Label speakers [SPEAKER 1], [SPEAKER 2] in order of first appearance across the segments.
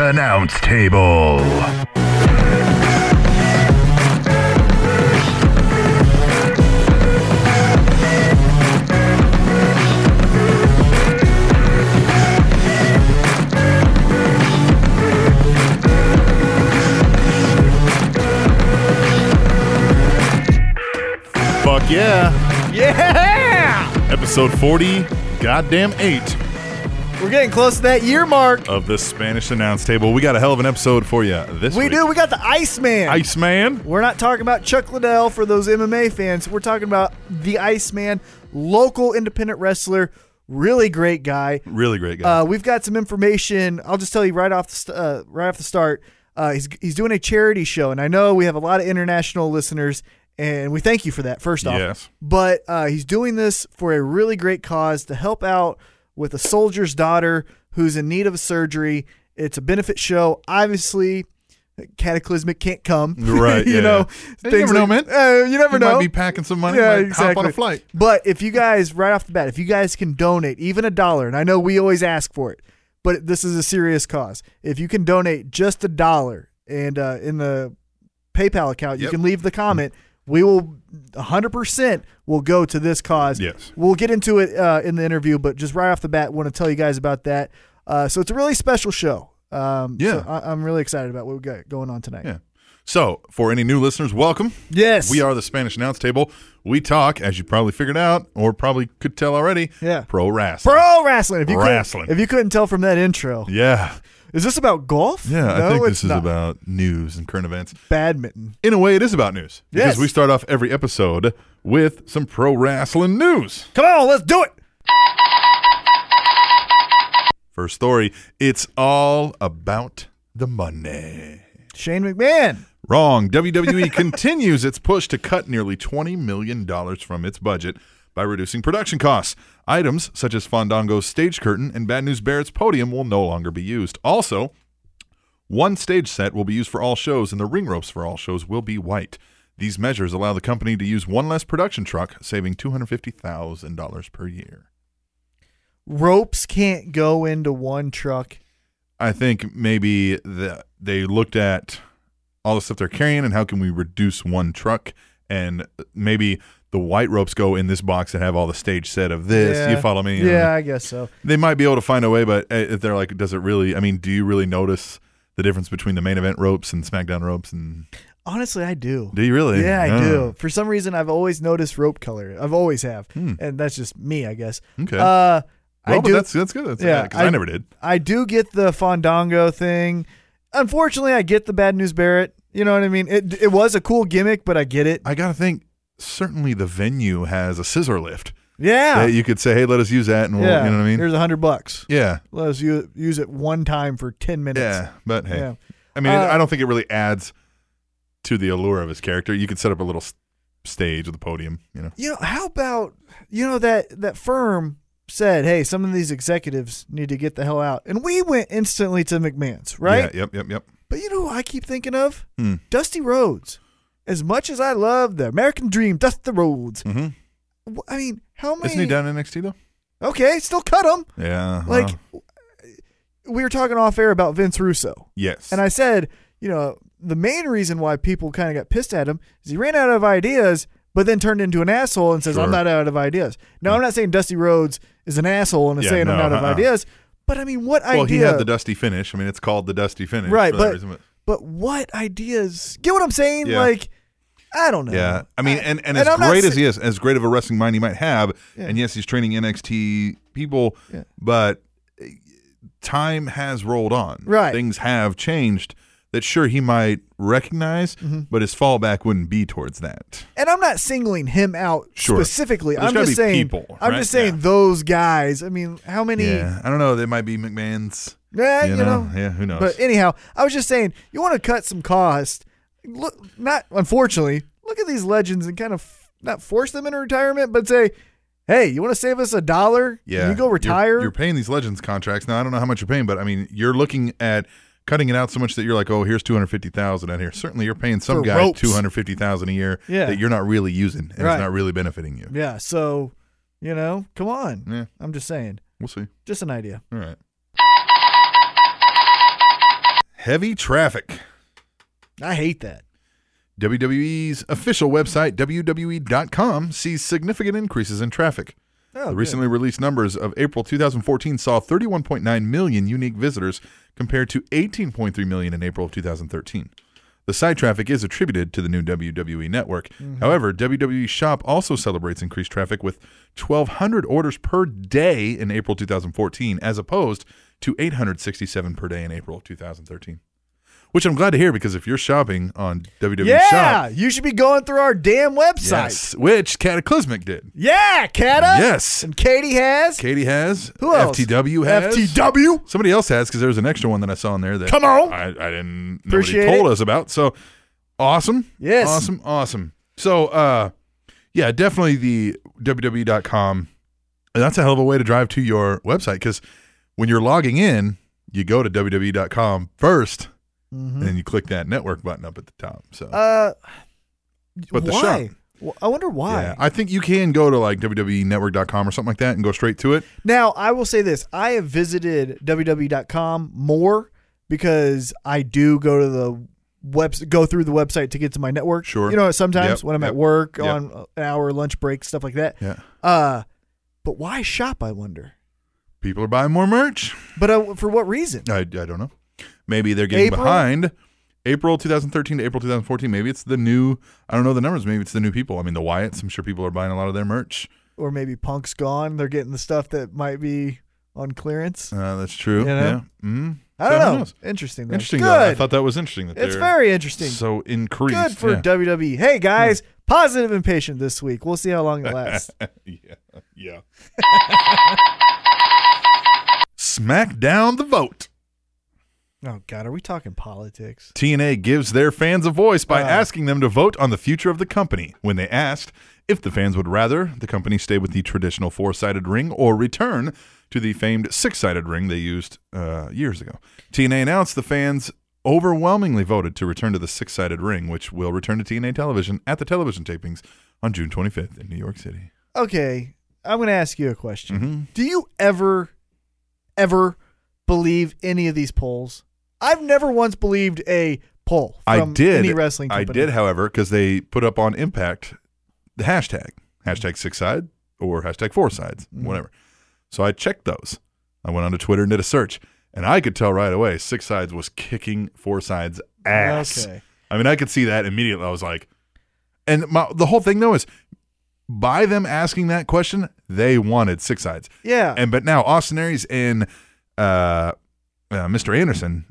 [SPEAKER 1] announce table.
[SPEAKER 2] Fuck yeah.
[SPEAKER 3] Yeah!
[SPEAKER 2] Episode 40, goddamn eight
[SPEAKER 3] We're getting close to that year mark.
[SPEAKER 2] of the Spanish announce table. We got a hell of an episode for you this
[SPEAKER 3] We
[SPEAKER 2] week.
[SPEAKER 3] do. We got the Iceman.
[SPEAKER 2] Iceman.
[SPEAKER 3] We're not talking about Chuck Liddell for those MMA fans. We're talking about the Iceman, local independent wrestler, really great guy.
[SPEAKER 2] Really great guy.
[SPEAKER 3] Uh, we've got some information. I'll just tell you right off the st- uh, right off the start. Uh, he's he's doing a charity show, and I know we have a lot of international listeners, and we thank you for that. First off,
[SPEAKER 2] Yes.
[SPEAKER 3] But uh, he's doing this for a really great cause to help out with a soldier's daughter who's in need of surgery. It's a benefit show. Obviously, cataclysmic can't come.
[SPEAKER 2] Right,
[SPEAKER 3] you
[SPEAKER 2] yeah,
[SPEAKER 3] know,
[SPEAKER 2] yeah. You
[SPEAKER 3] things
[SPEAKER 2] never know,
[SPEAKER 3] like-
[SPEAKER 2] man.
[SPEAKER 3] Uh, you never
[SPEAKER 2] You
[SPEAKER 3] know.
[SPEAKER 2] Might be packing some money. might Hop on a flight.
[SPEAKER 3] But if you guys, right off the bat, if you guys can donate even a dollar, and I know we always ask for it, but this is a serious cause. If you can donate just a dollar and uh, in the PayPal account, you
[SPEAKER 2] Yep.
[SPEAKER 3] can leave the comment. We will 100% will go to this cause.
[SPEAKER 2] Yes.
[SPEAKER 3] We'll get into it uh, in the interview, but just right off the bat, want to tell you guys about that. Uh, so it's a really special show. Um,
[SPEAKER 2] Yeah.
[SPEAKER 3] so I- I'm really excited about what we got going on tonight.
[SPEAKER 2] Yeah. So, for any new listeners, welcome.
[SPEAKER 3] Yes.
[SPEAKER 2] We are the Spanish Announce Table. We talk, as you probably figured out, or probably could tell already,
[SPEAKER 3] Yeah.
[SPEAKER 2] pro wrestling.
[SPEAKER 3] Pro wrestling. If you couldn't-
[SPEAKER 2] Wrestling.
[SPEAKER 3] If you couldn't tell from that intro,
[SPEAKER 2] Yeah.
[SPEAKER 3] Is this about golf?
[SPEAKER 2] Yeah,
[SPEAKER 3] No,
[SPEAKER 2] I think
[SPEAKER 3] it's
[SPEAKER 2] this is
[SPEAKER 3] not.
[SPEAKER 2] about news and current events.
[SPEAKER 3] badminton.
[SPEAKER 2] In a way, it is about news.
[SPEAKER 3] Yes.
[SPEAKER 2] Because we start off every episode with some pro wrestling news.
[SPEAKER 3] Come on, let's do it.
[SPEAKER 2] First story it's all about the money.
[SPEAKER 3] Shane McMahon.
[SPEAKER 2] Wrong. WWE continues its push to cut nearly $20 million from its budget by reducing production costs. Items such as Fandango's stage curtain and Bad News Barrett's podium will no longer be used. Also, one stage set will be used for all shows, and the ring ropes for all shows will be white. These measures allow the company to use one less production truck, saving $250,000 per year.
[SPEAKER 3] Ropes can't go into one truck.
[SPEAKER 2] I think maybe the, they looked at all the stuff they're carrying and how can we reduce one truck and maybe the white ropes go in this box and have all the stage set of this. You follow me? Um,
[SPEAKER 3] Yeah, I guess so.
[SPEAKER 2] They might be able to find a way, but uh, if they're like, does it really? I mean, do you really notice the difference between the main event ropes and SmackDown ropes? And
[SPEAKER 3] Honestly, I do.
[SPEAKER 2] do you really?
[SPEAKER 3] Yeah, I
[SPEAKER 2] Uh,
[SPEAKER 3] do. For some reason, I've always noticed rope color. I've always have, and that's just me, I guess.
[SPEAKER 2] Hmm. Okay.
[SPEAKER 3] Uh,
[SPEAKER 2] Well,
[SPEAKER 3] I
[SPEAKER 2] but
[SPEAKER 3] do.
[SPEAKER 2] that's that's good. That's, yeah, 'cause I, never did.
[SPEAKER 3] I do get the Fandango thing. Unfortunately, I get the bad news Barrett. You know what I mean? It it was a cool gimmick, but I get it.
[SPEAKER 2] I gotta think. Certainly, the venue has a scissor lift
[SPEAKER 3] Yeah.
[SPEAKER 2] that you could say, "Hey, let us use that," and we'll,
[SPEAKER 3] yeah.
[SPEAKER 2] you know what I mean?
[SPEAKER 3] Here's a hundred bucks.
[SPEAKER 2] yeah,
[SPEAKER 3] Let us u- use it one time for 10 minutes.
[SPEAKER 2] Yeah, but hey,
[SPEAKER 3] Yeah.
[SPEAKER 2] I mean,
[SPEAKER 3] Uh,
[SPEAKER 2] I don't think it really adds to the allure of his character. You could set up a little s- stage with a podium, you know.
[SPEAKER 3] You know, how about, you know, that, that firm said, hey, some of these executives need to get the hell out. And we went instantly to McMahon's, right?
[SPEAKER 2] Yeah, yep, yep, yep.
[SPEAKER 3] But you know who I keep thinking of?
[SPEAKER 2] Hmm.
[SPEAKER 3] Dusty Rhodes. As much as I love the American Dream, Dusty Rhodes.
[SPEAKER 2] Mm-hmm.
[SPEAKER 3] Wh- I mean, how many?
[SPEAKER 2] Isn't he down in NXT though?
[SPEAKER 3] Okay, still cut him.
[SPEAKER 2] Yeah.
[SPEAKER 3] Like,
[SPEAKER 2] uh,
[SPEAKER 3] we were talking off air about Vince Russo.
[SPEAKER 2] yes.
[SPEAKER 3] And I said, you know, the main reason why people kind of got pissed at him is he ran out of ideas, but then turned into an asshole and says,
[SPEAKER 2] Sure.
[SPEAKER 3] I'm not out of ideas. Now, I'm not saying Dusty Rhodes is an asshole and is
[SPEAKER 2] Yeah,
[SPEAKER 3] saying I'm
[SPEAKER 2] no,
[SPEAKER 3] out of
[SPEAKER 2] uh-uh.
[SPEAKER 3] ideas, but I mean, what
[SPEAKER 2] well,
[SPEAKER 3] idea?
[SPEAKER 2] he had the dusty finish. I mean, it's called the dusty finish,
[SPEAKER 3] Right,
[SPEAKER 2] for that
[SPEAKER 3] but-
[SPEAKER 2] reason,
[SPEAKER 3] but what ideas? Get what I'm saying?
[SPEAKER 2] Yeah.
[SPEAKER 3] Like, I don't know.
[SPEAKER 2] yeah. I mean, and, and,
[SPEAKER 3] and
[SPEAKER 2] as
[SPEAKER 3] I'm not
[SPEAKER 2] great as
[SPEAKER 3] sa-
[SPEAKER 2] he is, as great of a wrestling mind he might have,
[SPEAKER 3] Yeah.
[SPEAKER 2] and yes, he's training NXT people,
[SPEAKER 3] Yeah.
[SPEAKER 2] but uh, time has rolled on.
[SPEAKER 3] Right.
[SPEAKER 2] Things have changed. That sure he might recognize,
[SPEAKER 3] Mm-hmm.
[SPEAKER 2] but his fallback wouldn't be towards that.
[SPEAKER 3] And I'm not singling him out
[SPEAKER 2] Sure.
[SPEAKER 3] specifically.
[SPEAKER 2] But there's
[SPEAKER 3] I'm
[SPEAKER 2] gotta
[SPEAKER 3] just
[SPEAKER 2] be
[SPEAKER 3] saying.
[SPEAKER 2] people,
[SPEAKER 3] I'm
[SPEAKER 2] right?
[SPEAKER 3] just saying
[SPEAKER 2] Yeah.
[SPEAKER 3] those guys. I mean, how many?
[SPEAKER 2] Yeah, I don't know. That might be McMahon's.
[SPEAKER 3] Yeah,
[SPEAKER 2] You
[SPEAKER 3] you,
[SPEAKER 2] know,
[SPEAKER 3] know,
[SPEAKER 2] yeah, who knows?
[SPEAKER 3] But anyhow, I was just saying, you want to cut some cost. Look, not unfortunately, look at these legends and kind of f- not force them into retirement, but say, hey, you want to save us a dollar?
[SPEAKER 2] Yeah,
[SPEAKER 3] Can you go
[SPEAKER 2] You're-
[SPEAKER 3] retire.
[SPEAKER 2] You're, paying these legends contracts now. I don't know how much you're paying, but I mean, you're looking at cutting it out so much that you're like, oh, here's two hundred fifty thousand out here. Certainly, you're paying some
[SPEAKER 3] For
[SPEAKER 2] guy
[SPEAKER 3] ropes.
[SPEAKER 2] two hundred fifty thousand a year
[SPEAKER 3] Yeah.
[SPEAKER 2] that you're not really using and
[SPEAKER 3] Right.
[SPEAKER 2] it's not really benefiting you.
[SPEAKER 3] yeah. So, you know, come on.
[SPEAKER 2] Yeah.
[SPEAKER 3] I'm just saying,
[SPEAKER 2] We'll see.
[SPEAKER 3] just an idea.
[SPEAKER 2] All right. Heavy traffic.
[SPEAKER 3] I hate that.
[SPEAKER 2] WWE's official website, WWE.com, sees significant increases in traffic.
[SPEAKER 3] Oh,
[SPEAKER 2] the
[SPEAKER 3] good.
[SPEAKER 2] recently released numbers of April 2014 saw 31.9 million unique visitors compared to 18.3 million in April of 2013. The site traffic is attributed to the new WWE network.
[SPEAKER 3] Mm-hmm.
[SPEAKER 2] However, WWE Shop also celebrates increased traffic with 1,200 orders per day in April 2014, as opposed to 867 per day in April of 2013. Which I'm glad to hear because if you're shopping on WWE
[SPEAKER 3] yeah,
[SPEAKER 2] Shop,
[SPEAKER 3] you should be going through our damn website.
[SPEAKER 2] yes, which Cataclysmic did.
[SPEAKER 3] Yeah, Kata.
[SPEAKER 2] Yes.
[SPEAKER 3] And Katie has.
[SPEAKER 2] Katie has.
[SPEAKER 3] Who else?
[SPEAKER 2] FTW has.
[SPEAKER 3] FTW.
[SPEAKER 2] Somebody else has because there was an extra one that I saw in there that
[SPEAKER 3] Come on.
[SPEAKER 2] I, I didn't
[SPEAKER 3] Appreciate
[SPEAKER 2] nobody told
[SPEAKER 3] it.
[SPEAKER 2] us about. So awesome.
[SPEAKER 3] Yes.
[SPEAKER 2] Awesome. Awesome. So uh yeah, definitely the www.com. And that's a hell of a way to drive to your website because when you're logging in, you go to E www.com 1st
[SPEAKER 3] Mm-hmm.
[SPEAKER 2] and then you click that network button up at the top. So
[SPEAKER 3] Uh,
[SPEAKER 2] But the
[SPEAKER 3] why?
[SPEAKER 2] shop.
[SPEAKER 3] Wh- I wonder why.
[SPEAKER 2] yeah, I think you can go to like E www.network.com or something like that and go straight to it.
[SPEAKER 3] Now, I will say this. I have visited www.com more because I do go to the web go through the website to get to my network.
[SPEAKER 2] Sure.
[SPEAKER 3] You know, sometimes
[SPEAKER 2] Yep,
[SPEAKER 3] when I'm
[SPEAKER 2] yep,
[SPEAKER 3] at work
[SPEAKER 2] yep.
[SPEAKER 3] on an hour lunch break, stuff like that.
[SPEAKER 2] Yeah.
[SPEAKER 3] Uh, but why shop, I wonder?
[SPEAKER 2] People are buying more merch.
[SPEAKER 3] But uh, for what reason?
[SPEAKER 2] I, I don't know. Maybe they're getting
[SPEAKER 3] April?
[SPEAKER 2] behind. April 2013 to April 2014. Maybe it's the new. I don't know the numbers. Maybe it's the new people. I mean, the Wyatts. I'm sure people are buying a lot of their merch.
[SPEAKER 3] Or maybe punk's gone. They're getting the stuff that might be on clearance.
[SPEAKER 2] Uh, that's true.
[SPEAKER 3] You know?
[SPEAKER 2] Yeah. Mm.
[SPEAKER 3] I
[SPEAKER 2] So
[SPEAKER 3] don't
[SPEAKER 2] who
[SPEAKER 3] know.
[SPEAKER 2] knows?
[SPEAKER 3] Interesting. Though.
[SPEAKER 2] Interesting.
[SPEAKER 3] Good.
[SPEAKER 2] Though. I thought that was interesting. That
[SPEAKER 3] it's
[SPEAKER 2] they're
[SPEAKER 3] very interesting.
[SPEAKER 2] so increased.
[SPEAKER 3] Good for
[SPEAKER 2] yeah. Hmm.
[SPEAKER 3] WWE. Hey guys, positive and patient this week. We'll see how long it lasts.
[SPEAKER 2] yeah. Yeah. Smack down the vote.
[SPEAKER 3] oh God, are we talking politics?
[SPEAKER 2] TNA gives their fans a voice by
[SPEAKER 3] Uh.
[SPEAKER 2] asking them to vote on the future of the company. When they asked if the fans would rather the company stay with the traditional four sided ring or return to the famed six sided ring they used uh, years ago, TNA announced the fans overwhelmingly voted to return to the six sided ring, which will return to TNA television at the television tapings on June 25th in New York City.
[SPEAKER 3] okay, I'm going to ask you a question.
[SPEAKER 2] Mhm.
[SPEAKER 3] Do you ever, ever believe any of these polls? I've never once believed a poll from
[SPEAKER 2] I did.
[SPEAKER 3] any wrestling
[SPEAKER 2] I
[SPEAKER 3] company.
[SPEAKER 2] did, however, because they put up on Impact the hashtag, hashtag six side or hashtag four sides,
[SPEAKER 3] Mm-hmm.
[SPEAKER 2] whatever. So I checked those. I went onto Twitter and did a search, and I could tell right away six sides was kicking four sides ass.
[SPEAKER 3] Okay.
[SPEAKER 2] I mean, I could see that immediately. I was like, and my, the whole thing though is by them asking that question, they wanted six sides.
[SPEAKER 3] Yeah.
[SPEAKER 2] And but now Austin Aries and uh, uh, Mr. Anderson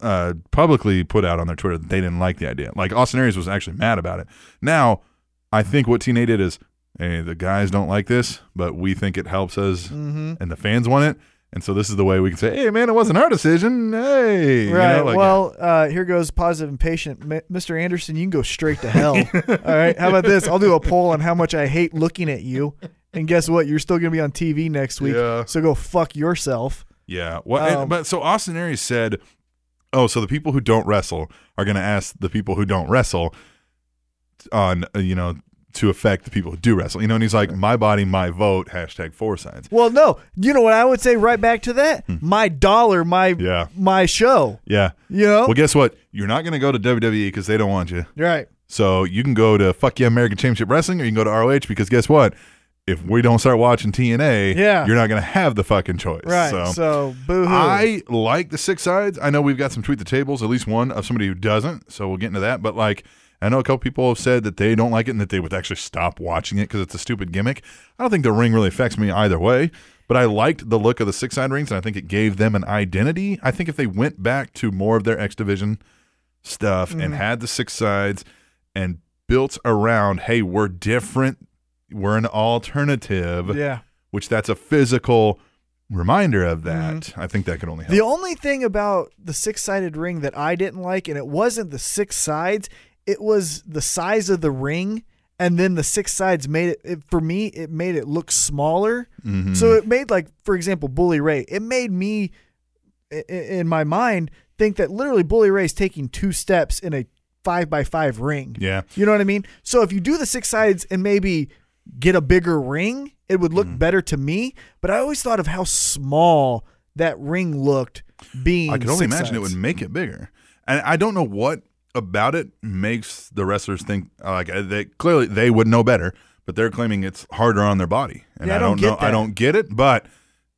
[SPEAKER 2] uh, publicly put out on their Twitter that they didn't like the idea. Like Austin Aries was actually mad about it. Now I think what TNA did is, hey, the guys don't like this, but we think it helps us,
[SPEAKER 3] Mm-hmm.
[SPEAKER 2] and the fans want it. And so this is the way we can say, hey, man, it wasn't our decision. Hey, You
[SPEAKER 3] Right.
[SPEAKER 2] know, like-
[SPEAKER 3] well, uh, here goes positive and patient. M- Mr. Anderson, you can go straight to hell. All right. How about this? I'll do a poll on how much I hate looking at you. And guess what? You're still going to be on TV next week.
[SPEAKER 2] Yeah.
[SPEAKER 3] So go fuck yourself.
[SPEAKER 2] Yeah. What? and-
[SPEAKER 3] Um,
[SPEAKER 2] but so Austin Aries said, "Oh, so the people who don't wrestle are going to ask the people who don't wrestle on uh, you know to affect the people who do wrestle." You know, and he's like, "My body, my vote." Hashtag four signs.
[SPEAKER 3] Well, no. You know what I would say right back to that? My dollar, my
[SPEAKER 2] Hmm. Yeah.
[SPEAKER 3] my show.
[SPEAKER 2] Yeah.
[SPEAKER 3] You know?
[SPEAKER 2] Well, guess what? You're not going to go to WWE because they don't want you.
[SPEAKER 3] right.
[SPEAKER 2] So you can go to fuck yeah American Championship Wrestling, or you can go to ROH because guess what? If we don't start watching TNA,
[SPEAKER 3] Yeah.
[SPEAKER 2] you're not going to have the fucking choice.
[SPEAKER 3] Right. So, boo hoo.
[SPEAKER 2] I like the six sides. I know we've got some tweet the tables, at least one of somebody who doesn't. So we'll get into that. But like, I know a couple people have said that they don't like it and that they would actually stop watching it because it's a stupid gimmick. I don't think the ring really affects me either way. But I liked the look of the six side rings and I think it gave them an identity. I think if they went back to more of their X division stuff and had the six sides and built around, hey, we're different, we're an alternative
[SPEAKER 3] yeah.
[SPEAKER 2] which that's a physical reminder of that. I think that could only help.
[SPEAKER 3] Mm-hmm. The only thing about the six sided ring that I didn't like, and it wasn't the six sides, it was the size of the ring. And then the six sides made it, it for me, it made it look smaller.
[SPEAKER 2] Mm-hmm.
[SPEAKER 3] So it made, like, for example, Bully Ray, it made me, i- i- in my mind, think that literally Bully Ray's taking two steps in a five by five ring.
[SPEAKER 2] yeah.
[SPEAKER 3] You know what I mean? So if you do the six sides and maybe get a bigger ring,
[SPEAKER 2] Mm-hmm.
[SPEAKER 3] it would look better to me. But I always thought of how small that ring looked being.
[SPEAKER 2] I can only
[SPEAKER 3] six
[SPEAKER 2] imagine it
[SPEAKER 3] sides.
[SPEAKER 2] would make it bigger. And I don't know what about it makes the wrestlers think like uh, they clearly they would know better, but they're claiming it's harder on their body. And
[SPEAKER 3] Yeah, I
[SPEAKER 2] I
[SPEAKER 3] don't
[SPEAKER 2] don't,
[SPEAKER 3] get
[SPEAKER 2] know. I
[SPEAKER 3] that.
[SPEAKER 2] don't get it, but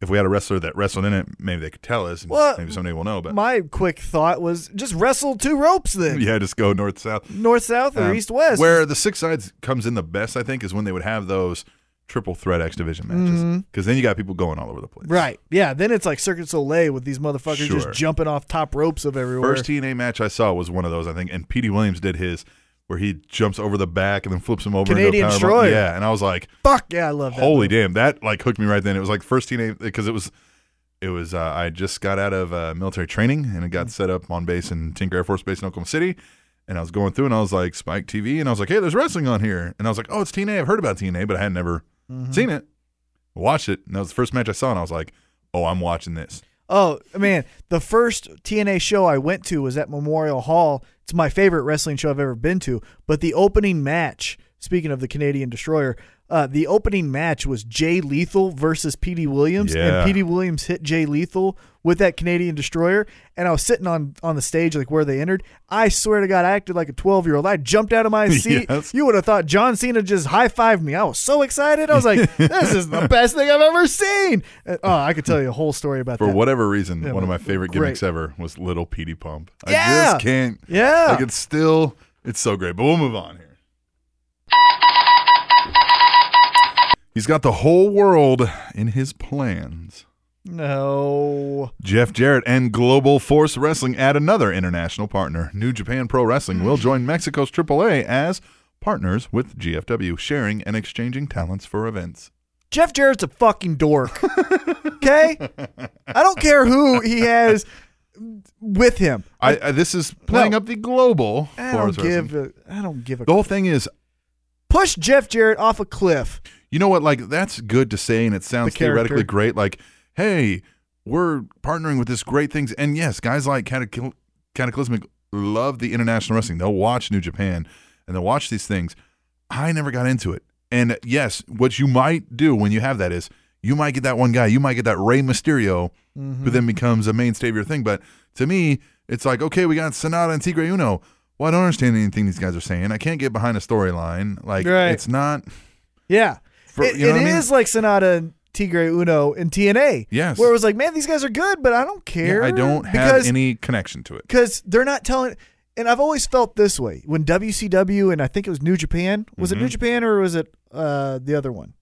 [SPEAKER 2] if we had a wrestler that wrestled in it, maybe they could tell us. and
[SPEAKER 3] Well,
[SPEAKER 2] maybe someday we'll know. But
[SPEAKER 3] My quick thought was just wrestle two ropes then,
[SPEAKER 2] yeah, just go north south.
[SPEAKER 3] north south or
[SPEAKER 2] Um,
[SPEAKER 3] east west.
[SPEAKER 2] Where the six sides comes in the best, I think, is when they would have those triple threat X division matches,
[SPEAKER 3] Mm-hmm.
[SPEAKER 2] because then you got people going all over the place.
[SPEAKER 3] Right. Yeah. Then it's like Circuit Soleil with these motherfuckers
[SPEAKER 2] Sure.
[SPEAKER 3] just jumping off top ropes of everywhere.
[SPEAKER 2] First TNA match I saw was one of those, I think, and Petey Williams did his where he jumps over the back and then flips him over
[SPEAKER 3] Canadian
[SPEAKER 2] into a powerbomb.
[SPEAKER 3] destroyer.
[SPEAKER 2] Yeah, and I was like,
[SPEAKER 3] Fuck yeah, I love that.
[SPEAKER 2] holy damn, that like hooked me right then. It was like first TNA because it was it was uh, I just got out of uh, military training and it
[SPEAKER 3] Mm.
[SPEAKER 2] got set up on base in Tinker Air Force Base in Oklahoma City. And I was going through and I was like Spike TV and I was like, hey, there's wrestling on here. And I was like, oh, it's TNA. I've heard about TNA, but I had never
[SPEAKER 3] Mm-hmm.
[SPEAKER 2] seen it. Watched it. And that was the first match I saw. And I was like, oh, I'm watching this.
[SPEAKER 3] Oh man, the first TNA show I went to was at Memorial Hall. It's my favorite wrestling show I've ever been to. But the opening match, speaking of the Canadian Destroyer, uh, the opening match was Jay Lethal versus Petey Williams,
[SPEAKER 2] Yeah.
[SPEAKER 3] and Petey Williams hit Jay Lethal with that Canadian Destroyer. And I was sitting on on the stage, like where they entered. I swear to God, I acted like a twelve year old. I jumped out of my seat.
[SPEAKER 2] Yes.
[SPEAKER 3] You would have thought John Cena just high fived me. I was so excited. I was like, "This is the best thing I've ever seen." Uh, Oh, I could tell you a whole story about
[SPEAKER 2] For
[SPEAKER 3] that.
[SPEAKER 2] whatever reason, one of
[SPEAKER 3] but
[SPEAKER 2] my favorite
[SPEAKER 3] great.
[SPEAKER 2] gimmicks ever was Little Petey Pump. I
[SPEAKER 3] Yeah!
[SPEAKER 2] just can't.
[SPEAKER 3] Yeah.
[SPEAKER 2] Like it's still, it's so great. But we'll move on here. He's got the whole world in his plans.
[SPEAKER 3] No.
[SPEAKER 2] Jeff Jarrett and Global Force Wrestling add another international partner. New Japan Pro Wrestling
[SPEAKER 3] Hmm.
[SPEAKER 2] will join Mexico's AAA as partners with GFW, sharing and exchanging talents for events.
[SPEAKER 3] Jeff Jarrett's a fucking dork. Okay? I don't care who he has with him.
[SPEAKER 2] I, I this is playing
[SPEAKER 3] No.
[SPEAKER 2] up the global.
[SPEAKER 3] I
[SPEAKER 2] Force
[SPEAKER 3] don't give
[SPEAKER 2] Wrestling.
[SPEAKER 3] a, I don't give a
[SPEAKER 2] The whole thing is
[SPEAKER 3] push Jeff Jarrett off a cliff.
[SPEAKER 2] you know what like that's good to say and it sounds
[SPEAKER 3] The character.
[SPEAKER 2] theoretically great like hey we're partnering with this great things and yes guys like Catacly- cataclysmic love the international wrestling they'll watch new japan and they'll watch these things i never got into it and yes what you might do when you have that is you might get that one guy you might get that Rey mysterio
[SPEAKER 3] Mm-hmm.
[SPEAKER 2] who then becomes a mainstay of your thing but to me it's like okay we got sonata and tigre uno well i don't understand anything these guys are saying i can't get behind a storyline like
[SPEAKER 3] Right.
[SPEAKER 2] it's not
[SPEAKER 3] Yeah.
[SPEAKER 2] For-
[SPEAKER 3] it
[SPEAKER 2] you know
[SPEAKER 3] it
[SPEAKER 2] what I mean?
[SPEAKER 3] is like Sonata and Tigre Uno and TNA.
[SPEAKER 2] Yes.
[SPEAKER 3] Where it was like, man, these guys are good, but I don't care.
[SPEAKER 2] Yeah, I don't have
[SPEAKER 3] because
[SPEAKER 2] any connection to it.
[SPEAKER 3] because they're not telling. And I've always felt this way when WCW and I think it was New Japan. Was
[SPEAKER 2] Mm-hmm.
[SPEAKER 3] it New Japan or was it uh, the other one?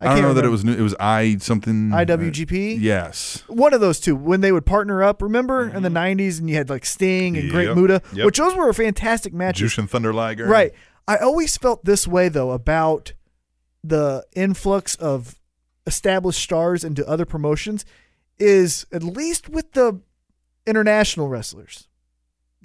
[SPEAKER 2] I, don't
[SPEAKER 3] can't
[SPEAKER 2] know that it
[SPEAKER 3] remember.
[SPEAKER 2] was new. It was I something.
[SPEAKER 3] IWGP?
[SPEAKER 2] Uh, yes.
[SPEAKER 3] one of those two when they would partner up. Remember in the '90s, and you had like Sting and Great
[SPEAKER 2] Mm-hmm. Yep,
[SPEAKER 3] Muda,
[SPEAKER 2] yep.
[SPEAKER 3] which those were fantastic matches.
[SPEAKER 2] Jushin Thunder Liger.
[SPEAKER 3] Right. I always felt this way though about the influx of established stars into other promotions is at least with the international wrestlers.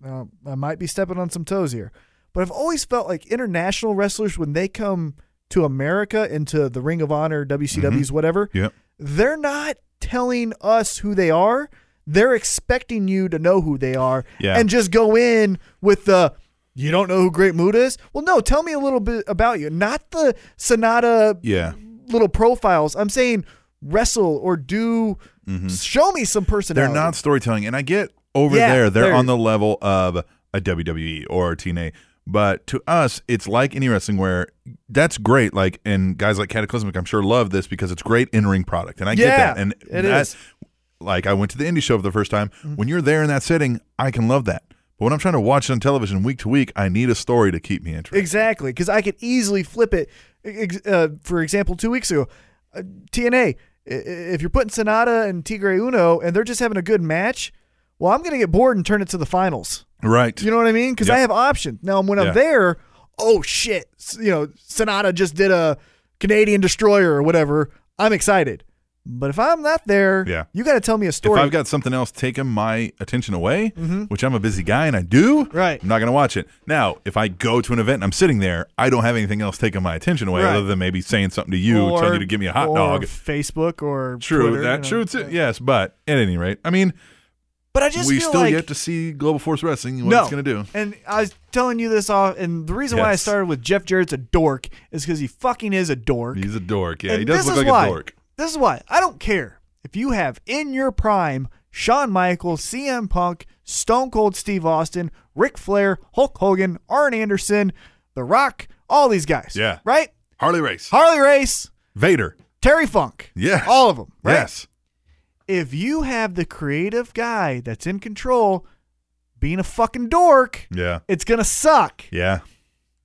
[SPEAKER 3] Now, I might be stepping on some toes here, but I've always felt like international wrestlers when they come to America into the Ring of Honor, WCW's,
[SPEAKER 2] Mm-hmm.
[SPEAKER 3] whatever,
[SPEAKER 2] Yep.
[SPEAKER 3] they're not telling us who they are. They're expecting you to know who they are
[SPEAKER 2] Yeah.
[SPEAKER 3] and just go in with the you don't know who Great Muda is? Well, no, tell me a little bit about you. Not the Sonata
[SPEAKER 2] Yeah.
[SPEAKER 3] little profiles. I'm saying wrestle or do show me some
[SPEAKER 2] Mm-hmm. They're
[SPEAKER 3] personality.
[SPEAKER 2] not storytelling, and I get over
[SPEAKER 3] Yeah,
[SPEAKER 2] there. They're,
[SPEAKER 3] they're-
[SPEAKER 2] on the level of a WWE or a TNA, but to us, it's like any wrestling where that's great. Like, and guys like Cataclysmic, I'm sure love this because it's great in ring product, and I get
[SPEAKER 3] Yeah,
[SPEAKER 2] that. And
[SPEAKER 3] it
[SPEAKER 2] that-
[SPEAKER 3] is. Mm-hmm.
[SPEAKER 2] like I went to the indie show for the first time. When you're there in that setting, I can love that. But when I'm trying to watch it on television week to week, I need a story to keep me interested.
[SPEAKER 3] Exactly, because I could easily flip it. Ex- Uh, for example, two weeks ago, uh, TNA. i- i- If you're putting Sonata and Tigre Uno, and they're just having a good match, well, I'm going to get bored and turn it to the finals.
[SPEAKER 2] Right.
[SPEAKER 3] You know what I mean? Because I
[SPEAKER 2] Yeah.
[SPEAKER 3] have options now. When I'm
[SPEAKER 2] Yeah.
[SPEAKER 3] there, oh shit, s- you know, Sonata just did a Canadian Destroyer or whatever. I'm excited, but if I'm not there,
[SPEAKER 2] Yeah.
[SPEAKER 3] you got to tell me a
[SPEAKER 2] if
[SPEAKER 3] story. Mm-hmm.
[SPEAKER 2] I've got something else taking my attention away, which I'm a busy guy and I do,
[SPEAKER 3] Right.
[SPEAKER 2] I'm not going to watch it. Now, if I go to an event and I'm sitting there, I don't have anything else taking my attention away
[SPEAKER 3] Right.
[SPEAKER 2] other than maybe saying something to you, telling you to give me a hot
[SPEAKER 3] or
[SPEAKER 2] dog.
[SPEAKER 3] Facebook or
[SPEAKER 2] True,
[SPEAKER 3] Twitter,
[SPEAKER 2] that
[SPEAKER 3] you know.
[SPEAKER 2] true too. Yes, but at any rate, I mean,
[SPEAKER 3] But I just
[SPEAKER 2] we
[SPEAKER 3] feel
[SPEAKER 2] still
[SPEAKER 3] like
[SPEAKER 2] yet to see Global Force Wrestling what it's going to do.
[SPEAKER 3] And I was telling you this off, and the reason why I
[SPEAKER 2] Yes.
[SPEAKER 3] started with Jeff Jarrett's a dork is because he fucking is a dork.
[SPEAKER 2] He's a dork. Yeah,
[SPEAKER 3] and
[SPEAKER 2] he does
[SPEAKER 3] this
[SPEAKER 2] look
[SPEAKER 3] is
[SPEAKER 2] like
[SPEAKER 3] why,
[SPEAKER 2] a dork.
[SPEAKER 3] This is why I don't care. If you have in your prime Shawn Michaels, CM Punk, Stone Cold Steve Austin, Ric Flair, Hulk Hogan, Arn Anderson, The Rock, all these guys.
[SPEAKER 2] Yeah.
[SPEAKER 3] Right?
[SPEAKER 2] Harley Race.
[SPEAKER 3] Harley Race,
[SPEAKER 2] Vader.
[SPEAKER 3] Terry Funk.
[SPEAKER 2] Yes.
[SPEAKER 3] All of them. Right?
[SPEAKER 2] Yes.
[SPEAKER 3] If you have the creative guy that's in control being a fucking dork,
[SPEAKER 2] Yeah.
[SPEAKER 3] it's going to suck.
[SPEAKER 2] Yeah.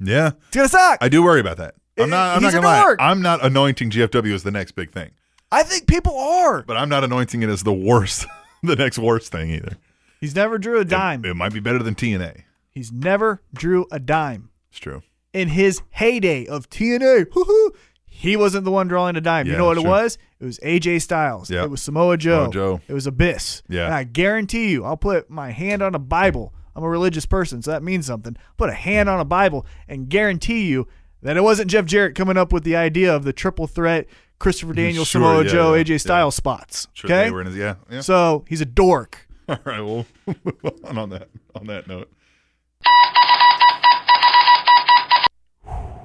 [SPEAKER 2] Yeah.
[SPEAKER 3] It's going to suck.
[SPEAKER 2] I do worry about that. I'm not. I'm
[SPEAKER 3] Eh, He's
[SPEAKER 2] not
[SPEAKER 3] a
[SPEAKER 2] gonna lie.
[SPEAKER 3] dork.
[SPEAKER 2] I'm not anointing GFW as the next big thing,
[SPEAKER 3] I think people are.
[SPEAKER 2] but I'm not anointing it as the worst, the next worst thing either.
[SPEAKER 3] He's never drew a dime.
[SPEAKER 2] It, it might be better than TNA.
[SPEAKER 3] He's never drew a dime.
[SPEAKER 2] It's true.
[SPEAKER 3] In his heyday of TNA, hoo-hoo, he wasn't the one drawing a dime. you
[SPEAKER 2] Yeah,
[SPEAKER 3] know what it
[SPEAKER 2] sure.
[SPEAKER 3] was? It was AJ Styles.
[SPEAKER 2] Yep.
[SPEAKER 3] It was Samoa Joe.
[SPEAKER 2] Samoa Joe.
[SPEAKER 3] It was Abyss.
[SPEAKER 2] Yeah.
[SPEAKER 3] And I guarantee you, I'll put my hand on a Bible. I'm a religious person, so that means something. Put a hand on a Bible and guarantee you that it wasn't Jeff Jarrett coming up with the idea of the triple threat Christopher Daniels,
[SPEAKER 2] Sure,
[SPEAKER 3] Samoa
[SPEAKER 2] yeah,
[SPEAKER 3] Joe,
[SPEAKER 2] yeah, yeah.
[SPEAKER 3] AJ Styles spots.
[SPEAKER 2] Sure.
[SPEAKER 3] okay.
[SPEAKER 2] They were in his, yeah. Yeah.
[SPEAKER 3] So he's a dork.
[SPEAKER 2] All right. We'll move on on that. On that note.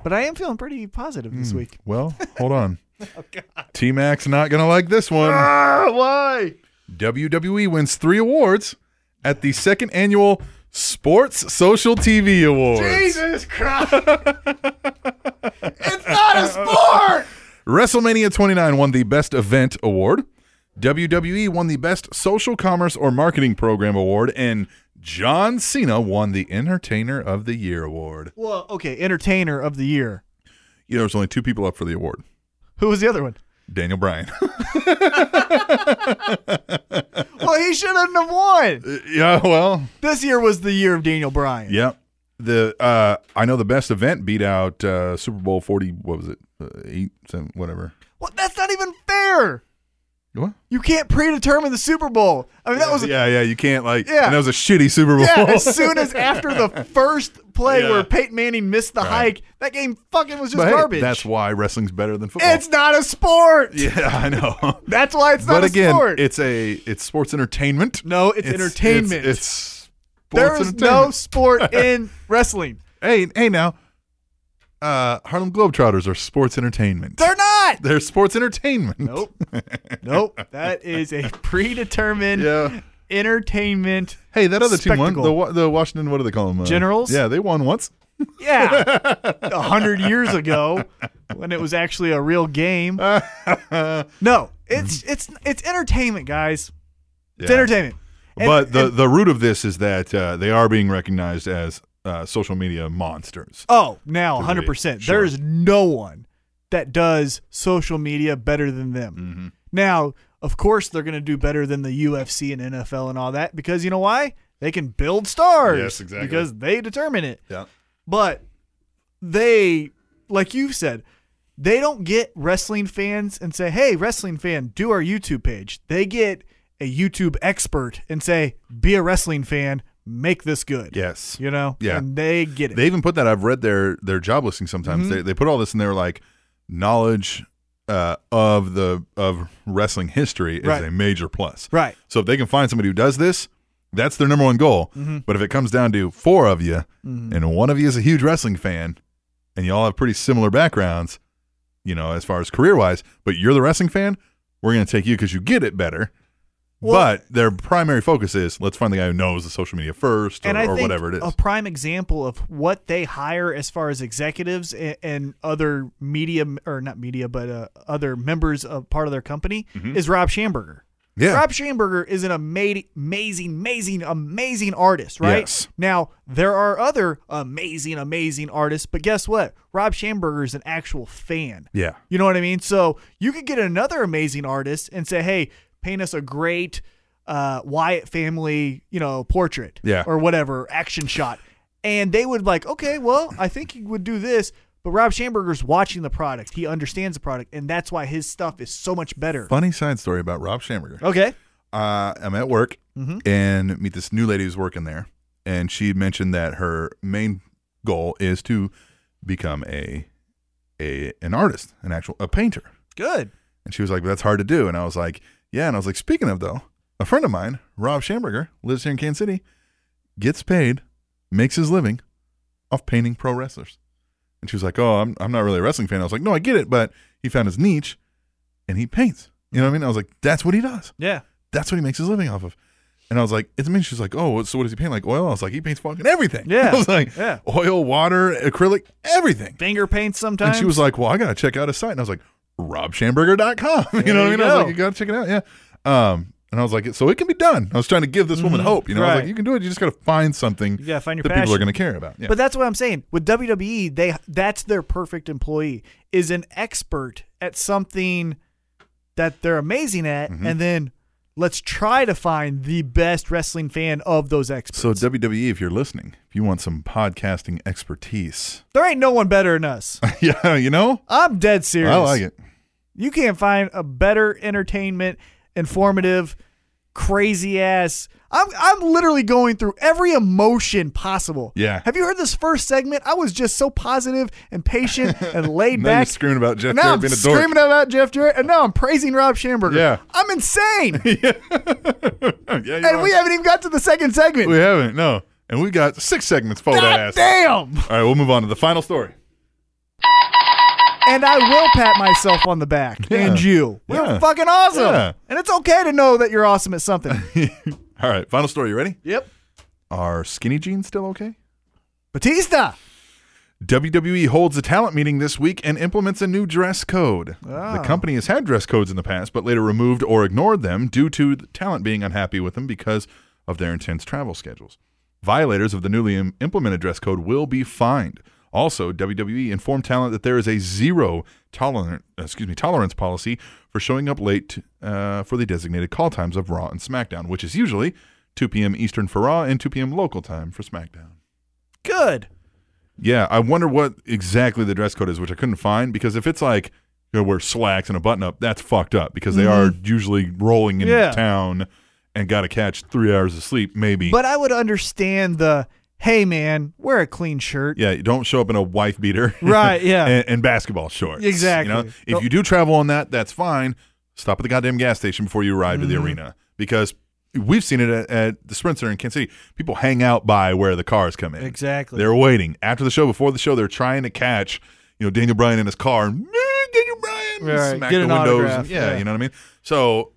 [SPEAKER 3] But I am feeling pretty positive
[SPEAKER 2] Hmm.
[SPEAKER 3] this week.
[SPEAKER 2] Well, hold on.
[SPEAKER 3] Oh,
[SPEAKER 2] T Mac's not gonna like this one.
[SPEAKER 3] Ah! why?
[SPEAKER 2] WWE wins three awards at the second annual Sports Social TV Awards.
[SPEAKER 3] Jesus Christ! it's not a sport.
[SPEAKER 2] WrestleMania 29 won the Best Event Award. WWE won the Best Social Commerce or Marketing Program Award, and John Cena won the Entertainer of the Year Award.
[SPEAKER 3] Well, okay, entertainer of the year.
[SPEAKER 2] You know, there's only two people up for the award
[SPEAKER 3] Who was the other one?
[SPEAKER 2] Daniel Bryan.
[SPEAKER 3] Well, Oh, he shouldn't have won.
[SPEAKER 2] yeah, well,
[SPEAKER 3] This year was the year of Daniel Bryan.
[SPEAKER 2] yeah. The uh, I know the best event beat out uh, Super Bowl 40, what was it? Uh, eight, seven, whatever.
[SPEAKER 3] Well, that's not even fair.
[SPEAKER 2] What?
[SPEAKER 3] You can't predetermine the Super Bowl. I mean, that was
[SPEAKER 2] yeah, yeah. You can't like.
[SPEAKER 3] Yeah.
[SPEAKER 2] and that was a shitty Super Bowl.
[SPEAKER 3] yeah. As soon as after the first play
[SPEAKER 2] Yeah.
[SPEAKER 3] where Peyton Manning missed the
[SPEAKER 2] Right.
[SPEAKER 3] hike, that game fucking was just
[SPEAKER 2] But hey,
[SPEAKER 3] garbage.
[SPEAKER 2] that's why wrestling's better than football.
[SPEAKER 3] it's not a sport.
[SPEAKER 2] yeah, I know.
[SPEAKER 3] That's why it's not
[SPEAKER 2] but
[SPEAKER 3] a
[SPEAKER 2] again,
[SPEAKER 3] sport.
[SPEAKER 2] it's a it's sports entertainment.
[SPEAKER 3] no, it's, entertainment.
[SPEAKER 2] It's, it's
[SPEAKER 3] there
[SPEAKER 2] sports
[SPEAKER 3] is no
[SPEAKER 2] entertainment.
[SPEAKER 3] sport in wrestling.
[SPEAKER 2] Hey, hey now, uh, Harlem Globetrotters are sports entertainment.
[SPEAKER 3] They're not.
[SPEAKER 2] They're sports entertainment.
[SPEAKER 3] Nope. Nope. That is a predetermined
[SPEAKER 2] Yeah.
[SPEAKER 3] entertainment.
[SPEAKER 2] Hey, that other team won
[SPEAKER 3] Spectacle.
[SPEAKER 2] the Wa- the Washington. What do they call them? Uh,
[SPEAKER 3] Generals?
[SPEAKER 2] Yeah, they won once.
[SPEAKER 3] Yeah. A hundred years ago when it was actually a real game. No, it's it's it's entertainment, guys. It's
[SPEAKER 2] Yeah.
[SPEAKER 3] entertainment. And-
[SPEAKER 2] but the
[SPEAKER 3] and-
[SPEAKER 2] the root of this is that uh, they are being recognized as uh, social media monsters.
[SPEAKER 3] oh, now
[SPEAKER 2] Debate,
[SPEAKER 3] 100%.
[SPEAKER 2] sure.
[SPEAKER 3] There's no one that does social media better than them.
[SPEAKER 2] Mm-hmm.
[SPEAKER 3] Now, of course, they're going to do better than the UFC and NFL and all that because you know why? They can build stars.
[SPEAKER 2] Yes, exactly.
[SPEAKER 3] Because they determine it.
[SPEAKER 2] Yeah.
[SPEAKER 3] But they, like you said, they don't get wrestling fans and say, hey, wrestling fan, do our YouTube page. They get a YouTube expert and say, be a wrestling fan, make this good.
[SPEAKER 2] Yes.
[SPEAKER 3] You know?
[SPEAKER 2] Yeah.
[SPEAKER 3] And they get it.
[SPEAKER 2] They even put that. I've read their their job listing sometimes.
[SPEAKER 3] Mm-hmm.
[SPEAKER 2] They they put all this in there like knowledge uh, of the of wrestling history is
[SPEAKER 3] Right.
[SPEAKER 2] a major plus.
[SPEAKER 3] right.
[SPEAKER 2] So if they can find somebody who does this, that's their number one goal.
[SPEAKER 3] Mm-hmm.
[SPEAKER 2] But if it comes down to four of you, and one of you is a huge wrestling fan, and you all have pretty similar backgrounds, you know, as far as career wise, but you're the wrestling fan, we're gonna take you because you get it better.
[SPEAKER 3] Well-
[SPEAKER 2] but their primary focus is let's find the guy who knows the social media first, or,
[SPEAKER 3] and I
[SPEAKER 2] or
[SPEAKER 3] think
[SPEAKER 2] whatever it is.
[SPEAKER 3] a prime example of what they hire as far as executives and, and other media or not media, but uh, other members of part of their company
[SPEAKER 2] Mm-hmm.
[SPEAKER 3] is Rob Schamberger.
[SPEAKER 2] yeah,
[SPEAKER 3] Rob Schamberger is an amazing, amazing, amazing, amazing artist, right?
[SPEAKER 2] Yes.
[SPEAKER 3] Now, there are other amazing, amazing artists, but guess what? Rob Schamberger is an actual fan.
[SPEAKER 2] yeah.
[SPEAKER 3] You know what I mean? So you could get another amazing artist and say, hey, paint us a great uh, Wyatt family, you know, portrait
[SPEAKER 2] Yeah.
[SPEAKER 3] or whatever, action shot. And they would like, okay, well, I think he would do this. But Rob Schamberger's watching the product. He understands the product, and that's why his stuff is so much better.
[SPEAKER 2] Funny side story about Rob Schamberger.
[SPEAKER 3] Okay.
[SPEAKER 2] uh, I'm at work and meet this new lady who's working there, and she mentioned that her main goal is to become a a an artist, an actual a painter.
[SPEAKER 3] Good.
[SPEAKER 2] And she was like, "But that's hard to do." And I was like, "Yeah." And I was like, "Speaking of though, a friend of mine, Rob Schamberger, lives here in Kansas City, gets paid, makes his living off painting pro wrestlers." And she was like, "Oh, I'm I'm not really a wrestling fan." I was like, "No, I get it, but he found his niche, and he paints." You know what I mean? I was like, that's what he does.
[SPEAKER 1] Yeah.
[SPEAKER 2] That's what he makes his living off of. And I was like, it's I mean, she's like, oh, so what does he paint? Like oil? I was like, he paints fucking everything.
[SPEAKER 1] Yeah.
[SPEAKER 2] I was like,
[SPEAKER 1] Yeah.
[SPEAKER 2] oil, water, acrylic, everything.
[SPEAKER 1] Finger paints
[SPEAKER 2] And
[SPEAKER 1] sometimes.
[SPEAKER 2] she was like, well, I got to check out his site. And I was like, robshamberger.com. You know what I
[SPEAKER 1] you
[SPEAKER 2] mean? I was
[SPEAKER 1] go.
[SPEAKER 2] like, you got to check it out. Yeah. Um, and I was like, so it can be done. I was trying to give this
[SPEAKER 3] Mm-hmm.
[SPEAKER 2] woman hope. You know, I was
[SPEAKER 1] Right.
[SPEAKER 2] like, you can do it. You just got to find something
[SPEAKER 1] You gotta find your
[SPEAKER 2] that people are
[SPEAKER 1] passion.
[SPEAKER 2] going to care about. Yeah.
[SPEAKER 3] But that's what I'm saying. With WWE, they that's their perfect employee is an expert at something that they're amazing at,
[SPEAKER 2] Mm-hmm.
[SPEAKER 3] and then let's try to find the best wrestling fan of those experts.
[SPEAKER 2] so WWE, if you're listening, if you want some podcasting expertise,
[SPEAKER 3] there ain't no one better than us.
[SPEAKER 2] yeah, you know,
[SPEAKER 3] I'm dead serious.
[SPEAKER 2] I like it.
[SPEAKER 3] You can't find a better entertainment, informative, crazy ass. I'm I'm literally going through every emotion possible.
[SPEAKER 2] Yeah.
[SPEAKER 3] Have you heard this first segment? I was just so positive and patient and laid
[SPEAKER 2] Now
[SPEAKER 3] back.
[SPEAKER 2] you're screaming about Jeff
[SPEAKER 3] And now
[SPEAKER 2] Jarrett
[SPEAKER 3] I'm
[SPEAKER 2] being a dork.
[SPEAKER 3] screaming about Jeff Jarrett, and now I'm praising Rob Schamberger.
[SPEAKER 2] Yeah.
[SPEAKER 3] I'm insane,
[SPEAKER 2] yeah, you
[SPEAKER 3] and
[SPEAKER 2] are.
[SPEAKER 3] we haven't even got to the second segment.
[SPEAKER 2] We haven't, no. And we got six segments full of that
[SPEAKER 3] God
[SPEAKER 2] ass.
[SPEAKER 3] damn!
[SPEAKER 2] All right, we'll move on to the final story.
[SPEAKER 3] And I will pat myself on the back and
[SPEAKER 2] Yeah.
[SPEAKER 3] you. You're
[SPEAKER 2] Yeah.
[SPEAKER 3] fucking awesome,
[SPEAKER 2] Yeah.
[SPEAKER 3] and it's okay to know that you're awesome at something.
[SPEAKER 2] All right, final story. You ready?
[SPEAKER 3] yep,
[SPEAKER 2] Are skinny jeans still okay?
[SPEAKER 3] Batista.
[SPEAKER 2] WWE E holds a talent meeting this week and implements a new dress code. The company has had dress codes in the past, but later removed or ignored them due to the talent being unhappy with them because of their intense travel schedules. Violators of the newly im- implemented dress code will be fined. Also, WWE informed talent that there is a zero tolerant, excuse me, tolerance policy for showing up late uh, for the designated call times of Raw and SmackDown, which is usually 2 p.m. Eastern for Raw and 2 p.m. local time for SmackDown.
[SPEAKER 1] good.
[SPEAKER 2] Yeah, I wonder what exactly the dress code is, which I couldn't find because if it's like you know, wear slacks and a button up, that's fucked up because they are usually rolling in
[SPEAKER 1] Mm-hmm. Yeah.
[SPEAKER 2] town and got to catch three hours of sleep, maybe.
[SPEAKER 3] But I would understand the hey man, wear a clean shirt.
[SPEAKER 2] yeah, you don't show up in a wife beater,
[SPEAKER 1] Right, yeah.
[SPEAKER 2] and, and basketball shorts.
[SPEAKER 3] Exactly.
[SPEAKER 2] You know, if you do travel on that, that's fine. Stop at the goddamn gas station before you arrive
[SPEAKER 1] Mm-hmm.
[SPEAKER 2] to the arena because we've seen it at, at the Spencer in Kansas City. People hang out by where the cars come in.
[SPEAKER 1] Exactly.
[SPEAKER 2] They're waiting after the show, before the show. They're trying to catch, you know, Daniel Bryan in his car. and, "Eh, Daniel Bryan, and
[SPEAKER 1] Right,
[SPEAKER 2] smack
[SPEAKER 1] get
[SPEAKER 2] the
[SPEAKER 1] an
[SPEAKER 2] windows.
[SPEAKER 1] autograph,
[SPEAKER 2] and- yeah,
[SPEAKER 1] yeah.
[SPEAKER 2] you know what I mean. So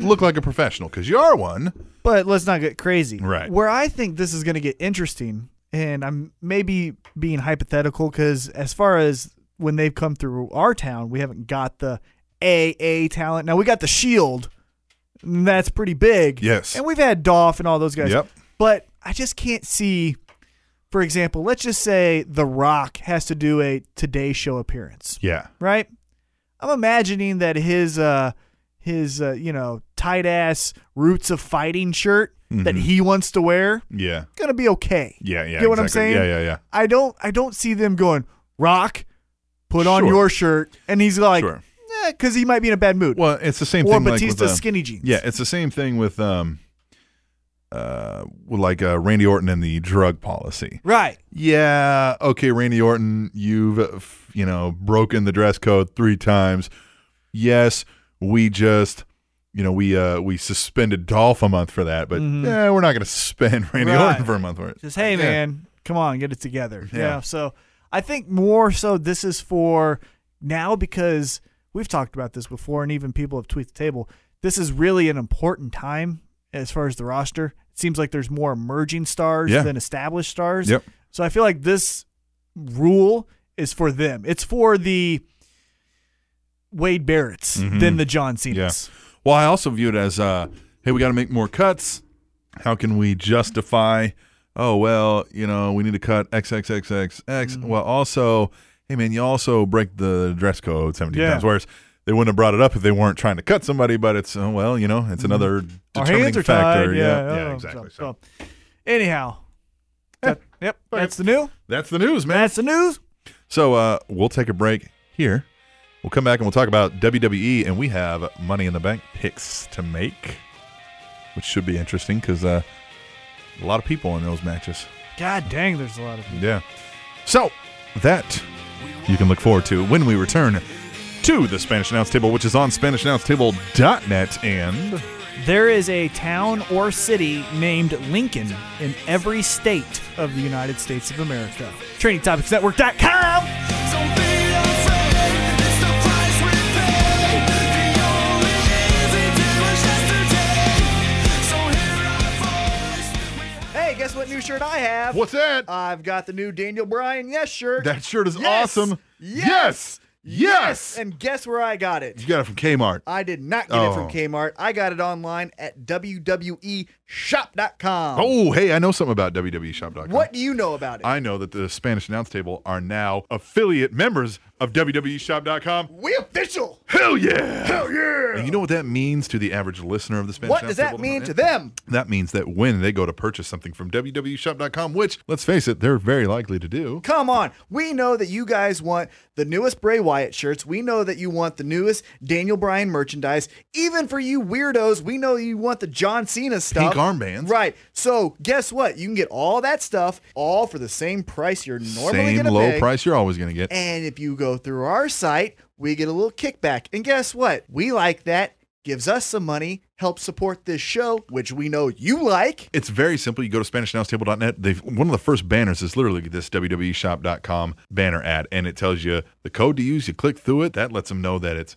[SPEAKER 2] look like a professional because you are one.
[SPEAKER 3] But let's not get crazy.
[SPEAKER 2] Right.
[SPEAKER 3] Where I think this is going to get interesting, and I'm maybe being hypothetical because as far as when they've come through our town, we haven't got the AA talent. Now we got the Shield. and that's pretty big.
[SPEAKER 2] Yes.
[SPEAKER 3] And we've had Dolph and all those guys.
[SPEAKER 2] Yep.
[SPEAKER 3] But I just can't see. For example, let's just say The Rock has to do a Today Show appearance.
[SPEAKER 2] Yeah,
[SPEAKER 3] right? I'm imagining that his uh his uh, you know tight ass roots of fighting shirt that he wants to wear
[SPEAKER 2] yeah,
[SPEAKER 3] gonna be okay.
[SPEAKER 2] Mm-hmm. yeah, yeah.
[SPEAKER 3] Get what I'm
[SPEAKER 2] exactly.
[SPEAKER 3] saying?
[SPEAKER 2] Yeah, yeah, yeah.
[SPEAKER 3] I don't I don't see them going rock, put on
[SPEAKER 2] Sure.
[SPEAKER 3] your shirt, and he's like,
[SPEAKER 2] Sure.
[SPEAKER 3] because he might be in a bad mood.
[SPEAKER 2] Well, it's the same
[SPEAKER 3] or
[SPEAKER 2] thing. like,
[SPEAKER 3] Batista's
[SPEAKER 2] with, uh,
[SPEAKER 3] skinny jeans.
[SPEAKER 2] Yeah, it's the same thing with um, uh, with like uh, Randy Orton and the drug policy.
[SPEAKER 3] right.
[SPEAKER 2] Yeah, okay, Randy Orton, you've uh, f- you know broken the dress code three times. Yes, we just you know we uh we suspended Dolph a month for that, but yeah, we're not going to suspend Randy
[SPEAKER 3] Mm-hmm. Right.
[SPEAKER 2] Orton for a month for it.
[SPEAKER 3] Just hey
[SPEAKER 2] Yeah.
[SPEAKER 3] man, come on, get it together. Yeah.
[SPEAKER 2] Yeah.
[SPEAKER 3] So I think more so this is for now because we've talked about this before, and even people have tweeted the table. This is really an important time as far as the roster. It seems like there's more emerging stars
[SPEAKER 2] Yeah.
[SPEAKER 3] than established stars.
[SPEAKER 2] Yep.
[SPEAKER 3] So I feel like this rule is for them. It's for the Wade Barretts
[SPEAKER 2] Mm-hmm.
[SPEAKER 3] than the John Cena's.
[SPEAKER 2] Well, I also view it as, uh, hey, we got to make more cuts. How can we justify? Oh well, you know, we need to cut x x x x x.
[SPEAKER 3] Mm-hmm.
[SPEAKER 2] Well, also, hey man, you also break the dress code seventeen
[SPEAKER 3] Yeah.
[SPEAKER 2] times. Whereas they wouldn't have brought it up if they weren't trying to cut somebody. But it's uh, well, you know, it's another
[SPEAKER 3] Mm-hmm. Our
[SPEAKER 2] determining
[SPEAKER 3] hands are
[SPEAKER 2] factor.
[SPEAKER 3] tied.
[SPEAKER 2] yeah,
[SPEAKER 3] oh,
[SPEAKER 2] exactly. Eh. So,
[SPEAKER 3] so- so. anyhow, that- yep, that's the new.
[SPEAKER 2] that's the news, man.
[SPEAKER 3] That's the news.
[SPEAKER 2] So uh, we'll take a break here. We'll come back and we'll talk about WWE, and we have Money in the Bank picks to make, which should be interesting because uh, a lot of people in those matches.
[SPEAKER 3] God dang, there's a lot of people.
[SPEAKER 2] Yeah. So that you can look forward to when we return to the Spanish Announce Table, which is on SpanishAnnounceTable.net. And
[SPEAKER 3] There is a town or city named Lincoln in every state of the United States of America. TrainingTopicsNetwork.com.
[SPEAKER 4] Don't be afraid, it's the price we pay. The only
[SPEAKER 3] new shirt I have.
[SPEAKER 2] What's that?
[SPEAKER 3] I've got the new Daniel Bryan Yes shirt.
[SPEAKER 2] Uh, that shirt is
[SPEAKER 3] Yes!
[SPEAKER 2] awesome.
[SPEAKER 3] Yes!
[SPEAKER 2] Yes. Yes!
[SPEAKER 3] And guess where I got it?
[SPEAKER 2] You got it from Kmart.
[SPEAKER 3] I did not get it
[SPEAKER 2] Oh.
[SPEAKER 3] from Kmart. I got it online at E WWEshop.com.
[SPEAKER 2] Oh, hey, I know something about E WWEshop.com.
[SPEAKER 3] What do you know about it?
[SPEAKER 2] I know that the Spanish announce table are now affiliate members of E WWEshop.com.
[SPEAKER 3] we official.
[SPEAKER 2] Hell yeah!
[SPEAKER 3] Hell yeah.
[SPEAKER 2] And you know what that means to the average listener of the Spanish
[SPEAKER 3] what
[SPEAKER 2] announce
[SPEAKER 3] does that
[SPEAKER 2] table?
[SPEAKER 3] mean to them?
[SPEAKER 2] That means that when they go to purchase something from E WWEshop.com, which, let's face it, they're very likely to do.
[SPEAKER 3] Come on. We know that you guys want the newest Bray Wyatt shirts. We know that you want the newest Daniel Bryan merchandise. Even for you weirdos, we know you want the John Cena stuff.
[SPEAKER 2] armbands.
[SPEAKER 3] Right. So guess what? You can get all that stuff all for the same price you're normally
[SPEAKER 2] Same
[SPEAKER 3] gonna
[SPEAKER 2] low
[SPEAKER 3] pay.
[SPEAKER 2] price you're always going to get.
[SPEAKER 3] And if you go through our site, we get a little kickback. And guess what? We like that. Gives us some money, helps support this show, which we know you like.
[SPEAKER 2] It's very simple. You go to SpanishAnnounceTable.net. They've, one of the first banners is literally this E WWEshop.com banner ad, and it tells you the code to use. You click through it. That lets them know that it's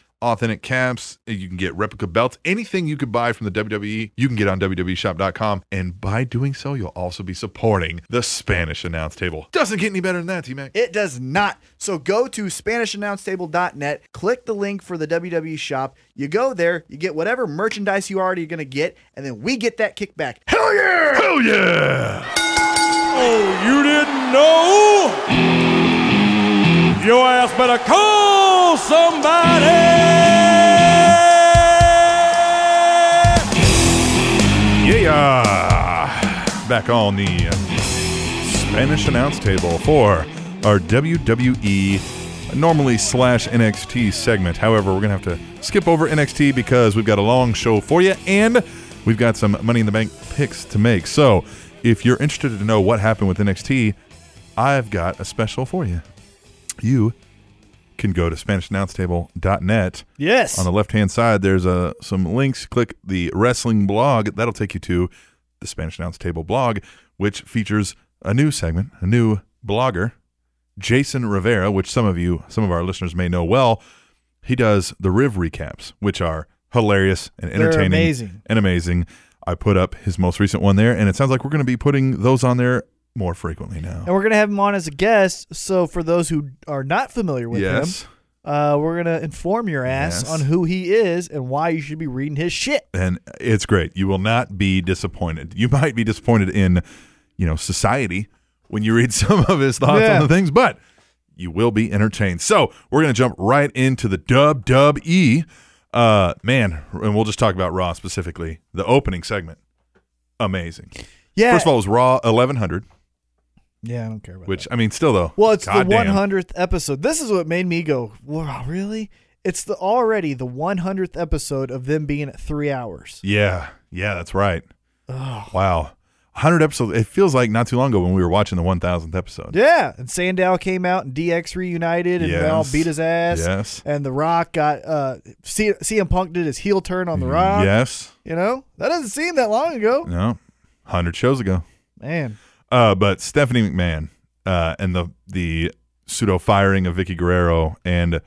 [SPEAKER 2] authentic caps. You can get replica belts. Anything you could buy from the WWE, you can get on E WWEshop.com. And by doing so, you'll also be supporting the Spanish announce table. Doesn't get any better than that, T Mac.
[SPEAKER 3] It does not. So go to SpanishAnnounceTable.net, click the link for the WWE shop. You go there, you get whatever merchandise you already going to get, and then we get that kickback.
[SPEAKER 2] Hell yeah! Hell yeah!
[SPEAKER 1] Oh, you didn't know? Your ass better call somebody!
[SPEAKER 2] Yeah! Back on the uh, Spanish announce table for our WWE normally slash NXT segment. However, we're going to have to skip over NXT because we've got a long show for you and we've got some Money in the Bank picks to make. So if you're interested to know what happened with NXT, I've got a special for you. You can go to SpanishAnnounceTable.net.
[SPEAKER 1] Yes.
[SPEAKER 2] On the left hand side, there's uh, some links. Click the wrestling blog. That'll take you to the Spanish Announce Table blog, which features a new segment, a new blogger, Jason Rivera, which some of you, some of our listeners may know well. He does the Riv recaps, which are hilarious and entertaining
[SPEAKER 3] amazing.
[SPEAKER 2] and amazing. I put up his most recent one there, and it sounds like we're going to be putting those on there more frequently now.
[SPEAKER 3] And we're going to have him on as a guest. So for those who are not familiar with
[SPEAKER 2] Yes.
[SPEAKER 3] him, uh, we're going to inform your ass
[SPEAKER 2] Yes.
[SPEAKER 3] on who he is and why you should be reading his shit.
[SPEAKER 2] and it's great. You will not be disappointed. You might be disappointed in, you know, society when you read some of his thoughts
[SPEAKER 3] Yeah.
[SPEAKER 2] on the things, but you will be entertained. So we're gonna jump right into the dub dub e, uh, man, and we'll just talk about Raw specifically. The opening segment, amazing.
[SPEAKER 3] Yeah.
[SPEAKER 2] First of all, it was Raw eleven hundred,
[SPEAKER 3] yeah, I don't care about
[SPEAKER 2] which I mean, still though.
[SPEAKER 3] Well, it's the
[SPEAKER 2] goddamn.
[SPEAKER 3] 100th episode. This is what made me go, wow, really? It's the already the 100th episode of them being at three hours.
[SPEAKER 2] Yeah, yeah, that's right. Wow, hundred episodes. It feels like not too long ago when we were watching the one thousandth episode.
[SPEAKER 3] Yeah, and Sandow came out and DX reunited and
[SPEAKER 2] Yes.
[SPEAKER 3] Val beat his ass.
[SPEAKER 2] Yes.
[SPEAKER 3] And The Rock got uh, C- CM Punk did his heel turn on The Rock.
[SPEAKER 2] Yes.
[SPEAKER 3] You know that doesn't seem that long ago,
[SPEAKER 2] Mm-hmm. No, hundred shows ago.
[SPEAKER 3] man.
[SPEAKER 2] Uh, but Stephanie McMahon uh, and the the pseudo firing of Vicky Guerrero, and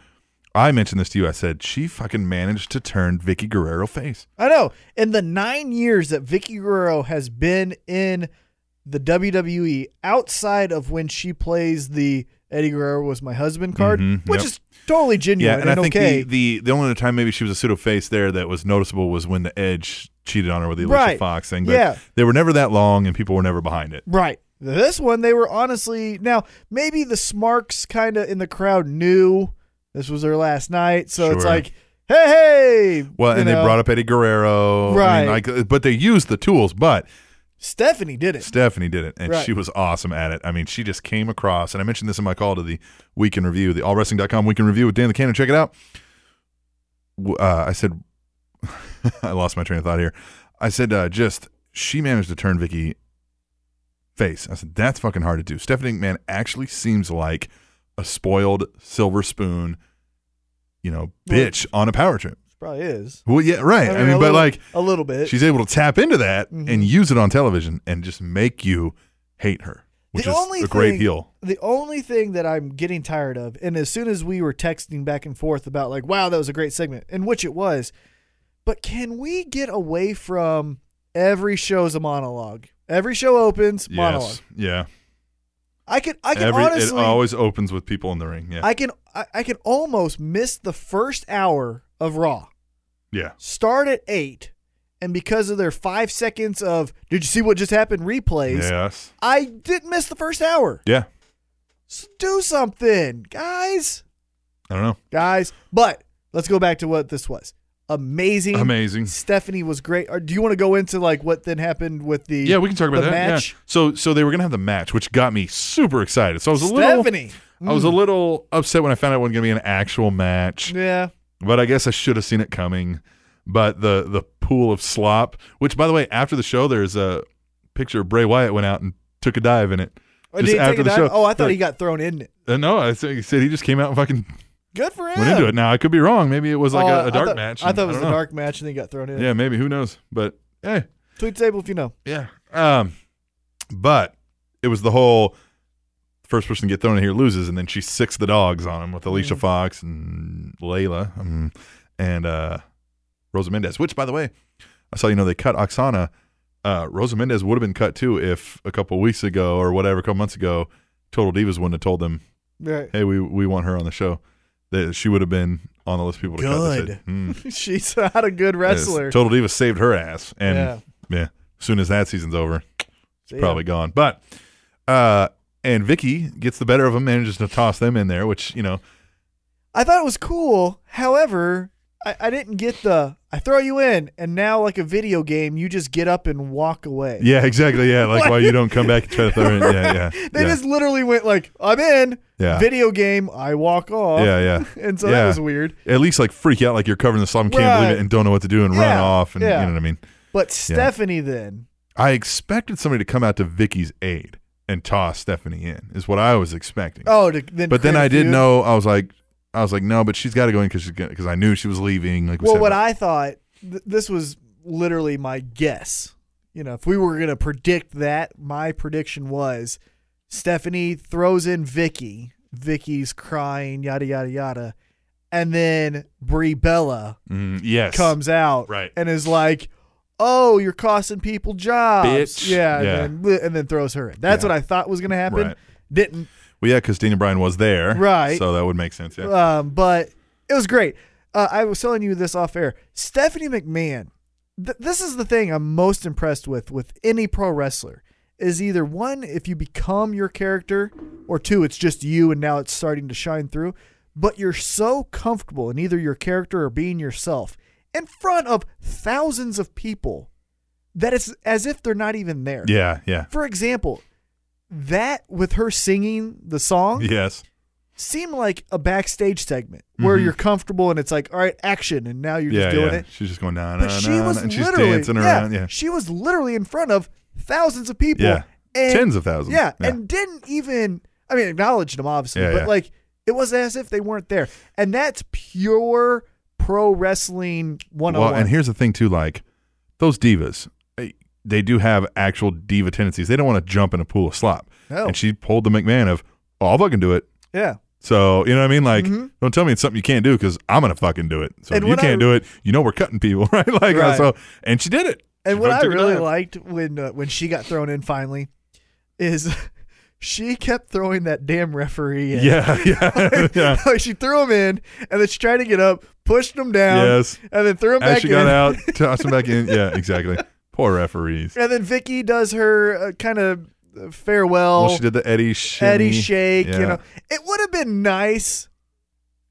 [SPEAKER 2] I mentioned this to you. I said she fucking managed to turn Vicky Guerrero face.
[SPEAKER 3] I know. In the nine years that Vicky Guerrero has been in the WWE, outside of when she plays the Eddie Guerrero was my husband card,
[SPEAKER 2] Mhm,
[SPEAKER 3] which
[SPEAKER 2] yep.
[SPEAKER 3] is totally genuine
[SPEAKER 2] Yeah, and,
[SPEAKER 3] and,
[SPEAKER 2] I think
[SPEAKER 3] okay.
[SPEAKER 2] the, the the only other time maybe she was a pseudo face there that was noticeable was when the Edge cheated on her with the Alicia
[SPEAKER 3] Right.
[SPEAKER 2] Fox thing. But
[SPEAKER 3] Yeah.
[SPEAKER 2] they were never that long, and people were never behind it.
[SPEAKER 3] right. This one, they were honestly now maybe the Smarks kind of in the crowd knew this was their last night, so it's
[SPEAKER 2] Sure.
[SPEAKER 3] like, hey, hey.
[SPEAKER 2] Well,
[SPEAKER 3] you
[SPEAKER 2] and
[SPEAKER 3] know.
[SPEAKER 2] they brought up Eddie Guerrero, I mean,
[SPEAKER 3] Right.
[SPEAKER 2] like, uh, but they used the tools, but
[SPEAKER 3] Stephanie did it.
[SPEAKER 2] Stephanie did it, and
[SPEAKER 3] Right.
[SPEAKER 2] she was awesome at it. I mean, she just came across, and I mentioned this in my call to the Week in Review, the allwrestling.com Week in Review with Dan the Cannon. Check it out. W- Uh, I said, I lost my train of thought here. I said, uh, just she managed to turn Vicky face. I said, that's fucking hard to do. Stephanie McMahon actually seems like a spoiled silver spoon, you know, bitch on a power trip.
[SPEAKER 3] probably is.
[SPEAKER 2] Well, yeah, right. I mean,
[SPEAKER 3] a
[SPEAKER 2] but
[SPEAKER 3] little-
[SPEAKER 2] like
[SPEAKER 3] a little bit.
[SPEAKER 2] she's able to tap into that
[SPEAKER 3] Mm-hmm.
[SPEAKER 2] and use it on television and just make you hate her, which is a great
[SPEAKER 3] thing,
[SPEAKER 2] heel.
[SPEAKER 3] The only thing that I'm getting tired of, and as soon as we were texting back and forth about like, wow, that was a great segment, and which it was, but can we get away from every show's a monologue? Every show opens monologue.
[SPEAKER 2] Yes. Yeah.
[SPEAKER 3] I can I can
[SPEAKER 2] Every
[SPEAKER 3] honestly
[SPEAKER 2] it always opens with people in the ring. Yeah.
[SPEAKER 3] I can I, I can almost miss the first hour of Raw.
[SPEAKER 2] yeah.
[SPEAKER 3] Start at eight, and because of their five seconds of did you see what just happened replays,
[SPEAKER 2] Yes.
[SPEAKER 3] I didn't miss the first hour.
[SPEAKER 2] Yeah.
[SPEAKER 3] So do something, guys.
[SPEAKER 2] I don't know.
[SPEAKER 3] guys. But let's go back to what this was. Amazing.
[SPEAKER 2] Amazing.
[SPEAKER 3] Stephanie was great. Or do you want to go into like what then happened with the
[SPEAKER 2] Yeah, we can talk about
[SPEAKER 3] the
[SPEAKER 2] that. yeah.
[SPEAKER 3] match?
[SPEAKER 2] So so they were gonna have the match, which got me super excited. So I was a little
[SPEAKER 3] Stephanie. Mm.
[SPEAKER 2] I was a little upset when I found out it wasn't gonna be an actual match.
[SPEAKER 3] Yeah.
[SPEAKER 2] But I guess I should have seen it coming. But the the pool of slop, which by the way, after the show there's a picture of Bray Wyatt went out and took a dive in it.
[SPEAKER 3] Oh, did he take
[SPEAKER 2] after
[SPEAKER 3] it
[SPEAKER 2] the
[SPEAKER 3] out?
[SPEAKER 2] show.
[SPEAKER 3] Oh, I thought he got thrown in it.
[SPEAKER 2] Uh, no, I think he said he just came out and fucking
[SPEAKER 3] Good for him.
[SPEAKER 2] went into it. Now I could be wrong. Maybe it was like
[SPEAKER 3] Oh,
[SPEAKER 2] a,
[SPEAKER 3] I
[SPEAKER 2] a dark
[SPEAKER 3] thought-
[SPEAKER 2] match.
[SPEAKER 3] I
[SPEAKER 2] and
[SPEAKER 3] thought it was
[SPEAKER 2] don't
[SPEAKER 3] a
[SPEAKER 2] know.
[SPEAKER 3] dark match and then he got thrown in.
[SPEAKER 2] Yeah, maybe who knows? But hey,
[SPEAKER 3] Tweet table if you know.
[SPEAKER 2] Yeah. Um, but it was the whole first person to get thrown in here loses, and then she six the dogs on him with
[SPEAKER 3] Mm.
[SPEAKER 2] Alicia Fox and Layla um, and uh, Rosa Mendez. Which, by the way, I saw you know they cut Oksana. Uh, Rosa Mendez would have been cut too if a couple weeks ago or whatever, a couple months ago, Total Divas wouldn't have told them,
[SPEAKER 3] Right.
[SPEAKER 2] "Hey, we we want her on the show." That she would have been on the list of people to cut. They
[SPEAKER 3] Good.
[SPEAKER 2] said, "Hmm."
[SPEAKER 3] She's not a good wrestler.
[SPEAKER 2] Yes, Total Divas saved her ass, and
[SPEAKER 3] Yeah.
[SPEAKER 2] yeah, as soon as that season's over,
[SPEAKER 3] So, yeah.
[SPEAKER 2] probably gone. But uh and Vicky gets the better of them, manages to toss them in there, which you know,
[SPEAKER 3] I thought it was cool. However, I, I didn't get the I throw you in and now like a video game, you just get up and walk away.
[SPEAKER 2] yeah, exactly, yeah, like why you don't come back and try to throw in, yeah, yeah,
[SPEAKER 3] They
[SPEAKER 2] yeah,
[SPEAKER 3] just literally went like, "I'm in."
[SPEAKER 2] Yeah.
[SPEAKER 3] Video game. I walk off.
[SPEAKER 2] yeah, yeah.
[SPEAKER 3] And so
[SPEAKER 2] Yeah.
[SPEAKER 3] that was weird.
[SPEAKER 2] At least like freak out, like you're covering the slum, can't believe
[SPEAKER 3] Right.
[SPEAKER 2] it, and don't know what to do, and run
[SPEAKER 3] Yeah,
[SPEAKER 2] off, and
[SPEAKER 3] yeah.
[SPEAKER 2] you know what I mean.
[SPEAKER 3] But Stephanie then.
[SPEAKER 2] I expected somebody to come out to Vicky's aid and toss Stephanie in, is what I was expecting.
[SPEAKER 3] Oh, to, then.
[SPEAKER 2] but then
[SPEAKER 3] create a
[SPEAKER 2] I did
[SPEAKER 3] feud?
[SPEAKER 2] know I was like, I was like, no, but she's got to go in because she's because I knew she was leaving. Like, we
[SPEAKER 3] Well,
[SPEAKER 2] said,
[SPEAKER 3] what I thought th- this was literally my guess. You know, if we were gonna predict that, my prediction was Stephanie throws in Vicky. Vicky's crying, yada yada yada, and then Brie Bella
[SPEAKER 2] Mm, yes,
[SPEAKER 3] comes out
[SPEAKER 2] Right.
[SPEAKER 3] and is like, "Oh, you're costing people jobs,
[SPEAKER 2] Bitch.
[SPEAKER 3] Yeah,
[SPEAKER 2] Yeah.
[SPEAKER 3] And, then, and then throws her in. That's
[SPEAKER 2] Yeah.
[SPEAKER 3] what I thought was going to happen.
[SPEAKER 2] Right.
[SPEAKER 3] Didn't.
[SPEAKER 2] Well, yeah, because Daniel Bryan was there,
[SPEAKER 3] Right.
[SPEAKER 2] So that would make sense. Yeah,
[SPEAKER 3] Um, but it was great. Uh, I was telling you this off air. Stephanie McMahon. Th- this is the thing I'm most impressed with with any pro wrestler is either one, if you become your character, or two, it's just you and now it's starting to shine through. But you're so comfortable in either your character or being yourself in front of thousands of people that it's as if they're not even there.
[SPEAKER 2] yeah, yeah.
[SPEAKER 3] For example, that with her singing the song,
[SPEAKER 2] Yes.
[SPEAKER 3] seem like a backstage segment where you're comfortable and it's like, all right, action, and now you're
[SPEAKER 2] Mm-hmm. yeah,
[SPEAKER 3] just doing
[SPEAKER 2] yeah.
[SPEAKER 3] it.
[SPEAKER 2] She's just going nah, nah,
[SPEAKER 3] But she
[SPEAKER 2] nah,
[SPEAKER 3] was
[SPEAKER 2] nah, and she's
[SPEAKER 3] literally
[SPEAKER 2] dancing
[SPEAKER 3] yeah,
[SPEAKER 2] around. Yeah.
[SPEAKER 3] she was literally in front of thousands of people.
[SPEAKER 2] Yeah.
[SPEAKER 3] and-
[SPEAKER 2] Tens of thousands.
[SPEAKER 3] Yeah,
[SPEAKER 2] Yeah.
[SPEAKER 3] and didn't even I mean acknowledged them obviously,
[SPEAKER 2] Yeah,
[SPEAKER 3] but
[SPEAKER 2] yeah.
[SPEAKER 3] like it was as if they weren't there, and that's pure pro wrestling one on
[SPEAKER 2] Well,
[SPEAKER 3] one.
[SPEAKER 2] and here's the thing too, like those divas, eh, they do have actual diva tendencies. They don't want to jump in a pool of slop.
[SPEAKER 3] No.
[SPEAKER 2] And she pulled the McMahon of, oh, I'll fucking do it.
[SPEAKER 3] yeah,
[SPEAKER 2] So you know what I mean? Like, don't tell me it's something you can't do because I'm gonna fucking do it. So
[SPEAKER 3] Mm-hmm. And
[SPEAKER 2] if you
[SPEAKER 3] what I-
[SPEAKER 2] can't do it, you know we're cutting people, right? Like, uh,
[SPEAKER 3] Right.
[SPEAKER 2] so and she did it.
[SPEAKER 3] And
[SPEAKER 2] She
[SPEAKER 3] what I
[SPEAKER 2] fucking took a
[SPEAKER 3] really
[SPEAKER 2] dive.
[SPEAKER 3] liked when uh, when she got thrown in finally is she kept throwing that damn referee in.
[SPEAKER 2] yeah, yeah, yeah.
[SPEAKER 3] Like, she threw him in, and then she tried to get up, pushed him down,
[SPEAKER 2] Yes.
[SPEAKER 3] and then threw him
[SPEAKER 2] As
[SPEAKER 3] back
[SPEAKER 2] she
[SPEAKER 3] in.
[SPEAKER 2] got out, tossed him back in. Yeah, exactly. Poor referees.
[SPEAKER 3] And then Vicky does her uh, kind of farewell,
[SPEAKER 2] Well, she did the Eddie shimmy.
[SPEAKER 3] Eddie shake.
[SPEAKER 2] Yeah.
[SPEAKER 3] You know, it would have been nice.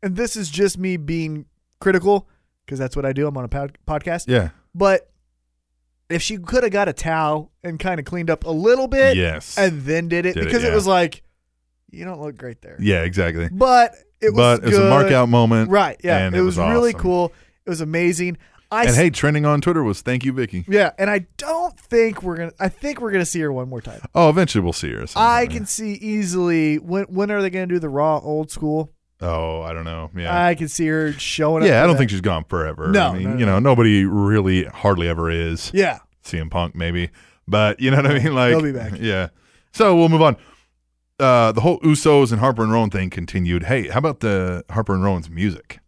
[SPEAKER 3] And this is just me being critical because that's what I do. I'm on a pod- podcast,
[SPEAKER 2] Yeah.
[SPEAKER 3] but if she could have got a towel and kind of cleaned up a little bit,
[SPEAKER 2] yes.
[SPEAKER 3] and then did it
[SPEAKER 2] Did it,
[SPEAKER 3] because it,
[SPEAKER 2] yeah.
[SPEAKER 3] was like, you don't look great there.
[SPEAKER 2] yeah, exactly.
[SPEAKER 3] But it was
[SPEAKER 2] but it's a
[SPEAKER 3] good.
[SPEAKER 2] mark out moment.
[SPEAKER 3] Right. Yeah.
[SPEAKER 2] and
[SPEAKER 3] it, was, really
[SPEAKER 2] awesome.
[SPEAKER 3] cool. It was amazing. I
[SPEAKER 2] And
[SPEAKER 3] s-
[SPEAKER 2] hey, trending on Twitter was thank you, Vicky.
[SPEAKER 3] yeah, and I don't think we're gonna. I think we're gonna see her one more time.
[SPEAKER 2] Oh, eventually we'll see her.
[SPEAKER 3] I can see easily when. When are they gonna do the Raw old school?
[SPEAKER 2] Oh, I don't know. Yeah.
[SPEAKER 3] I could see her showing up.
[SPEAKER 2] yeah, I
[SPEAKER 3] for
[SPEAKER 2] don't
[SPEAKER 3] that.
[SPEAKER 2] think she's gone forever.
[SPEAKER 3] No,
[SPEAKER 2] I mean,
[SPEAKER 3] no,
[SPEAKER 2] you know, nobody really hardly ever is.
[SPEAKER 3] Yeah.
[SPEAKER 2] CM Punk maybe, but you know what I mean. Like
[SPEAKER 3] He'll be back.
[SPEAKER 2] Yeah. So we'll move on. Uh, the whole Usos and Harper and Rowan thing continued. Hey, how about the Harper and Rowan's music?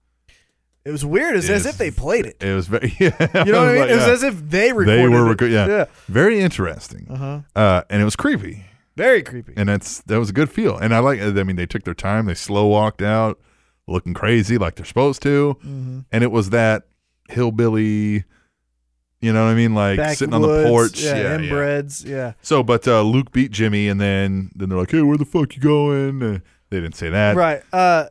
[SPEAKER 3] It was weird. It was as
[SPEAKER 2] Is-
[SPEAKER 3] if they played it.
[SPEAKER 2] It was very. Yeah,
[SPEAKER 3] You know what I mean?
[SPEAKER 2] like,
[SPEAKER 3] it was
[SPEAKER 2] yeah.
[SPEAKER 3] as if they recorded
[SPEAKER 2] they were
[SPEAKER 3] it.
[SPEAKER 2] reco- yeah.
[SPEAKER 3] Yeah.
[SPEAKER 2] very interesting.
[SPEAKER 3] Uh-huh.
[SPEAKER 2] Uh, and it was creepy,
[SPEAKER 3] Very creepy.
[SPEAKER 2] and that's that was a good feel. And I like. I mean, they took their time. They slow walked out, looking crazy like they're supposed to.
[SPEAKER 3] Mm-hmm.
[SPEAKER 2] And it was that hillbilly. You know what I mean? Like sitting on the
[SPEAKER 3] Backwoods,
[SPEAKER 2] porch.
[SPEAKER 3] Yeah,
[SPEAKER 2] yeah, yeah.
[SPEAKER 3] inbreds. Yeah.
[SPEAKER 2] So, but uh, Luke beat Jimmy, and then then they're like, "Hey, where the fuck you going?" Uh, they didn't say that.
[SPEAKER 3] Right. Uh,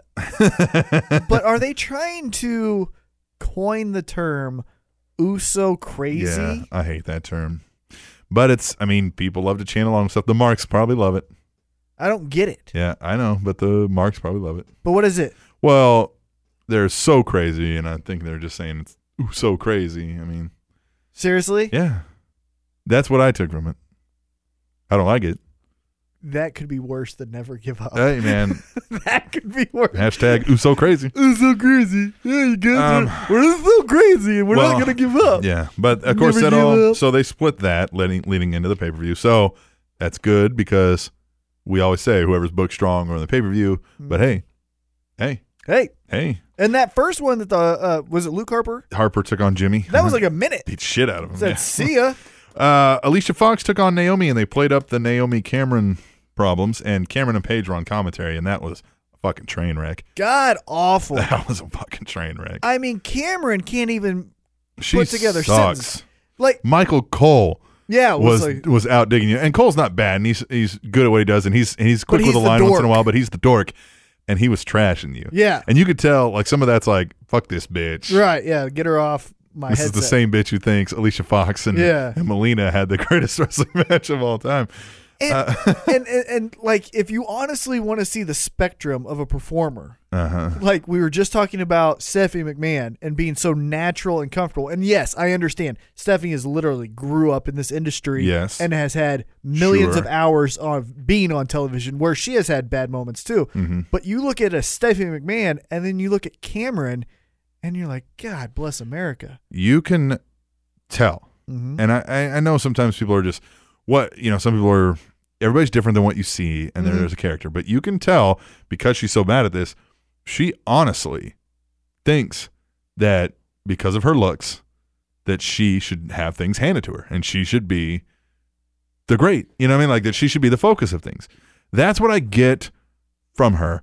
[SPEAKER 3] but are they trying to coin the term "uso crazy"?
[SPEAKER 2] Yeah, I hate that term. But it's, I mean, people love to chant along with stuff. The Marks probably love it.
[SPEAKER 3] I don't get it.
[SPEAKER 2] Yeah, I know, but the Marks probably love it.
[SPEAKER 3] But what is it?
[SPEAKER 2] Well, they're so crazy, and I think they're just saying it's ooh, so crazy. I mean,
[SPEAKER 3] Seriously,
[SPEAKER 2] yeah, that's what I took from it. I don't like it.
[SPEAKER 3] that could be worse than "never give up."
[SPEAKER 2] Hey, man,
[SPEAKER 3] that could be worse.
[SPEAKER 2] hashtag ooh, so crazy.
[SPEAKER 3] Uso crazy. Yeah, you guys
[SPEAKER 2] Um,
[SPEAKER 3] are, we're so crazy, and we're
[SPEAKER 2] well,
[SPEAKER 3] not gonna give up.
[SPEAKER 2] Yeah, but of course
[SPEAKER 3] Never
[SPEAKER 2] that
[SPEAKER 3] give
[SPEAKER 2] all.
[SPEAKER 3] up.
[SPEAKER 2] So they split that leading leading into the pay per view. So that's good because we always say whoever's booked strong or in the pay per view.
[SPEAKER 3] Mm-hmm.
[SPEAKER 2] But hey, hey,
[SPEAKER 3] Hey,
[SPEAKER 2] hey,
[SPEAKER 3] and that first one that the uh, was it Luke Harper?
[SPEAKER 2] Harper took on Jimmy.
[SPEAKER 3] That was like a minute.
[SPEAKER 2] beat shit out of him.
[SPEAKER 3] Said,
[SPEAKER 2] yeah.
[SPEAKER 3] "See ya."
[SPEAKER 2] Uh, Alicia Fox took on Naomi, and they played up the Naomi Cameron problems. And Cameron and Paige were on commentary, and that was a fucking train wreck.
[SPEAKER 3] God awful.
[SPEAKER 2] That was a fucking train wreck.
[SPEAKER 3] I mean, Cameron can't even
[SPEAKER 2] She
[SPEAKER 3] put together
[SPEAKER 2] sucks.
[SPEAKER 3] sentences. like.
[SPEAKER 2] Michael Cole.
[SPEAKER 3] Yeah, it was,
[SPEAKER 2] was
[SPEAKER 3] like
[SPEAKER 2] was out digging you. And Cole's not bad, and he's he's good at what he does, and he's and he's quick
[SPEAKER 3] he's
[SPEAKER 2] with a
[SPEAKER 3] the
[SPEAKER 2] line once in a
[SPEAKER 3] dork.
[SPEAKER 2] while, but he's the dork, and he was trashing you.
[SPEAKER 3] Yeah.
[SPEAKER 2] and you could tell like some of that's like fuck this bitch.
[SPEAKER 3] right. Yeah, get her off my
[SPEAKER 2] This
[SPEAKER 3] headset.
[SPEAKER 2] is the same bitch who thinks Alicia Fox and,
[SPEAKER 3] Yeah.
[SPEAKER 2] and Melina had the greatest wrestling match of all time.
[SPEAKER 3] And,
[SPEAKER 2] uh,
[SPEAKER 3] and, and and like if you honestly want to see the spectrum of a performer,
[SPEAKER 2] Uh-huh.
[SPEAKER 3] like we were just talking about Stephanie McMahon and being so natural and comfortable. And yes, I understand Stephanie has literally grew up in this industry,
[SPEAKER 2] Yes.
[SPEAKER 3] and has had millions
[SPEAKER 2] Sure.
[SPEAKER 3] of hours of being on television where she has had bad moments too.
[SPEAKER 2] Mm-hmm.
[SPEAKER 3] But you look at a Stephanie McMahon, and then you look at Cameron, and you're like, God bless America.
[SPEAKER 2] You can tell, and I, I I know sometimes people are just what you know. Some people are everybody's different than what you see, and then there's a character, but you can tell because she's so bad at this. She honestly thinks that because of her looks, that she should have things handed to her, and she should be the great. You know what I mean? Like that she should be the focus of things. That's what I get from her,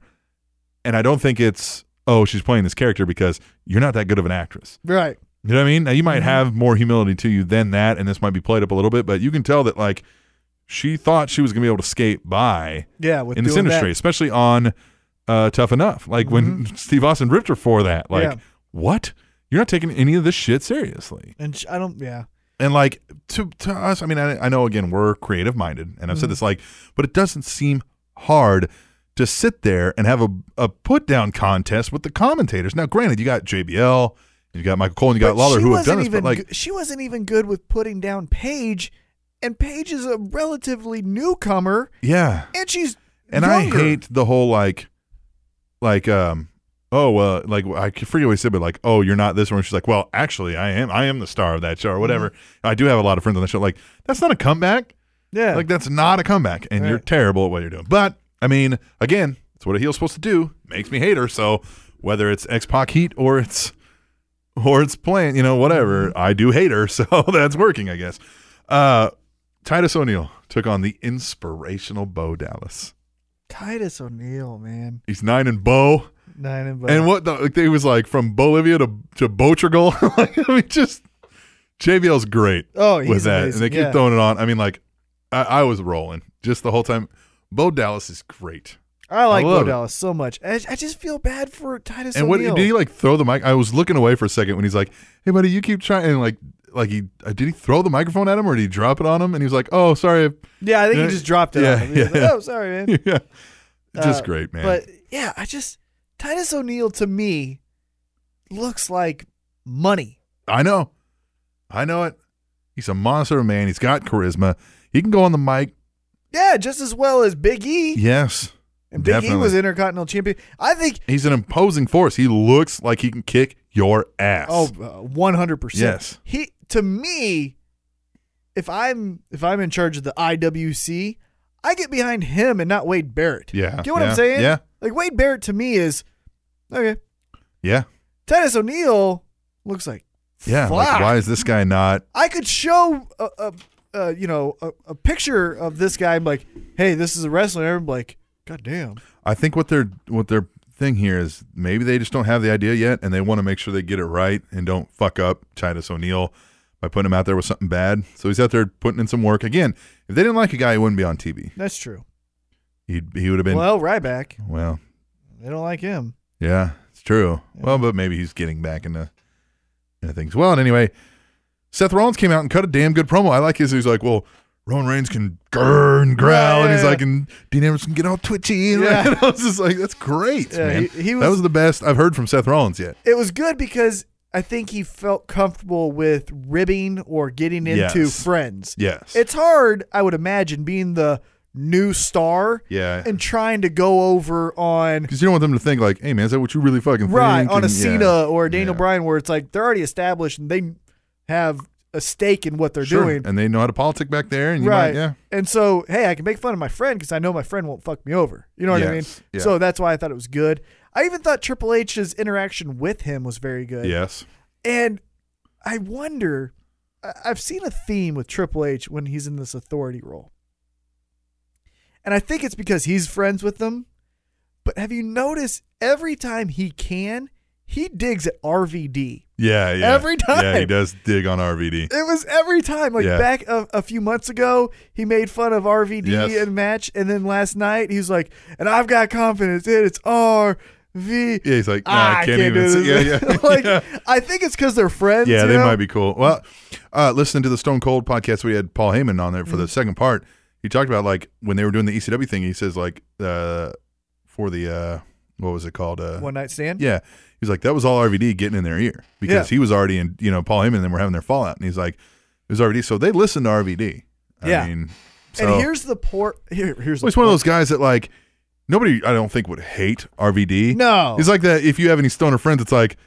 [SPEAKER 2] and I don't think it's oh she's playing this character because you're not that good of an actress.
[SPEAKER 3] Right.
[SPEAKER 2] You know what I mean? Now you
[SPEAKER 3] Mm-hmm.
[SPEAKER 2] might have more humility to you than that, and this might be played up a little bit, but you can tell that like she thought she was gonna be able to skate by
[SPEAKER 3] Yeah. With
[SPEAKER 2] in this
[SPEAKER 3] doing that.
[SPEAKER 2] industry, especially on uh, Tough Enough. Like when Steve Austin ripped her for that. Like,
[SPEAKER 3] Mm-hmm. Yeah.
[SPEAKER 2] what? You're not taking any of this shit seriously.
[SPEAKER 3] and sh- I don't. Yeah.
[SPEAKER 2] And like to to us, I mean, I, I know again we're creative minded, and I've
[SPEAKER 3] Mm-hmm.
[SPEAKER 2] said this like, but it doesn't seem hard to sit there and have a, a put down contest with the commentators. Now, granted, you got JBL, you got Michael Cole, and you got
[SPEAKER 3] But
[SPEAKER 2] Lawler
[SPEAKER 3] she
[SPEAKER 2] who have done
[SPEAKER 3] wasn't
[SPEAKER 2] this, but
[SPEAKER 3] even
[SPEAKER 2] like.
[SPEAKER 3] go- she wasn't even good with putting down Paige, and Paige is a relatively newcomer,
[SPEAKER 2] Yeah.
[SPEAKER 3] and she's
[SPEAKER 2] And
[SPEAKER 3] younger.
[SPEAKER 2] I hate the whole like like um oh well like I forget what he said, but like, oh, you're not this one. She's like, Well, actually I am I am the star of that
[SPEAKER 3] Mm-hmm.
[SPEAKER 2] show or whatever. I do have a lot of friends on that show. Like, that's not a comeback.
[SPEAKER 3] yeah
[SPEAKER 2] Like that's not a comeback. And you're
[SPEAKER 3] Right.
[SPEAKER 2] terrible at what you're doing. But I mean, again, it's what a heel's supposed to do. Makes me hate her. So whether it's X Pac Heat or it's or it's playing, you know,
[SPEAKER 3] Mm-hmm.
[SPEAKER 2] whatever, I do hate her, so that's working, I guess. Uh Titus O'Neil took on the inspirational Bo Dallas.
[SPEAKER 3] Titus O'Neil, man,
[SPEAKER 2] He's nine and Bo.
[SPEAKER 3] nine and
[SPEAKER 2] And what the like, it was like from Bolivia to to Botragal. like, I mean, just JBL's great
[SPEAKER 3] Oh, he's
[SPEAKER 2] with that, and
[SPEAKER 3] amazing,
[SPEAKER 2] they keep
[SPEAKER 3] yeah.
[SPEAKER 2] throwing it on. I mean, like I, I was rolling just the whole time. Bo Dallas is great.
[SPEAKER 3] I like
[SPEAKER 2] I
[SPEAKER 3] Bo
[SPEAKER 2] love it.
[SPEAKER 3] Dallas so much. I, I just feel bad for Titus
[SPEAKER 2] And what
[SPEAKER 3] O'Neil.
[SPEAKER 2] did he like throw the mic? I was looking away for a second when he's like, "Hey, buddy, you keep trying." And like, like he uh, did he throw the microphone at him or did he drop it on him? And he was like, "Oh, sorry."
[SPEAKER 3] yeah, I think he just dropped
[SPEAKER 2] Uh,
[SPEAKER 3] it.
[SPEAKER 2] Yeah,
[SPEAKER 3] on him. He was
[SPEAKER 2] yeah,
[SPEAKER 3] like,
[SPEAKER 2] yeah.
[SPEAKER 3] oh, sorry, man.
[SPEAKER 2] yeah, just
[SPEAKER 3] Uh,
[SPEAKER 2] great, man.
[SPEAKER 3] But yeah, I just Titus O'Neil to me looks like money.
[SPEAKER 2] I know. I know it. He's a monster of a man. He's got charisma. He can go on the mic.
[SPEAKER 3] Yeah, just as well as Big E.
[SPEAKER 2] Yes.
[SPEAKER 3] And Big E
[SPEAKER 2] Definitely.
[SPEAKER 3] was Intercontinental Champion. I think,
[SPEAKER 2] He's an imposing force. He looks like he can kick your ass.
[SPEAKER 3] oh, uh, 100%.
[SPEAKER 2] Yes.
[SPEAKER 3] He, to me, if I'm if I'm in charge of the IWC, I get behind him and not Wade Barrett.
[SPEAKER 2] Yeah,
[SPEAKER 3] Get what
[SPEAKER 2] yeah,
[SPEAKER 3] I'm saying?
[SPEAKER 2] yeah.
[SPEAKER 3] Like Wade Barrett to me is okay.
[SPEAKER 2] yeah,
[SPEAKER 3] Titus O'Neil looks like
[SPEAKER 2] yeah.
[SPEAKER 3] Fuck.
[SPEAKER 2] Like, why is this guy not?
[SPEAKER 3] I could show a, a, a you know a, a picture of this guy. I'm like, hey, this is a wrestler. And I'm like, god damn.
[SPEAKER 2] I think what they're what their thing here is maybe they just don't have the idea yet, and they want to make sure they get it right and don't fuck up Titus O'Neil by putting him out there with something bad. So he's out there putting in some work again. If they didn't like a guy, he wouldn't be on TV.
[SPEAKER 3] That's true.
[SPEAKER 2] He he would have been well,
[SPEAKER 3] well, Ryback,
[SPEAKER 2] well.
[SPEAKER 3] they don't like him.
[SPEAKER 2] Yeah, it's true. Well, but maybe he's getting back into, into things. Well, and anyway, Seth Rollins came out and cut a damn good promo. I like his. He's like, well, Roman Reigns can grr and growl, and he's
[SPEAKER 3] Yeah.
[SPEAKER 2] like, and Dean Ambrose can get all twitchy. And
[SPEAKER 3] Yeah.
[SPEAKER 2] I was just like, that's great,
[SPEAKER 3] Yeah,
[SPEAKER 2] man.
[SPEAKER 3] he- he
[SPEAKER 2] that
[SPEAKER 3] was-
[SPEAKER 2] was the best I've heard from Seth Rollins yet.
[SPEAKER 3] It was good because I think he felt comfortable with ribbing or getting into
[SPEAKER 2] Yes.
[SPEAKER 3] friends.
[SPEAKER 2] Yes.
[SPEAKER 3] It's hard, I would imagine, being the new star
[SPEAKER 2] Yeah.
[SPEAKER 3] and trying to go over on
[SPEAKER 2] Because you don't want them to think like, hey, man, is that what you really fucking
[SPEAKER 3] right
[SPEAKER 2] think?
[SPEAKER 3] on a
[SPEAKER 2] And-
[SPEAKER 3] Cena
[SPEAKER 2] yeah.
[SPEAKER 3] or a Daniel
[SPEAKER 2] Yeah.
[SPEAKER 3] Bryan where it's like they're already established and they have a stake in what they're
[SPEAKER 2] Sure.
[SPEAKER 3] doing.
[SPEAKER 2] And they know how to politic back there. And you
[SPEAKER 3] right.
[SPEAKER 2] might, yeah.
[SPEAKER 3] And so, hey, I can make fun of my friend because I know my friend won't fuck me over. You know what I mean?
[SPEAKER 2] Yes. Yeah.
[SPEAKER 3] So that's why I thought it was good. I even thought Triple H's interaction with him was very good.
[SPEAKER 2] Yes.
[SPEAKER 3] And I wonder, I- I've seen a theme with Triple H when he's in this authority role. And I think it's because he's friends with them. But have you noticed every time he can, he digs at RVD?
[SPEAKER 2] Yeah. Yeah.
[SPEAKER 3] Every
[SPEAKER 2] Yeah, he
[SPEAKER 3] time.
[SPEAKER 2] does dig on RVD.
[SPEAKER 3] It was every time. Like
[SPEAKER 2] Yeah.
[SPEAKER 3] back a, a few months ago, he made fun of RVD
[SPEAKER 2] Yes.
[SPEAKER 3] and match, and then last night he was like, "And I've got confidence. It, it's RVD."
[SPEAKER 2] Yeah, he's like, nah,
[SPEAKER 3] "Ah,
[SPEAKER 2] I can't, even.
[SPEAKER 3] do
[SPEAKER 2] see.
[SPEAKER 3] this."
[SPEAKER 2] Yeah, yeah.
[SPEAKER 3] like,
[SPEAKER 2] Yeah.
[SPEAKER 3] I think it's because they're friends.
[SPEAKER 2] Yeah,
[SPEAKER 3] you
[SPEAKER 2] they
[SPEAKER 3] know?
[SPEAKER 2] might be cool. Well, uh, listening to the Stone Cold podcast, we had Paul Heyman on there for the
[SPEAKER 3] Mm-hmm.
[SPEAKER 2] second part. He talked about like when they were doing the ECW thing. He says like uh, for the uh, what was it called? Uh,
[SPEAKER 3] one night stand.
[SPEAKER 2] yeah, he's like that was all RVD getting in their ear because
[SPEAKER 3] Yeah.
[SPEAKER 2] he was already in. You know, Paul Heyman and them were having their fallout, and he's like it was RVD, so they listened to RVD. I
[SPEAKER 3] Yeah.
[SPEAKER 2] mean, so
[SPEAKER 3] And here's the poor. Here, here's
[SPEAKER 2] well, he's
[SPEAKER 3] the
[SPEAKER 2] one of
[SPEAKER 3] poor-
[SPEAKER 2] those guys that like nobody I don't think would hate RVD.
[SPEAKER 3] No,
[SPEAKER 2] He's Oh. like that. If you have any stoner friends, it's like,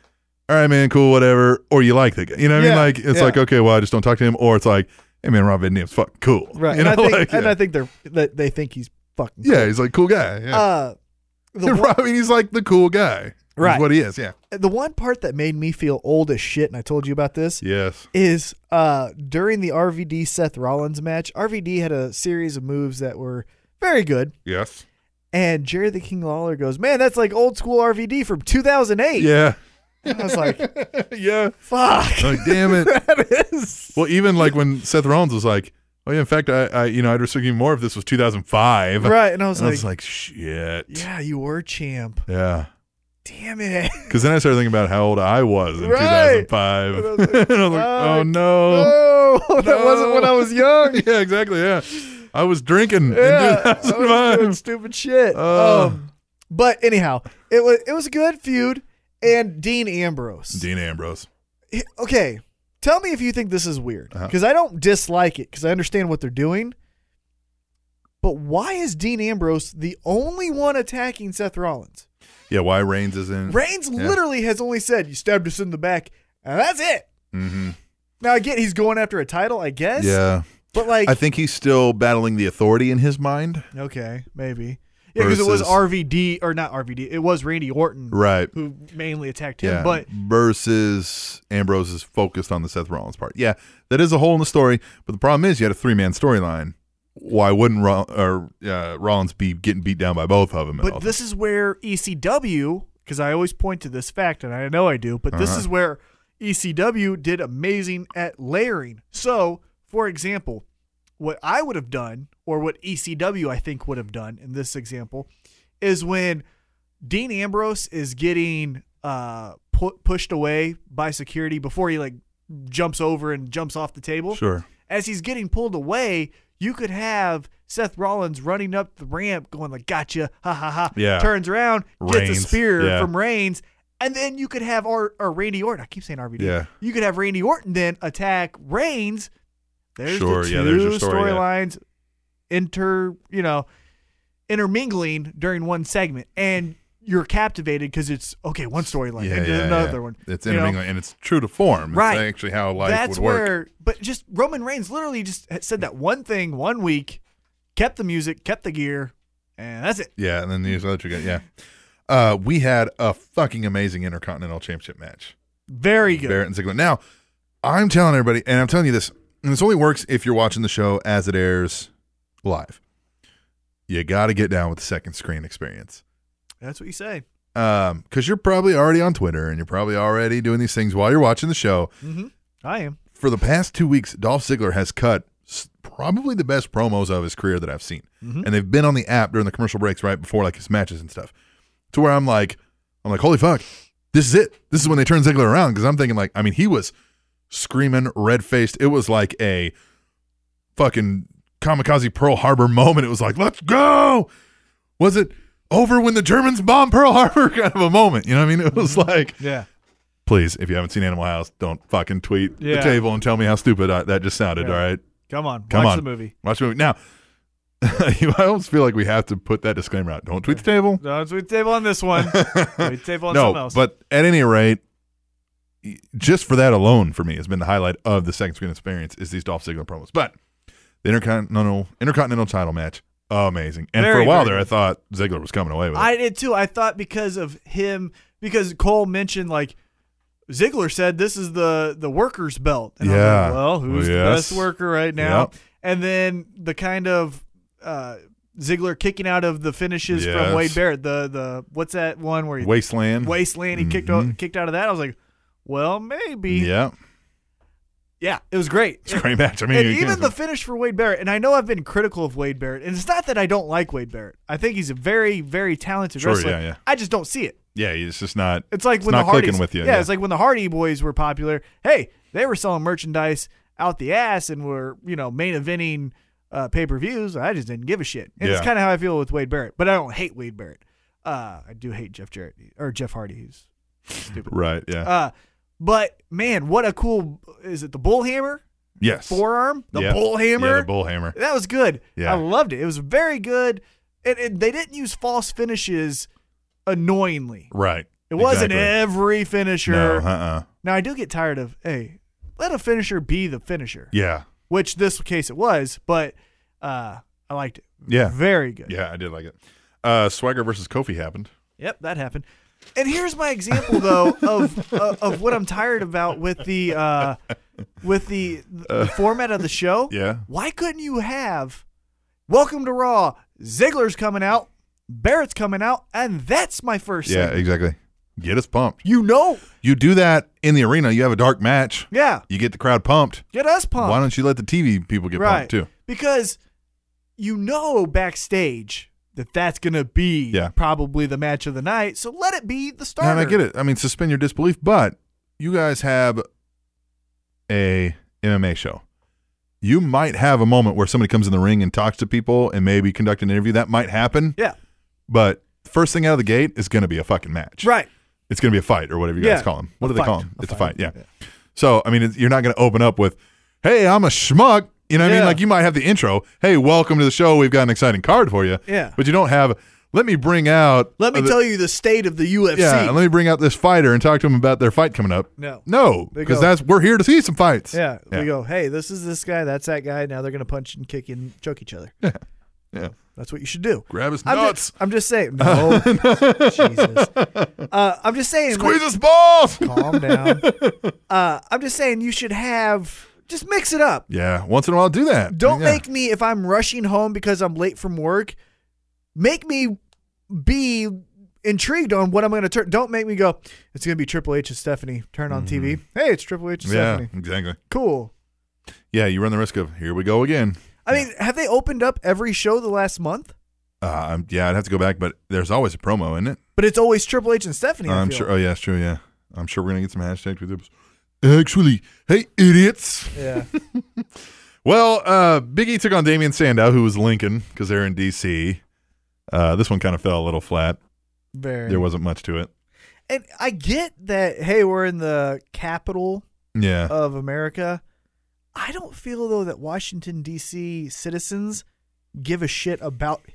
[SPEAKER 2] all right, man, cool, whatever. Or you like the guy. You know what I mean?
[SPEAKER 3] Yeah,
[SPEAKER 2] Like, it's
[SPEAKER 3] yeah.
[SPEAKER 2] like, okay, well, I just don't talk to him. Or it's like, hey, man, Rob Van Dam's fucking cool.
[SPEAKER 3] right.
[SPEAKER 2] You
[SPEAKER 3] and
[SPEAKER 2] know,
[SPEAKER 3] I think,
[SPEAKER 2] like,
[SPEAKER 3] and
[SPEAKER 2] yeah.
[SPEAKER 3] I think they're that they think he's fucking.
[SPEAKER 2] yeah, he's like, cool guy. Yeah.
[SPEAKER 3] Uh, the, one,
[SPEAKER 2] Rob, I mean, he's like the cool guy. Is
[SPEAKER 3] Right.
[SPEAKER 2] what he is. Yeah.
[SPEAKER 3] the one part that made me feel old as shit, and I told you about this.
[SPEAKER 2] Yes.
[SPEAKER 3] is uh during the RVD Seth Rollins match, RVD had a series of moves that were very good.
[SPEAKER 2] Yes.
[SPEAKER 3] And Jerry the King Lawler goes, Man, that's like old school RVD from 2008.
[SPEAKER 2] Yeah. Oh,
[SPEAKER 3] I was like,
[SPEAKER 2] yeah.
[SPEAKER 3] Fuck.
[SPEAKER 2] Like, damn it.
[SPEAKER 3] that is.
[SPEAKER 2] Well, even like when Seth Rollins was like, oh, yeah, in fact, I, I you know, I'd respect you more if this was 2005.
[SPEAKER 3] Right. And I was
[SPEAKER 2] And I
[SPEAKER 3] like,
[SPEAKER 2] was like, shit.
[SPEAKER 3] Yeah, you were champ.
[SPEAKER 2] yeah.
[SPEAKER 3] Damn it.
[SPEAKER 2] Because then I started thinking about how old I was in
[SPEAKER 3] Right.
[SPEAKER 2] 2005.
[SPEAKER 3] And I was like,
[SPEAKER 2] And I was like, oh
[SPEAKER 3] fuck.
[SPEAKER 2] no.
[SPEAKER 3] Oh, that wasn't when I was young.
[SPEAKER 2] yeah, exactly. Yeah. I was drinking
[SPEAKER 3] Yeah,
[SPEAKER 2] in
[SPEAKER 3] I was doing
[SPEAKER 2] 2005.
[SPEAKER 3] stupid shit.
[SPEAKER 2] Uh.
[SPEAKER 3] um, but anyhow, it was it was a good feud, and Dean Ambrose.
[SPEAKER 2] Dean Ambrose.
[SPEAKER 3] okay tell me if you think this is weird
[SPEAKER 2] Uh-huh.
[SPEAKER 3] because i don't dislike it because i understand what they're doing but why is dean ambrose the only one attacking seth rollins
[SPEAKER 2] Yeah, why Reigns isn't.
[SPEAKER 3] reigns
[SPEAKER 2] Mm. Yeah.
[SPEAKER 3] literally has only said you stabbed us in the back and that's it
[SPEAKER 2] hmm
[SPEAKER 3] now i get he's going after a title i guess
[SPEAKER 2] Yeah.
[SPEAKER 3] but like
[SPEAKER 2] I think he's still battling the authority in his mind.
[SPEAKER 3] okay maybe yeah because it was
[SPEAKER 2] Versus-
[SPEAKER 3] rvd or not rvd it was randy orton
[SPEAKER 2] Right.
[SPEAKER 3] who mainly attacked him
[SPEAKER 2] Yeah.
[SPEAKER 3] but
[SPEAKER 2] Versus Ambrose is focused on the Seth Rollins part. Yeah, that is a hole in the story. But the problem is you had a three man storyline. Why wouldn't Roll- or, uh, Rollins be getting beat down by both of them? at all
[SPEAKER 3] But this is where E ECW, because I always point to this fact, and I know I do, but this
[SPEAKER 2] Uh-huh.
[SPEAKER 3] is where ECW did amazing at layering. So, for example, what I would have done, or what ECW I think would have done in this example, is when Dean Ambrose is getting uh, pu- pushed away by security before he like jumps over and jumps off the table
[SPEAKER 2] Sure.
[SPEAKER 3] as he's getting pulled away, you could have Seth Rollins running up the ramp, going like "Gotcha!" Ha ha ha!
[SPEAKER 2] Yeah.
[SPEAKER 3] Turns around, gets a
[SPEAKER 2] Reigns,
[SPEAKER 3] spear
[SPEAKER 2] yeah.
[SPEAKER 3] from Reigns, and then you could have or, or Randy Orton. I keep saying RVD.
[SPEAKER 2] Yeah.
[SPEAKER 3] You could have Randy Orton then attack Reigns. There's
[SPEAKER 2] Sure,
[SPEAKER 3] the two
[SPEAKER 2] yeah, there's your story, yeah.
[SPEAKER 3] storylines. Inter, you know, intermingling during one segment and you're captivated because it's okay one storyline and then another one
[SPEAKER 2] It's
[SPEAKER 3] you know?
[SPEAKER 2] intermingling and it's true to form. It's
[SPEAKER 3] Right.
[SPEAKER 2] actually how life
[SPEAKER 3] that's
[SPEAKER 2] would work.
[SPEAKER 3] where but just roman reigns literally just had said that one thing one week kept the music kept the gear and that's it
[SPEAKER 2] Yeah, and then these other two guys. Yeah. Uh, we had a fucking amazing Intercontinental Championship match.
[SPEAKER 3] very good
[SPEAKER 2] Barrett and Ziggler. Now, I'm telling everybody, and I'm telling you this, and this only works if you're watching the show as it airs live. You got to get down with the second screen experience.
[SPEAKER 3] that's what you say
[SPEAKER 2] Because you're probably already on Twitter and you're probably already doing these things while you're watching the show.
[SPEAKER 3] i am
[SPEAKER 2] For the past two weeks, Dolph Ziggler has cut s- probably the best promos of his career that I've seen. And they've been on the app during the commercial breaks right before like his matches and stuff. To where I'm like, I'm like, holy fuck, this is it. This is when they turn Ziggler around. Because I'm thinking like, I mean, he was screaming, red faced. It was like a fucking kamikaze Pearl Harbor moment. It was like, let's go. Was it over when the Germans bombed Pearl Harbor? Kind of a moment. You know what I mean? It was like,
[SPEAKER 3] yeah
[SPEAKER 2] please, if you haven't seen Animal House, don't fucking tweet the
[SPEAKER 3] Yeah.
[SPEAKER 2] table and tell me how stupid I, that just sounded.
[SPEAKER 3] Yeah.
[SPEAKER 2] All right.
[SPEAKER 3] come on
[SPEAKER 2] Come
[SPEAKER 3] watch
[SPEAKER 2] on.
[SPEAKER 3] the movie
[SPEAKER 2] Watch the movie. Now, I almost feel like we have to put that disclaimer out. Don't tweet the table.
[SPEAKER 3] no it's we table on this one we table on something
[SPEAKER 2] no,
[SPEAKER 3] else
[SPEAKER 2] but at any rate, y- just for that alone, for me, has been the highlight of the second screen experience is these Dolph Ziggler promos. But the intercontinental intercontinental title match, amazing. And for
[SPEAKER 3] Very,
[SPEAKER 2] a while
[SPEAKER 3] very
[SPEAKER 2] there, I
[SPEAKER 3] good.
[SPEAKER 2] thought Ziggler was coming away with it.
[SPEAKER 3] I did too. I thought because of him, because Cole mentioned like Ziggler said this is the the workers' belt. And I'm like,
[SPEAKER 2] Yeah.
[SPEAKER 3] well,
[SPEAKER 2] Well,
[SPEAKER 3] who's the
[SPEAKER 2] yes.
[SPEAKER 3] best worker right now?
[SPEAKER 2] Yep.
[SPEAKER 3] And then the kind of uh, Ziggler kicking out of the finishes
[SPEAKER 2] Yes.
[SPEAKER 3] from Wade Barrett. The the what's that one where he
[SPEAKER 2] Wasteland.
[SPEAKER 3] wasteland? He kicked out, kicked out of that. I was like, well, maybe.
[SPEAKER 2] Mm-hmm. Yeah,
[SPEAKER 3] Yeah, it was great.
[SPEAKER 2] it's a great match. I mean,
[SPEAKER 3] And
[SPEAKER 2] you
[SPEAKER 3] even
[SPEAKER 2] can't-
[SPEAKER 3] the finish for Wade Barrett, and I know I've been critical of Wade Barrett, and it's not that I don't like Wade Barrett. I think he's a very, very talented
[SPEAKER 2] Sure,
[SPEAKER 3] wrestler.
[SPEAKER 2] yeah, yeah.
[SPEAKER 3] I just don't see it.
[SPEAKER 2] yeah, it's just not.
[SPEAKER 3] It's like
[SPEAKER 2] it's
[SPEAKER 3] when
[SPEAKER 2] not
[SPEAKER 3] the Hardys,
[SPEAKER 2] clicking with you.
[SPEAKER 3] Yeah, it's like when the Hardy Boys were popular. Hey, they were selling merchandise out the ass and were you know main eventing uh, pay per views. I just didn't give a shit. And
[SPEAKER 2] Yeah.
[SPEAKER 3] It's kind of how I feel with Wade Barrett, but I don't hate Wade Barrett. Uh, I do hate Jeff Jarrett or Jeff Hardy. He's stupid.
[SPEAKER 2] right. Yeah.
[SPEAKER 3] Uh, but man, what a cool is it the bull hammer
[SPEAKER 2] yes.
[SPEAKER 3] forearm? The
[SPEAKER 2] Yeah.
[SPEAKER 3] bull hammer.
[SPEAKER 2] Yeah, the bull hammer.
[SPEAKER 3] That was good.
[SPEAKER 2] Yeah.
[SPEAKER 3] I loved it. It was very good. And, and they didn't use false finishes annoyingly.
[SPEAKER 2] Right.
[SPEAKER 3] It wasn't
[SPEAKER 2] Exactly.
[SPEAKER 3] every finisher.
[SPEAKER 2] No, uh-uh.
[SPEAKER 3] Now I do get tired of, hey, let a finisher be the finisher.
[SPEAKER 2] Yeah.
[SPEAKER 3] Which this case it was, but uh I liked it.
[SPEAKER 2] Yeah.
[SPEAKER 3] Very good.
[SPEAKER 2] Yeah, I did like it. Uh, Swagger versus Kofi happened.
[SPEAKER 3] Yep, that happened. And here's my example though of uh, of what I'm tired about with the uh with the, the format of the show.
[SPEAKER 2] Uh. Yeah.
[SPEAKER 3] Why couldn't you have Welcome to Raw, Ziggler's coming out, Barrett's coming out, and that's my first
[SPEAKER 2] Yeah,
[SPEAKER 3] segment.
[SPEAKER 2] exactly. Get us pumped.
[SPEAKER 3] You know.
[SPEAKER 2] You do that in the arena. You have a dark match.
[SPEAKER 3] Yeah.
[SPEAKER 2] You get the crowd pumped.
[SPEAKER 3] Get us pumped.
[SPEAKER 2] Why don't you let the TV people get
[SPEAKER 3] right.
[SPEAKER 2] pumped too?
[SPEAKER 3] Because you know backstage that that's going to be
[SPEAKER 2] Yeah.
[SPEAKER 3] probably the match of the night. So let it be the starter.
[SPEAKER 2] And I get it. I mean, suspend your disbelief, but you guys have a MMA show. You might have a moment where somebody comes in the ring and talks to people and maybe conduct an interview. That might happen,
[SPEAKER 3] Yeah.
[SPEAKER 2] but first thing out of the gate is going to be a fucking match.
[SPEAKER 3] Right.
[SPEAKER 2] It's going to be a fight or whatever you guys
[SPEAKER 3] Yeah.
[SPEAKER 2] call them.
[SPEAKER 3] A
[SPEAKER 2] What do they
[SPEAKER 3] fight.
[SPEAKER 2] call them?
[SPEAKER 3] A
[SPEAKER 2] it's a fight.
[SPEAKER 3] fight.
[SPEAKER 2] Yeah. So, I mean, it's, you're not going to open up with, hey, I'm a schmuck. You know what I mean?
[SPEAKER 3] Yeah.
[SPEAKER 2] Like, you might have the intro. Hey, welcome to the show. We've got an exciting card for you.
[SPEAKER 3] Yeah.
[SPEAKER 2] But you don't have, let me bring out.
[SPEAKER 3] Let me
[SPEAKER 2] uh, the-
[SPEAKER 3] tell you the state of the UFC.
[SPEAKER 2] Yeah. Let me bring out this fighter and talk to him about their fight coming up.
[SPEAKER 3] No.
[SPEAKER 2] No.
[SPEAKER 3] They
[SPEAKER 2] Because
[SPEAKER 3] go-
[SPEAKER 2] that's, we're here to see some fights.
[SPEAKER 3] Yeah,
[SPEAKER 2] Yeah.
[SPEAKER 3] we go. Hey, this is this guy. That's that guy. Now they're gonna punch and kick and choke each other. Yeah,
[SPEAKER 2] Yeah.
[SPEAKER 3] That's what you should do.
[SPEAKER 2] Grab his
[SPEAKER 3] I'm
[SPEAKER 2] nuts.
[SPEAKER 3] just, I'm just saying. No, Jesus. Uh, I'm just saying.
[SPEAKER 2] Squeeze his balls.
[SPEAKER 3] like, calm down. Uh, I'm just saying you should have just mix it up.
[SPEAKER 2] yeah. Once in a while, do that.
[SPEAKER 3] Don't
[SPEAKER 2] Yeah.
[SPEAKER 3] make me if I'm rushing home because I'm late from work. Make me be intrigued on what I'm gonna turn. Don't make me go. It's gonna be Triple H and Stephanie. Turn on TV. Hey, it's Triple H and
[SPEAKER 2] Mm-hmm. Yeah.
[SPEAKER 3] Stephanie.
[SPEAKER 2] Exactly.
[SPEAKER 3] Cool.
[SPEAKER 2] Yeah. You run the risk of, here we go again.
[SPEAKER 3] I mean, have they opened up every show the last month?
[SPEAKER 2] Uh, I'm- yeah. I'd have to go back, but there's always a promo, isn't it?
[SPEAKER 3] But it's always Triple H and Stephanie. I
[SPEAKER 2] I'm
[SPEAKER 3] feel.
[SPEAKER 2] sure. Oh yeah, it's true. Yeah, I'm sure we're gonna get some hashtags with this. Actually, hey idiots.
[SPEAKER 3] Yeah.
[SPEAKER 2] Well, uh, Big E took on Damian Sandow, who was Lincoln, because they're in DC. Uh, this one kind of fell a little flat.
[SPEAKER 3] Very.
[SPEAKER 2] There wasn't much to it.
[SPEAKER 3] and I get that, hey, we're in the capital
[SPEAKER 2] Yeah,
[SPEAKER 3] Uh, of America. I don't feel, though, that Washington, D.C. citizens give a shit about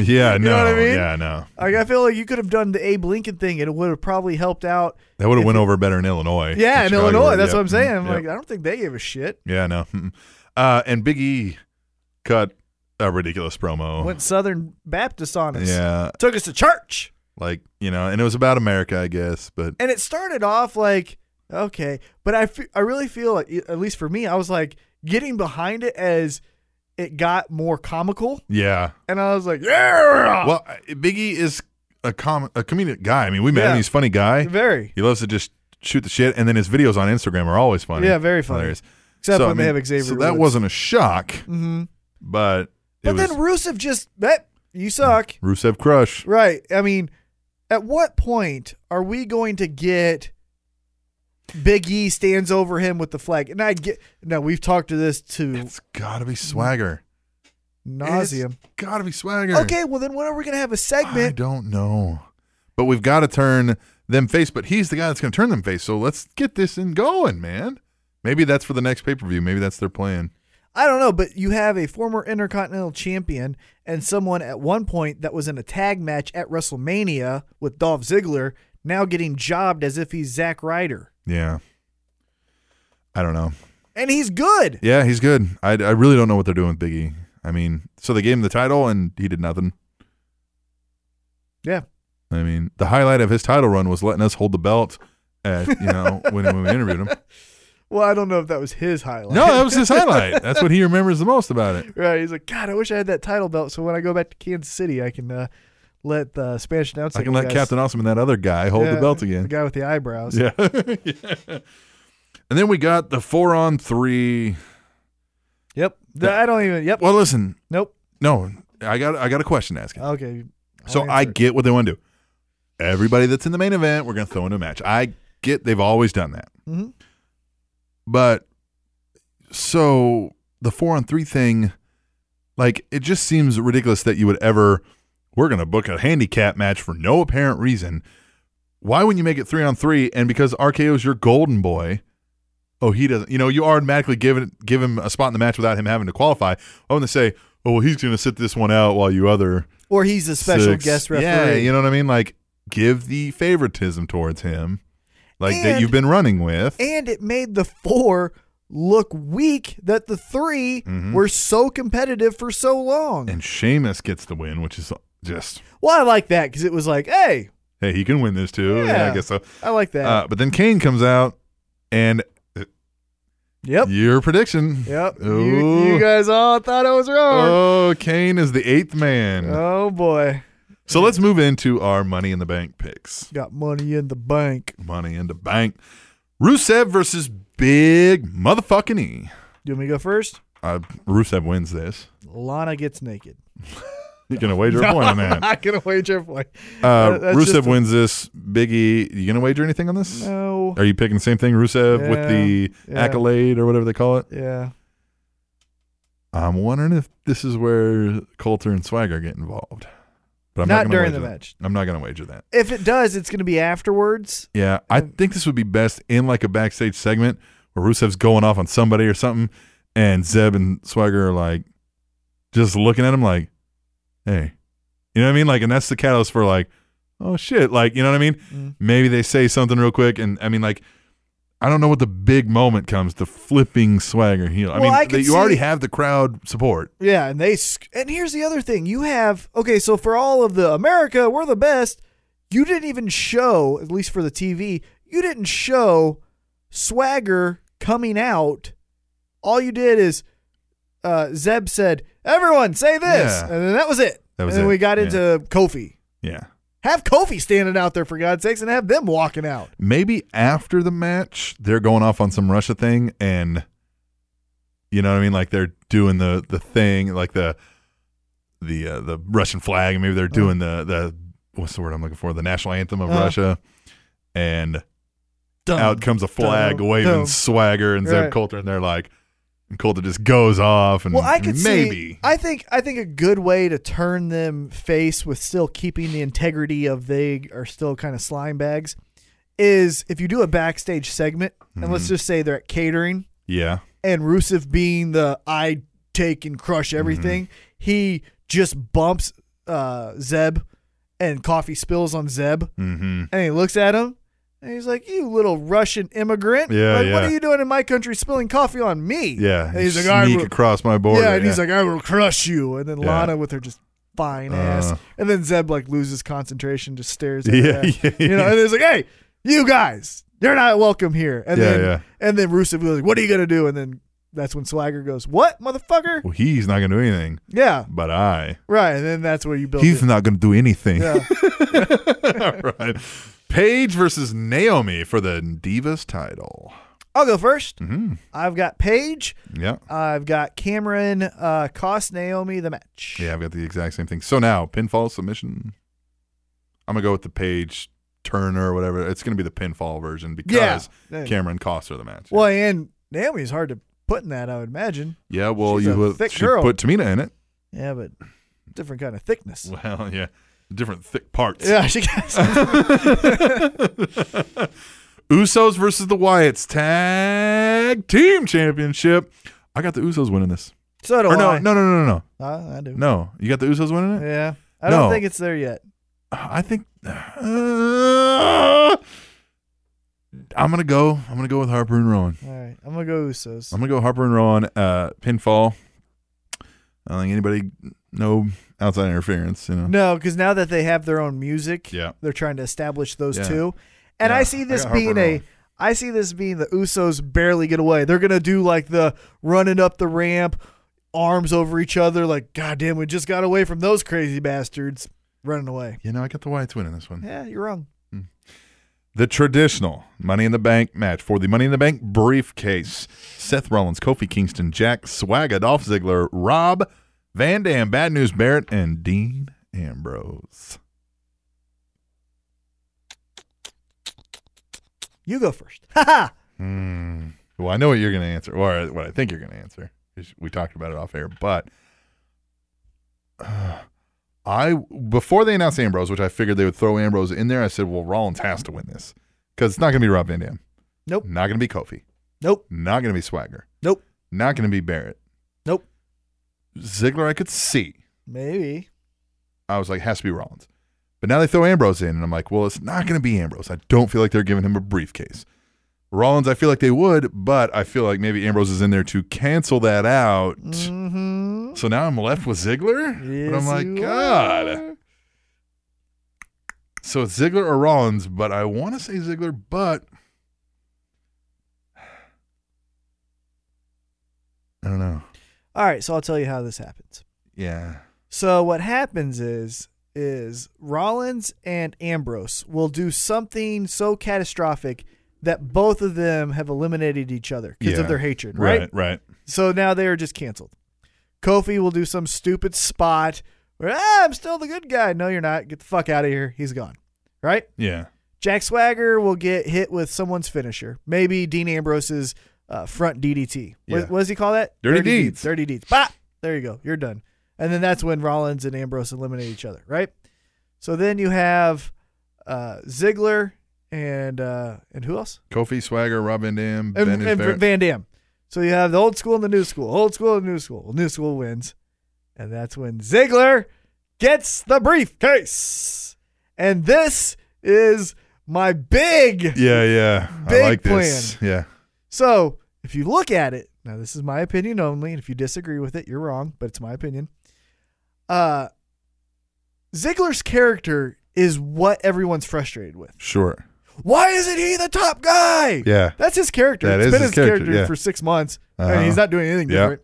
[SPEAKER 2] Yeah,
[SPEAKER 3] you
[SPEAKER 2] no.
[SPEAKER 3] know what I mean?
[SPEAKER 2] Yeah, no.
[SPEAKER 3] Like I feel like you could have done the Abe Lincoln thing, and it would have probably helped out.
[SPEAKER 2] That would have
[SPEAKER 3] If
[SPEAKER 2] went
[SPEAKER 3] it-
[SPEAKER 2] over better in Illinois.
[SPEAKER 3] Yeah,
[SPEAKER 2] It
[SPEAKER 3] in
[SPEAKER 2] probably
[SPEAKER 3] Illinois,
[SPEAKER 2] would, yeah.
[SPEAKER 3] that's
[SPEAKER 2] Mm-hmm,
[SPEAKER 3] what I'm saying. I'm
[SPEAKER 2] Yeah.
[SPEAKER 3] like, I don't think they gave a shit.
[SPEAKER 2] Yeah, no. mm-mm. Uh, and Big E cut a ridiculous promo.
[SPEAKER 3] Went Southern Baptist on us.
[SPEAKER 2] Oh. yeah,
[SPEAKER 3] Took us to church.
[SPEAKER 2] like you know, and it was about America, I guess. But
[SPEAKER 3] and it started off like okay but I fe- I really feel like at least for me i was like getting behind it as it got more comical
[SPEAKER 2] yeah,
[SPEAKER 3] and i was like yeah
[SPEAKER 2] well, Biggie is a com a comedic guy. I mean, we met him;
[SPEAKER 3] Yeah.
[SPEAKER 2] he's a funny guy.
[SPEAKER 3] very
[SPEAKER 2] He loves to just shoot the shit, and then his videos on Instagram are always funny.
[SPEAKER 3] Yeah, very funny.
[SPEAKER 2] Hilarious.
[SPEAKER 3] except
[SPEAKER 2] So,
[SPEAKER 3] when
[SPEAKER 2] I mean,
[SPEAKER 3] they have xavier
[SPEAKER 2] So that
[SPEAKER 3] Woods.
[SPEAKER 2] wasn't a shock,
[SPEAKER 3] Mhm.
[SPEAKER 2] but it
[SPEAKER 3] but
[SPEAKER 2] was
[SPEAKER 3] then rusev just that you suck
[SPEAKER 2] Rusev Crush.
[SPEAKER 3] right i mean at what point are we going to get big e stands over him with the flag and i get no we've talked to this to
[SPEAKER 2] It's gotta be swagger.
[SPEAKER 3] nauseum
[SPEAKER 2] It's gotta be swagger.
[SPEAKER 3] okay well then when are we going to have a
[SPEAKER 2] I
[SPEAKER 3] segment
[SPEAKER 2] don't know. But we've got to turn them face, but he's the guy that's going to turn them face. So let's get this in going, man. Maybe that's for the next pay per view. Maybe that's their plan.
[SPEAKER 3] I don't know, but you have a former Intercontinental Champion and someone at one point that was in a tag match at WrestleMania with Dolph Ziggler now getting jobbed as if he's Zack Ryder.
[SPEAKER 2] Yeah. I don't know.
[SPEAKER 3] And he's good.
[SPEAKER 2] Yeah, he's good. I, I really don't know what they're doing with Biggie. I mean, so they gave him the title and he did nothing.
[SPEAKER 3] Yeah.
[SPEAKER 2] I mean, the highlight of his title run was letting us hold the belt at, you know, when, when we interviewed him.
[SPEAKER 3] Well, I don't know if that was his highlight.
[SPEAKER 2] No, that was his highlight. That's what he remembers the most about it.
[SPEAKER 3] Right. He's like, God, I wish I had that title belt so when I go back to Kansas City, I can uh, let the Spanish announcer.
[SPEAKER 2] I can let Captain Awesome and that other guy hold the belt again.
[SPEAKER 3] The guy with the eyebrows.
[SPEAKER 2] Yeah. Yeah. And then we got the four on three.
[SPEAKER 3] Yep. The- I don't even. Yep.
[SPEAKER 2] Well, listen,
[SPEAKER 3] nope.
[SPEAKER 2] no, I got I got a question to ask. you.
[SPEAKER 3] Okay. I'll
[SPEAKER 2] so I
[SPEAKER 3] answer it.
[SPEAKER 2] get what they want to do. Everybody that's in the main event, we're going to throw into a match. I get they've always done that.
[SPEAKER 3] Mhm.
[SPEAKER 2] But so the four on three thing, like it just seems ridiculous that you would ever. We're going to book a handicap match for no apparent reason. Why wouldn't you make it three on three? And because RKO's your golden boy, oh he doesn't. You know you automatically give it, give him a spot in the match without him having to qualify. Oh, and they say, oh well, he's going to sit this one out while you other
[SPEAKER 3] Or he's a special
[SPEAKER 2] six.
[SPEAKER 3] guest referee.
[SPEAKER 2] Yeah, you know what I mean? Like give the favoritism towards him. Like that
[SPEAKER 3] And-
[SPEAKER 2] you've been running with.
[SPEAKER 3] and it made the four look weak that the 3 were so competitive for so long.
[SPEAKER 2] Mm-hmm. And Sheamus gets the win, which is just
[SPEAKER 3] well, I like that because it was like, hey,
[SPEAKER 2] hey, he can win this too. Yeah, I
[SPEAKER 3] Yeah.
[SPEAKER 2] guess so.
[SPEAKER 3] I like that.
[SPEAKER 2] Uh, but then Kane comes out and
[SPEAKER 3] yep.
[SPEAKER 2] your prediction.
[SPEAKER 3] Yep.
[SPEAKER 2] Ooh.
[SPEAKER 3] You, you guys all thought I was wrong.
[SPEAKER 2] Oh, Kane is the eighth man.
[SPEAKER 3] oh, boy.
[SPEAKER 2] so let's move into our money in the bank picks.
[SPEAKER 3] Got money in the bank.
[SPEAKER 2] Money in the bank. Rusev versus Big Motherfucking E.
[SPEAKER 3] Do you want me to go first?
[SPEAKER 2] Uh, Rusev wins this.
[SPEAKER 3] Lana gets naked.
[SPEAKER 2] You're gonna wager a point on that.
[SPEAKER 3] I can wager for
[SPEAKER 2] Uh,
[SPEAKER 3] that's
[SPEAKER 2] Rusev
[SPEAKER 3] just a-
[SPEAKER 2] wins this. Biggie, you gonna wager anything on this?
[SPEAKER 3] No.
[SPEAKER 2] Are you picking the same thing, Rusev, with
[SPEAKER 3] Yeah,
[SPEAKER 2] the
[SPEAKER 3] yeah.
[SPEAKER 2] accolade or whatever they call it?
[SPEAKER 3] Yeah.
[SPEAKER 2] I'm wondering if this is where Coulter and Swagger get involved. But I'm not,
[SPEAKER 3] Not
[SPEAKER 2] gonna
[SPEAKER 3] during
[SPEAKER 2] wager
[SPEAKER 3] the
[SPEAKER 2] that.
[SPEAKER 3] match.
[SPEAKER 2] I'm not gonna wager that.
[SPEAKER 3] If it does, it's going to be afterwards.
[SPEAKER 2] Yeah, I think this would be best in like a backstage segment where Rusev's going off on somebody or something, and Zeb and Swagger are like just looking at him like, "Hey," you know what I mean? Like, and that's the catalyst for like, "Oh shit!" Like, you know what I mean?
[SPEAKER 3] Mm.
[SPEAKER 2] Maybe they say something real quick, and I mean, like, I don't know what the big moment comes to flipping Swagger heel. I
[SPEAKER 3] Well,
[SPEAKER 2] mean,
[SPEAKER 3] I
[SPEAKER 2] that
[SPEAKER 3] can
[SPEAKER 2] you already
[SPEAKER 3] see-
[SPEAKER 2] have the crowd support.
[SPEAKER 3] Yeah, and they sc- and here's the other thing. You have okay, so for all of the America, we're the best. You didn't even show, at least for the TV, you didn't show swagger coming out. All you did is uh, Zeb said, "Everyone say this,"
[SPEAKER 2] Yeah.
[SPEAKER 3] and then that was it.
[SPEAKER 2] That was
[SPEAKER 3] and then
[SPEAKER 2] it,
[SPEAKER 3] we got
[SPEAKER 2] yeah.
[SPEAKER 3] into Kofi.
[SPEAKER 2] Yeah.
[SPEAKER 3] Have Kofi standing out there for God's sakes, and have them walking out.
[SPEAKER 2] maybe after the match they're going off on some Russia thing and you know what I mean like they're doing the the thing like the the uh, the Russian flag and maybe
[SPEAKER 3] Uh-huh.
[SPEAKER 2] they're doing the the what's the word I'm looking for the national anthem of
[SPEAKER 3] Uh.
[SPEAKER 2] Russia and
[SPEAKER 3] Uh-huh.
[SPEAKER 2] out comes a flag
[SPEAKER 3] dum,
[SPEAKER 2] waving
[SPEAKER 3] dum.
[SPEAKER 2] swagger and Zeb
[SPEAKER 3] Right.
[SPEAKER 2] Coulter and they're like and Coulter just goes off and
[SPEAKER 3] Well, I could
[SPEAKER 2] maybe
[SPEAKER 3] see. I think I think a good way to turn them face with still keeping the integrity of they are still kind of slime bags is if you do a backstage segment and let's
[SPEAKER 2] Mm-hmm.
[SPEAKER 3] just say they're at catering
[SPEAKER 2] yeah Mm-hmm.
[SPEAKER 3] and Rusev being the I take and crush everything. he just bumps uh, Zeb, and coffee spills on Zeb,
[SPEAKER 2] Mm-hmm.
[SPEAKER 3] and he looks at him, and he's like, "You little Russian immigrant!
[SPEAKER 2] Yeah,
[SPEAKER 3] like, What
[SPEAKER 2] yeah.
[SPEAKER 3] are you doing in my country, spilling coffee on me?"
[SPEAKER 2] Yeah.
[SPEAKER 3] and
[SPEAKER 2] you
[SPEAKER 3] he's like, "I
[SPEAKER 2] sneak
[SPEAKER 3] will-
[SPEAKER 2] across my border.
[SPEAKER 3] yeah, and he's like, "I will crush you." And then
[SPEAKER 2] Yeah.
[SPEAKER 3] Lana with her just fine ass,
[SPEAKER 2] Uh.
[SPEAKER 3] and then Zeb like loses concentration, just stares. At
[SPEAKER 2] Yeah,
[SPEAKER 3] her.
[SPEAKER 2] yeah,
[SPEAKER 3] you know,
[SPEAKER 2] yeah.
[SPEAKER 3] and he's like, "Hey, you guys, you're not welcome here." And
[SPEAKER 2] Yeah,
[SPEAKER 3] then
[SPEAKER 2] yeah.
[SPEAKER 3] and then Rusev was like, "What are you gonna do?" And then that's when Swagger goes, "What, motherfucker?"
[SPEAKER 2] well, he's not going to do anything,
[SPEAKER 3] Yeah,
[SPEAKER 2] but I.
[SPEAKER 3] right. And then that's where you build.
[SPEAKER 2] He's
[SPEAKER 3] it.
[SPEAKER 2] not going to do anything.
[SPEAKER 3] Yeah.
[SPEAKER 2] All right. Paige versus Naomi for the Divas title.
[SPEAKER 3] I'll go 1st i
[SPEAKER 2] Mm,
[SPEAKER 3] I've got Paige.
[SPEAKER 2] yeah.
[SPEAKER 3] I've got Cameron uh, cost Naomi the match.
[SPEAKER 2] Yeah, I've got the exact same thing. So now, pinfall submission. I'm going to go with the Paige Turner or whatever. It's going to be the pinfall version because
[SPEAKER 3] Yeah.
[SPEAKER 2] Cameron costs her the match.
[SPEAKER 3] Well, and Naomi's hard to put in that, I would imagine.
[SPEAKER 2] yeah, well,
[SPEAKER 3] she's
[SPEAKER 2] you
[SPEAKER 3] a
[SPEAKER 2] will-
[SPEAKER 3] thick
[SPEAKER 2] she
[SPEAKER 3] girl.
[SPEAKER 2] put Tamina in it.
[SPEAKER 3] Yeah, but different kind of thickness.
[SPEAKER 2] Well, yeah. Different thick parts.
[SPEAKER 3] Yeah, she gets
[SPEAKER 2] Usos versus the Wyatts tag team championship. I got the Usos winning this.
[SPEAKER 3] So do
[SPEAKER 2] Or no,
[SPEAKER 3] I.
[SPEAKER 2] no, no, no, no,
[SPEAKER 3] I, I do.
[SPEAKER 2] no. No, you got the Usos winning it.
[SPEAKER 3] Yeah. I don't
[SPEAKER 2] No.
[SPEAKER 3] think it's there yet.
[SPEAKER 2] I think uh, I'm gonna go. I'm gonna go with Harper and Rowan.
[SPEAKER 3] All right. I'm going to go Usos.
[SPEAKER 2] I'm gonna go Harper and Rowan. Uh, pinfall. I don't think anybody no outside interference. You know.
[SPEAKER 3] no, because now that they have their own music,
[SPEAKER 2] Yeah.
[SPEAKER 3] they're trying to establish those
[SPEAKER 2] Yeah.
[SPEAKER 3] two. And
[SPEAKER 2] Yeah,
[SPEAKER 3] I see
[SPEAKER 2] I
[SPEAKER 3] this
[SPEAKER 2] got Harper
[SPEAKER 3] being
[SPEAKER 2] and
[SPEAKER 3] a.
[SPEAKER 2] Rowan.
[SPEAKER 3] I see this being the Usos barely get away. They're going to do like the running up the ramp, arms over each other, like, God damn, we just got away from those crazy bastards running away.
[SPEAKER 2] You know, I got the Wyatts winning this one.
[SPEAKER 3] Yeah, you're wrong.
[SPEAKER 2] The traditional Money in the Bank match for the Money in the Bank briefcase. Seth Rollins, Kofi Kingston, Jack Swagga, Dolph Ziggler, Rob Van Dam, Bad News Barrett, and Dean Ambrose.
[SPEAKER 3] You go first. Ha ha!
[SPEAKER 2] Hmm. Well, I know what you're going to answer, or what I think you're going to answer. 'cause We talked about it off air, but uh, I before they announced Ambrose, which I figured they would throw Ambrose in there, I said, "Well, Rollins has to win this because it's not going to be Rob Van Dam,
[SPEAKER 3] Nope.
[SPEAKER 2] not going to be Kofi,
[SPEAKER 3] Nope.
[SPEAKER 2] not going to be Swagger,
[SPEAKER 3] Nope.
[SPEAKER 2] not going to be Barrett,
[SPEAKER 3] Nope.
[SPEAKER 2] Ziggler, I could see.
[SPEAKER 3] Maybe.
[SPEAKER 2] I was like, has to be Rollins. But now they throw Ambrose in, and I'm like, well, it's not going to be Ambrose. I don't feel like they're giving him a briefcase. Rollins, I feel like they would, but I feel like maybe Ambrose is in there to cancel that out.
[SPEAKER 3] Mm-hmm.
[SPEAKER 2] So now I'm left with Ziggler? but I'm
[SPEAKER 3] Yes,
[SPEAKER 2] like,
[SPEAKER 3] you
[SPEAKER 2] God.
[SPEAKER 3] are.
[SPEAKER 2] So it's Ziggler or Rollins, but I want to say Ziggler, but I don't know.
[SPEAKER 3] All right, so I'll tell you how this happens.
[SPEAKER 2] Yeah.
[SPEAKER 3] So what happens is is Rollins and Ambrose will do something so catastrophic that both of them have eliminated each other because
[SPEAKER 2] Yeah.
[SPEAKER 3] of their hatred, right?
[SPEAKER 2] Right. right.
[SPEAKER 3] So now they are just canceled. Kofi will do some stupid spot where ah, I'm still the good guy. No, you're not. Get the fuck out of here. He's gone. Right?
[SPEAKER 2] Yeah.
[SPEAKER 3] Jack Swagger will get hit with someone's finisher. Maybe Dean Ambrose's uh, front DDT. What,
[SPEAKER 2] Yeah.
[SPEAKER 3] what does he call that?
[SPEAKER 2] Dirty deeds.
[SPEAKER 3] Dirty deeds. Bah! There you go. You're done. And then that's when Rollins and Ambrose eliminate each other, right? So then you have uh, Ziggler and uh, and who else?
[SPEAKER 2] Kofi Swagger, Rob Van Dam,
[SPEAKER 3] And,
[SPEAKER 2] Ben
[SPEAKER 3] and
[SPEAKER 2] Barrett.
[SPEAKER 3] Van Dam. So you have the old school and the new school. Old school and new school. Well, new school wins. And that's when Ziggler gets the briefcase. And this is my big
[SPEAKER 2] yeah, yeah.
[SPEAKER 3] Big
[SPEAKER 2] I like this. Yeah.
[SPEAKER 3] So if you look at it, now this is my opinion only, and if you disagree with it, you're wrong, but it's my opinion. Uh Ziggler's character is what everyone's frustrated with.
[SPEAKER 2] Sure.
[SPEAKER 3] Why isn't he the top guy?
[SPEAKER 2] Yeah.
[SPEAKER 3] That's his character.
[SPEAKER 2] That
[SPEAKER 3] It's
[SPEAKER 2] is
[SPEAKER 3] been
[SPEAKER 2] his
[SPEAKER 3] his,
[SPEAKER 2] character,
[SPEAKER 3] character,
[SPEAKER 2] yeah.
[SPEAKER 3] for six months.
[SPEAKER 2] Uh-huh.
[SPEAKER 3] And he's not doing anything
[SPEAKER 2] Yeah.
[SPEAKER 3] different.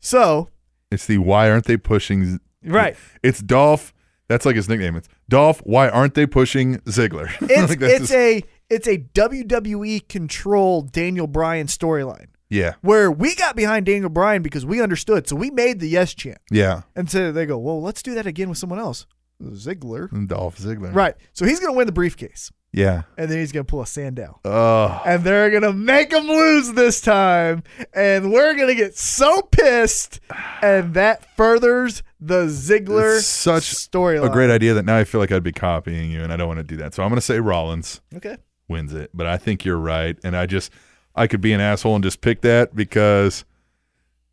[SPEAKER 3] So
[SPEAKER 2] It's the why aren't they pushing?
[SPEAKER 3] Right.
[SPEAKER 2] It's Dolph. That's like his nickname. It's Dolph. Why aren't they pushing Ziggler?
[SPEAKER 3] it's
[SPEAKER 2] Like, that's
[SPEAKER 3] it's
[SPEAKER 2] his-
[SPEAKER 3] a it's a WWE controlled Daniel Bryan storyline
[SPEAKER 2] yeah,
[SPEAKER 3] where we got behind Daniel Bryan because we understood. So we made the yes chant.
[SPEAKER 2] yeah.
[SPEAKER 3] And so they go, well, let's do that again with someone else. Ziggler.
[SPEAKER 2] And Dolph Ziggler.
[SPEAKER 3] Right. So he's going to win the briefcase.
[SPEAKER 2] Yeah.
[SPEAKER 3] And then he's going to pull a Sandow.
[SPEAKER 2] Oh.
[SPEAKER 3] And they're going to make him lose this time. And we're going to get so pissed. And that furthers the Ziggler
[SPEAKER 2] It's such
[SPEAKER 3] storyline.
[SPEAKER 2] A great idea that now I feel like I'd be copying you, and I don't want to do that. So I'm gonna say Rollins
[SPEAKER 3] Okay.
[SPEAKER 2] wins it, but I think you're right, and I just I could be an asshole and just pick that because,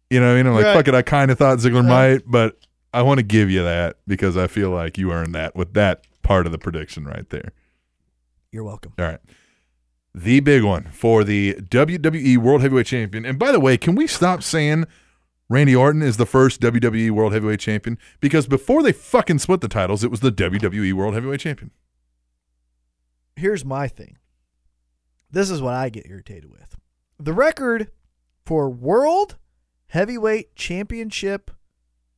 [SPEAKER 2] you know, what I mean, I'm like
[SPEAKER 3] Right.
[SPEAKER 2] fuck it. I kind of thought Ziggler
[SPEAKER 3] Right.
[SPEAKER 2] might, but I want to give you that because I feel like you earned that with that part of the prediction right there.
[SPEAKER 3] You're welcome.
[SPEAKER 2] All right. The big one for the WWE World Heavyweight Champion. And by the way, can we stop saying Randy Orton is the first WWE World Heavyweight Champion? Because before they fucking split the titles, it was the WWE World Heavyweight Champion.
[SPEAKER 3] Here's my thing. This is what I get irritated with. The record for World Heavyweight Championship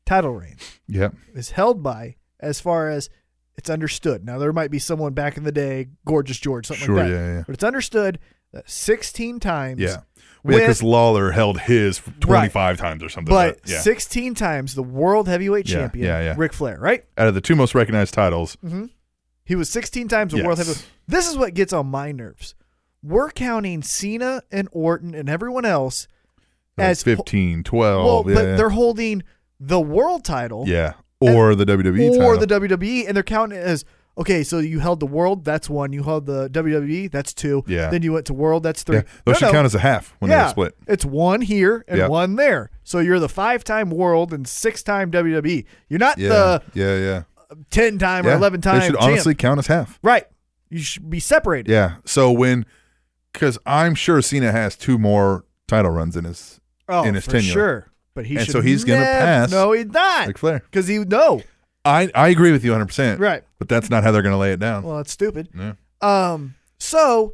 [SPEAKER 3] title reign
[SPEAKER 2] Yeah.
[SPEAKER 3] is held by as far as it's understood. Now there might be someone back in the day, gorgeous George, something
[SPEAKER 2] Sure,
[SPEAKER 3] like that.
[SPEAKER 2] yeah, yeah.
[SPEAKER 3] But it's understood that 16 times.
[SPEAKER 2] Yeah. Well, because
[SPEAKER 3] With-
[SPEAKER 2] Lawler held his 25 times or something.
[SPEAKER 3] But
[SPEAKER 2] uh, yeah.
[SPEAKER 3] 16 times the world heavyweight
[SPEAKER 2] Yeah,
[SPEAKER 3] champion,
[SPEAKER 2] yeah, yeah.
[SPEAKER 3] Ric Flair, right?
[SPEAKER 2] Out of the two most recognized titles,
[SPEAKER 3] He was 16 times the world
[SPEAKER 2] Yes.
[SPEAKER 3] heavyweight. This is what gets on my nerves. We're counting Cena and Orton and everyone else as
[SPEAKER 2] as 15, 12.
[SPEAKER 3] well,
[SPEAKER 2] yeah,
[SPEAKER 3] but
[SPEAKER 2] uh, yeah.
[SPEAKER 3] they're holding the world title
[SPEAKER 2] yeah. Or the WWE E title.
[SPEAKER 3] or the WWE, and they're counting it as okay. So you held the world, that's one. You held the WWE, that's two.
[SPEAKER 2] Yeah.
[SPEAKER 3] Then you went to world, that's three.
[SPEAKER 2] Yeah, those
[SPEAKER 3] No,
[SPEAKER 2] should
[SPEAKER 3] no.
[SPEAKER 2] count as a half when
[SPEAKER 3] yeah,
[SPEAKER 2] they're split.
[SPEAKER 3] It's one here and
[SPEAKER 2] Yeah.
[SPEAKER 3] one there. So you're the five-time world and six-time WWE. You're not
[SPEAKER 2] Yeah,
[SPEAKER 3] the
[SPEAKER 2] yeah, yeah.
[SPEAKER 3] ten-time or
[SPEAKER 2] Yeah,
[SPEAKER 3] eleven-time.
[SPEAKER 2] They should
[SPEAKER 3] champ.
[SPEAKER 2] honestly count as half.
[SPEAKER 3] right. You should be separated.
[SPEAKER 2] Yeah. So when, because I'm sure Cena has two more title runs in his
[SPEAKER 3] oh,
[SPEAKER 2] in his
[SPEAKER 3] for
[SPEAKER 2] tenure.
[SPEAKER 3] sure. But he
[SPEAKER 2] And
[SPEAKER 3] should
[SPEAKER 2] so he's gonna
[SPEAKER 3] nev-
[SPEAKER 2] pass
[SPEAKER 3] No, he's not.
[SPEAKER 2] Ric Flair.
[SPEAKER 3] Because he no.
[SPEAKER 2] I I agree with you 100. percent
[SPEAKER 3] Right.
[SPEAKER 2] But that's not how they're going to lay it down.
[SPEAKER 3] Well, that's stupid.
[SPEAKER 2] yeah.
[SPEAKER 3] Um, so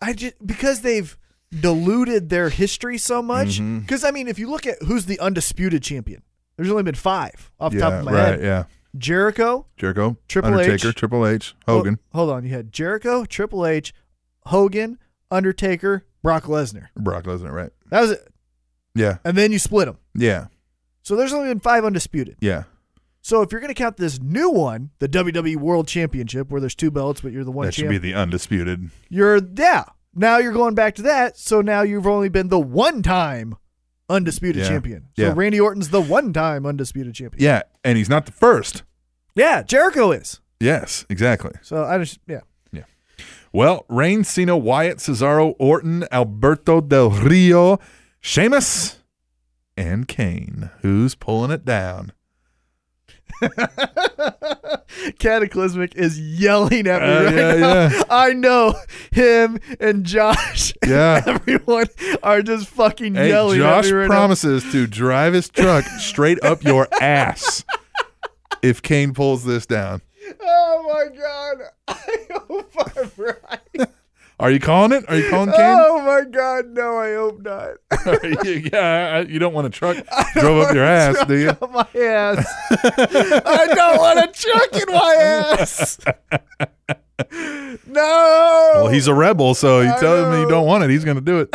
[SPEAKER 3] I just because they've diluted their history so much.
[SPEAKER 2] Mhm.
[SPEAKER 3] Because I mean, if you look at who's the undisputed champion, there's only been five off the
[SPEAKER 2] yeah.
[SPEAKER 3] top of my
[SPEAKER 2] right.
[SPEAKER 3] head:
[SPEAKER 2] Yeah.
[SPEAKER 3] Jericho,
[SPEAKER 2] Jericho.
[SPEAKER 3] Triple H.
[SPEAKER 2] Undertaker. Triple H. Hogan.
[SPEAKER 3] Ho- hold on, you had Jericho, Triple H, Hogan, Undertaker, Brock Lesnar.
[SPEAKER 2] Brock Lesnar. Right.
[SPEAKER 3] That was it,
[SPEAKER 2] Yeah.
[SPEAKER 3] and then you split them.
[SPEAKER 2] Yeah.
[SPEAKER 3] So there's only been five undisputed.
[SPEAKER 2] Yeah.
[SPEAKER 3] So if you're going to count this new one, the WWE World Championship, where there's two belts, but you're the one
[SPEAKER 2] that should
[SPEAKER 3] champ,
[SPEAKER 2] be the undisputed.
[SPEAKER 3] you're yeah. Now you're going back to that. So now you've only been the one time undisputed
[SPEAKER 2] Yeah.
[SPEAKER 3] champion. So
[SPEAKER 2] Yeah.
[SPEAKER 3] Randy Orton's the one time undisputed champion.
[SPEAKER 2] Yeah. And he's not the first.
[SPEAKER 3] Yeah, Jericho is.
[SPEAKER 2] Yes. Exactly.
[SPEAKER 3] So I just yeah.
[SPEAKER 2] Well, Reigns, Cena, Wyatt, Cesaro, Orton, Alberto Del Rio, Sheamus, and Kane. Who's pulling it down?
[SPEAKER 3] Cataclysmic is yelling at me
[SPEAKER 2] Uh,
[SPEAKER 3] right
[SPEAKER 2] yeah,
[SPEAKER 3] now.
[SPEAKER 2] yeah.
[SPEAKER 3] I know him and Josh. and
[SPEAKER 2] Yeah.
[SPEAKER 3] everyone are just fucking
[SPEAKER 2] Hey,
[SPEAKER 3] yelling
[SPEAKER 2] Josh
[SPEAKER 3] at me right
[SPEAKER 2] promises to drive his truck straight up your ass if Kane pulls this down.
[SPEAKER 3] now. Oh my god! I hope I'm right.
[SPEAKER 2] Are you calling it? Are you calling Kane?
[SPEAKER 3] Oh my god! No, I hope not.
[SPEAKER 2] Are you- yeah, I- you don't want a truck drove up your ass, do you?
[SPEAKER 3] Up my ass. I don't want to chuck in my ass. No.
[SPEAKER 2] Well, he's a rebel, so you
[SPEAKER 3] I
[SPEAKER 2] tell him you
[SPEAKER 3] know.
[SPEAKER 2] don't want it. He's going to do it.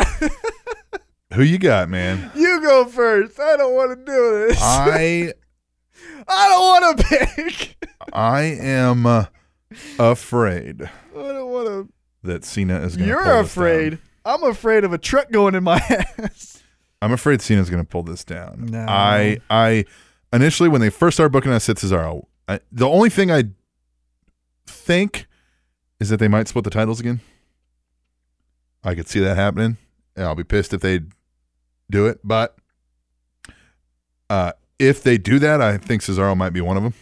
[SPEAKER 2] Who you got, man?
[SPEAKER 3] you go first. I don't want to do this.
[SPEAKER 2] I
[SPEAKER 3] I don't want to pick.
[SPEAKER 2] I am uh, afraid
[SPEAKER 3] I don't want to.
[SPEAKER 2] that Cena is going to.
[SPEAKER 3] You're afraid. I'm afraid of a truck going in my ass.
[SPEAKER 2] I'm afraid Cena's going to pull this down.
[SPEAKER 3] No.
[SPEAKER 2] I I initially when they first started booking us at Cesaro, I, the only thing I think is that they might split the titles again. I could see that happening. And I'll be pissed if they do it, but uh, if they do that, I think Cesaro might be one of them.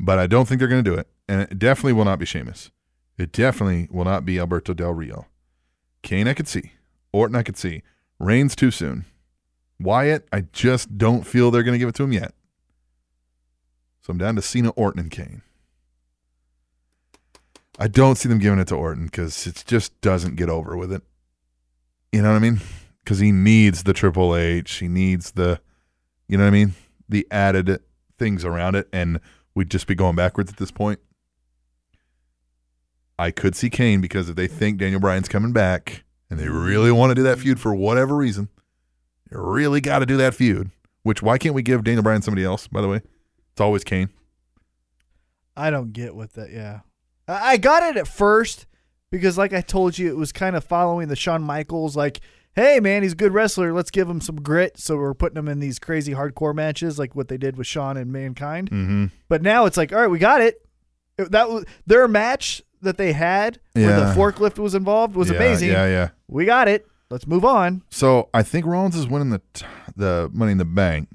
[SPEAKER 2] But I don't think they're going to do it, and it definitely will not be Sheamus. It definitely will not be Alberto Del Rio. Kane, I could see. Orton, I could see. Reigns too soon. Wyatt, I just don't feel they're going to give it to him yet. So I'm down to Cena, Orton, and Kane. I don't see them giving it to Orton because it just doesn't get over with it. You know what I mean? Because he needs the Triple H. He needs the, you know what I mean? The added things around it. And we'd just be going backwards at this point. I could see Kane because if they think Daniel Bryan's coming back and they really want to do that feud for whatever reason, you really got to do that feud. Which why can't we give Daniel Bryan somebody else? By the way, it's always Kane.
[SPEAKER 3] I don't get what that. Yeah, I I got it at first because, like I told you, it was kind of following the Shawn Michaels. Like, hey man, he's a good wrestler. Let's give him some grit. So we're putting him in these crazy hardcore matches, like what they did with Shawn and Mankind.
[SPEAKER 2] Mm-hmm.
[SPEAKER 3] But now it's like, all right, we got it. It- That was their match that they had where the
[SPEAKER 2] Yeah.
[SPEAKER 3] forklift was involved was amazing.
[SPEAKER 2] Yeah, yeah.
[SPEAKER 3] We got it. Let's move on.
[SPEAKER 2] So I think Rollins is winning the t- the Money in the Bank.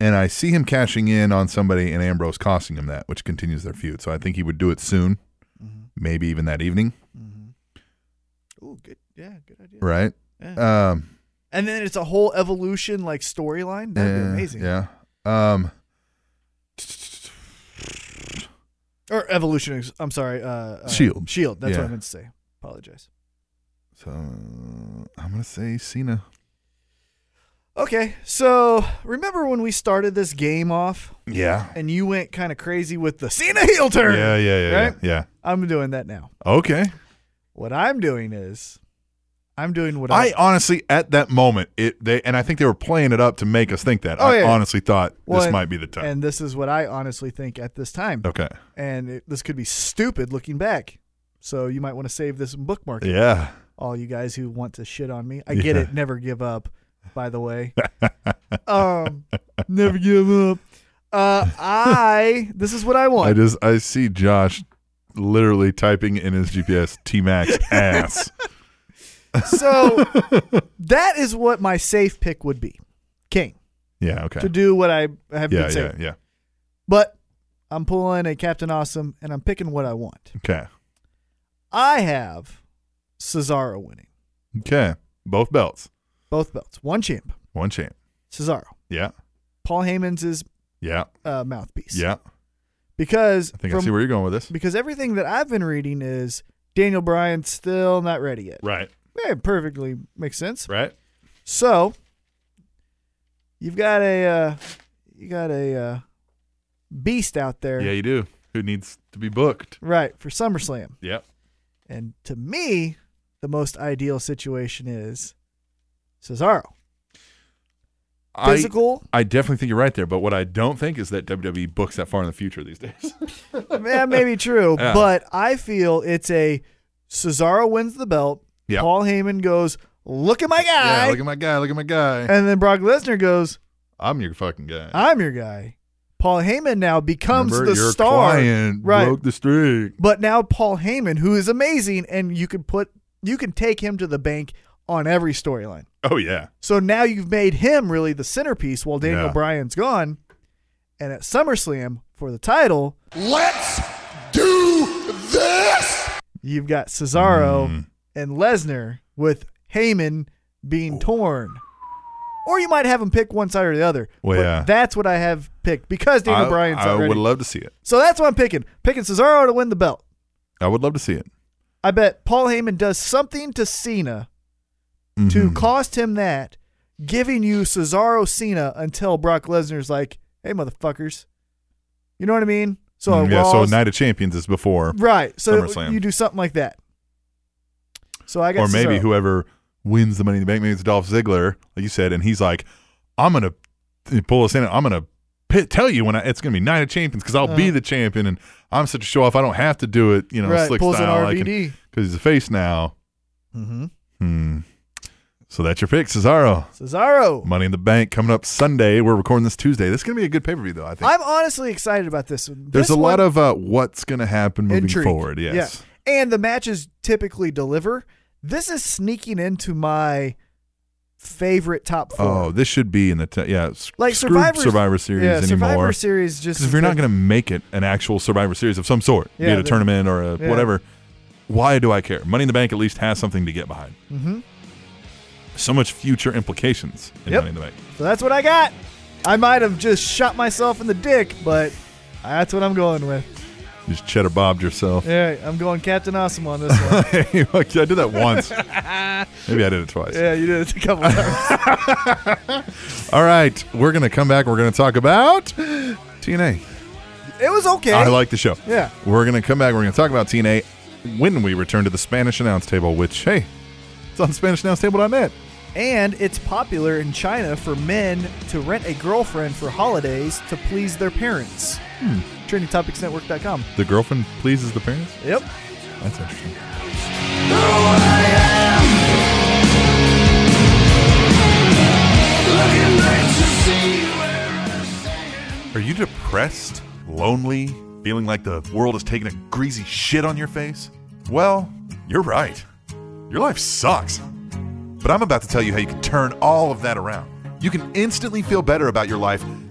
[SPEAKER 2] and I see him cashing in on somebody, and Ambrose costing him that, which continues their feud. So I think he would do it soon,
[SPEAKER 3] Mm-hmm.
[SPEAKER 2] maybe even that evening,
[SPEAKER 3] Ooh, good. Yeah, good idea.
[SPEAKER 2] right? Um,
[SPEAKER 3] And then it's a whole evolution like storyline. That'd be
[SPEAKER 2] eh,
[SPEAKER 3] amazing.
[SPEAKER 2] Yeah. Um,
[SPEAKER 3] Or evolution. ex- I'm sorry. Uh, uh,
[SPEAKER 2] Shield.
[SPEAKER 3] Shield. That's what
[SPEAKER 2] E Yeah.
[SPEAKER 3] I meant to say. Apologize.
[SPEAKER 2] so I'm gonna say Cena.
[SPEAKER 3] Okay, so remember when we started this game off
[SPEAKER 2] Yeah.
[SPEAKER 3] and you went kind of crazy with the Cena heel turn?
[SPEAKER 2] Yeah, yeah, yeah,
[SPEAKER 3] Right?
[SPEAKER 2] yeah.
[SPEAKER 3] I'm doing that now.
[SPEAKER 2] yeah. Okay.
[SPEAKER 3] What I'm doing is, I'm doing what I,
[SPEAKER 2] I honestly, at that moment, it they and I think they were playing it up to make us think that.
[SPEAKER 3] Oh,
[SPEAKER 2] I
[SPEAKER 3] yeah.
[SPEAKER 2] honestly thought
[SPEAKER 3] Well,
[SPEAKER 2] this
[SPEAKER 3] and-
[SPEAKER 2] might be the time.
[SPEAKER 3] and this is what I honestly think at this time.
[SPEAKER 2] okay.
[SPEAKER 3] And it, this could be stupid looking back, so you might want to save this and bookmark it.
[SPEAKER 2] Yeah.
[SPEAKER 3] All you guys who want to shit on me, I get
[SPEAKER 2] Yeah.
[SPEAKER 3] it. Never give up. By the way, um, never give up. Uh, I this is what I want.
[SPEAKER 2] I just I see Josh literally typing in his GPS T Max ass.
[SPEAKER 3] So that is what my safe pick would be, King,
[SPEAKER 2] Yeah. Okay.
[SPEAKER 3] to do what I have
[SPEAKER 2] Yeah.
[SPEAKER 3] been saying.
[SPEAKER 2] Yeah. Yeah.
[SPEAKER 3] But I'm pulling a Captain Awesome, and I'm picking what I want.
[SPEAKER 2] Okay.
[SPEAKER 3] I have Cesaro winning
[SPEAKER 2] Okay. Both belts.
[SPEAKER 3] both belts, one champ,
[SPEAKER 2] One champ.
[SPEAKER 3] Cesaro.
[SPEAKER 2] Yeah.
[SPEAKER 3] Paul Heyman's his
[SPEAKER 2] Yeah.
[SPEAKER 3] uh, mouthpiece.
[SPEAKER 2] Yeah.
[SPEAKER 3] because
[SPEAKER 2] I think I
[SPEAKER 3] from-
[SPEAKER 2] see where you're going with this.
[SPEAKER 3] because everything that I've been reading is Daniel Bryan's still not ready yet.
[SPEAKER 2] Right.
[SPEAKER 3] Yeah, perfectly makes sense.
[SPEAKER 2] Right.
[SPEAKER 3] So you've got a uh, you got a uh, beast out there,
[SPEAKER 2] Yeah. You do. Who needs to be booked?
[SPEAKER 3] right? For SummerSlam,
[SPEAKER 2] Yep.
[SPEAKER 3] and to me, the most ideal situation is Cesaro,
[SPEAKER 2] I,
[SPEAKER 3] physical.
[SPEAKER 2] I definitely think you're right there, but what I don't think is that WWE books that far in the future these days.
[SPEAKER 3] that may be true,
[SPEAKER 2] Yeah.
[SPEAKER 3] but I feel it's a Cesaro wins the belt.
[SPEAKER 2] Yeah.
[SPEAKER 3] Paul Heyman goes, "Look at my guy,"
[SPEAKER 2] yeah, look at my guy, look at my guy.
[SPEAKER 3] and then Brock Lesnar goes,
[SPEAKER 2] I'm your fucking guy.
[SPEAKER 3] "I'm your guy." Paul Heyman now becomes
[SPEAKER 2] Remember,
[SPEAKER 3] the
[SPEAKER 2] your
[SPEAKER 3] star,
[SPEAKER 2] client
[SPEAKER 3] right?
[SPEAKER 2] broke the streak.
[SPEAKER 3] But now Paul Heyman, who is amazing, and you can put you can take him to the bank on every storyline.
[SPEAKER 2] Oh yeah,
[SPEAKER 3] So now you've made him really the centerpiece while Daniel
[SPEAKER 2] Yeah.
[SPEAKER 3] Bryan's gone. And at SummerSlam for the title,
[SPEAKER 1] Let's do this!
[SPEAKER 3] you've got Cesaro
[SPEAKER 2] Mm.
[SPEAKER 3] and Lesnar with Heyman being torn. Or you might have him pick one side or the other.
[SPEAKER 2] Well,
[SPEAKER 3] But
[SPEAKER 2] yeah.
[SPEAKER 3] That's what I have picked because Daniel
[SPEAKER 2] I,
[SPEAKER 3] Bryan's
[SPEAKER 2] I
[SPEAKER 3] not ready.
[SPEAKER 2] would love to see it.
[SPEAKER 3] so that's what I'm picking. Picking Cesaro to win the belt.
[SPEAKER 2] I would love to see it.
[SPEAKER 3] I bet Paul Heyman does something to Cena to
[SPEAKER 2] Mhm.
[SPEAKER 3] cost him that, giving you Cesaro Cena until Brock Lesnar's like, "Hey, motherfuckers," you know what I mean? So
[SPEAKER 2] Mm, yeah, so
[SPEAKER 3] Raw's-
[SPEAKER 2] Night of Champions is before,
[SPEAKER 3] right? So
[SPEAKER 2] SummerSlam.
[SPEAKER 3] you do something like that. So I got
[SPEAKER 2] or maybe
[SPEAKER 3] Cesaro.
[SPEAKER 2] whoever wins the Money in the Bank, maybe it's Dolph Ziggler, like you said, and he's like, I'm gonna pull us in. I'm gonna pit, tell you when I, it's gonna be Night of Champions because I'll be the champion, and I'm such a show off. I don't have to do it, you know,
[SPEAKER 3] Uh-huh. right
[SPEAKER 2] slick
[SPEAKER 3] pulls
[SPEAKER 2] style,
[SPEAKER 3] an RVD.
[SPEAKER 2] because he's a face now.
[SPEAKER 3] hmm
[SPEAKER 2] Hmm. So that's your pick, Cesaro.
[SPEAKER 3] Cesaro.
[SPEAKER 2] Money in the Bank coming up Sunday. We're recording this Tuesday. This is going to be a good pay per view, though. I think
[SPEAKER 3] I'm honestly excited about this. one.
[SPEAKER 2] there's
[SPEAKER 3] This
[SPEAKER 2] a lot
[SPEAKER 3] one-
[SPEAKER 2] of uh, what's going to happen moving
[SPEAKER 3] intrigue.
[SPEAKER 2] forward. Yes,
[SPEAKER 3] Yeah. And the matches typically deliver. This is sneaking into my favorite top four.
[SPEAKER 2] Oh, this should be in the te- yeah. s-
[SPEAKER 3] like
[SPEAKER 2] screw
[SPEAKER 3] Survivor
[SPEAKER 2] Survivor Series
[SPEAKER 3] yeah,
[SPEAKER 2] anymore.
[SPEAKER 3] Survivor Series just
[SPEAKER 2] 'Cause if you're not going to make it an actual Survivor Series of some sort, be
[SPEAKER 3] Yeah,
[SPEAKER 2] it a
[SPEAKER 3] the-
[SPEAKER 2] tournament or a
[SPEAKER 3] yeah.
[SPEAKER 2] whatever, why do I care? Money in the Bank at least has something to get behind.
[SPEAKER 3] Mhm.
[SPEAKER 2] So much future implications in
[SPEAKER 3] Yep.
[SPEAKER 2] Money in the Bank.
[SPEAKER 3] So that's what I got. I might have just shot myself in the dick, but that's what I'm going with.
[SPEAKER 2] You just cheddar bobbed yourself.
[SPEAKER 3] All right, I'm going Captain Awesome on this
[SPEAKER 2] I
[SPEAKER 3] one.
[SPEAKER 2] did that once. Maybe I did it twice.
[SPEAKER 3] yeah, you did it a couple times.
[SPEAKER 2] All right, we're going to come back. We're going to talk about TNA.
[SPEAKER 3] It was okay.
[SPEAKER 2] I like the show.
[SPEAKER 3] Yeah.
[SPEAKER 2] We're going to come back. We're going to talk about TNA when we return to the Spanish announce table, which, hey, it's on SpanishAnnounceTable.net.
[SPEAKER 3] and it's popular in China for men to rent a girlfriend for holidays to please their parents. Hmm. TrainingTopicsNetwork.com.
[SPEAKER 2] The girlfriend pleases the parents?
[SPEAKER 3] Yep.
[SPEAKER 2] That's interesting. Are you depressed, lonely, feeling like the world is taking a greasy shit on your face? Well, you're right. Your life sucks. But I'm about to tell you how you can turn all of that around. You can instantly feel better about your life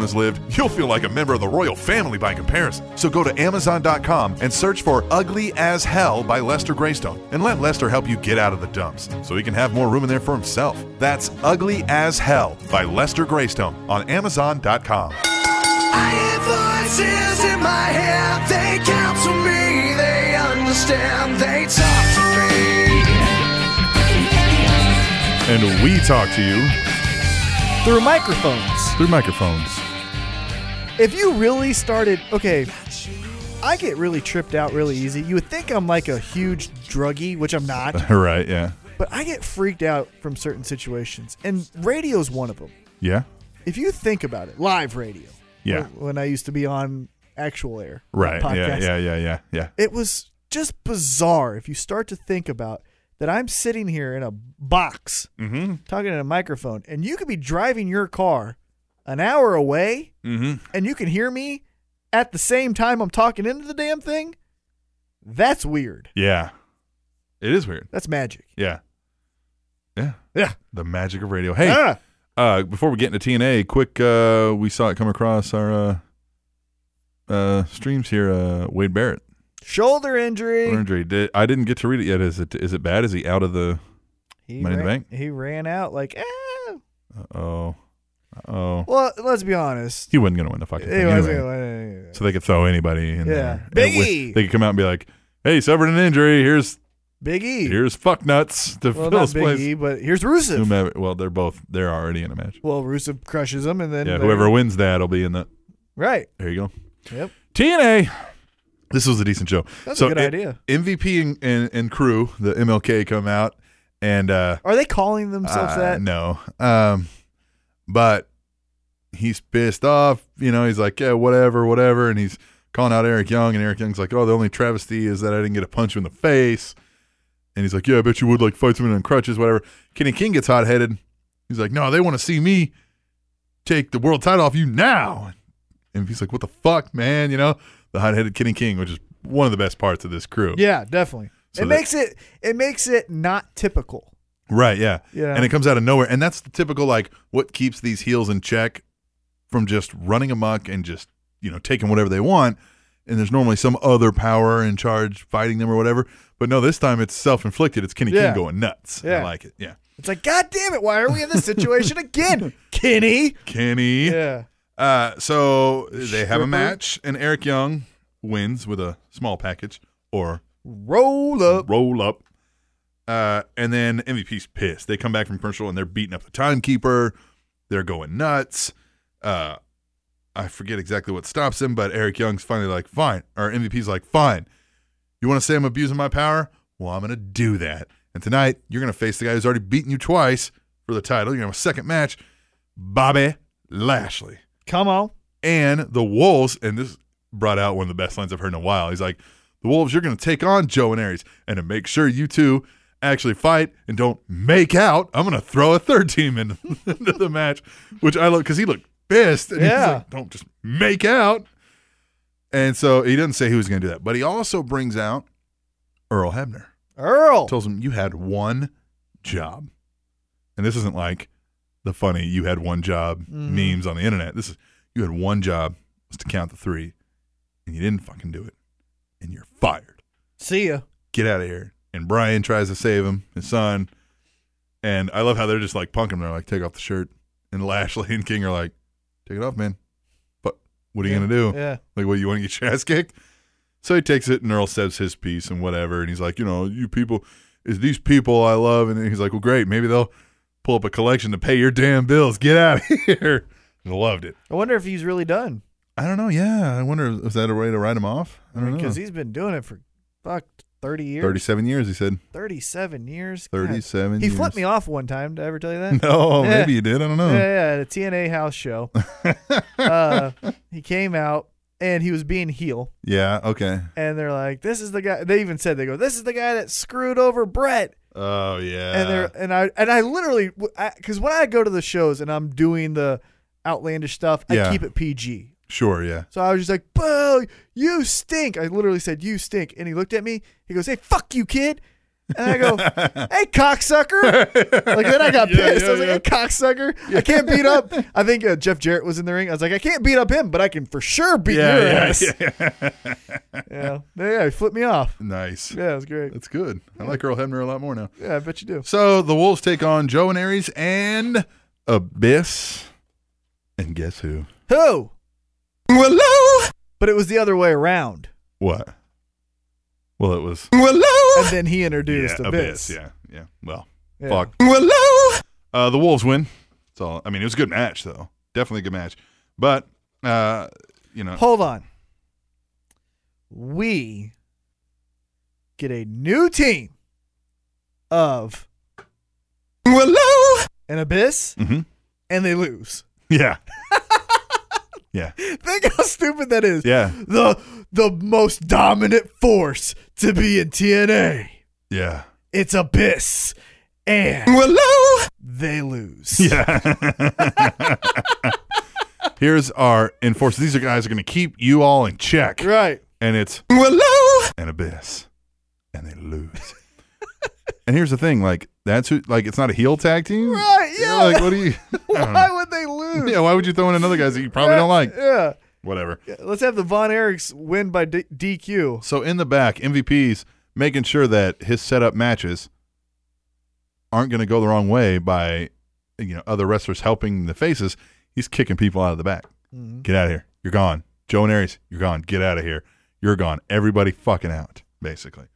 [SPEAKER 2] has lived, you'll feel like a member of the royal family by comparison. So go to Amazon.com and search for Ugly as Hell by Lester Greystone and let Lester help you get out of the dumps so he can have more room in there for himself. That's Ugly as Hell by Lester Greystone on Amazon.com.
[SPEAKER 4] I hear voices in my head. They counsel me. They understand. They talk to me.
[SPEAKER 2] And we talk to you
[SPEAKER 3] through microphones.
[SPEAKER 2] through microphones.
[SPEAKER 3] If you really started, okay, I get really tripped out really easy. You would think I'm like a huge druggie, which I'm not.
[SPEAKER 2] right, yeah.
[SPEAKER 3] But I get freaked out from certain situations, and radio's one of them.
[SPEAKER 2] Yeah.
[SPEAKER 3] If you think about it, live radio.
[SPEAKER 2] Yeah.
[SPEAKER 3] When- When I used to be on actual air,
[SPEAKER 2] Right. Yeah,
[SPEAKER 3] podcast,
[SPEAKER 2] yeah, yeah, yeah, yeah.
[SPEAKER 3] It was just bizarre if you start to think about that. I'm sitting here in a box
[SPEAKER 2] Mm-hmm.
[SPEAKER 3] talking in a microphone, and you could be driving your car an hour away,
[SPEAKER 2] Mm-hmm.
[SPEAKER 3] and you can hear me at the same time I'm talking into the damn thing. That's weird.
[SPEAKER 2] Yeah. It is weird.
[SPEAKER 3] That's magic.
[SPEAKER 2] Yeah. Yeah.
[SPEAKER 3] Yeah.
[SPEAKER 2] The magic of radio. Hey,
[SPEAKER 3] Ah.
[SPEAKER 2] uh, before we get into TNA, quick, uh, we saw it come across our uh, uh, streams here. Uh, Wade Barrett
[SPEAKER 3] Shoulder injury.
[SPEAKER 2] for injury. Did, I didn't get to read it yet. Is it is it bad? Is he out of the?
[SPEAKER 3] He
[SPEAKER 2] Money in
[SPEAKER 3] ran,
[SPEAKER 2] the
[SPEAKER 3] He ran out like, ah.
[SPEAKER 2] Oh, oh,
[SPEAKER 3] Well, let's be honest.
[SPEAKER 2] he wasn't gonna win the fucking thing
[SPEAKER 3] It was- uh,
[SPEAKER 2] anyway. So they could throw anybody in
[SPEAKER 3] Yeah.
[SPEAKER 2] there.
[SPEAKER 3] Big
[SPEAKER 2] And with-
[SPEAKER 3] E.
[SPEAKER 2] They could come out and be like, "Hey, suffered an injury. Here's
[SPEAKER 3] Big E.
[SPEAKER 2] here's fuck nuts to
[SPEAKER 3] well,
[SPEAKER 2] fill
[SPEAKER 3] not
[SPEAKER 2] his
[SPEAKER 3] Big
[SPEAKER 2] place."
[SPEAKER 3] E, but here's Rusev.
[SPEAKER 2] Whomever- well, they're both they're already in a match.
[SPEAKER 3] Well, Rusev crushes him, and then
[SPEAKER 2] Yeah,
[SPEAKER 3] they're-
[SPEAKER 2] whoever wins that'll be in the.
[SPEAKER 3] Right.
[SPEAKER 2] There you go.
[SPEAKER 3] Yep.
[SPEAKER 2] TNA. This was a decent show.
[SPEAKER 3] That's
[SPEAKER 2] so
[SPEAKER 3] a good
[SPEAKER 2] it-
[SPEAKER 3] idea.
[SPEAKER 2] MVP and, and, and crew, the MLK come out and uh,
[SPEAKER 3] Are they calling themselves
[SPEAKER 2] uh,
[SPEAKER 3] that?
[SPEAKER 2] no, um, but he's pissed off. You know, he's like, yeah, whatever, whatever, and he's calling out Eric Young, and Eric Young's like, oh, the only travesty is that I didn't get a punch in the face, and he's like, yeah, I bet you would like fight someone on crutches, whatever. Kenny King gets hot headed. He's like, no, they want to see me take the world title off you now. And he's like, what the fuck, man? You know, the hot headed Kenny King, which is one of the best parts of this crew.
[SPEAKER 3] Yeah, definitely.
[SPEAKER 2] So
[SPEAKER 3] it
[SPEAKER 2] that-
[SPEAKER 3] makes it it makes it not typical.
[SPEAKER 2] Right, yeah.
[SPEAKER 3] Yeah.
[SPEAKER 2] And it comes out of nowhere. And that's the typical like what keeps these heels in check from just running amok and just, you know, taking whatever they want. And there's normally some other power in charge fighting them or whatever. But no, this time it's self inflicted. It's Kenny
[SPEAKER 3] Yeah.
[SPEAKER 2] King going nuts. I
[SPEAKER 3] Yeah.
[SPEAKER 2] like it. Yeah.
[SPEAKER 3] It's like, God damn it! Why are we in this situation again, Kenny?
[SPEAKER 2] Kenny.
[SPEAKER 3] Yeah.
[SPEAKER 2] Uh so they have
[SPEAKER 3] Stripper.
[SPEAKER 2] a match and Eric Young wins with a small package or
[SPEAKER 3] Roll up.
[SPEAKER 2] roll up. Uh, and then MVP's pissed. They come back from commercial and they're beating up the timekeeper. They're going nuts. Uh, I forget exactly what stops him, but Eric Young's finally like, fine. Or MVP's like, fine. You want to say I'm abusing my power? Well, I'm going to do that. And tonight, you're going to face the guy who's already beaten you twice for the title. You're going to have a second match, Bobby Lashley
[SPEAKER 3] Come on.
[SPEAKER 2] and the Wolves, and this brought out one of the best lines I've heard in a while. He's like, "The Wolves, you're going to take on Joe and Aries, and to make sure you two actually fight and don't make out, I'm going to throw a third team in- into the match." Which I love because he looked pissed. And he's
[SPEAKER 3] Yeah.
[SPEAKER 2] like, don't just make out. And so he doesn't say he was going to do that, but he also brings out Earl Hebner.
[SPEAKER 3] Earl.
[SPEAKER 2] Tells him you had one job, and this isn't like the funny "you had one job" memes on the internet. This is you had one job was to count the three, and you didn't fucking do it, and you're fired.
[SPEAKER 3] See ya.
[SPEAKER 2] Get out of here. And Brian tries to save him, his son, and I love how they're just like punking him. They're like, "Take off the shirt," and Lashley and King are like, "Take it off, man." But what are you gonna do?
[SPEAKER 3] Yeah.
[SPEAKER 2] Like, what, you want to get your ass kicked? So he takes it, and Earl says his piece and whatever. And he's like, you know, you people, is these people I love. And he's like, well, great. Maybe they'll pull up a collection to pay your damn bills. Get out of here. And loved it.
[SPEAKER 3] I wonder if he's really done
[SPEAKER 2] I don't know. Yeah. I wonder, is that a way to write him off? I don't know.
[SPEAKER 3] because he's been doing it for fuck 30 years?
[SPEAKER 2] 37 years, he said.
[SPEAKER 3] 37 years? God.
[SPEAKER 2] 37
[SPEAKER 3] He
[SPEAKER 2] years.
[SPEAKER 3] flipped me off one time. Did I ever tell you that?
[SPEAKER 2] No,
[SPEAKER 3] Yeah.
[SPEAKER 2] maybe you did. I don't know.
[SPEAKER 3] Yeah, yeah, at a TNA house show. uh, he came out and he was being heel.
[SPEAKER 2] Yeah, okay.
[SPEAKER 3] And they're like, this is the guy. They even said, they go, this is the guy that screwed over Brett.
[SPEAKER 2] Oh, yeah.
[SPEAKER 3] and they're and I and I literally because when I go to the shows and I'm doing the outlandish stuff,
[SPEAKER 2] Yeah.
[SPEAKER 3] I keep it PG.
[SPEAKER 2] Sure, yeah.
[SPEAKER 3] So I was just like, "Boo, you stink!" I literally said, "You stink," and he looked at me. He goes, "Hey, fuck you, kid," and I go, "Hey, cocksucker!" like then I got
[SPEAKER 2] Yeah,
[SPEAKER 3] pissed.
[SPEAKER 2] yeah,
[SPEAKER 3] I was like,
[SPEAKER 2] yeah.
[SPEAKER 3] "Hey, cocksucker! I can't beat up." I think uh, Jeff Jarrett was in the ring. I was like, "I can't beat up him, but I can for sure beat your
[SPEAKER 2] Yeah,
[SPEAKER 3] ass."
[SPEAKER 2] yeah,
[SPEAKER 3] Yeah,
[SPEAKER 2] yeah.
[SPEAKER 3] yeah, he flipped me off.
[SPEAKER 2] Nice.
[SPEAKER 3] Yeah, it was great.
[SPEAKER 2] That's good. I like Earl Hebner a lot more now.
[SPEAKER 3] Yeah, I bet you do.
[SPEAKER 2] So the Wolves take on Joe and Aries and Abyss. And guess who?
[SPEAKER 3] Who?
[SPEAKER 1] Willow,
[SPEAKER 3] But it was the other way around.
[SPEAKER 2] What? Well, it was
[SPEAKER 1] Willow,
[SPEAKER 3] and then he introduced
[SPEAKER 2] yeah,
[SPEAKER 3] Abyss.
[SPEAKER 2] Yeah, yeah. Well,
[SPEAKER 3] Yeah.
[SPEAKER 2] fuck.
[SPEAKER 1] Willow,
[SPEAKER 2] Uh, the Wolves win. That's all. I mean, it was a good match, though. Definitely a good match. But, uh, you know,
[SPEAKER 3] Hold on. We get a new team of
[SPEAKER 1] Willow,
[SPEAKER 3] an Abyss,
[SPEAKER 2] Mhm.
[SPEAKER 3] and they lose.
[SPEAKER 2] yeah. yeah.
[SPEAKER 3] Think how stupid that is.
[SPEAKER 2] Yeah.
[SPEAKER 3] The the most dominant force to be in TNA.
[SPEAKER 2] Yeah.
[SPEAKER 3] It's Abyss. And
[SPEAKER 1] Willow,
[SPEAKER 3] they lose.
[SPEAKER 2] Yeah. Here's our enforcers. These are guys are going to keep you all in check.
[SPEAKER 3] Right.
[SPEAKER 2] And it's
[SPEAKER 1] Willow,
[SPEAKER 2] an abyss. And they lose. and here's the thing like, that's who, like, it's not a heel tag team.
[SPEAKER 3] Right,
[SPEAKER 2] You're
[SPEAKER 3] yeah.
[SPEAKER 2] Like, what do you, I don't
[SPEAKER 3] Why would they
[SPEAKER 2] know.
[SPEAKER 3] lose?
[SPEAKER 2] yeah, why would you throw in another guy that you probably don't like?
[SPEAKER 3] Yeah.
[SPEAKER 2] Whatever.
[SPEAKER 3] Yeah, Let's have the Von Erichs win by D- DQ.
[SPEAKER 2] So in the back, MVP's making sure that his setup matches aren't going to go the wrong way by you know other wrestlers helping the faces. He's kicking people out of the back. Get out of here. You're gone. Joe and Aries, you're gone. Get out of here. You're gone. Everybody fucking out, basically.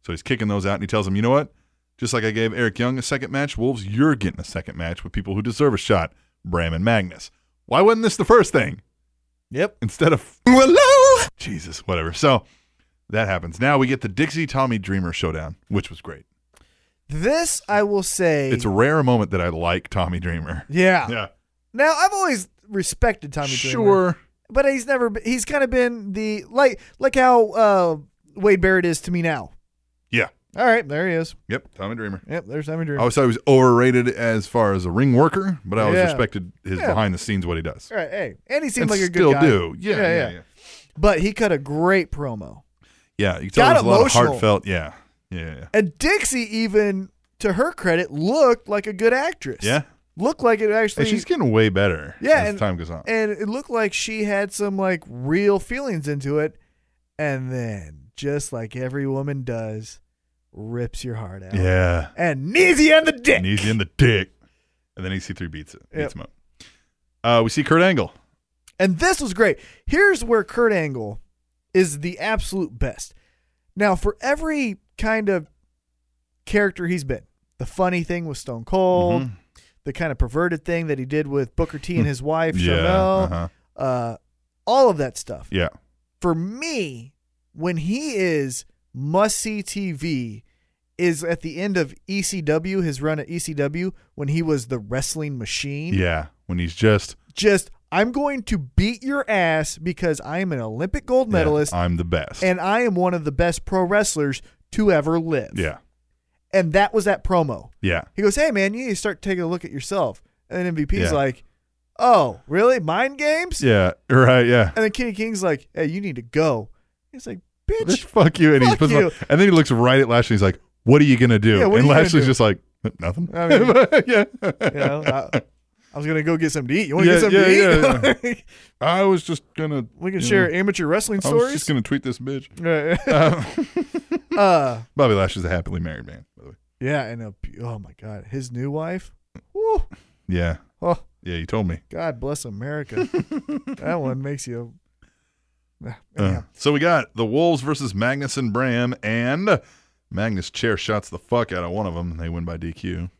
[SPEAKER 2] So he's kicking those out and he tells them, you know what? Just like I gave Eric Young a second match, Wolves, you're getting a second match with people who deserve a shot, Bram and Magnus. Why wasn't this the first thing?
[SPEAKER 3] Yep.
[SPEAKER 2] Instead of
[SPEAKER 1] Willow,
[SPEAKER 2] Jesus, whatever. So that happens. Now we get the Dixie Tommy Dreamer showdown, which was great.
[SPEAKER 3] This I will say.
[SPEAKER 2] It's a rare moment that I like Tommy Dreamer.
[SPEAKER 3] yeah.
[SPEAKER 2] Yeah,
[SPEAKER 3] Now I've always respected Ah, Tommy Dreamer,
[SPEAKER 2] sure.
[SPEAKER 3] but he's never been, he's kind of been the like like how uh, Wade Barrett is to me now.
[SPEAKER 2] Yeah.
[SPEAKER 3] All right, there he is.
[SPEAKER 2] Yep, Tommy Dreamer.
[SPEAKER 3] Yep, there's Tommy
[SPEAKER 2] I
[SPEAKER 3] Dreamer.
[SPEAKER 2] always thought he was overrated as far as a ring worker, but I always
[SPEAKER 3] Yeah.
[SPEAKER 2] respected his
[SPEAKER 3] Yeah.
[SPEAKER 2] behind the scenes what he does.
[SPEAKER 3] All right, hey, and he seemed
[SPEAKER 2] and
[SPEAKER 3] like a good
[SPEAKER 2] still
[SPEAKER 3] guy.
[SPEAKER 2] do. Yeah, yeah, yeah. yeah.
[SPEAKER 3] But he cut a great promo,
[SPEAKER 2] Yeah, you can tell
[SPEAKER 3] Got
[SPEAKER 2] there's a lot of
[SPEAKER 3] emotional.
[SPEAKER 2] heartfelt. Yeah, yeah, yeah.
[SPEAKER 3] and Dixie even to her credit looked like a good actress.
[SPEAKER 2] Yeah.
[SPEAKER 3] looked like it actually.
[SPEAKER 2] And she's getting way better
[SPEAKER 3] Yeah,
[SPEAKER 2] as
[SPEAKER 3] and-
[SPEAKER 2] time goes on.
[SPEAKER 3] and it looked like she had some like real feelings into it and then just like every woman does rips your heart out
[SPEAKER 2] yeah.
[SPEAKER 3] and knees you in the dick
[SPEAKER 2] And he's in the dick. And then EC3 beats it. Beats
[SPEAKER 3] Yep.
[SPEAKER 2] him up. Uh, we see Kurt Angle.
[SPEAKER 3] and this was great here's where kurt angle is the absolute best now for every kind of character he's been the funny thing with stone cold
[SPEAKER 2] Mhm.
[SPEAKER 3] the kind of perverted thing that he did with booker t and his wife
[SPEAKER 2] Yeah.
[SPEAKER 3] Chanel,
[SPEAKER 2] uh-huh.
[SPEAKER 3] uh, all of that stuff
[SPEAKER 2] Yeah.
[SPEAKER 3] for me, when he is must see TV, is at the end of ECW, his run at ECW, when he was the wrestling machine.
[SPEAKER 2] Yeah, when he's just
[SPEAKER 3] Just, I'm going to beat your ass because I am an Olympic gold
[SPEAKER 2] yeah, Uh-huh.
[SPEAKER 3] medalist
[SPEAKER 2] I'm the best.
[SPEAKER 3] and I am one of the best pro wrestlers to ever live.
[SPEAKER 2] yeah,
[SPEAKER 3] And that was that promo.
[SPEAKER 2] yeah,
[SPEAKER 3] He goes, Hey, man, you need to start taking a look at yourself. And MVP's
[SPEAKER 2] Yeah.
[SPEAKER 3] like, Oh, really? Mind games?
[SPEAKER 2] yeah. Right. Yeah.
[SPEAKER 3] And then Kenny King's like, Hey, you need to go. He's like, Bitch,
[SPEAKER 2] Just fuck you, and he
[SPEAKER 3] Fuck
[SPEAKER 2] puts him
[SPEAKER 3] you.
[SPEAKER 2] up- and then he looks right at Lashley. He's like, "What are you gonna do?"
[SPEAKER 3] Yeah, what are
[SPEAKER 2] and
[SPEAKER 3] you gonna
[SPEAKER 2] Lashley's
[SPEAKER 3] do?
[SPEAKER 2] just like, "Nothing."
[SPEAKER 3] I mean-
[SPEAKER 2] yeah.
[SPEAKER 3] You know, I, I was gonna go get something to eat. You want to
[SPEAKER 2] Yeah,
[SPEAKER 3] get something
[SPEAKER 2] yeah,
[SPEAKER 3] to eat?
[SPEAKER 2] I was just gonna.
[SPEAKER 3] we
[SPEAKER 2] you
[SPEAKER 3] can share
[SPEAKER 2] know,
[SPEAKER 3] amateur wrestling
[SPEAKER 2] I was just
[SPEAKER 3] stories.
[SPEAKER 2] gonna tweet this bitch.
[SPEAKER 3] Uh,
[SPEAKER 2] Uh,
[SPEAKER 3] uh,
[SPEAKER 2] Bobby Lashley's a happily married man, by the way.
[SPEAKER 3] yeah, and a, bu- oh my god, his new wife. Woo.
[SPEAKER 2] Yeah,
[SPEAKER 3] Oh,
[SPEAKER 2] yeah. You told me.
[SPEAKER 3] God bless America. that one makes you. Ah,
[SPEAKER 2] Uh,
[SPEAKER 3] anyhow.
[SPEAKER 2] So we got the Wolves versus Magnus and Bram, and Magnus chair shots the fuck out of one of them, and they win by DQ.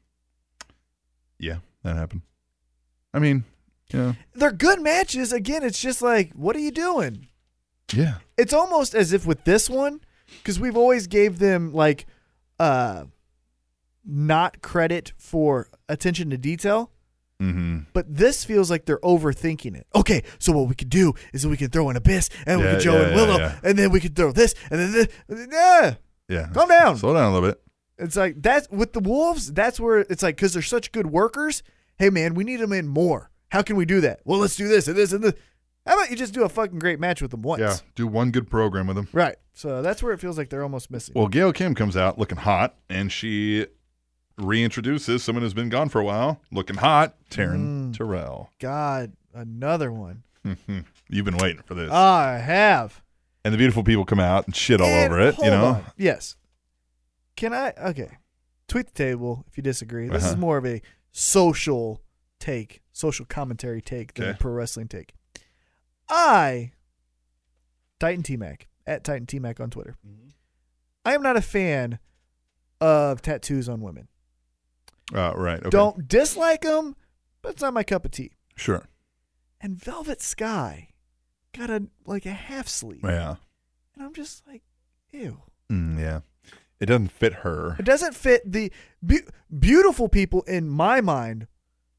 [SPEAKER 2] Yeah, that happened. I mean, yeah,
[SPEAKER 3] They're good matches. Again, it's just like, what are you doing?
[SPEAKER 2] yeah.
[SPEAKER 3] It's almost as if with this one, because we've always gave them like uh not credit for attention to detail
[SPEAKER 2] Mm-hmm.
[SPEAKER 3] but this feels like they're overthinking it okay so what we could do is we can throw in abyss and we
[SPEAKER 2] Yeah,
[SPEAKER 3] could joe
[SPEAKER 2] yeah,
[SPEAKER 3] and
[SPEAKER 2] yeah,
[SPEAKER 3] willow
[SPEAKER 2] yeah.
[SPEAKER 3] and then we could throw this and then this yeah
[SPEAKER 2] Yeah.
[SPEAKER 3] Calm down.
[SPEAKER 2] Slow down a little bit.
[SPEAKER 3] it's like that's with the wolves that's where it's like because they're such good workers hey man we need them in more how can we do that well let's do this and this and this how about you just do a fucking great match with them once
[SPEAKER 2] Yeah. Do one good program with them.
[SPEAKER 3] right so that's where it feels like they're almost missing
[SPEAKER 2] Well, Gail Kim comes out looking hot, and she reintroduces someone who's been gone for a while, looking hot, Taryn
[SPEAKER 3] Mm.
[SPEAKER 2] Terrell. Mm-hmm.
[SPEAKER 3] god another one Ah,
[SPEAKER 2] You've been waiting for this.
[SPEAKER 3] I have.
[SPEAKER 2] and the beautiful people come out and shit all
[SPEAKER 3] And
[SPEAKER 2] over it, you
[SPEAKER 3] hold
[SPEAKER 2] know?
[SPEAKER 3] on. Yes. Can I? Okay. Tweet the table if you disagree. This is
[SPEAKER 2] Uh-huh.
[SPEAKER 3] more of a social take, social commentary take than a
[SPEAKER 2] Okay.
[SPEAKER 3] pro wrestling take. I, Titan T Mac, at Titan T Mac on Twitter,
[SPEAKER 2] Mm-hmm.
[SPEAKER 3] I am not a fan of tattoos on women.
[SPEAKER 2] Uh, right. Okay.
[SPEAKER 3] Don't dislike them, but it's not my cup of tea.
[SPEAKER 2] Sure.
[SPEAKER 3] And Velvet Sky got a like a half sleeve.
[SPEAKER 2] Yeah.
[SPEAKER 3] And I'm just like, ew.
[SPEAKER 2] Mm, yeah. It doesn't fit her.
[SPEAKER 3] It doesn't fit the be- beautiful people in my mind.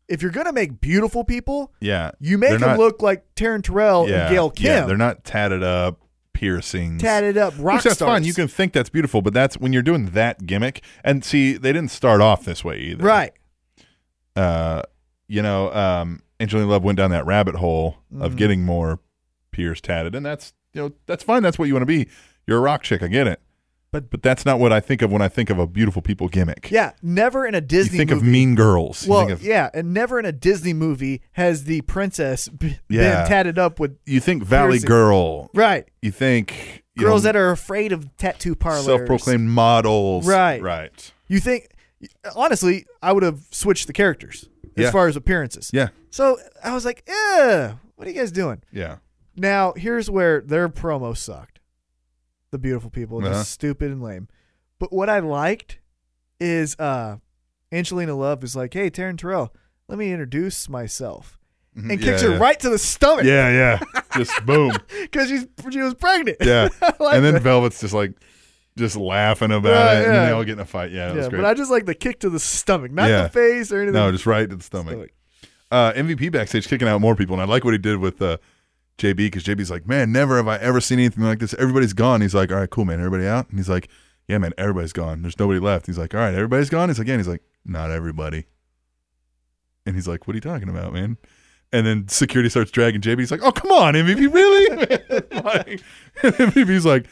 [SPEAKER 3] If you're gonna make beautiful people,
[SPEAKER 2] Yeah.
[SPEAKER 3] you make
[SPEAKER 2] They're
[SPEAKER 3] them
[SPEAKER 2] not-
[SPEAKER 3] look like Taryn Terrell
[SPEAKER 2] yeah,
[SPEAKER 3] and Gail Kim,
[SPEAKER 2] Yeah, they're not tatted up, piercings.
[SPEAKER 3] tatted up rock
[SPEAKER 2] Which that's
[SPEAKER 3] stars.
[SPEAKER 2] fine. You can think that's beautiful, but that's when you're doing that gimmick. And see, they didn't start off this way either.
[SPEAKER 3] right,
[SPEAKER 2] Uh, you know, um, Angelina Love went down that rabbit hole of
[SPEAKER 3] Mm.
[SPEAKER 2] getting more pierced, tatted, and that's you know that's fine. That's what you want to be. You're a rock chick. I get it.
[SPEAKER 3] But-
[SPEAKER 2] but that's not what I think of when I think of a beautiful people gimmick.
[SPEAKER 3] yeah. Never in a
[SPEAKER 2] You
[SPEAKER 3] Disney.
[SPEAKER 2] think
[SPEAKER 3] movie.
[SPEAKER 2] of Mean Girls. You
[SPEAKER 3] well,
[SPEAKER 2] think of-
[SPEAKER 3] yeah, and never in a Disney movie has the princess b-
[SPEAKER 2] Yeah.
[SPEAKER 3] been tatted up with
[SPEAKER 2] you think Valley
[SPEAKER 3] Piercing.
[SPEAKER 2] Girl.
[SPEAKER 3] right
[SPEAKER 2] You think you
[SPEAKER 3] girls
[SPEAKER 2] know,
[SPEAKER 3] that are afraid of tattoo parlors.
[SPEAKER 2] self-proclaimed models.
[SPEAKER 3] Right.
[SPEAKER 2] Right.
[SPEAKER 3] You think? Honestly, I would have switched the characters as
[SPEAKER 2] Yeah.
[SPEAKER 3] far as appearances.
[SPEAKER 2] Yeah.
[SPEAKER 3] So I was like, eh, what are you guys doing?
[SPEAKER 2] Yeah.
[SPEAKER 3] Now, here's where their promo sucked. The beautiful people,
[SPEAKER 2] Uh-huh.
[SPEAKER 3] just stupid and lame. But what I liked is uh Angelina Love is like, "Hey, Taryn Terrell, let me introduce myself," and
[SPEAKER 2] Mm-hmm. yeah,
[SPEAKER 3] kicks her
[SPEAKER 2] yeah.
[SPEAKER 3] right to the stomach
[SPEAKER 2] Yeah. Yeah. Just boom.
[SPEAKER 3] because she's she was pregnant.
[SPEAKER 2] Yeah.
[SPEAKER 3] I like
[SPEAKER 2] and then
[SPEAKER 3] that.
[SPEAKER 2] Velvet's just like, just laughing about
[SPEAKER 3] Right,
[SPEAKER 2] it, and then
[SPEAKER 3] yeah.
[SPEAKER 2] they all get in a fight. Yeah, that was
[SPEAKER 3] yeah,
[SPEAKER 2] great.
[SPEAKER 3] but I just like the kick to the stomach, not
[SPEAKER 2] Yeah.
[SPEAKER 3] the face or anything.
[SPEAKER 2] no, just right to the stomach.
[SPEAKER 3] Stomach.
[SPEAKER 2] Uh, MVP backstage kicking out more people, and I like what he did with uh, JB because JB's like, man, never have I ever seen anything like this. Everybody's gone. He's like, all right, cool, man. Everybody out, and he's like, yeah, man, everybody's gone. There's nobody left. He's like, all right, everybody's gone. He's like, yeah. And he's like, not everybody. And he's like, what are you talking about, man? And then security starts dragging JB. He's like, oh, come on, MVP, really? like, and MVP's like,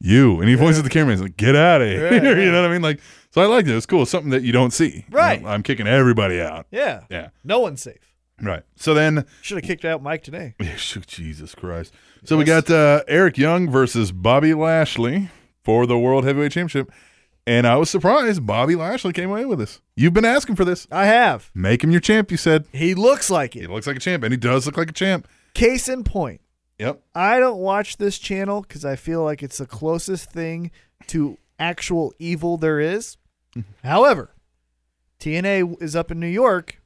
[SPEAKER 2] you. And he voices at the camera. He's like, get out of here.
[SPEAKER 3] Yeah, yeah.
[SPEAKER 2] you know what I mean? Like, so I liked it. It was cool. It's something that you don't see. You know,
[SPEAKER 3] Right.
[SPEAKER 2] I'm kicking everybody out.
[SPEAKER 3] yeah,
[SPEAKER 2] Yeah.
[SPEAKER 3] no one's safe.
[SPEAKER 2] Right. So then,
[SPEAKER 3] Should have kicked out Mike today.
[SPEAKER 2] shoot, Jesus Christ. So we got uh, Eric Young versus Bobby Lashley for the World Heavyweight Championship. And I was surprised Bobby Lashley came away with this. You've been asking for this.
[SPEAKER 3] I have.
[SPEAKER 2] Make him your champ, you said.
[SPEAKER 3] He looks like
[SPEAKER 2] He
[SPEAKER 3] it.
[SPEAKER 2] looks like a champ, and he does look like a champ.
[SPEAKER 3] Case in point.
[SPEAKER 2] Yep.
[SPEAKER 3] I don't watch this channel because I feel like it's the closest thing to actual evil there is.
[SPEAKER 2] Mm-hmm.
[SPEAKER 3] However, TNA is up in New York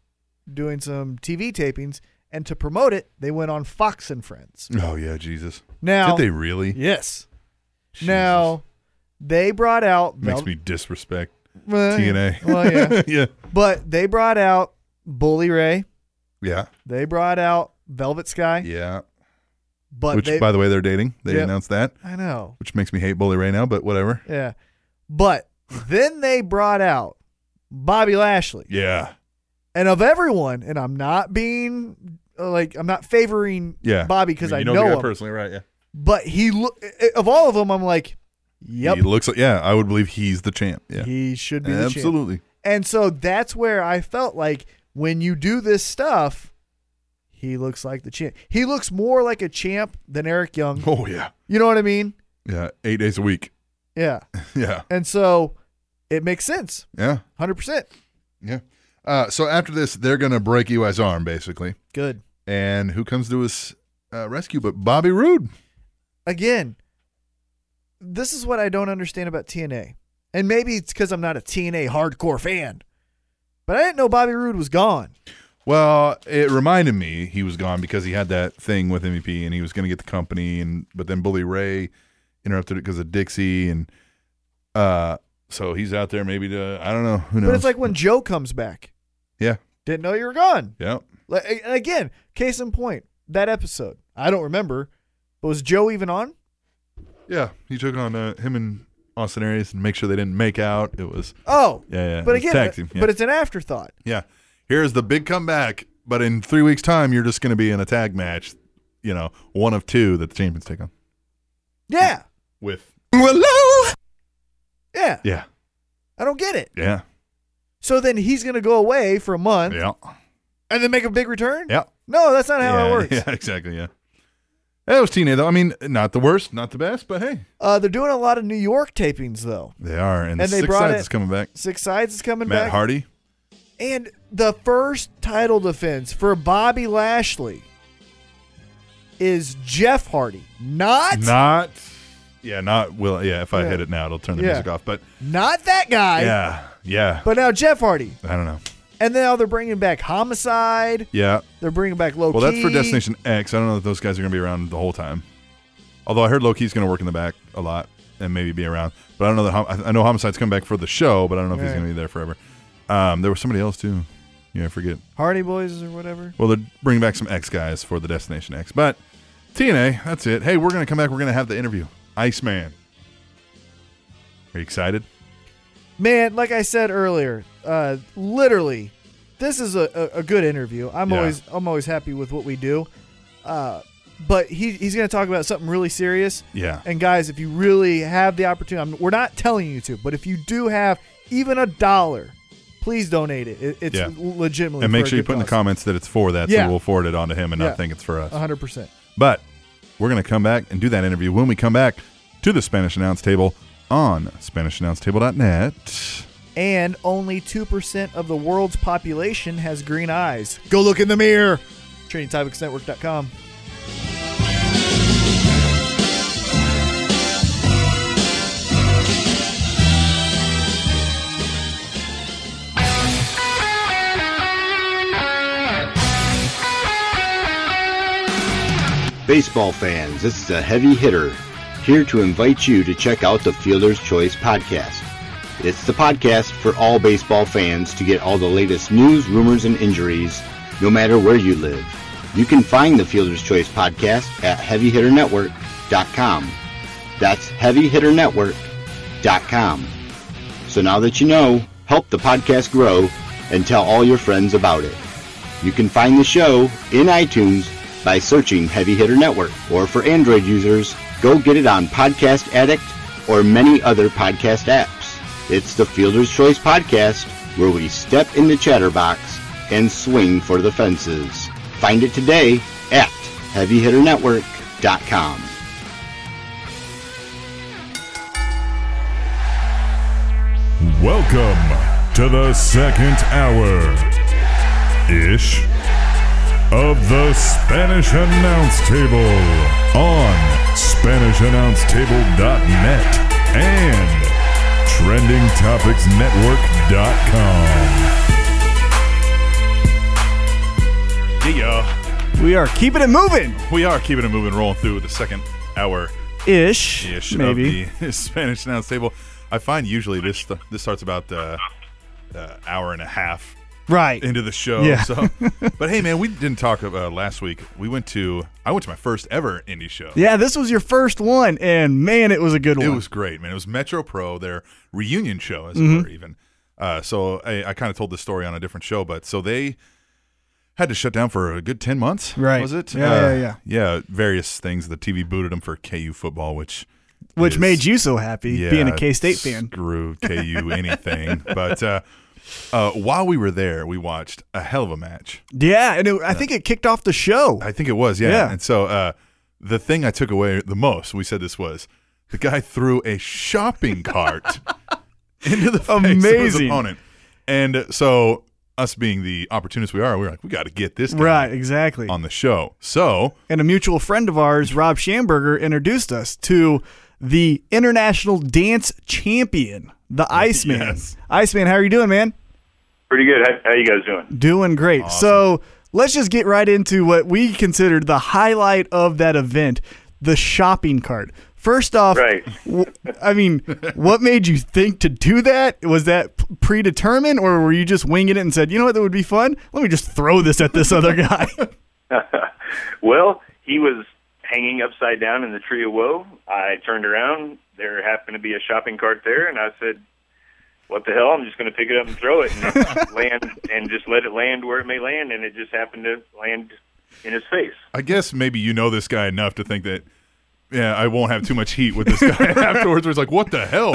[SPEAKER 3] doing some TV tapings, and to promote it, they went on Fox and Friends.
[SPEAKER 2] Oh, yeah, Jesus.
[SPEAKER 3] Now,
[SPEAKER 2] Did they really?
[SPEAKER 3] yes.
[SPEAKER 2] Jesus.
[SPEAKER 3] Now, they brought out
[SPEAKER 2] Makes
[SPEAKER 3] Vel-
[SPEAKER 2] me disrespect
[SPEAKER 3] Well,
[SPEAKER 2] TNA.
[SPEAKER 3] well, yeah,
[SPEAKER 2] yeah.
[SPEAKER 3] but they brought out Bully Ray.
[SPEAKER 2] Yeah.
[SPEAKER 3] They brought out Velvet Sky.
[SPEAKER 2] Yeah.
[SPEAKER 3] But
[SPEAKER 2] Which,
[SPEAKER 3] they,
[SPEAKER 2] by the way, they're dating. They
[SPEAKER 3] Yep.
[SPEAKER 2] announced that,
[SPEAKER 3] I know.
[SPEAKER 2] which makes me hate Bully Ray now, but whatever.
[SPEAKER 3] Yeah. But then they brought out Bobby Lashley.
[SPEAKER 2] Yeah.
[SPEAKER 3] And of everyone, and I'm not being uh, like I'm not favoring
[SPEAKER 2] Yeah.
[SPEAKER 3] Bobby because I,
[SPEAKER 2] mean, you
[SPEAKER 3] know,
[SPEAKER 2] the guy
[SPEAKER 3] him,
[SPEAKER 2] personally, right? Yeah.
[SPEAKER 3] but he look of all of them, I'm like, yep,
[SPEAKER 2] He looks like yeah, I would believe he's the champ. Yeah.
[SPEAKER 3] he should be the champ.
[SPEAKER 2] Absolutely.
[SPEAKER 3] And so that's where I felt like when you do this stuff, he looks like the champ. He looks more like a champ than Eric Young.
[SPEAKER 2] Oh yeah.
[SPEAKER 3] You know what I mean?
[SPEAKER 2] Yeah. Eight days a week.
[SPEAKER 3] Yeah.
[SPEAKER 2] Yeah.
[SPEAKER 3] And so it makes sense,
[SPEAKER 2] Yeah.
[SPEAKER 3] hundred percent.
[SPEAKER 2] Yeah. Uh, so after this, they're gonna break Eli's arm basically,
[SPEAKER 3] Good.
[SPEAKER 2] and who comes to his uh, rescue? But Bobby Roode.
[SPEAKER 3] again, this is what I don't understand about TNA. And maybe it's because I'm not a TNA hardcore fan. But I didn't know Bobby Roode was gone.
[SPEAKER 2] Well, it reminded me he was gone because he had that thing with MVP, and he was gonna get the company, and but then Bully Ray interrupted it because of Dixie and uh so he's out there maybe to I don't know who knows.
[SPEAKER 3] But it's like when Joe comes back.
[SPEAKER 2] Yeah.
[SPEAKER 3] Didn't know you were gone.
[SPEAKER 2] yeah.
[SPEAKER 3] Like a- again, case in point, that episode. I don't remember. But was Joe even on?
[SPEAKER 2] Yeah, he took on uh, him and Austin Aries and make sure they didn't make out. It was
[SPEAKER 3] Oh.
[SPEAKER 2] yeah, yeah.
[SPEAKER 3] But
[SPEAKER 2] it was
[SPEAKER 3] again,
[SPEAKER 2] tag team, yeah.
[SPEAKER 3] but it's an afterthought.
[SPEAKER 2] yeah. Here's the big comeback, but in three weeks' time, you're just going to be in a tag match. You know, one of two that the champions take on
[SPEAKER 3] Yeah.
[SPEAKER 2] with.
[SPEAKER 1] Willow,
[SPEAKER 3] Yeah.
[SPEAKER 2] Yeah,
[SPEAKER 3] I don't get it.
[SPEAKER 2] yeah,
[SPEAKER 3] So then he's going to go away for a month
[SPEAKER 2] yeah,
[SPEAKER 3] and then make a big return?
[SPEAKER 2] yeah.
[SPEAKER 3] No, that's not how
[SPEAKER 2] yeah,
[SPEAKER 3] it works.
[SPEAKER 2] Yeah, exactly. Yeah. That was TNA though. I mean, not the worst, not the best, but hey,
[SPEAKER 3] Uh, they're doing a lot of New York tapings though.
[SPEAKER 2] they are. And,
[SPEAKER 3] And they
[SPEAKER 2] Six
[SPEAKER 3] brought
[SPEAKER 2] Sides
[SPEAKER 3] it-
[SPEAKER 2] is coming back.
[SPEAKER 3] Six Sides is coming
[SPEAKER 2] Matt
[SPEAKER 3] back,
[SPEAKER 2] Hardy.
[SPEAKER 3] and the first title defense for Bobby Lashley is Jeff Hardy, not not,
[SPEAKER 2] Not. Yeah, not will. Yeah, if I
[SPEAKER 3] Yeah.
[SPEAKER 2] hit it now, it'll turn the
[SPEAKER 3] Yeah.
[SPEAKER 2] music off. But
[SPEAKER 3] that guy,
[SPEAKER 2] yeah, yeah.
[SPEAKER 3] but now Jeff Hardy.
[SPEAKER 2] I don't know.
[SPEAKER 3] And now they're bringing back Homicide.
[SPEAKER 2] Yeah.
[SPEAKER 3] They're bringing back Low.
[SPEAKER 2] Well, that's for Destination X. I don't know if those guys are going to be around the whole time. Although I heard Loki's going to work in the back a lot and maybe be around, but I don't know that Hom- I- I know Homicide's coming back for the show, but I don't know if he's
[SPEAKER 3] Right.
[SPEAKER 2] going to be there forever. Um, there was somebody else too. Yeah, I forget.
[SPEAKER 3] Hardy Boys or whatever.
[SPEAKER 2] Well, they're bringing back some X guys for the Destination X, but TNA. That's it. Hey, we're going to come back. We're going to have the interview. Iceman. Are you excited?
[SPEAKER 3] Man, like I said earlier, uh, literally, this is a, a, a good interview. I'm
[SPEAKER 2] Yeah.
[SPEAKER 3] always I'm always happy with what we do. Uh, but he, he's going to talk about something really serious.
[SPEAKER 2] Yeah.
[SPEAKER 3] And guys, if you really have the opportunity, I'm, we're not telling you to, but if you do have even a dollar, please donate it. it it's
[SPEAKER 2] Yeah.
[SPEAKER 3] legitimately.
[SPEAKER 2] And make
[SPEAKER 3] for a
[SPEAKER 2] sure you
[SPEAKER 3] good
[SPEAKER 2] put in the
[SPEAKER 3] cause.
[SPEAKER 2] comments that it's for that,
[SPEAKER 3] Yeah.
[SPEAKER 2] so we'll forward it on to him and
[SPEAKER 3] Yeah.
[SPEAKER 2] not think it's for us.
[SPEAKER 3] 100%.
[SPEAKER 2] But we're going to come back and do that interview when we come back to the Spanish Announce Table on SpanishAnnounceTable.net.
[SPEAKER 3] And only 2% of the world's population has green eyes. Go look in the mirror. TrainingTopicsNetwork.com.
[SPEAKER 5] Baseball fans, this is a heavy hitter here to invite you to check out the Fielder's Choice podcast. It's the podcast for all baseball fans to get all the latest news, rumors, and injuries, no matter where you live. You can find the Fielder's Choice podcast at heavyhitternetwork.com. That's heavyhitternetwork.com. So now that you know, help the podcast grow and tell all your friends about it. You can find the show in iTunes by searching Heavy Hitter Network, or for Android users, go get it on Podcast Addict or many other podcast apps. It's the Fielder's Choice Podcast, where we step in the chatterbox and swing for the fences. Find it today at HeavyHitterNetwork.com.
[SPEAKER 6] Welcome to the second hour ish of the Spanish Announce Table on SpanishAnnounceTable.net and TrendingTopicsNetwork.com.
[SPEAKER 2] Yeah.
[SPEAKER 7] We are keeping it moving.
[SPEAKER 2] We are keeping it moving, rolling through the second hour
[SPEAKER 7] Ish.
[SPEAKER 2] ish
[SPEAKER 7] maybe.
[SPEAKER 2] of the Spanish Announce Table. I find usually this st- this starts about uh, uh, hour and a half
[SPEAKER 7] right.
[SPEAKER 2] into the show.
[SPEAKER 7] Yeah.
[SPEAKER 2] So, but hey, man, we didn't talk uh, last week. We went to I went to my first ever indie show.
[SPEAKER 7] yeah, this was your first one, and man, it was a good one.
[SPEAKER 2] It was great, man. It was Metro Pro, their reunion show, as
[SPEAKER 7] Mm-hmm.
[SPEAKER 2] it were, even. Uh, so I, I kind of told this story on a different show, but so they had to shut down for a good 10 months,
[SPEAKER 7] Right.
[SPEAKER 2] was it?
[SPEAKER 7] Yeah,
[SPEAKER 2] Uh,
[SPEAKER 7] yeah, yeah.
[SPEAKER 2] Yeah, various things. The TV booted them for KU football, which
[SPEAKER 7] which
[SPEAKER 2] is-
[SPEAKER 7] made you so happy
[SPEAKER 2] yeah,
[SPEAKER 7] being a K State fan.
[SPEAKER 2] Screw KU anything. but uh, uh, while we were there, we watched a hell of a match.
[SPEAKER 7] Yeah, and it, I think it kicked off the show.
[SPEAKER 2] I think it was, yeah.
[SPEAKER 7] Yeah.
[SPEAKER 2] And so uh, the thing I took away the most, we said this was the guy threw a shopping cart into the face of his
[SPEAKER 7] Amazing.
[SPEAKER 2] opponent. And so us being the opportunists we are, we were like, we got to get this guy
[SPEAKER 7] right, exactly.
[SPEAKER 2] on the show. So
[SPEAKER 7] and a mutual friend of ours, Rob Schamberger, introduced us to the international dance champion, the Iceman.
[SPEAKER 2] Yes.
[SPEAKER 7] Iceman, how are you doing, man?
[SPEAKER 8] Pretty good. How, how you guys doing?
[SPEAKER 7] Doing great. So let's just get right into what we considered the highlight of that event the shopping cart.
[SPEAKER 3] First off,
[SPEAKER 8] Right.
[SPEAKER 3] w- I mean, what made you think to do that? Was that p- predetermined, or were you just winging it and said, you know what, that would be fun? Let me just throw this at this other guy.
[SPEAKER 8] Well, he was hanging upside down in the tree of woe. I turned around. There happened to be a shopping cart there, and I said, "What the hell? I'm just going to pick it up and throw it and land, and just let it land where it may land." And it just happened to land in his face.
[SPEAKER 2] I guess maybe you know this guy enough to think that, yeah, I won't have too much heat with this guy afterwards. Where it's like, what the hell?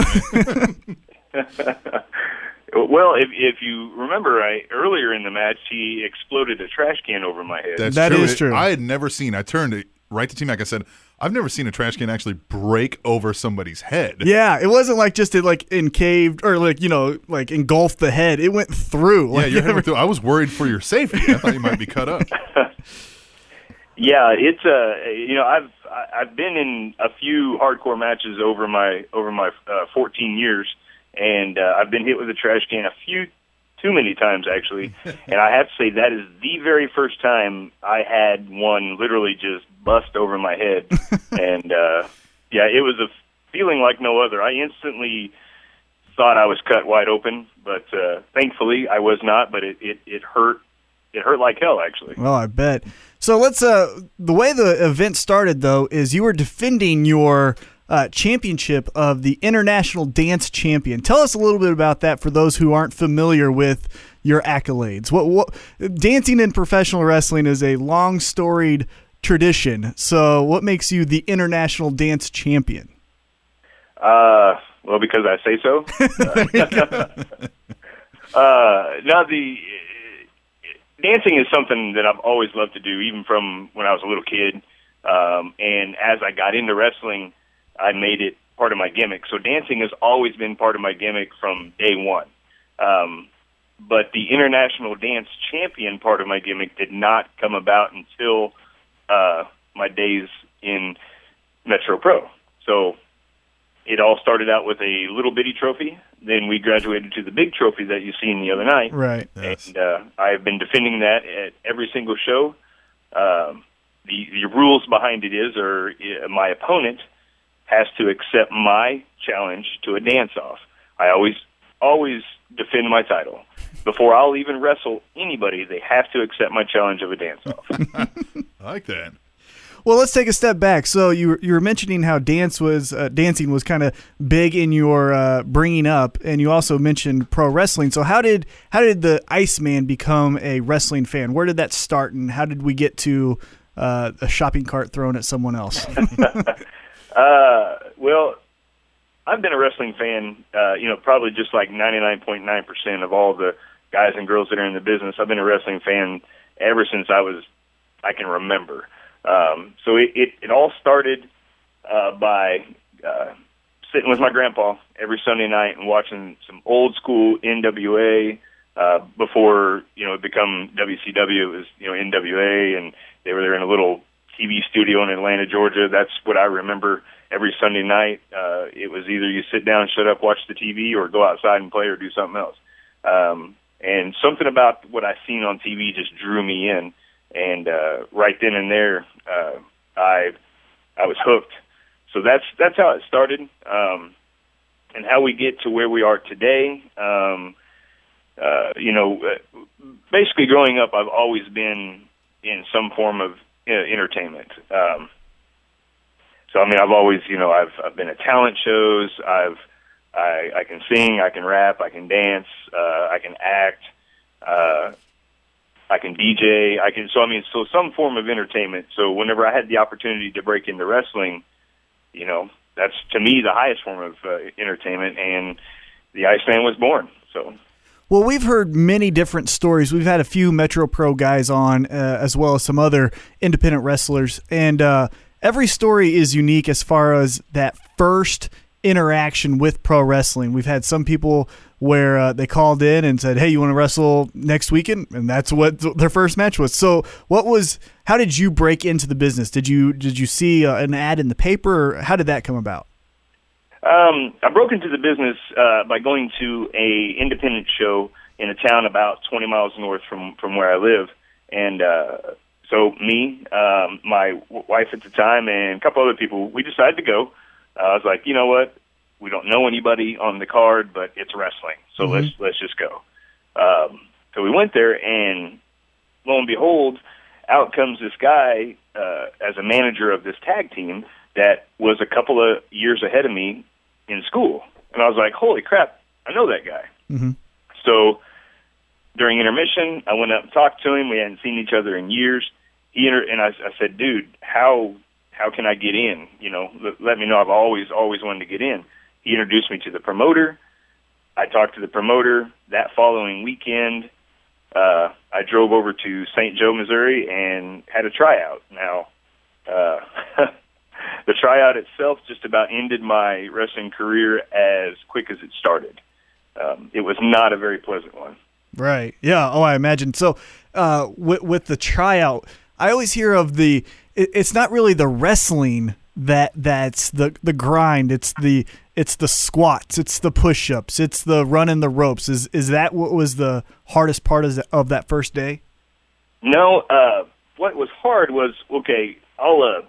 [SPEAKER 8] Well, if if you remember, I earlier in the match he exploded a trash can over my head.
[SPEAKER 2] That's
[SPEAKER 3] That
[SPEAKER 2] true.
[SPEAKER 3] is
[SPEAKER 2] It-
[SPEAKER 3] true.
[SPEAKER 2] I had never seen. I turned it right to T Mac. I said, I've never seen a trash can actually break over somebody's head.
[SPEAKER 3] yeah, it wasn't like just it like encaved or like you know like engulfed the head. It went through.
[SPEAKER 2] Yeah,
[SPEAKER 3] Like,
[SPEAKER 2] you're heading through. I was worried for your safety. I thought you might be cut up.
[SPEAKER 8] Yeah, it's uh, you know I've I- I've been in a few hardcore matches over my over my uh, 14 years, and uh, I've been hit with a trash can a few too many times actually, and I have to say that is the very first time I had one literally just bust over my head, and uh, yeah, it was a feeling like no other. I instantly thought I was cut wide open, but uh, thankfully I was not. But it it, it hurt it hurt like hell actually.
[SPEAKER 3] Well, I bet. So let's. Uh, the way the event started though is you were defending your uh, championship of the international dance champion. Tell us a little bit about that for those who aren't familiar with your accolades. What what dancing in professional wrestling is a long storied tradition. So what makes you the international dance champion?
[SPEAKER 8] Uh, well, because I say so. uh, now the uh, dancing is something that I've always loved to do, even from when I was a little kid. Um, and as I got into wrestling, I made it part of my gimmick. So dancing has always been part of my gimmick from day one. Um, but the international dance champion part of my gimmick did not come about until uh, my days in Metro Pro. So it all started out with a little bitty trophy. Then we graduated to the big trophy that you seen the other night.
[SPEAKER 3] Right.
[SPEAKER 2] Yes.
[SPEAKER 8] And uh, I've been defending that at every single show. Um, the, the rules behind it is, or uh, my opponent has to accept my challenge to a dance off. I always, always defend my title. Before I'll even wrestle anybody, they have to accept my challenge of a dance off.
[SPEAKER 2] I like that.
[SPEAKER 3] Well, let's take a step back. So you were, you were mentioning how dance was uh, dancing was kind of big in your uh, bringing up, and you also mentioned pro wrestling. So how did how did the Iceman become a wrestling fan? Where did that start, and how did we get to uh, a shopping cart thrown at someone else?
[SPEAKER 8] Uh, well, I've been a wrestling fan, uh, you know, probably just like 99.9% of all the guys and girls that are in the business. I've been a wrestling fan ever since I was, I can remember. Um, so it, it, it all started uh, by uh, sitting with my grandpa every Sunday night and watching some old school NWA. Uh, before you know it become WCW, it was you know NWA, and they were there in a little TV studio in Atlanta, Georgia. That's what I remember every Sunday night. Uh, it was either you sit down, shut up, watch the TV, or go outside and play or do something else. Um, and something about what I seen on TV just drew me in. And uh, right then and there, uh, I I was hooked. So that's that's how it started, um, and how we get to where we are today. Um, uh, you know, uh, basically growing up, I've always been in some form of uh, entertainment. Um, so I mean, I've always, you know, I've I've been at talent shows. I've I, I can sing, I can rap, I can dance, uh, I can act, uh, I can DJ, I can. So I mean, so some form of entertainment. So whenever I had the opportunity to break into wrestling, you know, that's to me the highest form of uh, entertainment, and the Iceman was born. So.
[SPEAKER 3] Well, we've heard many different stories. We've had a few Metro Pro guys on, uh, as well as some other independent wrestlers, and uh, every story is unique as far as that first interaction with pro wrestling. We've had some people where uh, they called in and said, "Hey, you want to wrestle next weekend?" and that's what th- their first match was. So, what was? How did you break into the business? Did you did you see uh, an ad in the paper? Or how did that come about?
[SPEAKER 8] Um, I broke into the business uh, by going to a independent show in a town about 20 miles north from from where I live, and uh, so me, um, my w- wife at the time, and a couple other people, we decided to go. uh, I was like, you know what? We don't know anybody on the card, but it's wrestling, so let's let's just go. Um, so we went there, and lo and behold, out comes this guy uh, as a manager of this tag team that was a couple of years ahead of me in school, and I was like, holy crap, I know that guy. So during intermission, I went up and talked to him. We hadn't seen each other in years. He inter- and I, I said, "Dude, how how can I get in? You know, l- let me know. I've always always wanted to get in." He introduced me to the promoter. I talked to the promoter that following weekend. Uh, I drove over to St. Joe, Missouri, and had a tryout. Now, uh, the tryout itself just about ended my wrestling career as quick as it started. Um, it was not a very pleasant one.
[SPEAKER 7] Right. Yeah. Oh, I imagine. So, uh, with, with the tryout, I always hear of the. It, it's not really the wrestling that that's the the grind. It's the it's the squats. It's the push ups. It's the running the ropes. Is is that what was the hardest part of, the, of that first day?
[SPEAKER 8] No, uh, what was hard was okay. I'll uh,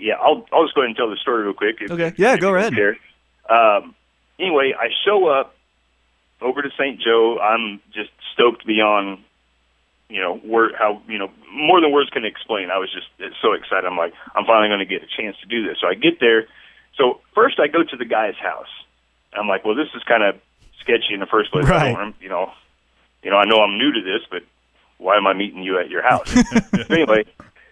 [SPEAKER 8] yeah, I'll I'll just go ahead and tell the story real quick. if-
[SPEAKER 7] Okay. Yeah,
[SPEAKER 8] if
[SPEAKER 7] go
[SPEAKER 8] you
[SPEAKER 7] ahead.
[SPEAKER 8] care. Um, anyway, I show up over to St. Joe. I'm just stoked beyond you know word how you know more than words can explain. I was just so excited. I'm like, I'm finally going to get a chance to do this. So I get there. So first, I go to the guy's house. I'm like, well, this is kind of sketchy in the first place. I
[SPEAKER 7] Right.
[SPEAKER 8] don't rem- you know, you know, I know I'm new to this, but why am I meeting you at your house? anyway,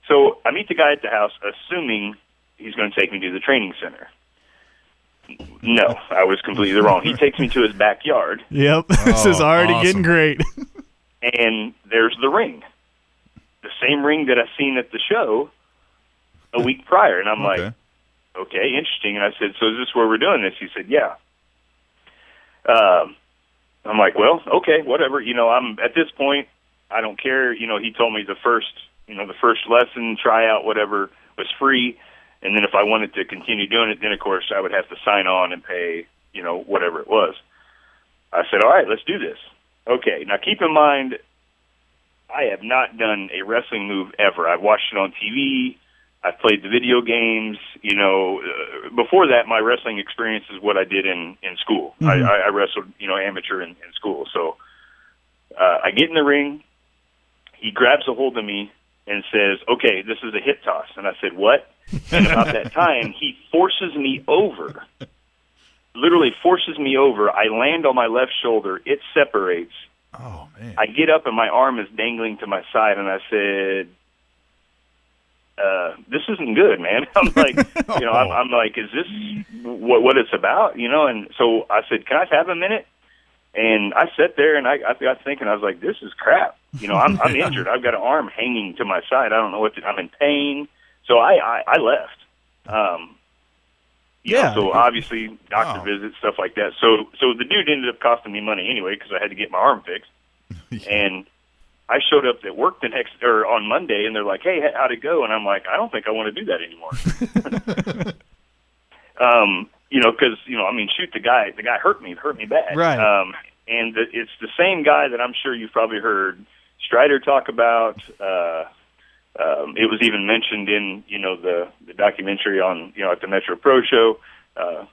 [SPEAKER 8] so I meet the guy at the house, assuming he's going to take me to the training center. No, I was completely wrong. He takes me to his backyard,
[SPEAKER 7] Yep. this is
[SPEAKER 2] Oh,
[SPEAKER 7] already
[SPEAKER 2] awesome.
[SPEAKER 7] getting great.
[SPEAKER 8] and there's the ring, the same ring that I seen at the show a week prior, and I'm like,
[SPEAKER 2] Okay.
[SPEAKER 8] okay, interesting. And I said, so is this where we're doing this? He said, yeah. Um, I'm like, well, okay, whatever. You know, I'm at this point, I don't care. You know, he told me the first, you know, the first lesson, tryout, whatever, was free. And then if I wanted to continue doing it, then of course I would have to sign on and pay, you know, whatever it was. I said, all right, let's do this. Okay. Now keep in mind, I have not done a wrestling move ever. I've watched it on TV. I've played the video games. You know, uh, before that, my wrestling experience is what I did in in school. I, I, I wrestled, you know, amateur in, in school. So uh, I get in the ring. He grabs a hold of me and says, "Okay, this is a hip toss." And I said, "What?" And about that time, he forces me over. Literally forces me over. I land on my left shoulder. It separates.
[SPEAKER 2] Oh man.
[SPEAKER 8] I get up and my arm is dangling to my side, and I said, uh, "This isn't good, man." I'm like, you know, I'm, I'm like, "Is this what what it's about?" You know, and so I said, "Can I have a minute?" And I sat there and I, I got thinking. I was like, "This is crap." You know, I'm, I'm injured. I've got an arm hanging to my side. I don't know what to, I'm in pain. So I I, I left. Um, yeah.
[SPEAKER 7] Yeah.
[SPEAKER 8] so obviously, doctor
[SPEAKER 2] Wow.
[SPEAKER 8] visits, stuff like that. So so the dude ended up costing me money anyway because I had to get my arm fixed. And I showed up at work the next or on Monday, and they're like, "Hey, h- how'd it go?" And I'm like, "I don't think I want to do that anymore." um, you know, because you know, I mean, shoot, the guy, the guy hurt me, hurt me bad.
[SPEAKER 7] Right.
[SPEAKER 8] Um, and the, it's the same guy that I'm sure you've probably heard Strider talk about. Uh, um, it was even mentioned in you know the the documentary on you know at the Metro Pro Show. Uh,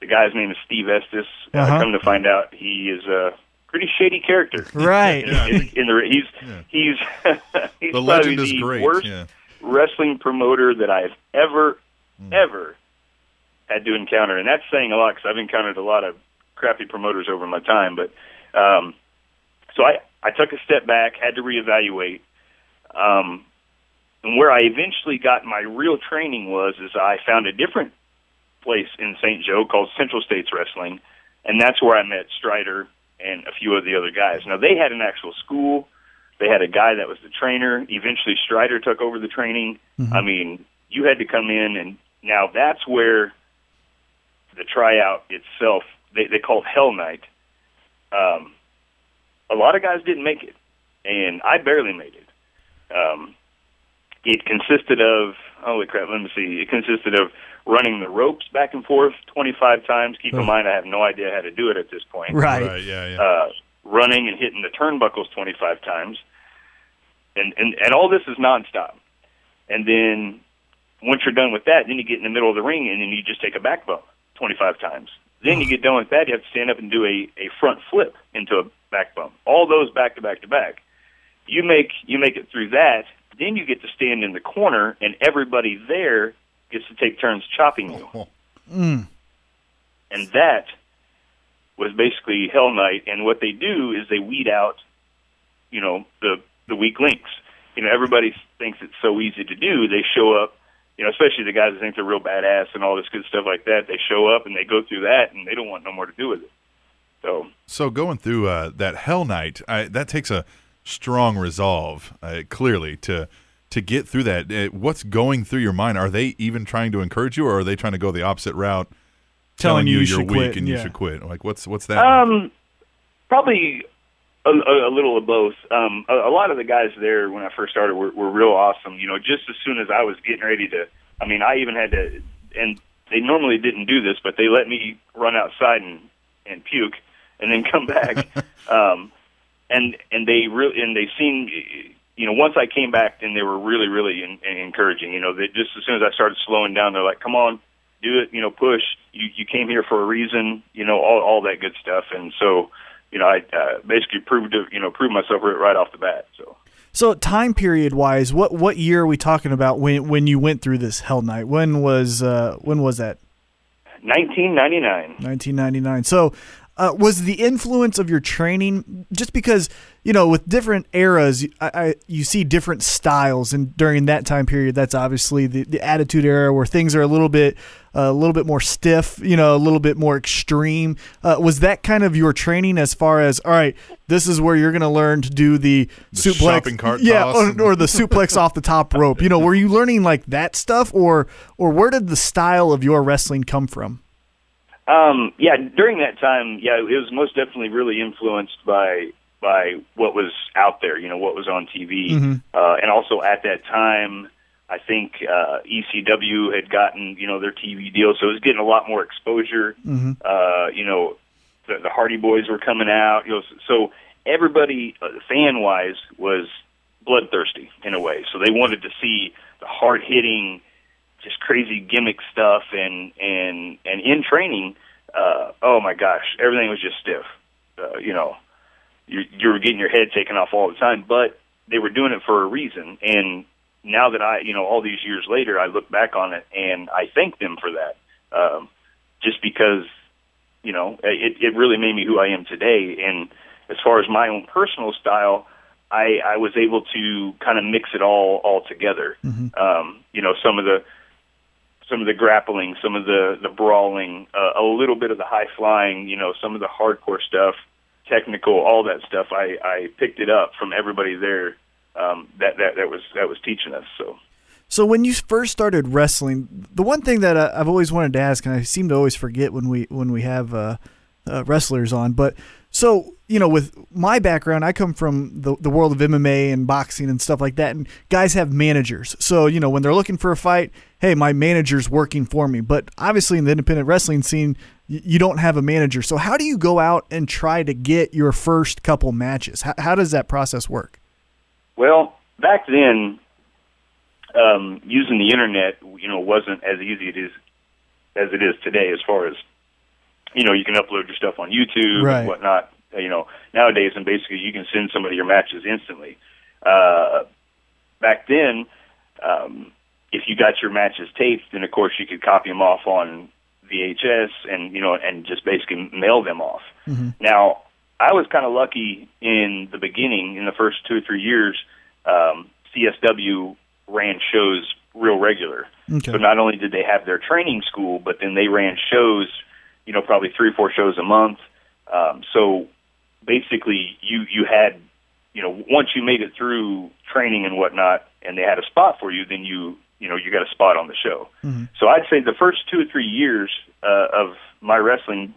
[SPEAKER 8] the guy's name is Steve Estes.
[SPEAKER 7] Uh-huh.
[SPEAKER 8] I come to find out he is a pretty shady character
[SPEAKER 7] Right.
[SPEAKER 2] Yeah, I
[SPEAKER 8] in,
[SPEAKER 2] think
[SPEAKER 8] in the he's he's, he's
[SPEAKER 2] the
[SPEAKER 8] probably
[SPEAKER 2] legend is
[SPEAKER 8] the
[SPEAKER 2] great.
[SPEAKER 8] worst
[SPEAKER 2] Yeah.
[SPEAKER 8] wrestling promoter that I've ever ever had to encounter, and that's saying a lot because I've encountered a lot of crappy promoters over my time. But um, so I I took a step back, had to reevaluate. Um, and where I eventually got my real training was is I found a different place in St. Joe called Central States Wrestling, and that's where I met Strider and a few of the other guys. Now they had an actual school. They had a guy that was the trainer. Eventually, Strider took over the training. I mean, you had to come in, and now that's where the tryout itself. They they called Hell Night. Um, a lot of guys didn't make it, and I barely made it. Um, it consisted of holy crap. Let me see. It consisted of running the ropes back and forth 25 times. Keep in mind, I have no idea how to do it at this point
[SPEAKER 7] Right.
[SPEAKER 2] Right. Yeah. Yeah.
[SPEAKER 8] uh, running and hitting the turnbuckles 25 times. And, and, and all this is nonstop. And then once you're done with that, then you get in the middle of the ring and then you just take a back bump 25 times. Then you get done with that, you have to stand up and do a, a front flip into a back bump. All those back to back to back. You make you make it through that, then you get to stand in the corner and everybody there gets to take turns chopping you. And that was basically Hell Night. And what they do is they weed out, you know, the the weak links. You know, everybody thinks it's so easy to do. They show up, you know, especially the guys that think they're real badass and all this good stuff like that. They show up and they go through that, and they don't want no more to do with it. So
[SPEAKER 2] So going through uh, that Hell Night, I, that takes a strong resolve, uh, clearly to to get through that. Uh, what's going through your mind? Are they even trying to encourage you, or are they trying to go the opposite route,
[SPEAKER 3] Telling you you
[SPEAKER 2] are
[SPEAKER 3] should
[SPEAKER 2] weak
[SPEAKER 3] quit,
[SPEAKER 2] and you
[SPEAKER 3] yeah.
[SPEAKER 2] should quit? Like what's what's that?
[SPEAKER 8] Um, probably a, a, a little of both. Um, a, a lot of the guys there when I first started were, were real awesome. You know, just as soon as I was getting ready to, I mean, I even had to, and they normally didn't do this, but they let me run outside and and puke, and then come back. um, and and they really and they seemed you know once I came back then they were really really in, in encouraging you know they just as soon as I started slowing down they're like come on do it you know push you you came here for a reason you know all all that good stuff and so you know I uh, basically proved to, you know proved myself right, right off the bat so
[SPEAKER 3] So time period wise, what what year are we talking about when when you went through this Hell Night? When was uh, when was that?
[SPEAKER 8] 1999
[SPEAKER 3] 1999. So, uh, was the influence of your training just because you know with different eras, I, I, you see different styles, and during that time period, that's obviously the, the Attitude Era where things are a little bit uh, a little bit more stiff, you know, a little bit more extreme. Uh, was that kind of your training as far as all right, this is where you're going to learn to do the, suplex,
[SPEAKER 2] shopping cart
[SPEAKER 3] yeah,
[SPEAKER 2] toss and-
[SPEAKER 3] or, or the suplex off the top rope? You know, were you learning like that stuff, or or where did the style of your wrestling come from?
[SPEAKER 8] Um, yeah, during that time, yeah, it was most definitely really influenced by by what was out there, you know, what was on TV, uh, and also at that time, I think uh, ECW had gotten you know their TV deal, so it was getting a lot more exposure. Uh, you know, the, the Hardy Boys were coming out, you know, so everybody uh, fan wise was bloodthirsty in a way, so they wanted to see the hard hitting just crazy gimmick stuff and and and in training uh oh my gosh everything was just stiff uh, you know you you were getting your head taken off all the time but they were doing it for a reason and now that i you know all these years later i look back on it and i thank them for that um just because you know it it really made me who i am today and as far as my own personal style i i was able to kind of mix it all all together um you know some of the some of the grappling, some of the the brawling, uh, a little bit of the high flying, you know, some of the hardcore stuff, technical, all that stuff. I I picked it up from everybody there um, that that that was that was teaching us. So
[SPEAKER 3] So when you first started wrestling, the one thing that uh, I've always wanted to ask, and I seem to always forget when we when we have uh, uh, wrestlers on, but so you know, with my background, I come from the the world of MMA and boxing and stuff like that, and guys have managers. So you know, when they're looking for a fight, hey, my manager's working for me. But obviously, in the independent wrestling scene, y- you don't have a manager. So how do you go out and try to get your first couple matches? How, how does that process work?
[SPEAKER 8] well, back then, um, using the internet, you know, wasn't as easy it is as it is today. As far as you know, you can upload your stuff on YouTube
[SPEAKER 3] Right.
[SPEAKER 8] and whatnot. You know, nowadays, and basically, you can send somebody your matches instantly. Uh, back then, um, if you got your matches taped, then of course you could copy them off on VHS and you know and just basically mail them off. Now, I was kind of lucky in the beginning, in the first two or three years, um, CSW ran shows real regular. So not only did they have their training school, but then they ran shows, you know, probably three or four shows a month. Um, so basically, you you had you know, once you made it through training and whatnot, and they had a spot for you, then you, you know, you got a spot on the show. So I'd say the first two or three years uh, of my wrestling,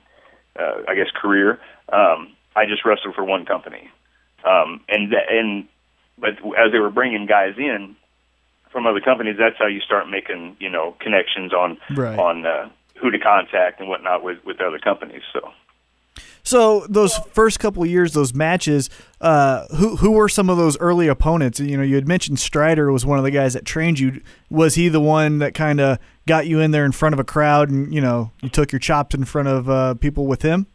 [SPEAKER 8] uh, I guess, career, um, I just wrestled for one company, um, and th- and but as they were bringing guys in from other companies, that's how you start making you know connections on
[SPEAKER 3] Right.
[SPEAKER 8] on uh, who to contact and whatnot with with other companies. So.
[SPEAKER 7] So those first couple of years, those matches, uh, who who were some of those early opponents? You know, you had mentioned Strider was one of the guys that trained you. Was he the one that kind of got you in there in front of a crowd, and you know, you took your chops in front of uh, people with him?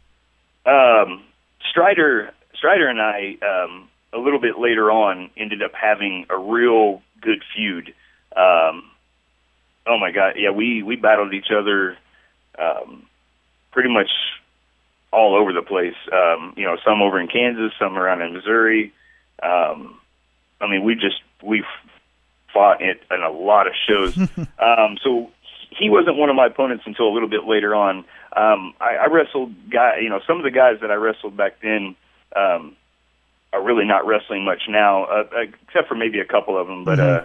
[SPEAKER 8] um, Strider Strider and I um, a little bit later on ended up having a real good feud. Um, oh my god, yeah, we we battled each other um, pretty much all over the place. Um, you know, some over in Kansas, some around in Missouri. Um, I mean, we just we fought it in a lot of shows. um, so he wasn't one of my opponents until a little bit later on. Um, I, I wrestled guy, you know, some of the guys that I wrestled back then um, are really not wrestling much now, uh, uh, except for maybe a couple of them. But uh,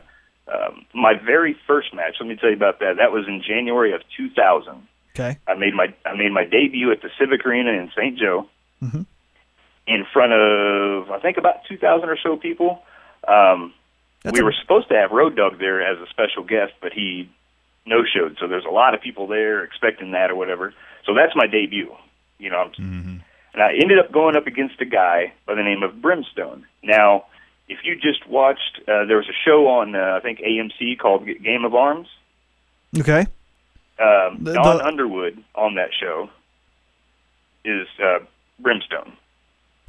[SPEAKER 8] um, my very first match, let me tell you about that. That was in January of 2000.
[SPEAKER 7] Okay.
[SPEAKER 8] I made my I made my debut at the Civic Arena in St. Joe, in front of I think about 2,000 or so people. Um, we were supposed to have Road Dog there as a special guest, but he no showed. So there's a lot of people there expecting that or whatever. So that's my debut. You know, I'm, and I ended up going up against a guy by the name of Brimstone. Now, if you just watched, uh, there was a show on uh, I think AMC called G- Game of Arms.
[SPEAKER 7] Okay.
[SPEAKER 8] Um,
[SPEAKER 7] The-
[SPEAKER 8] Don
[SPEAKER 7] the-
[SPEAKER 8] Underwood on that show is uh, Brimstone.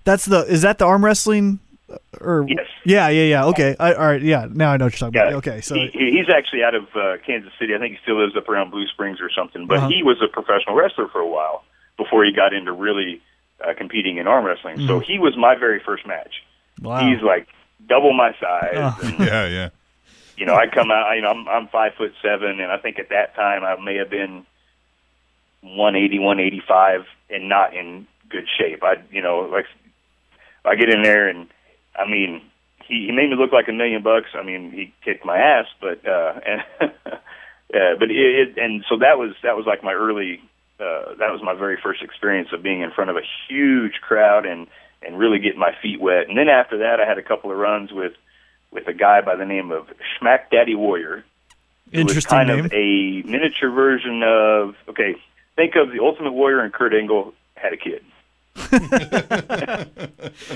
[SPEAKER 7] That's the is that the arm wrestling? uh, Or
[SPEAKER 8] Yes.
[SPEAKER 7] yeah, yeah, yeah. Okay, I, all right, yeah. Now I know what you're talking
[SPEAKER 8] Yeah.
[SPEAKER 7] about. Okay, so
[SPEAKER 8] he, he- he's actually out of uh, Kansas City. I think he still lives up around Blue Springs or something. But
[SPEAKER 7] Uh-huh.
[SPEAKER 8] he was a professional wrestler for a while before he got into really uh, competing in arm wrestling. So he was my very first match.
[SPEAKER 7] Mm-hmm. wow, Uh-huh.
[SPEAKER 8] He's like double my size. And,
[SPEAKER 2] Yeah, yeah.
[SPEAKER 8] you know, I come out. You know, I'm I'm five foot seven, and I think at that time I may have been 180, 185, and not in good shape. I, you know, like I get in there, and I mean, he, he made me look like a million bucks. I mean, he kicked my ass, but uh, and uh, but it, it and so that was that was like my early. Uh, that was my very first experience of being in front of a huge crowd and and really getting my feet wet. And then after that, I had a couple of runs with with a guy by the name of Schmack Daddy Warrior. who was
[SPEAKER 7] interesting
[SPEAKER 8] kind
[SPEAKER 7] name.
[SPEAKER 8] of a miniature version of okay. Think of the Ultimate Warrior and Kurt Angle had a kid.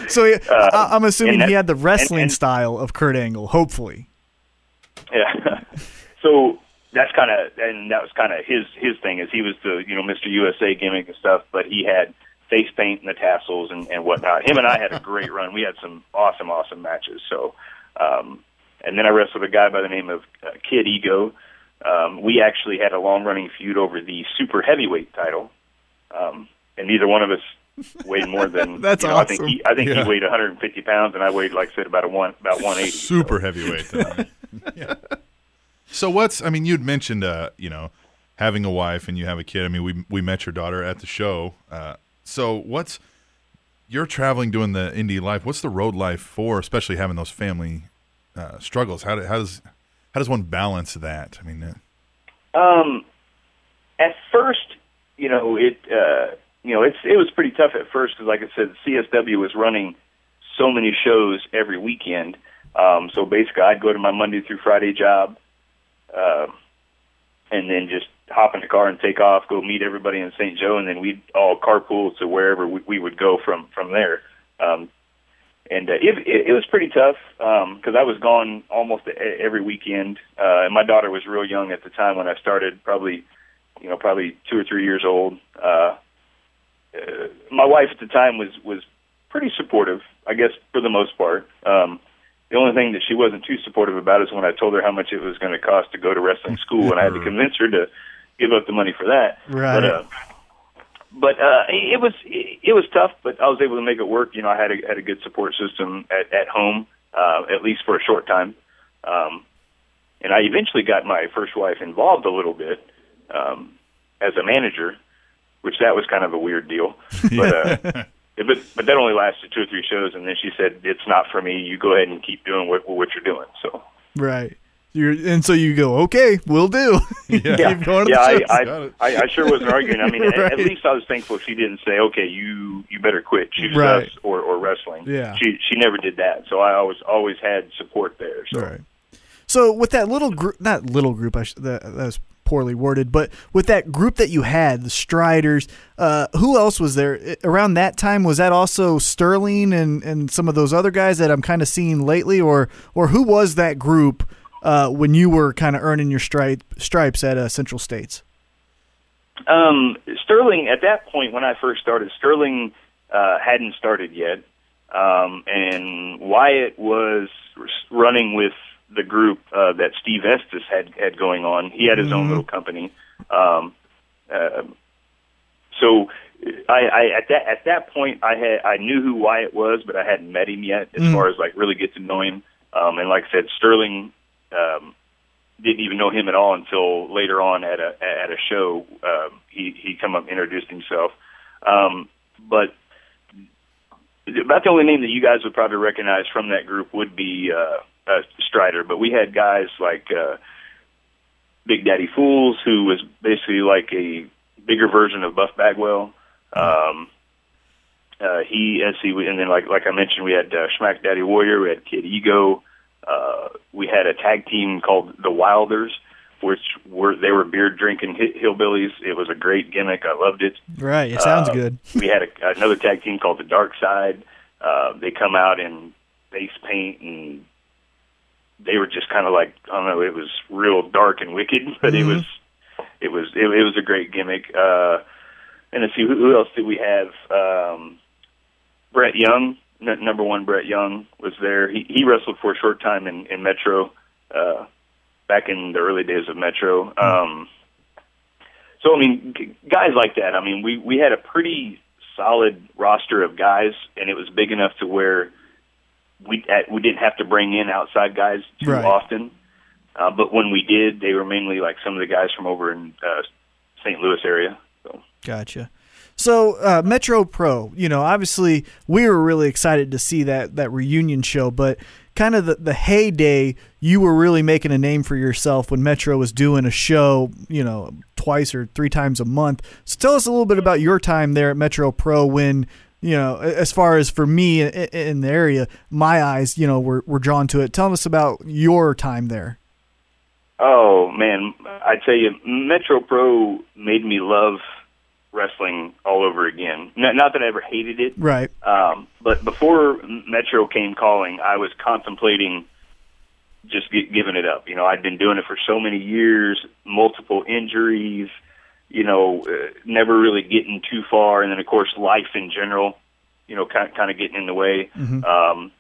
[SPEAKER 7] so he- I, I'm assuming
[SPEAKER 8] uh, and that-
[SPEAKER 7] he had the
[SPEAKER 8] and-
[SPEAKER 7] wrestling
[SPEAKER 8] and-
[SPEAKER 7] style of Kurt Angle. Hopefully,
[SPEAKER 8] Yeah. so that's kind of and that was kind of his his thing is he was the you know Mr. USA gimmick and stuff, but he had face paint and the tassels and and whatnot. Him and I had a great run. We had some awesome awesome matches. So, um, and then I wrestled a guy by the name of uh, Kid Ego. Um, we actually had a long running feud over the super heavyweight title, um, and neither one of us weighed more than
[SPEAKER 7] That's
[SPEAKER 8] you know, I think he, I think
[SPEAKER 2] Yeah.
[SPEAKER 8] he weighed 150 pounds, and I weighed like I said about a one about 180.
[SPEAKER 2] Super heavyweight. though. Yeah. So what's? I mean, you'd mentioned, uh, you know, having a wife and you have a kid. I mean, we we met your daughter at the show. Uh, so what's? You're traveling, doing the indie life. What's the road life for, especially having those family uh, struggles? How, do, how does how does one balance that? I mean, uh,
[SPEAKER 8] Um, at first, you know, it uh, you know, it's it was pretty tough at first because, like I said, CSW was running so many shows every weekend. Um, so basically, I'd go to my Monday through Friday job, uh, and then just hop in the car and take off, go meet everybody in St. Joe, and then we'd all carpool to wherever we, we would go from from there. Um, and uh, it, it, it was pretty tough because I was gone almost e- every weekend, uh, and my daughter was real young at the time when I started, probably you know probably two or three years old. Uh, uh, my wife at the time was was pretty supportive, I guess for the most part. Um, the only thing that she wasn't too supportive about is when I told her how much it was going to cost to go to wrestling school, and I had to convince her to give up the money for that.
[SPEAKER 7] Right.
[SPEAKER 8] But, uh, but uh, it it was it it was tough, but I was able to make it work. You know, I had a had a good support system at at home, uh, at least for a short time, um, and I eventually got my first wife involved a little bit um, as a manager, which that was kind of a weird deal. But uh, but but that only lasted two or three shows, and then she said, "It's not for me. You go ahead and keep doing what what you're doing." So
[SPEAKER 7] right? You're, and so you go, okay, we'll do.
[SPEAKER 8] yeah,
[SPEAKER 7] Keep going to
[SPEAKER 8] yeah,
[SPEAKER 7] the
[SPEAKER 8] I,
[SPEAKER 7] shows.
[SPEAKER 2] Got it.
[SPEAKER 8] I, I, I sure wasn't arguing. I mean, at-
[SPEAKER 7] Right.
[SPEAKER 8] at least I was thankful she didn't say, "Okay, you you better quit shoes
[SPEAKER 7] Right.
[SPEAKER 8] us or or wrestling."
[SPEAKER 7] Yeah.
[SPEAKER 8] she she never did that, so I always always had support there. So
[SPEAKER 7] All right. So with that little group, not little group, I sh- that, that was
[SPEAKER 3] poorly worded, but with that group that you had, the Striders, uh, who else was there I- around that time? Was that also Sterling and, and some of those other guys that I'm kind of seeing lately, or or who was that group uh, when you were kind of earning your stripe, stripes at uh, Central States?
[SPEAKER 8] Um, Sterling, at that point when I first started, Sterling uh, hadn't started yet, um, and Wyatt was running with the group uh, that Steve Estes had had going on. He had his own little company. Um, uh, so, I, I at that at that point, I had I knew who Wyatt was, but I hadn't met him yet. As far as like really get to know him, um, and like I said, Sterling. Um, didn't even know him at all until later on at a at a show. Um, he he come up and introduced himself, um, but about the only name that you guys would probably recognize from that group would be uh, uh, Strider. But we had guys like uh, Big Daddy Fools, who was basically like a bigger version of Buff Bagwell. Um, uh, he, as he, and then like like I mentioned, we had uh, Schmack Daddy Warrior, we had Kid Ego, uh, we had a tag team called the Wilders, which were they were beer drinking hi- hillbillies. It was a great gimmick. I loved it.
[SPEAKER 3] Right, it sounds
[SPEAKER 8] Uh,
[SPEAKER 3] good.
[SPEAKER 8] we had a, another tag team called the Dark Side. Uh, they come out in face paint and they were just kind of like I don't know. It was real dark and wicked, but it was it was it, it was a great gimmick. Uh, and let's see who, who else did we have? Um, Brett Young, n- number one Brett Young was there. He he wrestled for a short time in in Metro. Uh, back in the early days of Metro. Um, so I mean, g- guys like that. I mean, we we had a pretty solid roster of guys, and it was big enough to where we at, we didn't have to bring in outside guys too
[SPEAKER 3] Right.
[SPEAKER 8] often. Uh, but when we did, they were mainly like some of the guys from over in uh, St. Louis area. So
[SPEAKER 3] Gotcha. So uh, Metro Pro, you know, obviously we were really excited to see that that reunion show, but kind of the, the heyday, you were really making a name for yourself when Metro was doing a show, you know, twice or three times a month. So tell us a little bit about your time there at Metro Pro when you know, a- as far as for me in, in the area, my eyes, you know, were, were drawn to it. Tell us about your time there.
[SPEAKER 8] Oh man, I tell you, Metro Pro made me love wrestling all over again. Not, not that I ever hated it,
[SPEAKER 3] Right.
[SPEAKER 8] Um, but before Metro came calling, I was contemplating just gi- giving it up. You know, I'd been doing it for so many years, multiple injuries, you know, uh, never really getting too far, and then of course life in general, you know, kind kind of getting in the way. Um,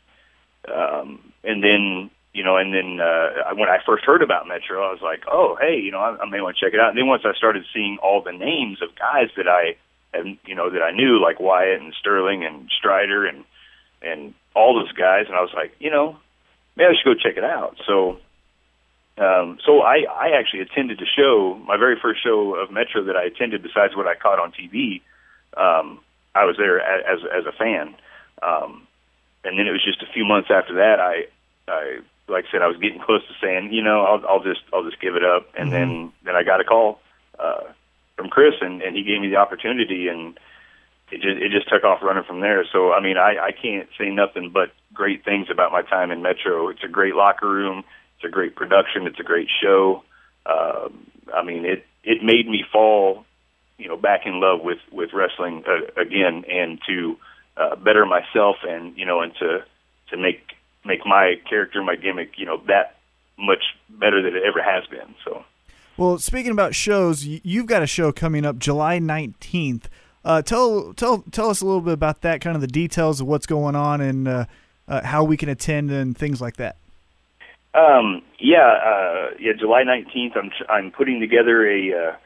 [SPEAKER 8] um, and then you know, and then uh, I- when I first heard about Metro, I was like, oh hey, you know, I, I may want to check it out. And then once I started seeing all the names of guys that I and you know that I knew like Wyatt and Sterling and Strider and and all those guys, and I was like, you know, maybe I should go check it out. So, um, so I I actually attended the show, my very first show of Metro that I attended, besides what I caught on TV. Um, I was there a- as as a fan, um, and then it was just a few months after that I I like I said I was getting close to saying you know I'll I'll just I'll just give it up, and then then I got a call. Uh, from Chris, and, and he gave me the opportunity, and it just it just took off running from there. So I mean, I I can't say nothing but great things about my time in Metro. It's a great locker room. It's a great production. It's a great show. Um, I mean, it it made me fall, you know, back in love with with wrestling uh, again, and to uh, better myself, and you know, and to to make make my character, my gimmick, you know, that much better than it ever has been. So.
[SPEAKER 3] Well, speaking about shows, y- you've got a show coming up July 19th. Uh, tell tell tell us a little bit about that, kind of the details of what's going on and uh, uh, how we can attend and things like that.
[SPEAKER 8] Um, yeah, uh, yeah. July nineteenth, I'm I'm putting together a uh,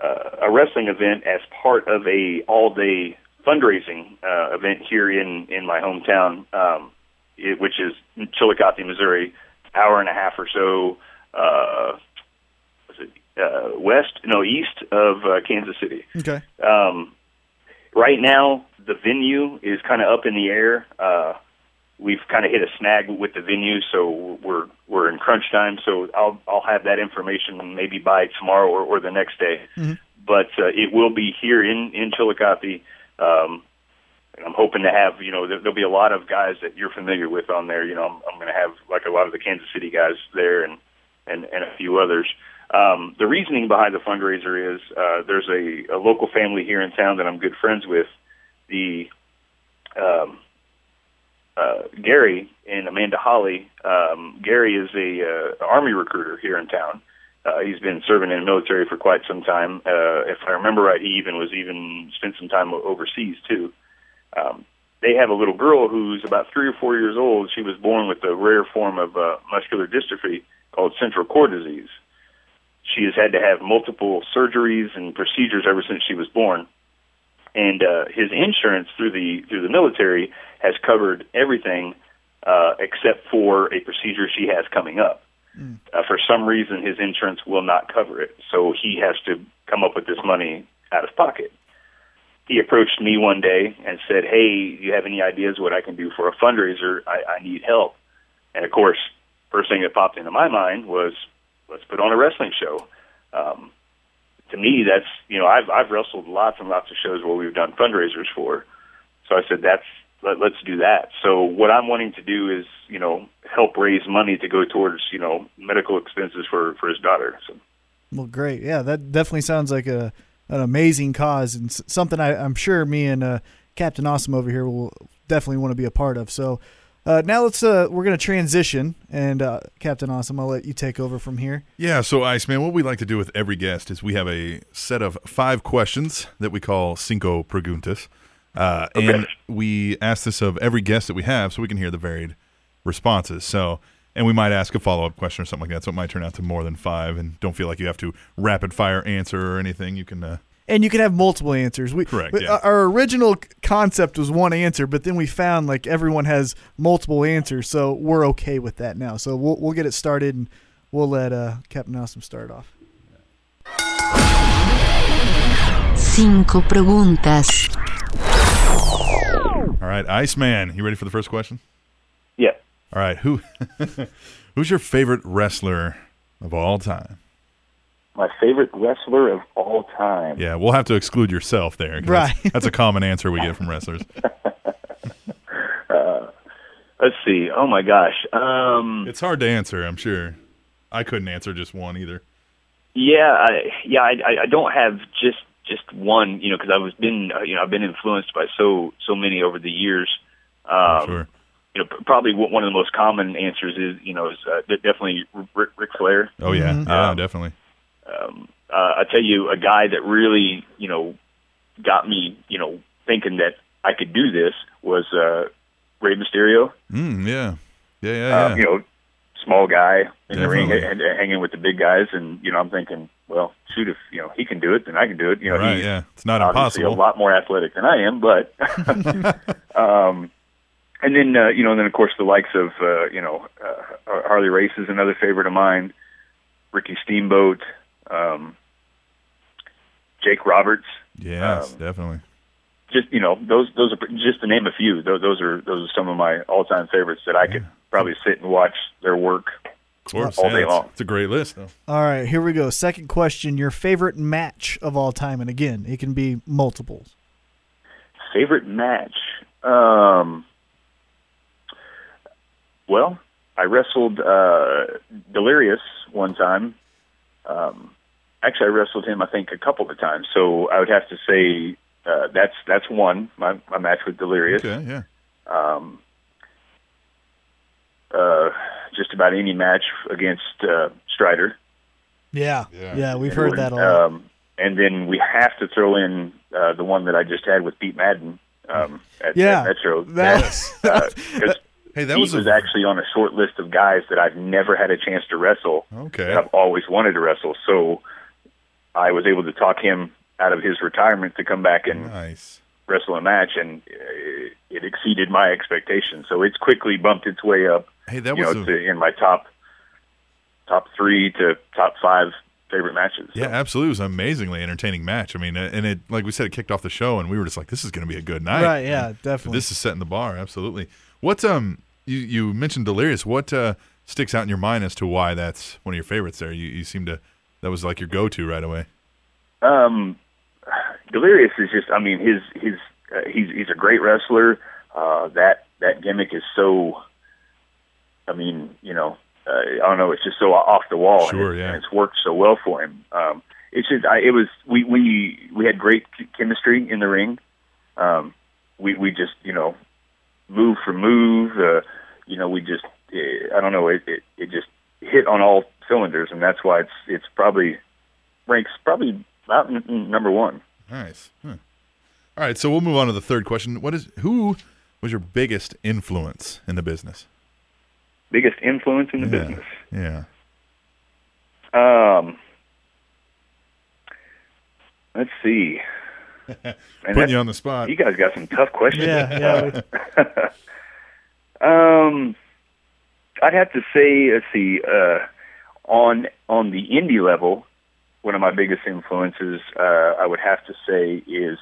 [SPEAKER 8] uh, a wrestling event as part of a all day fundraising uh, event here in in my hometown, um, it, which is Chillicothe, Missouri, hour and a half or so. Uh, was it uh, west? No, east of uh, Kansas City.
[SPEAKER 3] Okay.
[SPEAKER 8] Um, right now, the venue is kind of up in the air. Uh, we've kind of hit a snag with the venue, so we're we're in crunch time. So I'll I'll have that information maybe by tomorrow or, or the next day. But uh, it will be here in in Chillicothe. Um, and I'm hoping to have you know there, there'll be a lot of guys that you're familiar with on there. You know, I'm, I'm going to have like a lot of the Kansas City guys there and and and a few others. Um, the reasoning behind the fundraiser is uh, there's a, a local family here in town that I'm good friends with. The um, uh, Gary and Amanda Holly. Um, Gary is a uh, army recruiter here in town. Uh, he's been serving in the military for quite some time. Uh, if I remember right, he even was even spent some time o- overseas too. Um, they have a little girl who's about three or four years old. She was born with a rare form of uh, muscular dystrophy called central core disease. She has had to have multiple surgeries and procedures ever since she was born and uh, his insurance through the through the military has covered everything uh, except for a procedure she has coming up. Uh, for some reason, his insurance will not cover it, so he has to come up with this money out of pocket. He approached me one day and said, "Hey, do you have any ideas what I can do for a fundraiser? I, I need help." And of course, first thing that popped into my mind was, "Let's put on a wrestling show." Um, to me, that's you know I've I've wrestled lots and lots of shows where we've done fundraisers for. So I said that's let, let's do that. So what I'm wanting to do is you know help raise money to go towards you know medical expenses for for his daughter. So
[SPEAKER 7] Well, great. Yeah, that definitely sounds like a an amazing cause and s- something I, I'm sure me and uh, Captain Awesome over here will definitely want to be a part of. So uh, now let's uh, we're gonna transition and uh, Captain Awesome, I'll let you take over from here.
[SPEAKER 2] Yeah, so Iceman, what we like to do with every guest is we have a set of five questions that we call cinco preguntas. Uh, And we ask this of every guest that we have so we can hear the varied responses. So, and we might ask a follow up question or something like that. So it might turn out to more than five. And don't feel like you have to rapid fire answer or anything. You can, uh,
[SPEAKER 7] And you can have multiple answers. We,
[SPEAKER 2] Correct,
[SPEAKER 7] we- uh,
[SPEAKER 2] yeah.
[SPEAKER 7] Our original c- concept was one answer, but then we found like everyone has multiple answers, so we're okay with that now. So we'll we'll get it started and we'll let uh, Captain Awesome start off.
[SPEAKER 9] Cinco preguntas.
[SPEAKER 2] all right, Iceman, you ready for the first question?
[SPEAKER 8] yeah,
[SPEAKER 2] All right, who, who's your favorite wrestler of all time?
[SPEAKER 8] my favorite wrestler of all time.
[SPEAKER 2] Yeah, we'll have to exclude yourself there. 'cause that's-
[SPEAKER 7] Right.
[SPEAKER 2] that's a common answer we get from wrestlers.
[SPEAKER 8] Let's see. Oh my gosh. Um,
[SPEAKER 2] It's hard to answer, I'm sure. I couldn't answer just one either.
[SPEAKER 8] Yeah, I, yeah, I, I- I don't have just just one, you know, because I was been, uh, you know, I've been influenced by so so many over the years. Um,
[SPEAKER 2] Sure.
[SPEAKER 8] You know, pr- probably one one of the most common answers is, you know, is uh, de- definitely Ric, Ric Flair.
[SPEAKER 2] Oh yeah,
[SPEAKER 8] mm-hmm.
[SPEAKER 2] yeah, definitely.
[SPEAKER 8] Um, uh, I tell you, a guy that really, you know, got me, you know, thinking that I could do this was uh, Rey Mysterio.
[SPEAKER 2] Mm, yeah, yeah, yeah,
[SPEAKER 8] Uh,
[SPEAKER 2] yeah.
[SPEAKER 8] you know, small guy in the ring,
[SPEAKER 2] Definitely.
[SPEAKER 8] and, and hanging with the big guys, and you know, I'm thinking, well, shoot, if you know he can do it, then I can do it. You know,
[SPEAKER 2] right,
[SPEAKER 8] he's
[SPEAKER 2] yeah. It's not
[SPEAKER 8] obviously
[SPEAKER 2] impossible.
[SPEAKER 8] a lot more athletic than I am, but um, and then uh, you know, then of course the likes of uh, you know uh, Harley Race is another favorite of mine, Ricky Steamboat, um, Jake Roberts.
[SPEAKER 2] Yes,
[SPEAKER 8] um,
[SPEAKER 2] definitely.
[SPEAKER 8] Just you know, those those are just to name a few. Those, those are those are some of my all time favorites that I could probably sit and watch their work
[SPEAKER 2] Of course,
[SPEAKER 8] all
[SPEAKER 2] yeah,
[SPEAKER 8] day
[SPEAKER 2] it's,
[SPEAKER 8] long.
[SPEAKER 2] it's a great list. Though.
[SPEAKER 7] All right, here we go. Second question: Your favorite match of all time, and again, it can be multiples.
[SPEAKER 8] Favorite match? Um, well, I wrestled uh, Delirious one time. Um, actually, I wrestled him, I think, a couple of times. So I would have to say uh, that's that's one. My, my match with Delirious.
[SPEAKER 2] Okay, yeah.
[SPEAKER 8] Um, uh, just about any match against uh, Strider.
[SPEAKER 7] Yeah,
[SPEAKER 2] Yeah.
[SPEAKER 7] yeah, we've
[SPEAKER 8] And
[SPEAKER 7] heard
[SPEAKER 8] when,
[SPEAKER 7] that a lot.
[SPEAKER 8] Um, and then we have to throw in uh, the one that I just had with Pete Madden um, at,
[SPEAKER 7] Yeah,
[SPEAKER 8] at Metro.
[SPEAKER 7] that's-
[SPEAKER 8] because
[SPEAKER 2] Hey, that
[SPEAKER 8] Pete was,
[SPEAKER 2] was, a,
[SPEAKER 8] actually on a short list of guys that I've never had a chance to wrestle.
[SPEAKER 2] okay.
[SPEAKER 8] That I've always wanted to wrestle, so I was able to talk him out of his retirement to come back and
[SPEAKER 2] Nice.
[SPEAKER 8] wrestle a match, and uh, it exceeded my expectations. So it's quickly bumped its way up,
[SPEAKER 2] Hey, that
[SPEAKER 8] you
[SPEAKER 2] was
[SPEAKER 8] know,
[SPEAKER 2] a,
[SPEAKER 8] to, in my top top three to top five favorite matches. So-
[SPEAKER 2] yeah, absolutely. It was an amazingly entertaining match. I mean, uh, and it like we said, it kicked off the show, and we were just like, this is going to be a good night.
[SPEAKER 7] right? Yeah, definitely.
[SPEAKER 2] This is setting the bar. Absolutely. What um you you mentioned Delirious. What uh sticks out in your mind as to why that's one of your favorites? There, you you seem to that was like your go to right away.
[SPEAKER 8] Um, Delirious is just, I mean, his his uh, he's he's a great wrestler. Uh, that that gimmick is so, I mean, you know, uh, I don't know. It's just so off the wall.
[SPEAKER 2] Sure,
[SPEAKER 8] and, it-
[SPEAKER 2] yeah.
[SPEAKER 8] and it's worked so well for him. Um, it's just I, it was we we we had great ch- chemistry in the ring. Um, we we just you know move for move. Uh, you know we just eh, I don't know it, it it just hit on all cylinders, and that's why it's it's probably ranks probably about n- n- number one.
[SPEAKER 2] Nice. Huh. All right, so we'll move on to the third question. What is who was your biggest influence in the business?
[SPEAKER 8] Biggest influence in the
[SPEAKER 2] yeah.
[SPEAKER 8] business.
[SPEAKER 2] Yeah.
[SPEAKER 8] Um, let's see. And
[SPEAKER 2] Putting
[SPEAKER 8] that-
[SPEAKER 2] you on the spot.
[SPEAKER 8] you guys got some tough questions.
[SPEAKER 3] Yeah, yeah.
[SPEAKER 8] Um, I'd have to say, let's see, uh, on on the indie level, one of my biggest influences, uh, I would have to say, is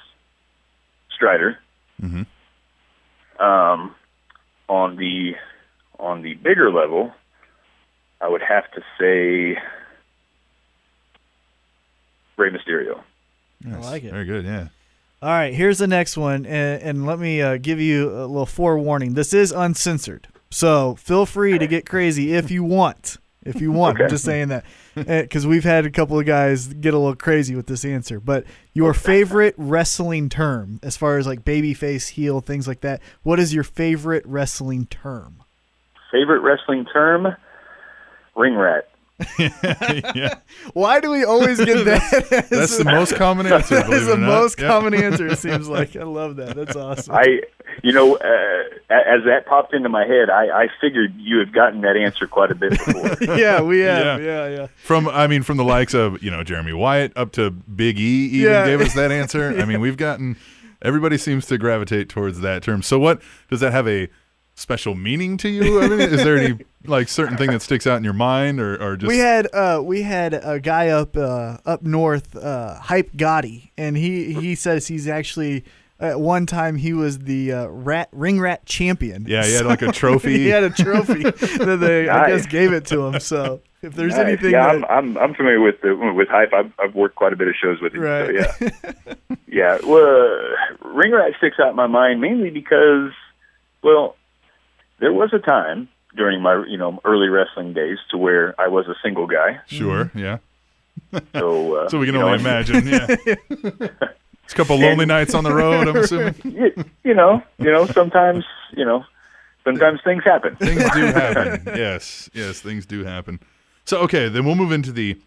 [SPEAKER 8] Strider.
[SPEAKER 2] Mhm.
[SPEAKER 8] Um, on the on the bigger level, I would have to say Rey Mysterio.
[SPEAKER 2] Nice.
[SPEAKER 3] like it.
[SPEAKER 2] Very good, yeah.
[SPEAKER 3] All right, here's the next one, and, and let me uh, give you a little forewarning. This is uncensored, so feel free to get crazy if you want. If you want, I'm just saying that because we've had a couple of guys get a little crazy with this answer. But your favorite wrestling term, as far as like babyface, heel, things like that, what is your favorite wrestling term?
[SPEAKER 8] Favorite wrestling term? Ring rat.
[SPEAKER 3] Why do we always get that?
[SPEAKER 2] That's the most common answer.
[SPEAKER 3] that
[SPEAKER 2] believe
[SPEAKER 3] is
[SPEAKER 2] it or
[SPEAKER 3] the
[SPEAKER 2] not.
[SPEAKER 3] most
[SPEAKER 2] Yep.
[SPEAKER 3] common answer. It seems like I love that. That's awesome.
[SPEAKER 8] I, you know, uh, a- as that popped into my head, I, I figured you had gotten that answer quite a bit before.
[SPEAKER 3] yeah, we have.
[SPEAKER 2] Yeah.
[SPEAKER 3] Yeah, yeah.
[SPEAKER 2] From I mean, from the likes of you know Jeremy Wyatt up to Big E, even
[SPEAKER 3] Yeah.
[SPEAKER 2] gave us that answer. I mean, we've gotten everybody seems to gravitate towards that term. So, what does that have a special meaning to you? I mean, is there any like certain thing that sticks out in your mind, or, or just
[SPEAKER 3] we had uh, we had a guy up uh, up north, uh, Hype Gotti, and he he says he's actually at one time he was the uh, rat ring rat champion.
[SPEAKER 2] yeah, he had like a trophy.
[SPEAKER 3] he had a trophy that they I guess
[SPEAKER 8] Nice.
[SPEAKER 3] gave it to him. So if there's
[SPEAKER 8] Nice.
[SPEAKER 3] anything,
[SPEAKER 8] yeah,
[SPEAKER 3] that,
[SPEAKER 8] I'm, I'm I'm familiar with the with hype. I've, I've worked quite a bit of shows with him.
[SPEAKER 3] Right.
[SPEAKER 8] So yeah, yeah. Well, ring rat sticks out in my mind mainly because, well, there was a time during my you know early wrestling days to where I was a single guy.
[SPEAKER 3] Mm-hmm.
[SPEAKER 2] sure, yeah.
[SPEAKER 8] So uh,
[SPEAKER 2] So we can
[SPEAKER 8] you know,
[SPEAKER 2] only
[SPEAKER 8] and-
[SPEAKER 2] imagine. Yeah, it's a couple lonely nights on the road. I'm assuming
[SPEAKER 8] You, you know, you know, sometimes you know, sometimes things happen.
[SPEAKER 2] things do happen. Yes, yes, things do happen. So okay, then we'll move into the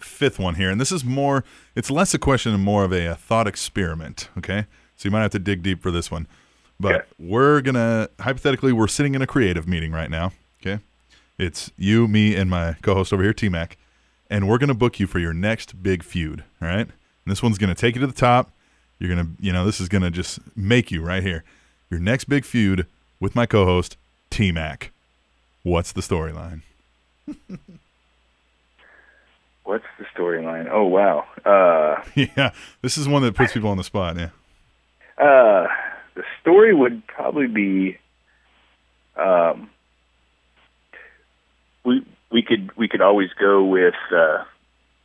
[SPEAKER 2] fifth one here, and this is more. It's less a question and more of a, uh thought experiment. Okay, so you might have to dig deep for this one, but
[SPEAKER 8] Okay.
[SPEAKER 2] we're gonna hypothetically we're sitting in a creative meeting right now. Okay, it's you, me, and my co-host over here, T Mac, and we're gonna book you for your next big feud. All right, and this one's gonna take you to the top. You're gonna, you know, this is gonna just make you right here. Your next big feud with my co-host T Mac. What's the storyline?
[SPEAKER 8] What's the storyline? Oh wow. Uh,
[SPEAKER 2] yeah, this is one that puts people on the spot. Yeah.
[SPEAKER 8] uh, the story would probably be, um, we we could we could always go with, uh,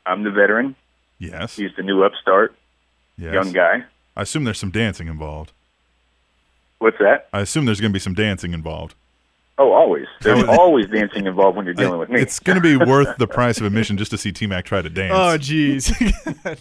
[SPEAKER 8] I'm the veteran.
[SPEAKER 2] Yes.
[SPEAKER 8] He's the new upstart,
[SPEAKER 2] yes.
[SPEAKER 8] young guy.
[SPEAKER 2] I assume there's some dancing involved.
[SPEAKER 8] What's that?
[SPEAKER 2] I assume there's going to be some dancing involved.
[SPEAKER 8] Oh, always. There's
[SPEAKER 2] would-
[SPEAKER 8] always dancing involved when you're dealing with me.
[SPEAKER 2] It's going to be worth the price of admission just to see T Mac try to dance.
[SPEAKER 3] oh jeez,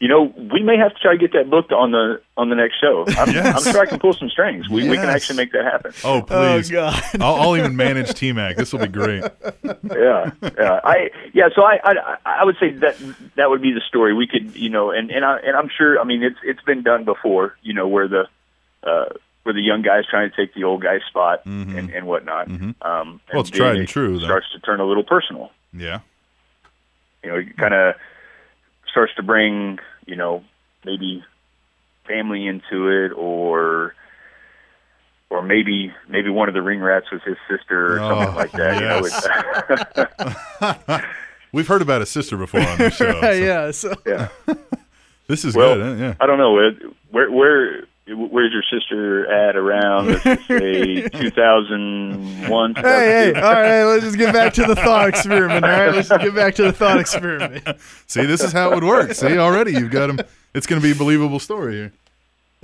[SPEAKER 8] You know, we may have to try to get that booked on the on the next show. I'm,
[SPEAKER 2] Yes.
[SPEAKER 8] I'm sure I can pull some strings. We we can
[SPEAKER 2] Yes.
[SPEAKER 8] actually make that happen.
[SPEAKER 2] Oh,
[SPEAKER 3] oh
[SPEAKER 2] please!
[SPEAKER 3] god.
[SPEAKER 2] I'll, I'll even manage T Mac. This will be great.
[SPEAKER 8] yeah, yeah. I yeah. So I, I I would say that that would be the story. We could you know, and and I and I'm sure. I mean, it's it's been done before. You know, where the uh, where the young guy's trying to take the old guy's spot and and whatnot. Um, and
[SPEAKER 2] Mm-hmm. Well, it's
[SPEAKER 8] then
[SPEAKER 2] tried and
[SPEAKER 8] it
[SPEAKER 2] true, though.
[SPEAKER 8] Starts to turn a little personal.
[SPEAKER 2] Yeah.
[SPEAKER 8] You know, it kind of starts to bring you know maybe family into it or. Or maybe maybe one of the ring rats was his sister or something
[SPEAKER 2] Oh,
[SPEAKER 8] like that. You know,
[SPEAKER 2] yes.
[SPEAKER 8] it's-
[SPEAKER 2] We've heard about his sister before on the show. so
[SPEAKER 3] yeah, so
[SPEAKER 2] This is
[SPEAKER 8] Well,
[SPEAKER 2] good. huh? Yeah.
[SPEAKER 8] I don't know. It- Where where where's your sister at around let's just say 2001?
[SPEAKER 3] hey, uh hey, all right, let's just get back to the thought experiment. All right, let's just get back to the thought experiment.
[SPEAKER 2] See, this is how it would work. See, already you've got him. It's going to be a believable story here.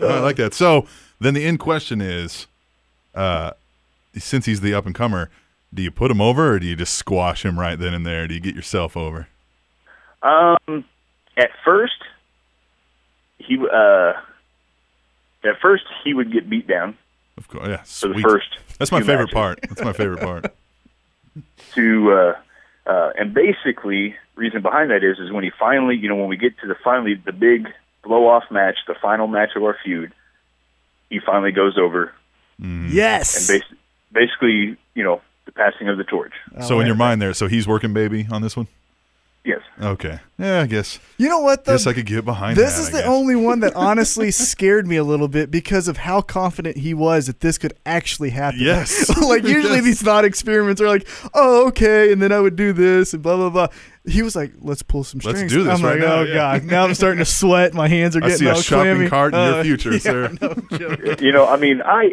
[SPEAKER 2] Oh, I like that. So then the end question is, uh, since he's the up and comer, Do you put him over, or do you just squash him right then and there? Do you get yourself over?
[SPEAKER 8] Um, at first, he uh, at first he would get beat down
[SPEAKER 2] Of course, yeah.
[SPEAKER 8] for the
[SPEAKER 2] Sweet.
[SPEAKER 8] first.
[SPEAKER 2] That's my
[SPEAKER 8] few
[SPEAKER 2] favorite
[SPEAKER 8] matches
[SPEAKER 2] part. That's my favorite part.
[SPEAKER 8] To uh, uh, and basically, reason behind that is is when he finally, you know, when we get to the finally the big blow off match, the final match of our feud, he finally goes over and
[SPEAKER 3] Yes.
[SPEAKER 8] bas- basically, you know, the passing of the torch.
[SPEAKER 2] so in your mind, there. So he's working, baby, on this one.
[SPEAKER 8] Yes.
[SPEAKER 2] Okay. Yeah, I guess.
[SPEAKER 3] You know what though?
[SPEAKER 2] guess I could get behind.
[SPEAKER 3] This
[SPEAKER 2] is
[SPEAKER 3] is the only one that honestly scared me a little bit because of how confident he was that this could actually happen.
[SPEAKER 2] Yes.
[SPEAKER 3] like usually
[SPEAKER 2] Yes.
[SPEAKER 3] these thought experiments are like, oh okay, and then I would do this and blah blah blah. He was like, let's pull some
[SPEAKER 2] Let's
[SPEAKER 3] strings.
[SPEAKER 2] do this
[SPEAKER 3] I'm
[SPEAKER 2] right
[SPEAKER 3] like,
[SPEAKER 2] now,
[SPEAKER 3] oh
[SPEAKER 2] yeah."
[SPEAKER 3] god, now I'm starting to sweat. My hands are
[SPEAKER 2] I
[SPEAKER 3] getting
[SPEAKER 2] see a
[SPEAKER 3] all
[SPEAKER 2] shopping
[SPEAKER 3] clammy.
[SPEAKER 2] cart in your
[SPEAKER 3] Uh,
[SPEAKER 2] future, sir.
[SPEAKER 8] you know, I mean, I,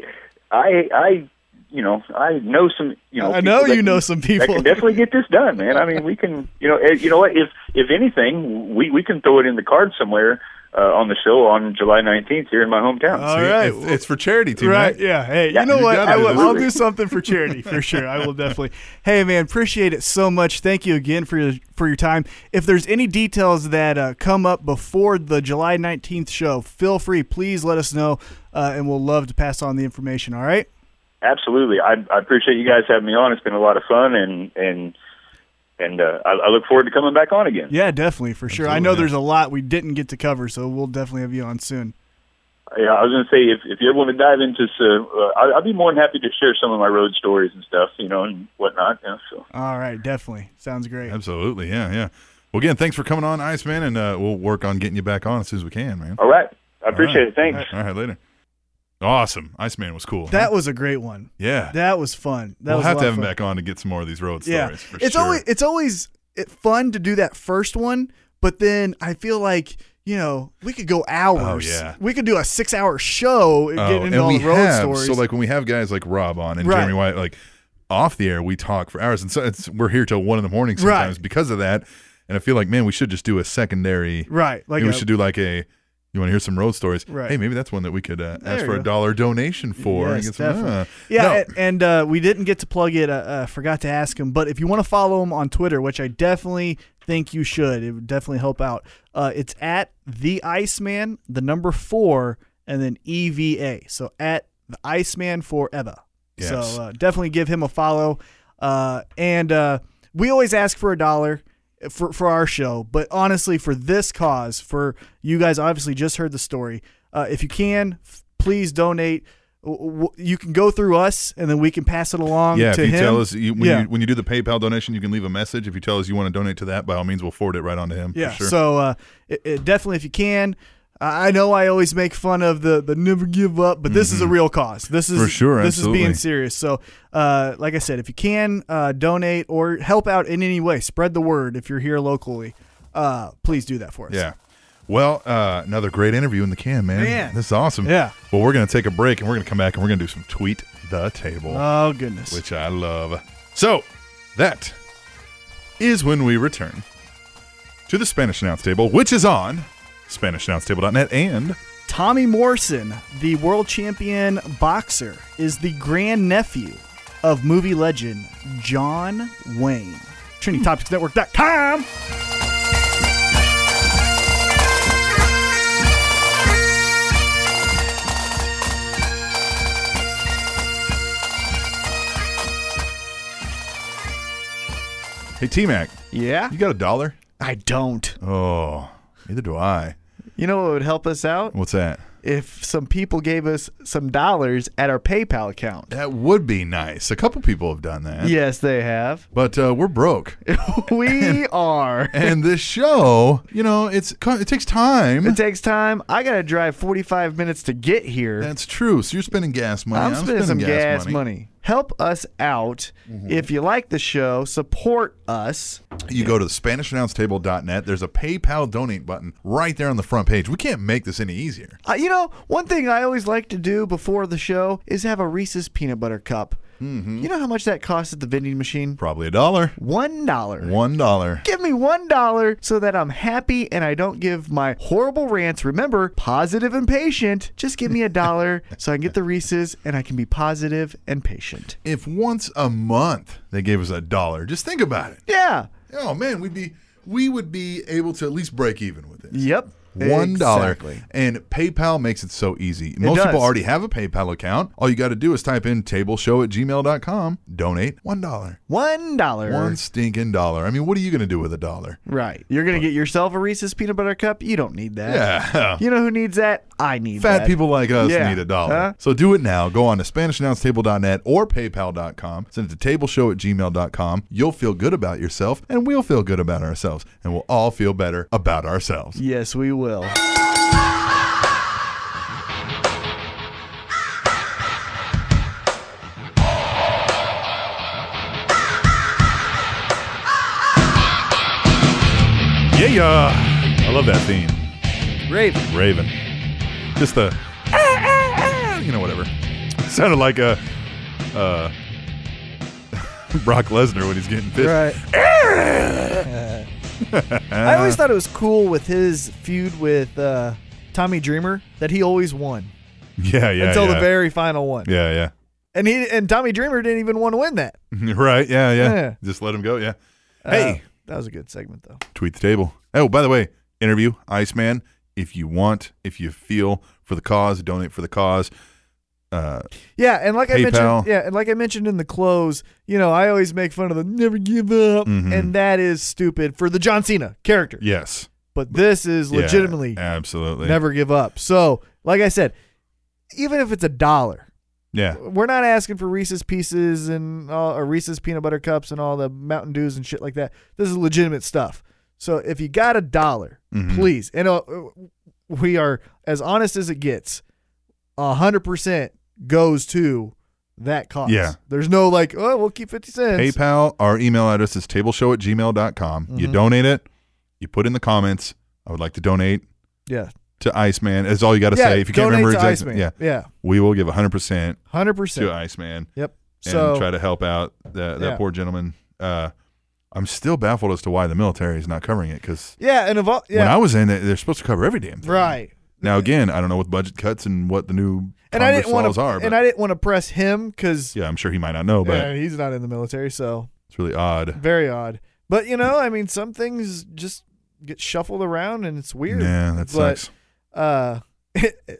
[SPEAKER 8] I, I, you know, I know some, you know,
[SPEAKER 3] I
[SPEAKER 8] people
[SPEAKER 3] know
[SPEAKER 8] that
[SPEAKER 3] you
[SPEAKER 8] can-
[SPEAKER 3] know some
[SPEAKER 8] that
[SPEAKER 3] people.
[SPEAKER 8] can definitely get this done, man. I mean, we can, you know, eh, you know what? If if anything, we we can throw it in the card somewhere uh, on the show on July nineteenth here in my hometown.
[SPEAKER 3] All right.
[SPEAKER 2] It's, it's for charity, too,
[SPEAKER 3] Right.
[SPEAKER 2] right?
[SPEAKER 3] Yeah. Hey,
[SPEAKER 8] Yeah,
[SPEAKER 3] you know
[SPEAKER 8] you
[SPEAKER 3] what?
[SPEAKER 2] gotta
[SPEAKER 3] I
[SPEAKER 2] do
[SPEAKER 3] will,
[SPEAKER 2] this.
[SPEAKER 3] I'll do something for charity for sure. I will definitely. Hey, man, appreciate it so much. Thank you again for your for your time. If there's any details that uh, come up before the July 19th show, feel free. Please let us know, uh, and we'll love to pass on the information. All right.
[SPEAKER 8] Absolutely, I, I appreciate you guys having me on. It's been a lot of fun, and and and uh, I, I look forward to coming back on again.
[SPEAKER 3] Yeah, definitely for sure. I know
[SPEAKER 2] Absolutely.
[SPEAKER 3] there's a lot we didn't get to cover, so we'll definitely have you on soon.
[SPEAKER 8] Yeah, I was going to say if if you ever want to dive into, some, uh, I, I'd be more than happy to share some of my road stories and stuff, you know, and whatnot. You know, so.
[SPEAKER 3] All right, definitely sounds great.
[SPEAKER 2] Absolutely. Yeah, yeah. Well, again, thanks for coming on, Iceman, and uh, we'll work on getting you back on as soon as we can, man.
[SPEAKER 8] All right. I
[SPEAKER 2] All
[SPEAKER 8] appreciate
[SPEAKER 2] right.
[SPEAKER 8] it. Thanks.
[SPEAKER 2] All right, all right, later. Awesome. Iceman was cool. huh?
[SPEAKER 3] That was a great one.
[SPEAKER 2] yeah.
[SPEAKER 3] That was fun. That
[SPEAKER 2] we'll
[SPEAKER 3] was a
[SPEAKER 2] have
[SPEAKER 3] lot
[SPEAKER 2] to
[SPEAKER 3] of
[SPEAKER 2] have him
[SPEAKER 3] fun.
[SPEAKER 2] back on to get some more of these road
[SPEAKER 3] yeah.
[SPEAKER 2] stories. for
[SPEAKER 3] it's
[SPEAKER 2] sure.
[SPEAKER 3] always it's always it, fun to do that first one, but then I feel like you know we could go hours.
[SPEAKER 2] Oh, yeah.
[SPEAKER 3] we could do a six-hour show and
[SPEAKER 2] Oh,
[SPEAKER 3] get into
[SPEAKER 2] and
[SPEAKER 3] all
[SPEAKER 2] we
[SPEAKER 3] the road
[SPEAKER 2] have,
[SPEAKER 3] stories.
[SPEAKER 2] So like when we have guys like Rob on and
[SPEAKER 3] Right.
[SPEAKER 2] Jeremy White, like off the air, we talk for hours, and so it's, we're here till one in the morning
[SPEAKER 3] Right.
[SPEAKER 2] sometimes because of that. And I feel like, man, we should just do a secondary.
[SPEAKER 3] right, like
[SPEAKER 2] Maybe we
[SPEAKER 3] a-
[SPEAKER 2] should do like a. You want to hear some road stories?
[SPEAKER 3] Right.
[SPEAKER 2] Hey, maybe that's one that we could uh, ask
[SPEAKER 3] you
[SPEAKER 2] for a
[SPEAKER 3] go.
[SPEAKER 2] dollar donation for. and
[SPEAKER 3] Yes,
[SPEAKER 2] get some-
[SPEAKER 3] definitely.
[SPEAKER 2] uh,
[SPEAKER 3] yeah,
[SPEAKER 2] no,
[SPEAKER 3] and, and uh, we didn't get to plug it. I uh, uh, forgot to ask him, but if you want to follow him on Twitter, which I definitely think you should, it would definitely help out. Uh, it's at the Iceman, the number four, and then EVA. So at the Iceman forever.
[SPEAKER 2] Yes.
[SPEAKER 3] So uh, definitely give him a follow. Uh, and uh, we always ask for a dollar for, for our show, but honestly, for this cause, for you guys obviously just heard the story. Uh, if you can, f- please donate. W- w- You can go through us, and then we can pass it along.
[SPEAKER 2] yeah, if
[SPEAKER 3] um, to
[SPEAKER 2] you
[SPEAKER 3] him.
[SPEAKER 2] tell us you, when,
[SPEAKER 3] Yeah.
[SPEAKER 2] you, when you do the PayPal donation, you can leave a message. If you tell us you want to donate to that, by all means, we'll forward it right on to him.
[SPEAKER 3] Yeah.
[SPEAKER 2] for sure.
[SPEAKER 3] So uh, it, it definitely, if you can, I I know I always make fun of the the never give up, but this is a real cause. This is
[SPEAKER 2] Mm-hmm. For sure,
[SPEAKER 3] This is being
[SPEAKER 2] absolutely.
[SPEAKER 3] serious. So, uh, like I said, if you can uh, donate or help out in any way, spread the word. If you're here locally, uh, please do that for us.
[SPEAKER 2] Yeah. Well, uh, another great interview in the can, man.
[SPEAKER 3] Man.
[SPEAKER 2] This is awesome.
[SPEAKER 3] Yeah.
[SPEAKER 2] Well, we're going to take a break and we're going to come back and we're going to do some Tweet the Table,
[SPEAKER 3] Oh goodness.
[SPEAKER 2] which I love. So, that is when we return to the Spanish Announce Table, which is on SpanishAnnounceTable.net and
[SPEAKER 3] Tommy Morrison, the world champion boxer, is the grandnephew of movie legend John Wayne. TrinityTopicsNetwork.com.
[SPEAKER 2] Hey, T Mac,
[SPEAKER 10] Yeah?
[SPEAKER 2] you got a dollar?
[SPEAKER 10] I don't.
[SPEAKER 2] Oh, neither do I.
[SPEAKER 10] You know what would help us out?
[SPEAKER 2] What's that?
[SPEAKER 10] If some people gave us some dollars at our PayPal account.
[SPEAKER 2] That would be nice. A couple people have done that.
[SPEAKER 10] Yes, they have.
[SPEAKER 2] But uh, we're broke.
[SPEAKER 10] we are.
[SPEAKER 2] and this show, you know, it's it takes time.
[SPEAKER 10] It takes time. I got to drive 45 minutes to get here.
[SPEAKER 2] That's true. So you're spending gas money.
[SPEAKER 10] I'm spending, some gas, money. Mm-hmm. Help us out. If you like the show, support us.
[SPEAKER 2] You go to the SpanishAnnounceTable.net. There's a PayPal donate button right there on the front page. We can't make this any easier.
[SPEAKER 10] Uh, you know, one thing I always like to do before the show is have a Reese's peanut butter cup. You know how much that costs at the vending machine?
[SPEAKER 2] Probably a dollar.
[SPEAKER 10] One dollar.
[SPEAKER 2] One dollar.
[SPEAKER 10] Give me one dollar so that I'm happy and I don't give my horrible rants. Remember, positive and patient. Just give me a dollar so I can get the Reese's and I can be positive and patient.
[SPEAKER 2] If once a month they gave us a dollar, just think about it.
[SPEAKER 10] Yeah.
[SPEAKER 2] Oh man, we'd be we would be able to at least break even with it.
[SPEAKER 10] Yep.
[SPEAKER 2] One dollar.
[SPEAKER 10] Exactly.
[SPEAKER 2] And PayPal makes it so easy. Most people
[SPEAKER 10] does.
[SPEAKER 2] already have a PayPal account. All you got to do is type in tableshow at gmail.com, donate one dollar.
[SPEAKER 10] One dollar.
[SPEAKER 2] One stinking dollar. I mean, what are you going to do with a dollar?
[SPEAKER 10] Right. You're gonna get yourself a Reese's peanut butter cup. You don't need that.
[SPEAKER 2] Yeah.
[SPEAKER 10] You know who needs that? I need
[SPEAKER 2] Fat
[SPEAKER 10] that.
[SPEAKER 2] people like us
[SPEAKER 10] Yeah.
[SPEAKER 2] need a dollar.
[SPEAKER 10] Huh?
[SPEAKER 2] So do it now. Go on to SpanishAnnounceTable.net or PayPal.com. Send it to tableshow at gmail.com. You'll feel good about yourself, and we'll feel good about ourselves, and we'll all feel better about ourselves.
[SPEAKER 10] Yes, we will.
[SPEAKER 2] Yeah, yeah. I love that theme.
[SPEAKER 7] Raven.
[SPEAKER 2] Raven. Just the, "Ah, ah, ah," you know, whatever. Sounded like a, uh, Brock Lesnar when he's getting pissed.
[SPEAKER 3] Right.
[SPEAKER 2] Ah. uh,
[SPEAKER 3] I always thought it was cool with his feud with uh, Tommy Dreamer that he always won
[SPEAKER 2] Yeah, yeah.
[SPEAKER 3] until
[SPEAKER 2] yeah.
[SPEAKER 3] the very final one,
[SPEAKER 2] Yeah, yeah.
[SPEAKER 3] and he and Tommy Dreamer didn't even want to win that.
[SPEAKER 2] right. Yeah, yeah,
[SPEAKER 3] Yeah. Uh,
[SPEAKER 2] Just let him go. Yeah. Hey,
[SPEAKER 3] That was a good segment though.
[SPEAKER 2] tweet the table. Oh, by the way, interview Iceman. If you want, if you feel for the cause, donate for the cause. Uh,
[SPEAKER 3] Yeah, and like I
[SPEAKER 2] PayPal.
[SPEAKER 3] mentioned, yeah, and like I mentioned in the close, you know, I always make fun of the never give up,
[SPEAKER 2] Mhm.
[SPEAKER 3] and that is stupid for the John Cena character.
[SPEAKER 2] yes,
[SPEAKER 3] But this is
[SPEAKER 2] Yeah,
[SPEAKER 3] legitimately
[SPEAKER 2] absolutely,
[SPEAKER 3] never give up. So, like I said, even if it's a dollar,
[SPEAKER 2] Yeah,
[SPEAKER 3] we're not asking for Reese's pieces and all, or Reese's peanut butter cups and all the Mountain Dews and shit like that. This is legitimate stuff. So if you got a dollar,
[SPEAKER 2] Mhm.
[SPEAKER 3] please, and uh, we are as honest as it gets. A hundred percent goes to that cause.
[SPEAKER 2] Yeah.
[SPEAKER 3] There's no like, oh, we'll keep fifty cents.
[SPEAKER 2] PayPal. Our email address is tableshow at gmail.com.
[SPEAKER 3] Mm-hmm.
[SPEAKER 2] You donate it. You put in the comments. I would like to donate
[SPEAKER 3] Yeah.
[SPEAKER 2] to Iceman. That's all you got to
[SPEAKER 3] Yeah.
[SPEAKER 2] say. If you can't
[SPEAKER 3] donate
[SPEAKER 2] remember
[SPEAKER 3] to
[SPEAKER 2] exactly,
[SPEAKER 3] Iceman.
[SPEAKER 2] yeah,
[SPEAKER 3] Yeah.
[SPEAKER 2] we will give 100 percent
[SPEAKER 3] Hundred
[SPEAKER 2] to
[SPEAKER 3] percent.
[SPEAKER 2] Iceman.
[SPEAKER 3] Yep.
[SPEAKER 2] and
[SPEAKER 3] So
[SPEAKER 2] try to help out that, that
[SPEAKER 3] Yeah.
[SPEAKER 2] poor gentleman. Uh, I'm still baffled as to why the military is not covering it because
[SPEAKER 3] yeah, and of all
[SPEAKER 2] when
[SPEAKER 3] yeah,
[SPEAKER 2] I was in it, they're supposed to cover every damn thing.
[SPEAKER 3] right.
[SPEAKER 2] Now, again, I don't know what budget cuts and what the new
[SPEAKER 3] And I
[SPEAKER 2] Congress
[SPEAKER 3] didn't want
[SPEAKER 2] laws
[SPEAKER 3] to,
[SPEAKER 2] are, but
[SPEAKER 3] and I didn't want to press him because
[SPEAKER 2] yeah, I'm sure he might not know, but
[SPEAKER 3] yeah, he's not in the military, so
[SPEAKER 2] it's really odd.
[SPEAKER 3] Very odd. But you know, I mean, some things just get shuffled around, and it's weird.
[SPEAKER 2] Yeah, that
[SPEAKER 3] But,
[SPEAKER 2] sucks.
[SPEAKER 3] Uh,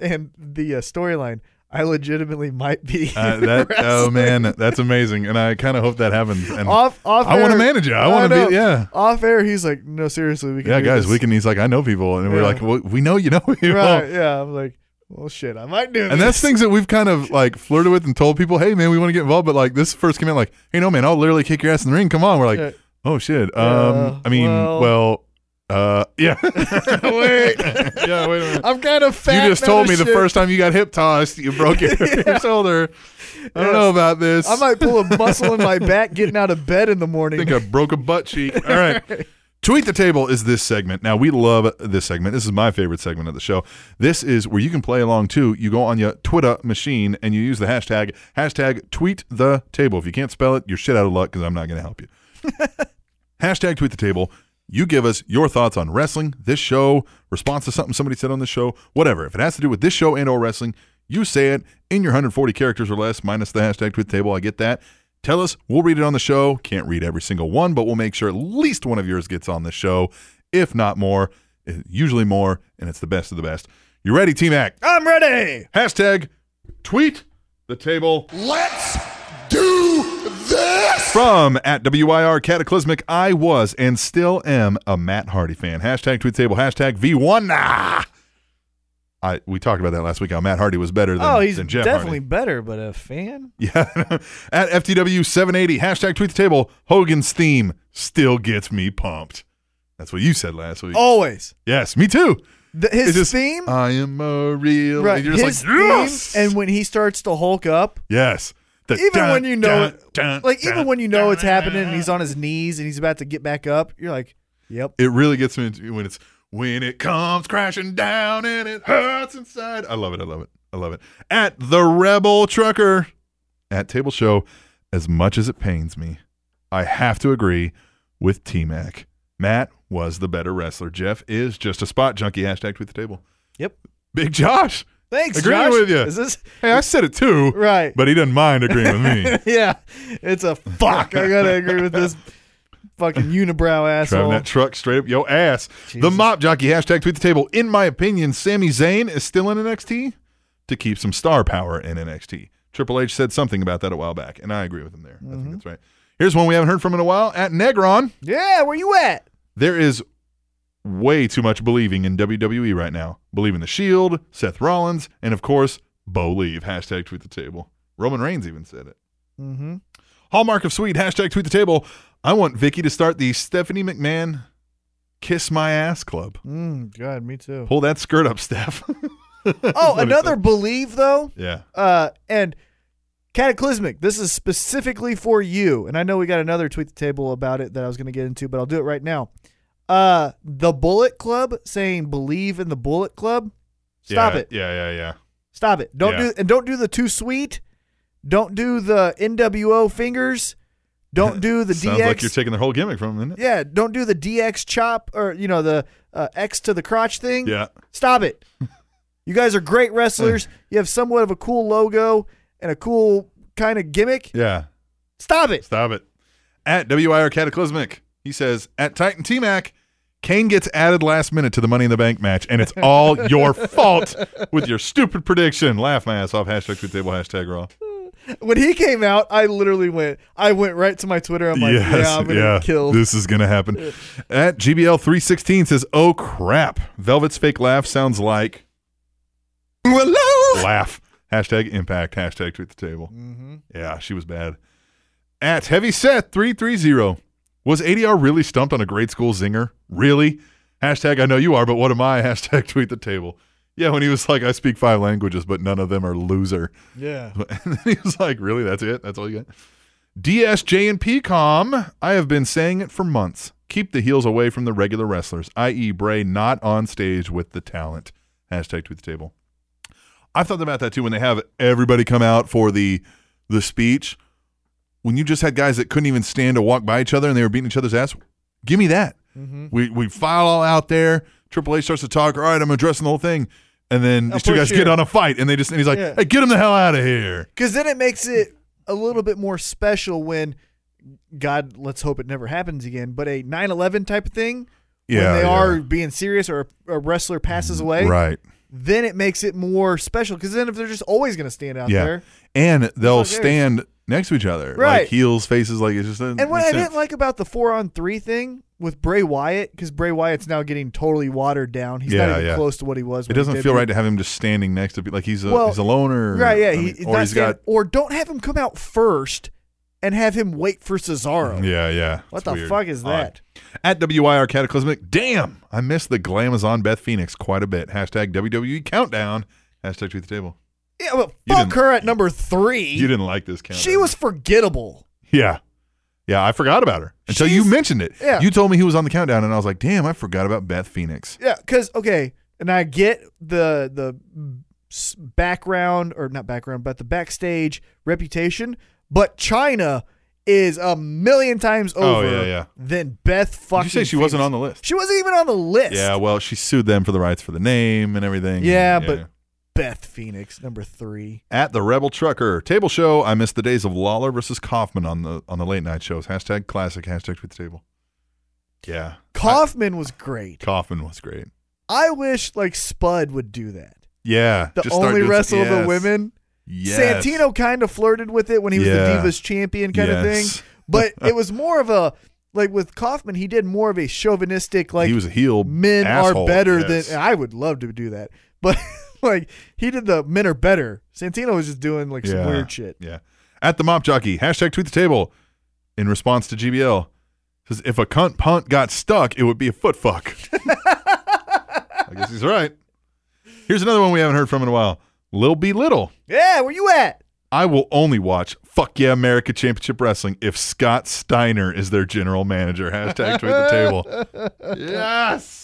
[SPEAKER 3] and the uh, storyline, I legitimately might be
[SPEAKER 2] Uh, that oh man, that's amazing, and I kind of hope that happens. And
[SPEAKER 3] off off.
[SPEAKER 2] I want to
[SPEAKER 3] air-
[SPEAKER 2] manage it. I want to
[SPEAKER 3] know.
[SPEAKER 2] be yeah.
[SPEAKER 3] Off air, he's like, "No, seriously, we can."
[SPEAKER 2] Yeah,
[SPEAKER 3] do
[SPEAKER 2] guys,
[SPEAKER 3] this."
[SPEAKER 2] we can. He's like, I know people, and we're
[SPEAKER 3] Yeah.
[SPEAKER 2] like, well, we know you know people,
[SPEAKER 3] Right? Yeah, I'm like, "Well, shit, I might do."
[SPEAKER 2] and that's
[SPEAKER 3] this.
[SPEAKER 2] things that we've kind of like flirted with and told people, hey man, we want to get involved, but like this first came out, like, hey no man, I'll literally kick your ass in the ring. Come on, we're like,
[SPEAKER 3] Yeah.
[SPEAKER 2] oh shit. Um,
[SPEAKER 3] Uh,
[SPEAKER 2] I mean,
[SPEAKER 3] well-
[SPEAKER 2] well, uh, yeah, wait, yeah, wait a minute.
[SPEAKER 3] I'm kind of fat.
[SPEAKER 2] you just
[SPEAKER 3] now,
[SPEAKER 2] told me
[SPEAKER 3] shit.
[SPEAKER 2] the first time you got hip tossed, you broke your, your shoulder. I don't
[SPEAKER 3] Yeah.
[SPEAKER 2] know about this.
[SPEAKER 3] I might pull a muscle in my back getting out of bed in the
[SPEAKER 2] I
[SPEAKER 3] morning.
[SPEAKER 2] think I broke a butt cheek. All right. Tweet the table is this segment. Now we love this segment. This is my favorite segment of the show. This is where you can play along too. You go on your Twitter machine and you use the hashtag hashtag tweet the table. If you can't spell it, you're shit out of luck because I'm not going to help you. hashtag tweet the table. You give us your thoughts on wrestling, this show, response to something somebody said on the show, whatever. If it has to do with this show and or wrestling, you say it in your 140 characters or less, minus the hashtag tweet the table. I get that. Tell us, we'll read it on the show. Can't read every single one, but we'll make sure at least one of yours gets on the show, if not more, eh, usually more, and it's the best of the best. You ready, T Mac?
[SPEAKER 3] I'm ready.
[SPEAKER 2] Hashtag tweet the table
[SPEAKER 4] Let's do this!
[SPEAKER 2] from at WIR Cataclysmic. I was and still am a Matt Hardy fan. Hashtag tweet the table. Hashtag V1. Ah! I, we talked about that last week. How Matt Hardy was better than,
[SPEAKER 3] oh, he's
[SPEAKER 2] than Jeff
[SPEAKER 3] definitely
[SPEAKER 2] Hardy.
[SPEAKER 3] better, but a fan.
[SPEAKER 2] Yeah. At FTW780, hashtag tweet the table, Hogan's theme still gets me pumped. That's what you said last week.
[SPEAKER 3] Always.
[SPEAKER 2] Yes, me too.
[SPEAKER 3] The, Oh. his
[SPEAKER 2] It's just-
[SPEAKER 3] theme,
[SPEAKER 2] I am a real.
[SPEAKER 3] right?
[SPEAKER 2] You're just
[SPEAKER 3] his
[SPEAKER 2] like, yes.
[SPEAKER 3] theme, and when he starts to Hulk up,
[SPEAKER 2] yes. The
[SPEAKER 3] even
[SPEAKER 2] dun,
[SPEAKER 3] when you know,
[SPEAKER 2] dun,
[SPEAKER 3] it,
[SPEAKER 2] dun,
[SPEAKER 3] like
[SPEAKER 2] dun,
[SPEAKER 3] even when you know
[SPEAKER 2] dun,
[SPEAKER 3] it's happening,
[SPEAKER 2] dun.
[SPEAKER 3] and he's on his knees and he's about to get back up, you're like, "Yep,
[SPEAKER 2] It really gets me into- when it's when it comes crashing down and it hurts inside. I love it. I love it. I love it. At the Rebel Trucker at Table Show as much as it pains me, I have to agree with T Mac. Matt was the better wrestler. Jeff is just a spot junkie. Hashtag tweet the table.
[SPEAKER 3] Yep.
[SPEAKER 2] Big Josh.
[SPEAKER 3] Thanks,
[SPEAKER 2] Agreeing
[SPEAKER 3] Josh.
[SPEAKER 2] with you.
[SPEAKER 3] Is this
[SPEAKER 2] Hey, I said it too.
[SPEAKER 3] right?
[SPEAKER 2] But he doesn't mind agreeing with me.
[SPEAKER 3] yeah, it's a fuck. I gotta agree with this fucking unibrow
[SPEAKER 2] Driving
[SPEAKER 3] asshole.
[SPEAKER 2] that truck straight up yo ass. The mop jockey hashtag tweet the table. In my opinion, Sami Zayn is still in NXT to keep some star power in NXT. Triple H said something about that a while back, and I agree with him there. I think that's right. Here's one we haven't heard from in a while at Negron.
[SPEAKER 3] yeah, where you at?
[SPEAKER 2] There is way too much believing in WWE right now. Believe in the Shield, Seth Rollins, and of course, Bo Leave. Hashtag tweet the table. Roman Reigns even said it.
[SPEAKER 3] Mm-hmm.
[SPEAKER 2] Hallmark of Sweet, hashtag tweet the table. I want Vicky to start the Stephanie McMahon Kiss My Ass Club.
[SPEAKER 3] Mm, God, me too.
[SPEAKER 2] Pull that skirt up, Steph.
[SPEAKER 3] Oh, another believe though.
[SPEAKER 2] Yeah.
[SPEAKER 3] Uh, and cataclysmic. This is specifically for you. And I know we got another tweet the table about it that I was going to get into, but I'll do it right now. Uh, the Bullet Club saying believe in the Bullet Club. Stop
[SPEAKER 2] Yeah,
[SPEAKER 3] it.
[SPEAKER 2] Yeah, yeah, yeah.
[SPEAKER 3] Stop it. Don't
[SPEAKER 2] Yeah.
[SPEAKER 3] do and don't do the too sweet. Don't do the NWO fingers. Don't do the
[SPEAKER 2] Sounds
[SPEAKER 3] DX.
[SPEAKER 2] like you're taking their whole gimmick from them, isn't it?
[SPEAKER 3] yeah, don't do the DX chop or you know the uh, X to the crotch thing.
[SPEAKER 2] Yeah.
[SPEAKER 3] Stop it. You guys are great wrestlers. You have somewhat of a cool logo and a cool kind of gimmick.
[SPEAKER 2] Yeah.
[SPEAKER 3] Stop it.
[SPEAKER 2] Stop it. At WIR Cataclysmic, he says, at Titan T Mac, Kane gets added last minute to the Money in the Bank match, and it's all your fault with your stupid prediction. Laugh my ass off. Hashtag tweet table, hashtag raw.
[SPEAKER 3] When he came out, I literally went. I went right to my Twitter. I'm like, yeah, I'm gonna
[SPEAKER 2] yeah,
[SPEAKER 3] get killed.
[SPEAKER 2] This is gonna happen. At GBL three sixteen says, "Oh crap!" Velvet's fake laugh sounds like
[SPEAKER 1] Willow,
[SPEAKER 2] laugh. Hashtag impact. Hashtag tweet the table.
[SPEAKER 3] Mm-hmm.
[SPEAKER 2] Yeah, she was bad. At heavy set three three zero was ADR really stumped on a grade school zinger? Really? Hashtag I know you are, but what am I? Hashtag tweet the table. Yeah, when he was like, I speak five languages, but none of them are loser.
[SPEAKER 3] yeah.
[SPEAKER 2] And then he was like, "Really? That's it? That's all you got?" DSJ and PCOM. I have been saying it for months. Keep the heels away from the regular wrestlers, i.e., Bray not on stage with the talent. Hashtag tweet the table. I've thought about that too. When they have everybody come out for the the speech, when you just had guys that couldn't even stand to walk by each other and they were beating each other's ass, give me that. We we file all out there. Triple H starts to talk. All right, I'm addressing the whole thing, and then these two
[SPEAKER 3] push
[SPEAKER 2] guys
[SPEAKER 3] here.
[SPEAKER 2] get on a fight, and they just and he's like,
[SPEAKER 3] Yeah.
[SPEAKER 2] "Hey, get him the hell out of here."
[SPEAKER 3] Because then it makes it a little bit more special when, God, let's hope it never happens again, but a 9 11 type of thing,
[SPEAKER 2] Yeah,
[SPEAKER 3] when they
[SPEAKER 2] yeah. Mm,
[SPEAKER 3] are being serious or a, a wrestler passes away,
[SPEAKER 2] Right.
[SPEAKER 3] then it makes it more special. Because then if they're just always going to stand out
[SPEAKER 2] yeah.
[SPEAKER 3] there.
[SPEAKER 2] And they'll
[SPEAKER 3] Who cares?
[SPEAKER 2] stand next to each other. Like
[SPEAKER 3] Right.
[SPEAKER 2] heels, faces, like it's just
[SPEAKER 3] And what I didn't
[SPEAKER 2] like
[SPEAKER 3] like about the four on three thing with Bray Wyatt, because Bray Wyatt's now getting totally watered down. He's
[SPEAKER 2] Yeah,
[SPEAKER 3] not even
[SPEAKER 2] yeah.
[SPEAKER 3] close to what he was.
[SPEAKER 2] it
[SPEAKER 3] when
[SPEAKER 2] doesn't
[SPEAKER 3] he
[SPEAKER 2] feel
[SPEAKER 3] debuted.
[SPEAKER 2] right to have him just standing next to people. Like he's a
[SPEAKER 3] Well,
[SPEAKER 2] he's a loner.
[SPEAKER 3] Right, yeah.
[SPEAKER 2] I
[SPEAKER 3] He,
[SPEAKER 2] mean,
[SPEAKER 3] he's
[SPEAKER 2] or
[SPEAKER 3] not
[SPEAKER 2] he's
[SPEAKER 3] standing-
[SPEAKER 2] got
[SPEAKER 3] or don't have him come out first and have him wait for Cesaro.
[SPEAKER 2] Yeah, yeah.
[SPEAKER 3] What
[SPEAKER 2] It's
[SPEAKER 3] the
[SPEAKER 2] weird.
[SPEAKER 3] fuck is
[SPEAKER 2] Odd.
[SPEAKER 3] that?
[SPEAKER 2] At WIR Cataclysmic, damn, I miss the glamazon Beth Phoenix quite a bit. Hashtag WWE countdown. Hashtag tweet the table.
[SPEAKER 3] Yeah, well,
[SPEAKER 2] You
[SPEAKER 3] fuck
[SPEAKER 2] didn't-
[SPEAKER 3] her at number three.
[SPEAKER 2] You didn't like this countdown.
[SPEAKER 3] She was forgettable.
[SPEAKER 2] Yeah. Yeah, I forgot about her until you
[SPEAKER 3] She's-
[SPEAKER 2] mentioned it.
[SPEAKER 3] yeah.
[SPEAKER 2] You told me he was on the countdown, and I was like, damn, I forgot about Beth Phoenix.
[SPEAKER 3] Yeah, because okay, and I get the the s- background or not background, but the backstage reputation. But China is a million times
[SPEAKER 2] Oh,
[SPEAKER 3] over
[SPEAKER 2] yeah, yeah.
[SPEAKER 3] than Beth fucking.
[SPEAKER 2] Did you say she wasn't
[SPEAKER 3] Phoenix.
[SPEAKER 2] on the list?
[SPEAKER 3] She wasn't even on the list.
[SPEAKER 2] Yeah, well, she sued them for the rights for the name and everything.
[SPEAKER 3] Yeah, but- Beth Phoenix, number three.
[SPEAKER 2] at the Rebel Trucker table show, I miss the days of Lawler versus Kaufman on the on the late night shows. Hashtag classic. Hashtag tweet the table. Yeah,
[SPEAKER 3] Kaufman was great.
[SPEAKER 2] Kaufman was great.
[SPEAKER 3] I wish like Spud would do that.
[SPEAKER 2] Yeah,
[SPEAKER 3] The
[SPEAKER 2] just start
[SPEAKER 3] only
[SPEAKER 2] doing-
[SPEAKER 3] wrestle of
[SPEAKER 2] yes,
[SPEAKER 3] the women.
[SPEAKER 2] Yes.
[SPEAKER 3] Santino kind of flirted with it when he was
[SPEAKER 2] Yeah.
[SPEAKER 3] the Divas champion kind of
[SPEAKER 2] Yes.
[SPEAKER 3] thing, but it was more of a like with Kaufman, he did more of a chauvinistic like
[SPEAKER 2] he was a heel.
[SPEAKER 3] men
[SPEAKER 2] asshole,
[SPEAKER 3] are better
[SPEAKER 2] yes.
[SPEAKER 3] than I would love to do that, but like he did the men are better. Santino was just doing like some
[SPEAKER 2] Yeah.
[SPEAKER 3] weird shit.
[SPEAKER 2] Yeah, at the mop jockey. Hashtag tweet the table. In response to GBL, says if a cunt punt got stuck, it would be a foot fuck. I guess he's right. Here's another one we haven't heard from in a while. Lil B Little.
[SPEAKER 3] Yeah, where you at?
[SPEAKER 2] I will only watch Fuck Yeah America Championship Wrestling if Scott Steiner is their general manager. Hashtag tweet the table. Yes.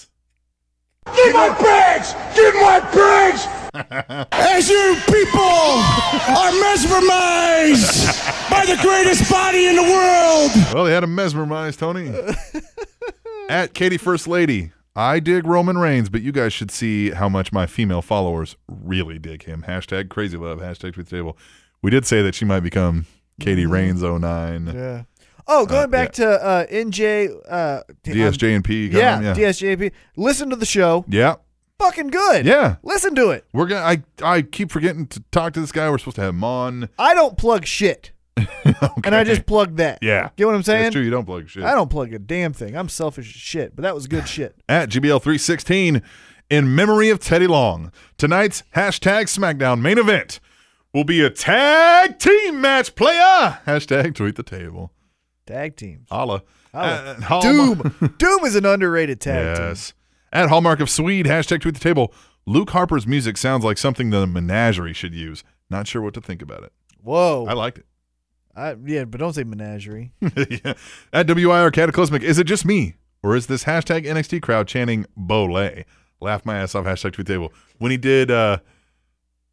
[SPEAKER 4] Get my bags! Get my bags!
[SPEAKER 1] As you people are mesmerized by the greatest body in the world.
[SPEAKER 2] Well, they had him mesmerized, Tony. At Katie First Lady, I dig Roman Reigns, but you guys should see how much my female followers really dig him. Hashtag crazy love. Hashtag tweet the table. We did say that she might become
[SPEAKER 3] Mm-hmm.
[SPEAKER 2] Katie Reigns 09.
[SPEAKER 3] Yeah. Oh, going back to uh, NJ. Uh, damn,
[SPEAKER 2] DSJ and P.
[SPEAKER 3] I'm- Yeah,
[SPEAKER 2] yeah.
[SPEAKER 3] DSJP. Listen to the show.
[SPEAKER 2] yeah.
[SPEAKER 3] Fucking good.
[SPEAKER 2] Yeah.
[SPEAKER 3] Listen to it.
[SPEAKER 2] We're gonna. I I keep forgetting to talk to this guy. We're supposed to have him on.
[SPEAKER 3] I don't plug shit, and I just plug that.
[SPEAKER 2] Yeah.
[SPEAKER 3] Get what I'm saying?
[SPEAKER 2] That's true. You don't plug shit.
[SPEAKER 3] I don't plug a damn thing. I'm selfish as shit, but that was good shit.
[SPEAKER 2] At GBL316, in memory of Teddy Long, tonight's hashtag SmackDown main event will be a tag team match. Player hashtag tweet the table.
[SPEAKER 3] Tag teams.
[SPEAKER 2] Holla.
[SPEAKER 3] Holla.
[SPEAKER 2] At Hallmark-
[SPEAKER 3] Doom. Doom is an underrated tag team.
[SPEAKER 2] yes. At Hallmark of Swede hashtag tweet the table. Luke Harper's music sounds like something the menagerie should use. Not sure what to think about it.
[SPEAKER 3] Whoa.
[SPEAKER 2] I liked it.
[SPEAKER 3] I, yeah, but don't say menagerie.
[SPEAKER 2] yeah. At WIR Cataclysmic, is it just me? Or is this hashtag NXT crowd chanting Bolay? Laugh my ass off, hashtag tweet table. When he did uh,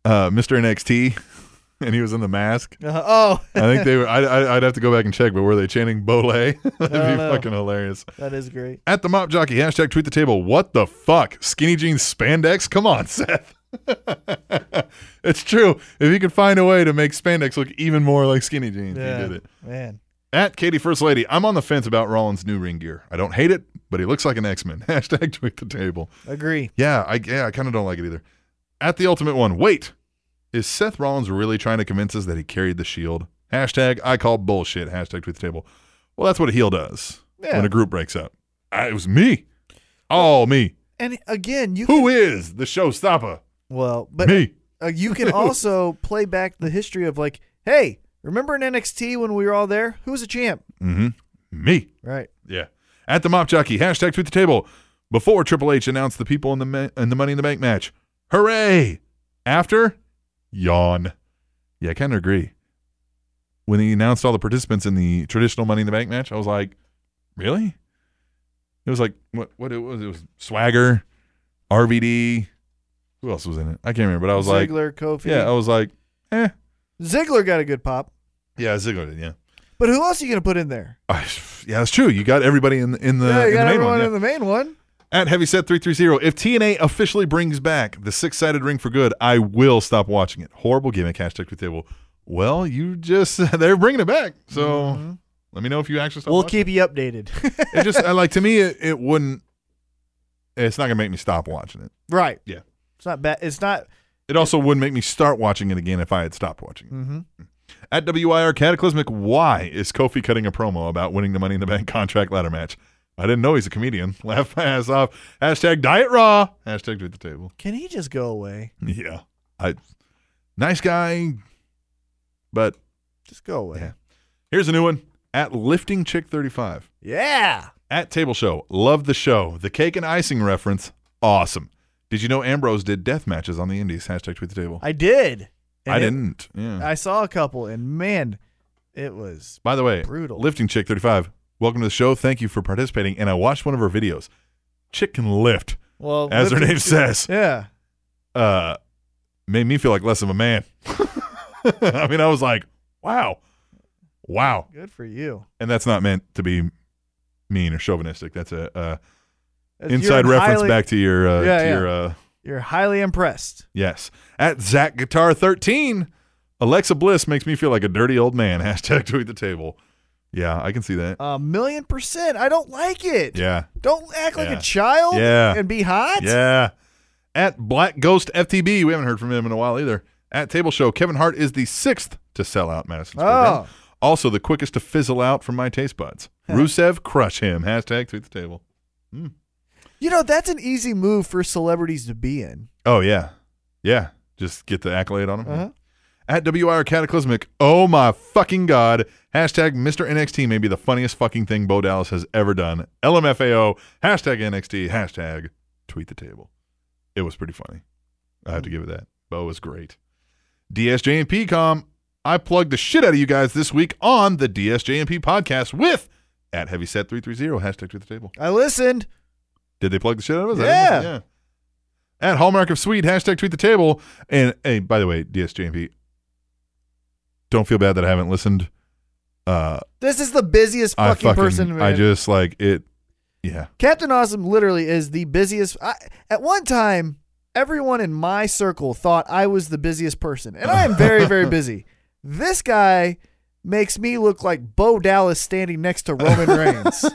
[SPEAKER 2] uh, Mr. NXT and he was in the mask,
[SPEAKER 3] Uh, oh,
[SPEAKER 2] I think they were, I, I, I'd have to go back and check, but were they chanting Bolay? That'd be
[SPEAKER 3] don't know.
[SPEAKER 2] fucking hilarious.
[SPEAKER 3] that is great.
[SPEAKER 2] At the Mop Jockey, hashtag tweet the table. What the fuck? Skinny jeans spandex? Come on, Seth. it's true. If you could find a way to make spandex look even more like skinny jeans, you did it.
[SPEAKER 3] Man.
[SPEAKER 2] At Katie First Lady, I'm on the fence about Rollins' new ring gear. I don't hate it, but he looks like an X-Men. Hashtag tweet the table.
[SPEAKER 3] Agree.
[SPEAKER 2] Yeah, I yeah, I kind of don't like it either. At the Ultimate One, wait, is Seth Rollins really trying to convince us that he carried the Shield? Hashtag I call bullshit. Hashtag tweet the table. Well, that's what a heel does
[SPEAKER 3] Yeah.
[SPEAKER 2] when a group breaks up. I, it was me, all me.
[SPEAKER 3] And again, you
[SPEAKER 2] Who is the showstopper?
[SPEAKER 3] well, but
[SPEAKER 2] me.
[SPEAKER 3] uh, you can also play back the history of like, hey, remember in NXT when we were all there? Who was a champ?
[SPEAKER 2] Mm-hmm. Me.
[SPEAKER 3] Right.
[SPEAKER 2] Yeah. At the Mop Jockey, hashtag tweet the table. Before Triple H announced the people in the ma- in the Money in the Bank match, hooray! After, yawn. Yeah, I kind of agree. When he announced all the participants in the traditional Money in the Bank match, I was like, really? It was like what what it was? It was Swagger, RVD. Who else was in it? I can't remember. But I was like,
[SPEAKER 3] Ziggler, Kofi.
[SPEAKER 2] yeah, I was like, eh,
[SPEAKER 3] Ziggler got a good pop.
[SPEAKER 2] yeah, Ziggler did, yeah.
[SPEAKER 3] But who else are you gonna put in there?
[SPEAKER 2] I, yeah, that's true. You got everybody in the in the, in
[SPEAKER 3] yeah,
[SPEAKER 2] Uh,
[SPEAKER 3] you
[SPEAKER 2] the
[SPEAKER 3] got
[SPEAKER 2] main
[SPEAKER 3] everyone
[SPEAKER 2] one. yeah.
[SPEAKER 3] in the main one.
[SPEAKER 2] At Heavyset330, if TNA officially brings back the six sided ring for good, I will stop watching it. Horrible gimmick. Hashtag tweet table. Well, you just, they're bringing it back. So let me know if you actually stop
[SPEAKER 3] We'll
[SPEAKER 2] watching
[SPEAKER 3] keep you updated.
[SPEAKER 2] it. It just, I like, to me, it, it wouldn't, it's not going to make me stop watching it.
[SPEAKER 3] right.
[SPEAKER 2] Yeah.
[SPEAKER 3] It's not bad. It's not.
[SPEAKER 2] It also wouldn't make me start watching it again if I had stopped watching it.
[SPEAKER 3] Mhm.
[SPEAKER 2] At WIR Cataclysmic, why is Kofi cutting a promo about winning the Money in the Bank contract ladder match? I didn't know he's a comedian. Laugh my ass off. Hashtag diet raw. Hashtag tweet the table.
[SPEAKER 3] Can he just go away?
[SPEAKER 2] Yeah. I nice guy, but
[SPEAKER 3] Just go away.
[SPEAKER 2] Yeah. here's a new one. At lifting chick 35.
[SPEAKER 3] Yeah.
[SPEAKER 2] At table show. Love the show. The cake and icing reference. Awesome. Did you know Ambrose did death matches on the indies? Hashtag tweet the table.
[SPEAKER 3] I did. And
[SPEAKER 2] I
[SPEAKER 3] it-
[SPEAKER 2] didn't. Yeah.
[SPEAKER 3] I saw a couple, and man, it was
[SPEAKER 2] By the way,
[SPEAKER 3] Brutal.
[SPEAKER 2] lifting chick 35. Welcome to the show. Thank you for participating. And I watched one of her videos. Chick can lift,
[SPEAKER 3] well
[SPEAKER 2] as her
[SPEAKER 3] lifting-
[SPEAKER 2] name says.
[SPEAKER 3] Yeah.
[SPEAKER 2] Uh, made me feel like less of a man. I mean, I was like, wow, wow.
[SPEAKER 3] Good for you.
[SPEAKER 2] and that's not meant to be mean or chauvinistic. That's a uh,
[SPEAKER 3] That's-
[SPEAKER 2] inside
[SPEAKER 3] you're
[SPEAKER 2] reference
[SPEAKER 3] highly-
[SPEAKER 2] back to your uh,
[SPEAKER 3] Yeah,
[SPEAKER 2] to
[SPEAKER 3] yeah.
[SPEAKER 2] your uh,
[SPEAKER 3] You're highly impressed.
[SPEAKER 2] yes at Zach Guitar thirteen. Alexa Bliss makes me feel like a dirty old man. Hashtag tweet the table. Yeah, I can see that.
[SPEAKER 3] A million percent. I don't like it.
[SPEAKER 2] Yeah,
[SPEAKER 3] Don't act like
[SPEAKER 2] Yeah.
[SPEAKER 3] a child
[SPEAKER 2] Yeah.
[SPEAKER 3] and be hot.
[SPEAKER 2] yeah. At Black Ghost FTB, we haven't heard from him in a while either. At Table Show, Kevin Hart is the sixth to sell out Madison Square Garden.
[SPEAKER 3] Oh.
[SPEAKER 2] Also, the quickest to fizzle out from my taste buds. Rusev, crush him. Hashtag tweet the table.
[SPEAKER 3] You know, that's an easy move for celebrities to be in.
[SPEAKER 2] Oh yeah, yeah. Just get the accolade on him.
[SPEAKER 3] Uh-huh.
[SPEAKER 2] At WIR Cataclysmic, oh my fucking god! Hashtag Mr. NXT may be the funniest fucking thing Bo Dallas has ever done. LMFAO. Hashtag NXT. Hashtag tweet the table. It was pretty funny. I have to give it that. Bo was great. DSJ and PCOM. I plugged the shit out of you guys this week on the DSJ and P podcast with at Heavyset330. Hashtag tweet the table.
[SPEAKER 3] I listened.
[SPEAKER 2] Did they plug the shit out of us? I
[SPEAKER 3] Yeah.
[SPEAKER 2] didn't- at Hallmark of Sweet, hashtag tweet the table. And hey, by the way, DSJMP, don't feel bad that I haven't listened. Uh,
[SPEAKER 3] This is the busiest
[SPEAKER 2] I
[SPEAKER 3] fucking, person. Man.
[SPEAKER 2] I just like it. Yeah.
[SPEAKER 3] Captain Awesome literally is the busiest. I, at one time, everyone in my circle thought I was the busiest person, and I am very, very busy. This guy makes me look like Bo Dallas standing next to Roman Reigns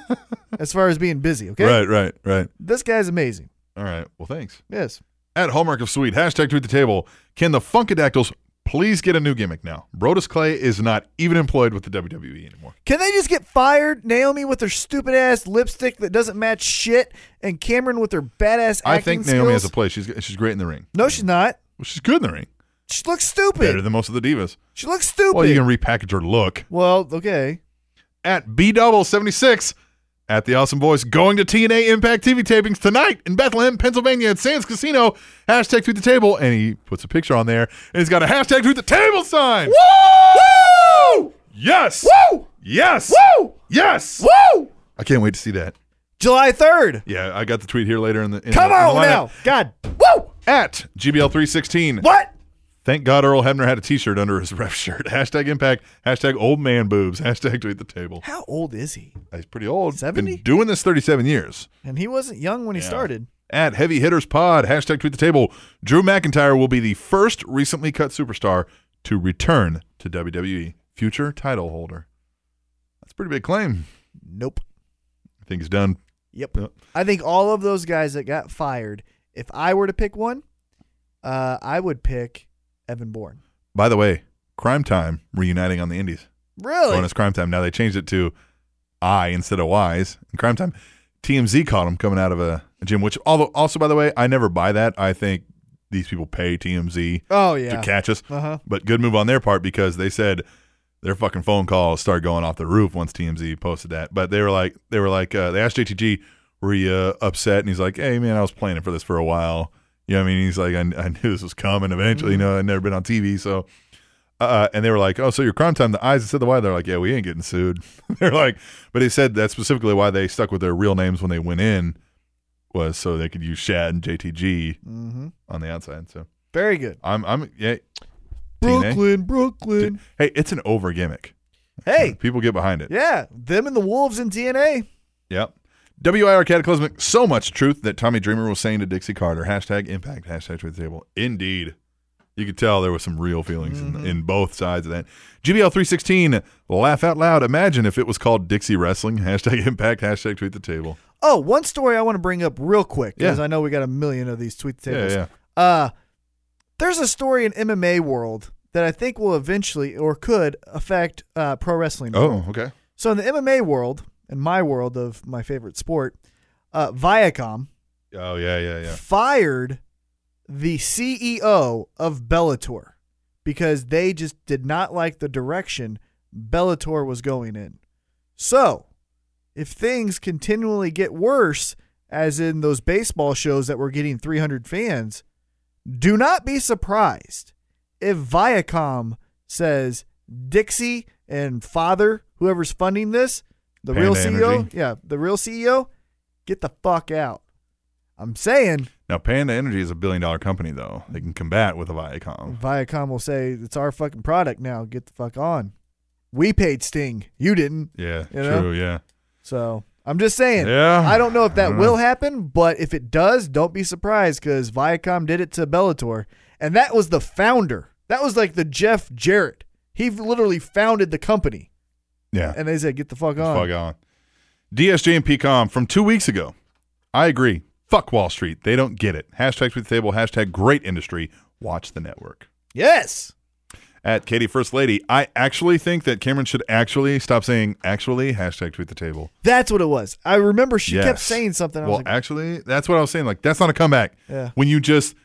[SPEAKER 3] as far as being busy, okay?
[SPEAKER 2] Right, right, right.
[SPEAKER 3] This guy's amazing.
[SPEAKER 2] All right. Well, thanks.
[SPEAKER 3] Yes.
[SPEAKER 2] At Hallmark of Sweet, hashtag tweet the table. Can the Funkadactyls please get a new gimmick now? Brodus Clay is not even employed with the WWE anymore.
[SPEAKER 3] Can they just get fired? Naomi with her stupid ass lipstick that doesn't match shit, and Cameron with her badass acting
[SPEAKER 2] I think Naomi
[SPEAKER 3] skills?
[SPEAKER 2] has a play. She's she's great in the ring.
[SPEAKER 3] no, she's not.
[SPEAKER 2] Well, she's good in the ring.
[SPEAKER 3] She looks stupid.
[SPEAKER 2] Better than most of the divas.
[SPEAKER 3] she looks stupid.
[SPEAKER 2] Well, you can repackage her look.
[SPEAKER 3] Well, okay.
[SPEAKER 2] At B double seventy six. At the Awesome Voice, going to TNA Impact TV tapings tonight in Bethlehem, Pennsylvania at Sands Casino. Hashtag tweet the table. And he puts a picture on there and he's got a hashtag tweet the table sign. Woo! Woo! Yes! Woo! Yes! Woo! Yes! Woo! I can't wait to see that.
[SPEAKER 3] July 3rd.
[SPEAKER 2] Yeah, I got the tweet here later in the. In
[SPEAKER 3] Come
[SPEAKER 2] the, in the
[SPEAKER 3] on
[SPEAKER 2] lineup.
[SPEAKER 3] now. God.
[SPEAKER 2] Woo! At GBL316.
[SPEAKER 3] What?
[SPEAKER 2] Thank God Earl Hebner had a t shirt under his ref shirt. Hashtag impact. Hashtag old man boobs. Hashtag tweet the table.
[SPEAKER 3] How old is he?
[SPEAKER 2] He's pretty old.
[SPEAKER 3] 70?
[SPEAKER 2] Been doing this 37 years.
[SPEAKER 3] And he wasn't young when he started.
[SPEAKER 2] At Heavy Hitters Pod. Hashtag tweet the table. Drew McIntyre will be the first recently cut superstar to return to WWE. Future title holder. That's a pretty big claim.
[SPEAKER 3] Nope.
[SPEAKER 2] I think he's done.
[SPEAKER 3] Yep. I think all of those guys that got fired, if I were to pick one, uh, I would pick Evan Bourne.
[SPEAKER 2] By the way, Crime Time reuniting on the Indies.
[SPEAKER 3] Really?
[SPEAKER 2] bonus crime time. Now they changed it to I instead of Y's in crime time. TMZ caught him coming out of a, a gym, which although also by the way, I never buy that. I think these people pay TMZ
[SPEAKER 3] Oh,
[SPEAKER 2] to
[SPEAKER 3] yeah.
[SPEAKER 2] catch us.
[SPEAKER 3] Uh-huh.
[SPEAKER 2] But good move on their part because they said their fucking phone calls started going off the roof once TMZ posted that. But they were like, they were like, uh, they asked JTG, were you uh, upset? And he's like, hey man, I was planning for this for a while. You know what I mean? He's like, I, I knew this was coming eventually. You know, I'd never been on TV, so. Uh, and they were like, "Oh, so your crime time, the eyes instead of the Y." They're like, "Yeah, we ain't getting sued." They're like, but he said that's specifically why they stuck with their real names when they went in, was so they could use Shad and JTG on the outside. So
[SPEAKER 3] Very good.
[SPEAKER 2] I'm, I'm, yeah, TNA.
[SPEAKER 3] Brooklyn, Brooklyn.
[SPEAKER 2] Hey, it's an over gimmick.
[SPEAKER 3] Hey,
[SPEAKER 2] People get behind it.
[SPEAKER 3] yeah. Them and the Wolves in TNA.
[SPEAKER 2] Yep. WIR Cataclysmic, so much truth that Tommy Dreamer was saying to Dixie Carter. Hashtag impact, hashtag tweet the table. Indeed. You could tell there was some real feelings
[SPEAKER 3] Mm-hmm.
[SPEAKER 2] in, in both sides of that. GBL 316, laugh out loud. Imagine if it was called Dixie Wrestling. Hashtag impact, hashtag tweet the table.
[SPEAKER 3] Oh, one story I want to bring up real quick because
[SPEAKER 2] Yeah.
[SPEAKER 3] I know we got a million of these tweet
[SPEAKER 2] Yeah,
[SPEAKER 3] tables.
[SPEAKER 2] yeah.
[SPEAKER 3] Uh, there's a story in MMA world that I think will eventually or could affect uh, pro wrestling.
[SPEAKER 2] Oh, okay.
[SPEAKER 3] So in the MMA world, in my world of my favorite sport, uh, Viacom
[SPEAKER 2] Oh, yeah, yeah, yeah.
[SPEAKER 3] fired the CEO of Bellator because they just did not like the direction Bellator was going in. So, if things continually get worse, as in those baseball shows that were getting 300 fans, do not be surprised if Viacom says Dixie and Father, whoever's funding this, the
[SPEAKER 2] Panda
[SPEAKER 3] real CEO,
[SPEAKER 2] Energy.
[SPEAKER 3] yeah, the real CEO, get the fuck out. I'm saying
[SPEAKER 2] Now, Panda Energy is a billion dollar company, though. They can combat with a
[SPEAKER 3] Mm-hmm.
[SPEAKER 2] Viacom.
[SPEAKER 3] Viacom will say it's our fucking product now. Get the fuck on. We paid Sting. You didn't.
[SPEAKER 2] Yeah,
[SPEAKER 3] You know?
[SPEAKER 2] true, yeah.
[SPEAKER 3] So I'm just saying.
[SPEAKER 2] Yeah.
[SPEAKER 3] I don't know if
[SPEAKER 2] I
[SPEAKER 3] that
[SPEAKER 2] don't
[SPEAKER 3] will
[SPEAKER 2] know.
[SPEAKER 3] happen, but if it does, don't be surprised because Viacom did it to Bellator, and that was the founder. That was like the Jeff Jarrett. He literally founded the company,
[SPEAKER 2] Yeah.
[SPEAKER 3] and they said, "Get the fuck
[SPEAKER 2] Just
[SPEAKER 3] on."
[SPEAKER 2] Fuck on. DSJ and PCOM from two weeks ago. I agree. Fuck Wall Street. They don't get it. Hashtag tweet the table. Hashtag great industry. Watch the network.
[SPEAKER 3] Yes.
[SPEAKER 2] At Katie First Lady, I actually think that Cameron should actually stop saying actually. Hashtag tweet the table.
[SPEAKER 3] That's what it was. I remember she kept
[SPEAKER 2] Yes.
[SPEAKER 3] saying something. I
[SPEAKER 2] well,
[SPEAKER 3] was like,
[SPEAKER 2] actually, that's what I was saying. Like, that's not a comeback.
[SPEAKER 3] Yeah.
[SPEAKER 2] When you just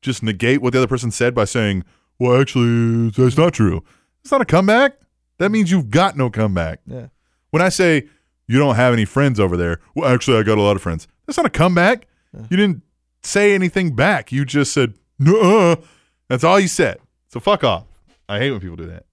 [SPEAKER 2] just negate what the other person said by saying, "Well, actually, that's not true." It's not a comeback. That means you've got no comeback.
[SPEAKER 3] Yeah.
[SPEAKER 2] When I say you don't have any friends over there, well, actually, I got a lot of friends. That's not a comeback. You didn't say anything back. You just said, "Nuh." That's all you said. So fuck off. I hate when people do that.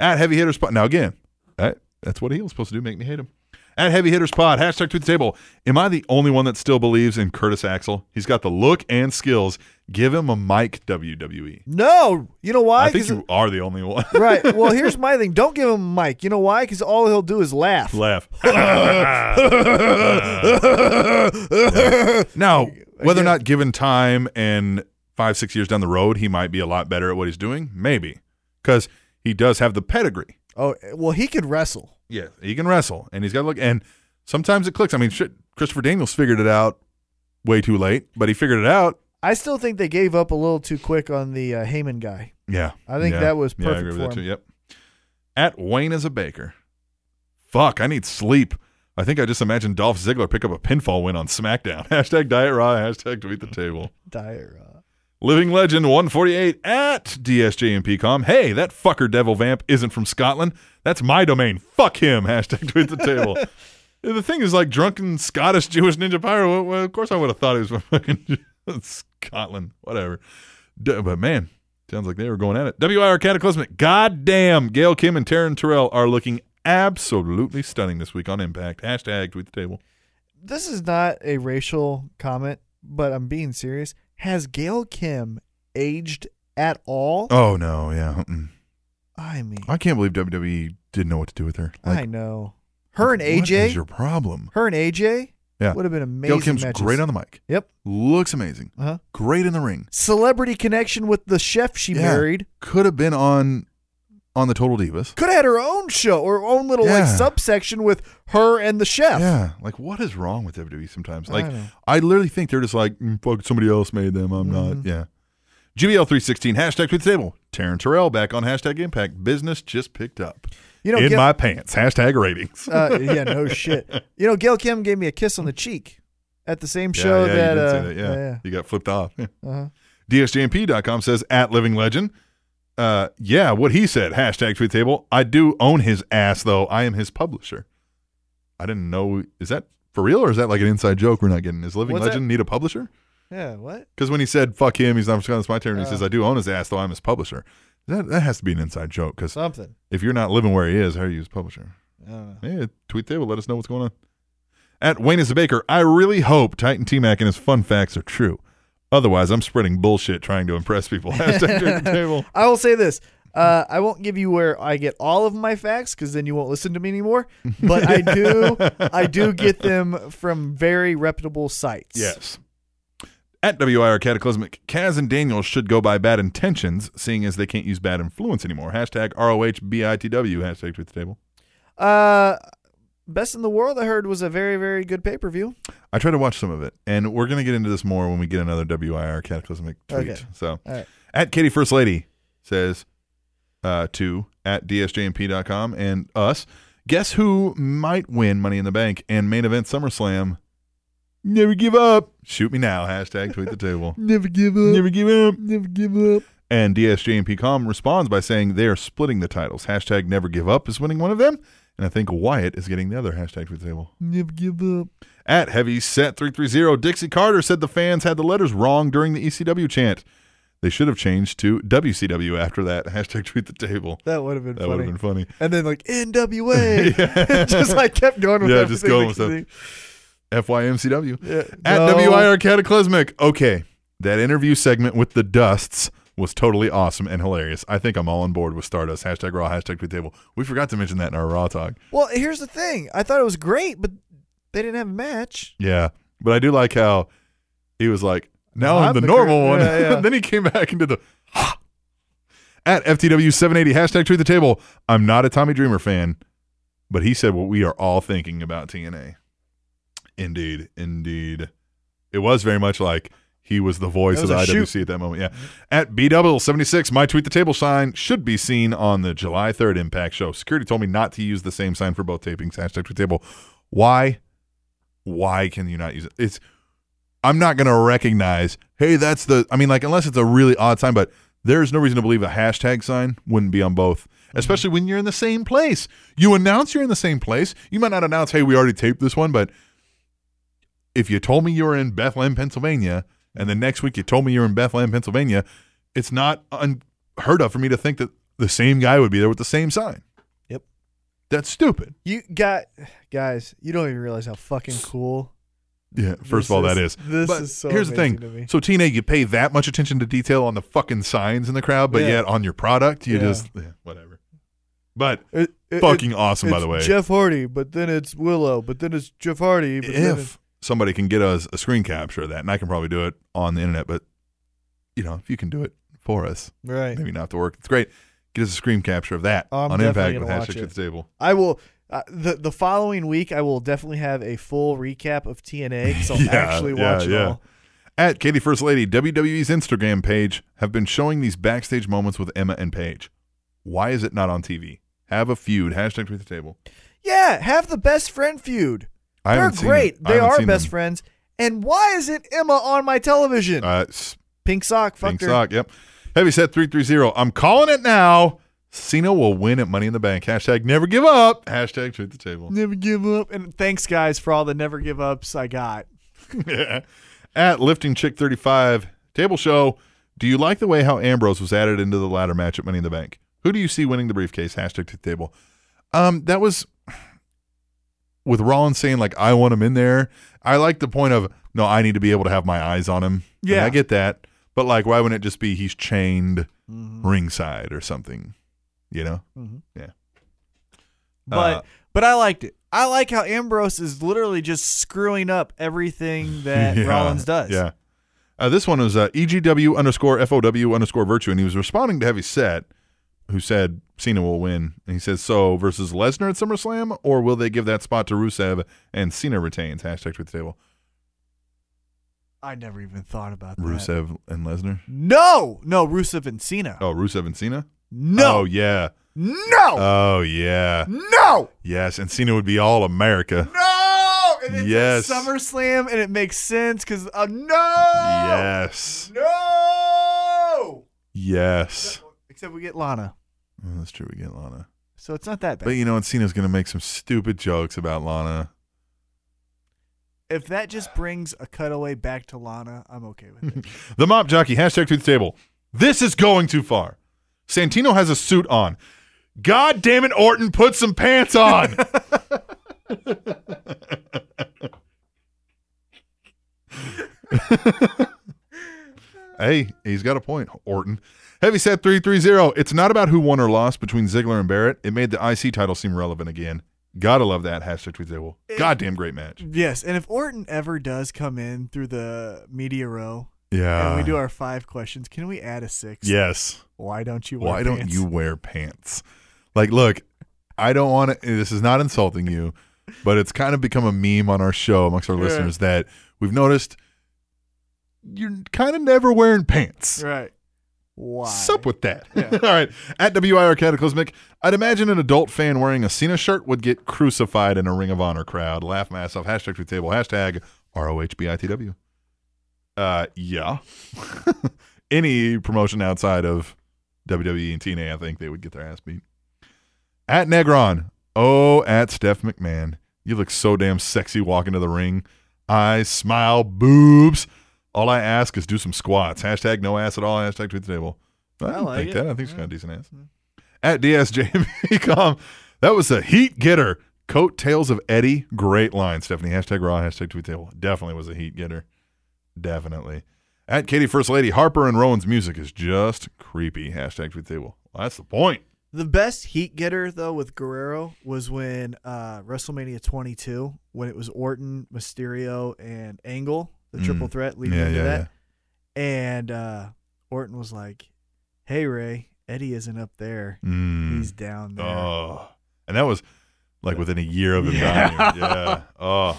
[SPEAKER 2] At heavy hitter spot. Now again, that, that's what he was supposed to do. Make me hate him. At Heavy Hitters Pod, hashtag tweet the table. Am I the only one that still believes in Curtis Axel? He's got the look and skills. Give him a mic, WWE.
[SPEAKER 3] No, you know why?
[SPEAKER 2] I think
[SPEAKER 3] 'Cause-
[SPEAKER 2] you are the only one.
[SPEAKER 3] right. Well, here's my thing. Don't give him a mic. You know why? Because all he'll do is laugh.
[SPEAKER 2] Laugh. now, whether or not given time and five, six years down the road, he might be a lot better at what he's doing, maybe. Because he does have the pedigree.
[SPEAKER 3] Oh, well, he could wrestle.
[SPEAKER 2] Yeah, he can wrestle, and he's got to look. And sometimes it clicks. I mean, shit, Christopher Daniels figured it out way too late, but he figured it out.
[SPEAKER 3] I still think they gave up a little too quick on the uh, Heyman guy.
[SPEAKER 2] Yeah,
[SPEAKER 3] I think
[SPEAKER 2] Yeah.
[SPEAKER 3] that was
[SPEAKER 2] Yeah, I
[SPEAKER 3] perfect
[SPEAKER 2] agree with
[SPEAKER 3] for
[SPEAKER 2] that too.
[SPEAKER 3] him.
[SPEAKER 2] Yep. At Wayne as a baker. Fuck, I need sleep. I think I just imagined Dolph Ziggler pick up a pinfall win on SmackDown. Hashtag Diet Raw. Hashtag Tweet the Table.
[SPEAKER 3] Diarrhea.
[SPEAKER 2] Living Legend 148 at DSJMPcom. Hey, that fucker devil vamp isn't from Scotland. That's my domain. Fuck him. Hashtag tweet the table. the thing is, like, drunken Scottish Jewish ninja pyro. Well, of course, I would have thought he was from fucking Scotland. Whatever. D- but man, sounds like they were going at it. WIR Cataclysmic. God damn. Gail Kim and Taryn Terrell are looking absolutely stunning this week on Impact. Hashtag tweet the table.
[SPEAKER 3] This is not a racial comment, but I'm being serious. Has Gail Kim aged at all?
[SPEAKER 2] Oh, no. Yeah. Mm-mm.
[SPEAKER 3] I mean,
[SPEAKER 2] I can't believe WWE didn't know what to do with her.
[SPEAKER 3] I know. Her and
[SPEAKER 2] What is
[SPEAKER 3] AJ.
[SPEAKER 2] your problem?
[SPEAKER 3] her and AJ
[SPEAKER 2] Yeah.
[SPEAKER 3] would have been amazing.
[SPEAKER 2] Gail Kim's
[SPEAKER 3] matches.
[SPEAKER 2] great on the mic.
[SPEAKER 3] Yep.
[SPEAKER 2] Looks amazing.
[SPEAKER 3] Uh huh.
[SPEAKER 2] Great in the ring.
[SPEAKER 3] Celebrity connection with the chef she
[SPEAKER 2] Yeah.
[SPEAKER 3] married.
[SPEAKER 2] Could have been on on the Total Divas.
[SPEAKER 3] Could have had her own show or her own little like
[SPEAKER 2] Yeah.
[SPEAKER 3] subsection with her and the chef.
[SPEAKER 2] Yeah. Like what is wrong with WWE sometimes?
[SPEAKER 3] I
[SPEAKER 2] Like
[SPEAKER 3] know.
[SPEAKER 2] I, literally think they're just like mm, fuck somebody else made them. I'm
[SPEAKER 3] Mm-hmm.
[SPEAKER 2] not. Yeah. GBL three sixteen hashtag tweet the table. Taryn Terrell back on hashtag Impact. Business just picked up.
[SPEAKER 3] You know,
[SPEAKER 2] in
[SPEAKER 3] Gail-
[SPEAKER 2] my pants hashtag ratings.
[SPEAKER 3] uh, yeah, no shit. You know, Gail Kim gave me a kiss on the cheek at the same
[SPEAKER 2] Yeah,
[SPEAKER 3] show
[SPEAKER 2] yeah,
[SPEAKER 3] that,
[SPEAKER 2] you did say
[SPEAKER 3] uh,
[SPEAKER 2] that. Yeah.
[SPEAKER 3] yeah,
[SPEAKER 2] you got flipped off. Yeah.
[SPEAKER 3] yeah. Uh-huh.
[SPEAKER 2] DSJMP.com says at Living Legend. Uh, yeah, what he said. Hashtag tweet table. I do own his ass though. I am his publisher. I didn't know. Is that for real or is that like an inside joke we're not getting? Is Living
[SPEAKER 3] What's
[SPEAKER 2] Legend need a publisher?
[SPEAKER 3] Yeah, what?
[SPEAKER 2] Because when he said "fuck him," he's not from Scotland. It's my turn. He
[SPEAKER 3] Oh.
[SPEAKER 2] says, "I do own his ass though. I'm his publisher." That that has to be an inside joke. Because
[SPEAKER 3] Something.
[SPEAKER 2] if you're not living where he is, how are you his publisher?
[SPEAKER 3] I don't know.
[SPEAKER 2] Yeah, tweet table. Let us know what's going on. At Wayne is a baker. I really hope Titan T Mac and his fun facts are true. Otherwise, I'm spreading bullshit trying to impress people. Hashtag tweet the table.
[SPEAKER 3] I will say this. Uh, I won't give you where I get all of my facts because then you won't listen to me anymore. But I do, I do get them from very reputable sites.
[SPEAKER 2] Yes. At WIR Cataclysmic, Kaz and Daniels should go by bad intentions, seeing as they can't use bad influence anymore. Hashtag ROHBITW. Hashtag tweet the table.
[SPEAKER 3] Uh, best in the world. I heard was a very, very good pay per view.
[SPEAKER 2] I tried to watch some of it, and we're going to get into this more when we get another WIR Cataclysmic tweet.
[SPEAKER 3] Okay.
[SPEAKER 2] So,
[SPEAKER 3] All right.
[SPEAKER 2] at Katie First Lady says uh, to at dsjmp.com and us, guess who might win Money in the Bank and main event SummerSlam? Never give up. Shoot me now. Hashtag tweet the table.
[SPEAKER 3] Never give up.
[SPEAKER 2] Never give up.
[SPEAKER 3] Never give up.
[SPEAKER 2] And DSJMPcom responds by saying they are splitting the titles. Hashtag never give up is winning one of them. And I think Wyatt is getting the other hashtag for the table.
[SPEAKER 3] Never give up.
[SPEAKER 2] At Heavy Set 330, Dixie Carter said the fans had the letters wrong during the ECW chant. They should have changed to WCW after that. Hashtag tweet the table.
[SPEAKER 3] That would have been
[SPEAKER 2] That would
[SPEAKER 3] funny.
[SPEAKER 2] have been funny.
[SPEAKER 3] and then like NWA, just like kept going with
[SPEAKER 2] Yeah,
[SPEAKER 3] everything.
[SPEAKER 2] just going with
[SPEAKER 3] that you
[SPEAKER 2] FYMCW.
[SPEAKER 3] think. Yeah.
[SPEAKER 2] At
[SPEAKER 3] No.
[SPEAKER 2] WIR Cataclysmic. Okay. That interview segment with the Dusts was totally awesome and hilarious. I think I'm all on board with Stardust. Hashtag Raw, hashtag tweet the table. We forgot to mention that in our Raw talk.
[SPEAKER 3] Well, here's the thing. I thought it was great, but they didn't have a match.
[SPEAKER 2] Yeah, but I do like how he was like, "Now
[SPEAKER 3] I'm
[SPEAKER 2] I'm the,
[SPEAKER 3] the
[SPEAKER 2] normal
[SPEAKER 3] cur-
[SPEAKER 2] one."
[SPEAKER 3] Yeah, yeah.
[SPEAKER 2] then he came back and did the at FTW seven eighty hashtag Truth the Table. I'm not a Tommy Dreamer fan, but he said what we are all thinking about TNA. Indeed, indeed, it was very much like. He was the voice
[SPEAKER 3] That
[SPEAKER 2] of
[SPEAKER 3] was a
[SPEAKER 2] IWC
[SPEAKER 3] shoot.
[SPEAKER 2] at that moment. Yeah. At BW76, my tweet the table sign should be seen on the July 3rd Impact show. Security told me not to use the same sign for both tapings. Hashtag tweet the table. Why? why can you not use it? It's I'm not gonna recognize, hey, that's the I mean, like unless it's a really odd sign, but there's no reason to believe a hashtag sign wouldn't be on both.
[SPEAKER 3] Mm-hmm.
[SPEAKER 2] Especially when you're in the same place. You announce you're in the same place. You might not announce, hey, we already taped this one, but if you told me you were in Bethlehem, Pennsylvania, and the next week you told me you're in Bethlehem, Pennsylvania, it's not unheard of for me to think that the same guy would be there with the same sign.
[SPEAKER 3] Yep.
[SPEAKER 2] That's stupid.
[SPEAKER 3] You got guys, you don't even realize how fucking cool.
[SPEAKER 2] Yeah. First of all,
[SPEAKER 3] This
[SPEAKER 2] that
[SPEAKER 3] is-
[SPEAKER 2] is.
[SPEAKER 3] this
[SPEAKER 2] but
[SPEAKER 3] is so
[SPEAKER 2] here's the
[SPEAKER 3] amazing
[SPEAKER 2] thing.
[SPEAKER 3] to me.
[SPEAKER 2] So TNA, you pay that much attention to detail on the fucking signs in the crowd, but
[SPEAKER 3] Yeah.
[SPEAKER 2] yet on your product, you
[SPEAKER 3] Yeah.
[SPEAKER 2] just yeah, whatever. But
[SPEAKER 3] It- it-
[SPEAKER 2] fucking awesome, by
[SPEAKER 3] it's
[SPEAKER 2] the way.
[SPEAKER 3] Jeff Hardy, but then it's Willow, but then it's Jeff Hardy. But then it's-
[SPEAKER 2] if somebody can get us a screen capture of that, and I can probably do it on the internet, but you know, if you can do it for us,
[SPEAKER 3] right,
[SPEAKER 2] maybe not the work. It's great. Get us a screen capture of that
[SPEAKER 3] I'm
[SPEAKER 2] on
[SPEAKER 3] definitely
[SPEAKER 2] Impact with
[SPEAKER 3] gonna
[SPEAKER 2] hashtag
[SPEAKER 3] watch
[SPEAKER 2] to
[SPEAKER 3] it.
[SPEAKER 2] the table.
[SPEAKER 3] I will. Uh, the the following week, I will definitely have a full recap of TNA because I'll
[SPEAKER 2] Yeah,
[SPEAKER 3] actually
[SPEAKER 2] yeah,
[SPEAKER 3] watch it
[SPEAKER 2] yeah.
[SPEAKER 3] all.
[SPEAKER 2] At Katie First Lady, WWE's Instagram page have been showing these backstage moments with Emma and Paige. Why is it not on TV? Have a feud. Hashtag tweet the table.
[SPEAKER 3] Yeah, have the best friend feud.
[SPEAKER 2] I
[SPEAKER 3] They're
[SPEAKER 2] haven't seen
[SPEAKER 3] great.
[SPEAKER 2] them. I
[SPEAKER 3] They
[SPEAKER 2] haven't
[SPEAKER 3] are
[SPEAKER 2] seen
[SPEAKER 3] best
[SPEAKER 2] them.
[SPEAKER 3] friends. And why isn't Emma on my television?
[SPEAKER 2] Uh, s-
[SPEAKER 3] Pink sock, fucker.
[SPEAKER 2] pink sock. Yep. Heavy set three three zero. I'm calling it now. Cena will win at Money in the Bank. Hashtag never give up. Hashtag tweet the table.
[SPEAKER 3] Never give up. And thanks, guys, for all the never give ups I got.
[SPEAKER 2] at lifting chick 35 table show do you like the way how ambrose was added into the ladder match at money in the bank who do you see winning the briefcase hashtag to the table um that was with rollins saying like i want him in there i like the point of no i need to be able to have my eyes on him And
[SPEAKER 3] Yeah.
[SPEAKER 2] i get that but like why wouldn't it just be he's chained ringside or something you know
[SPEAKER 3] But
[SPEAKER 2] Uh,
[SPEAKER 3] but I liked it. I like how Ambrose is literally just screwing up everything that
[SPEAKER 2] Yeah,
[SPEAKER 3] Rollins does.
[SPEAKER 2] Yeah. Uh, this one was uh, EGW underscore FOW underscore virtue, and he was responding to Heavy Set, who said Cena will win. And he says, So versus Lesnar at SummerSlam, or will they give that spot to Rusev and Cena retains? Hashtag tweet the table.
[SPEAKER 3] I never even thought about that.
[SPEAKER 2] Rusev and Lesnar?
[SPEAKER 3] No, no, Rusev and Cena.
[SPEAKER 2] Oh, Rusev and Cena?
[SPEAKER 3] No,
[SPEAKER 2] Oh, yeah.
[SPEAKER 3] no,
[SPEAKER 2] Oh, yeah.
[SPEAKER 3] no,
[SPEAKER 2] Yes. And Cena would be all America.
[SPEAKER 3] no. And it's
[SPEAKER 2] Yes.
[SPEAKER 3] yes. SummerSlam, and it makes sense because uh, no,
[SPEAKER 2] Yes.
[SPEAKER 3] no.
[SPEAKER 2] Yes.
[SPEAKER 3] Except we get Lana,
[SPEAKER 2] Oh, that's true. We get Lana.
[SPEAKER 3] so it's not that bad.
[SPEAKER 2] But you know, and Cena's going to make some stupid jokes about Lana.
[SPEAKER 3] if that just brings a cutaway back to Lana, I'm okay with it.
[SPEAKER 2] The mop jockey, hashtag to the table. This is going too far. Santino has a suit on. God damn it, Orton, put some pants on. hey, he's got a point, Orton. Heavy set 330. It's not about who won or lost between Ziggler and Barrett. It made the IC title seem relevant again. Gotta love that. Hashtag tweet the table. Goddamn great match.
[SPEAKER 3] yes, and if Orton ever does come in through the media row
[SPEAKER 2] Yeah.
[SPEAKER 3] and we do our five questions, can we add a six?
[SPEAKER 2] yes.
[SPEAKER 3] Why don't you? Wear
[SPEAKER 2] why don't
[SPEAKER 3] pants?
[SPEAKER 2] you wear pants? Like, look, I don't want to. This is not insulting you, but it's kind of become a meme on our show amongst our listeners that we've noticed you're kind of never wearing pants.
[SPEAKER 3] Right. Why?
[SPEAKER 2] Sup with that? All right. At WIR Cataclysmic, I'd imagine an adult fan wearing a Cena shirt would get crucified in a Ring of Honor crowd. Laugh my ass off. Hashtag tweet table. Hashtag ROHBITW. Uh, yeah. Any promotion outside of WWE and TNA, I think they would get their ass beat. At Negron. Oh, at Steph McMahon. You look so damn sexy walking to the ring. I smile, boobs. All I ask is do some squats. Hashtag no ass at all. Hashtag tweet the table. I, didn't
[SPEAKER 3] like
[SPEAKER 2] think
[SPEAKER 3] it.
[SPEAKER 2] that. I think she's got a decent ass. At DSJVcom. That was a heat getter. Coattails of Eddie. Great line, Stephanie. Hashtag raw. Hashtag tweet the table. Definitely was a heat getter. Definitely. At Katie First Lady, Harper and Rowan's music is just creepy. Hashtag tweet the table. Well, that's the point.
[SPEAKER 3] The best heat getter though with Guerrero was when uh, WrestleMania 22, when it was Orton, Mysterio, and Angle, the
[SPEAKER 2] Mm.
[SPEAKER 3] triple threat leading
[SPEAKER 2] Yeah,
[SPEAKER 3] into
[SPEAKER 2] yeah,
[SPEAKER 3] that, and uh, Orton was like, "Hey Ray, Eddie isn't up there;
[SPEAKER 2] Mm.
[SPEAKER 3] he's down there."
[SPEAKER 2] Oh, and that was like within a year of him dying. Yeah. Oh,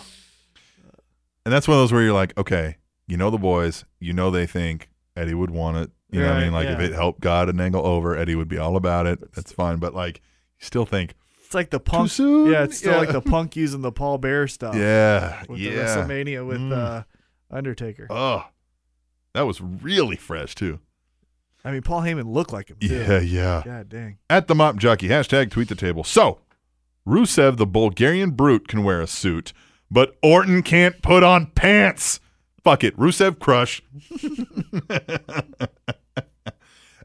[SPEAKER 2] and that's one of those where you're like, okay, you know the boys, you know they think Eddie would want it. You know what I mean?
[SPEAKER 3] Right,
[SPEAKER 2] Like if
[SPEAKER 3] yeah.
[SPEAKER 2] it helped God and Angle over, Eddie would be all about it. That's fine. But like, you still think
[SPEAKER 3] it's like the punk.
[SPEAKER 2] soon?
[SPEAKER 3] Yeah, it's still
[SPEAKER 2] Yeah.
[SPEAKER 3] like the punk using the Paul Bear stuff.
[SPEAKER 2] Yeah.
[SPEAKER 3] with the
[SPEAKER 2] yeah.
[SPEAKER 3] WrestleMania with
[SPEAKER 2] Mm.
[SPEAKER 3] uh, Undertaker.
[SPEAKER 2] Oh, that was really fresh too.
[SPEAKER 3] I mean, Paul Heyman looked like him. Too.
[SPEAKER 2] Yeah. Yeah.
[SPEAKER 3] God dang.
[SPEAKER 2] At the mop jockey, hashtag tweet the table. So, Rusev, the Bulgarian brute, can wear a suit, but Orton can't put on pants. Fuck it. Rusev crush.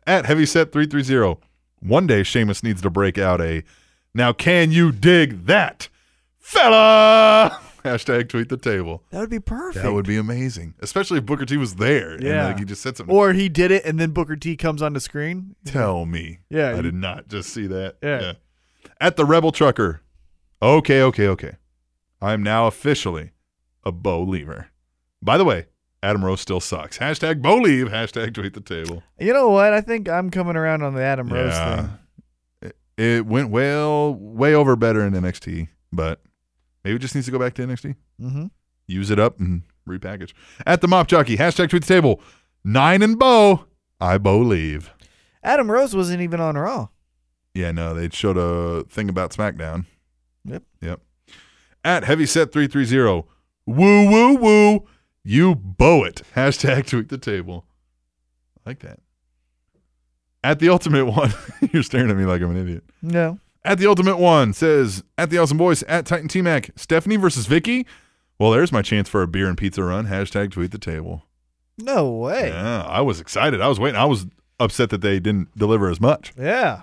[SPEAKER 2] At heavyset330, one day Sheamus needs to break out a Now, can you dig that, fella? Hashtag tweet the table.
[SPEAKER 3] That would be perfect.
[SPEAKER 2] That would be amazing, especially if Booker T was there.
[SPEAKER 3] Yeah.
[SPEAKER 2] and, like, he just said something.
[SPEAKER 3] or he did it and then Booker T comes on the screen.
[SPEAKER 2] Tell me.
[SPEAKER 3] Mm-hmm. Yeah,
[SPEAKER 2] I
[SPEAKER 3] you-
[SPEAKER 2] did not just see that.
[SPEAKER 3] Yeah.
[SPEAKER 2] At the Rebel Trucker. Okay, okay, okay. I'm now officially a Bo Lever. By the way, Adam Rose still sucks. Hashtag Bo Leave. Hashtag tweet the table.
[SPEAKER 3] You know what? I think I'm coming around on the Adam Rose thing.
[SPEAKER 2] It, it went well, way over better in NXT, but maybe it just needs to go back to NXT.
[SPEAKER 3] Mm-hmm.
[SPEAKER 2] Use it up and repackage. At the Mop Jockey. Hashtag tweet the table. Nine and Bo. I believe.
[SPEAKER 3] Adam Rose wasn't even on Raw.
[SPEAKER 2] Yeah, no, they showed a thing about SmackDown.
[SPEAKER 3] Yep.
[SPEAKER 2] Yep. At heavyset330, woo, woo, woo, you bow it. Hashtag tweak the table. I like that. At the ultimate one, you're staring at me like I'm an idiot.
[SPEAKER 3] No.
[SPEAKER 2] At the ultimate one says, at the awesome boys, at Titan T Mac, Stephanie versus Vicky. Well, there's my chance for a beer and pizza run. Hashtag tweet the table.
[SPEAKER 3] No way.
[SPEAKER 2] Yeah, I was excited. I was waiting. I was upset that they didn't deliver as much.
[SPEAKER 3] yeah.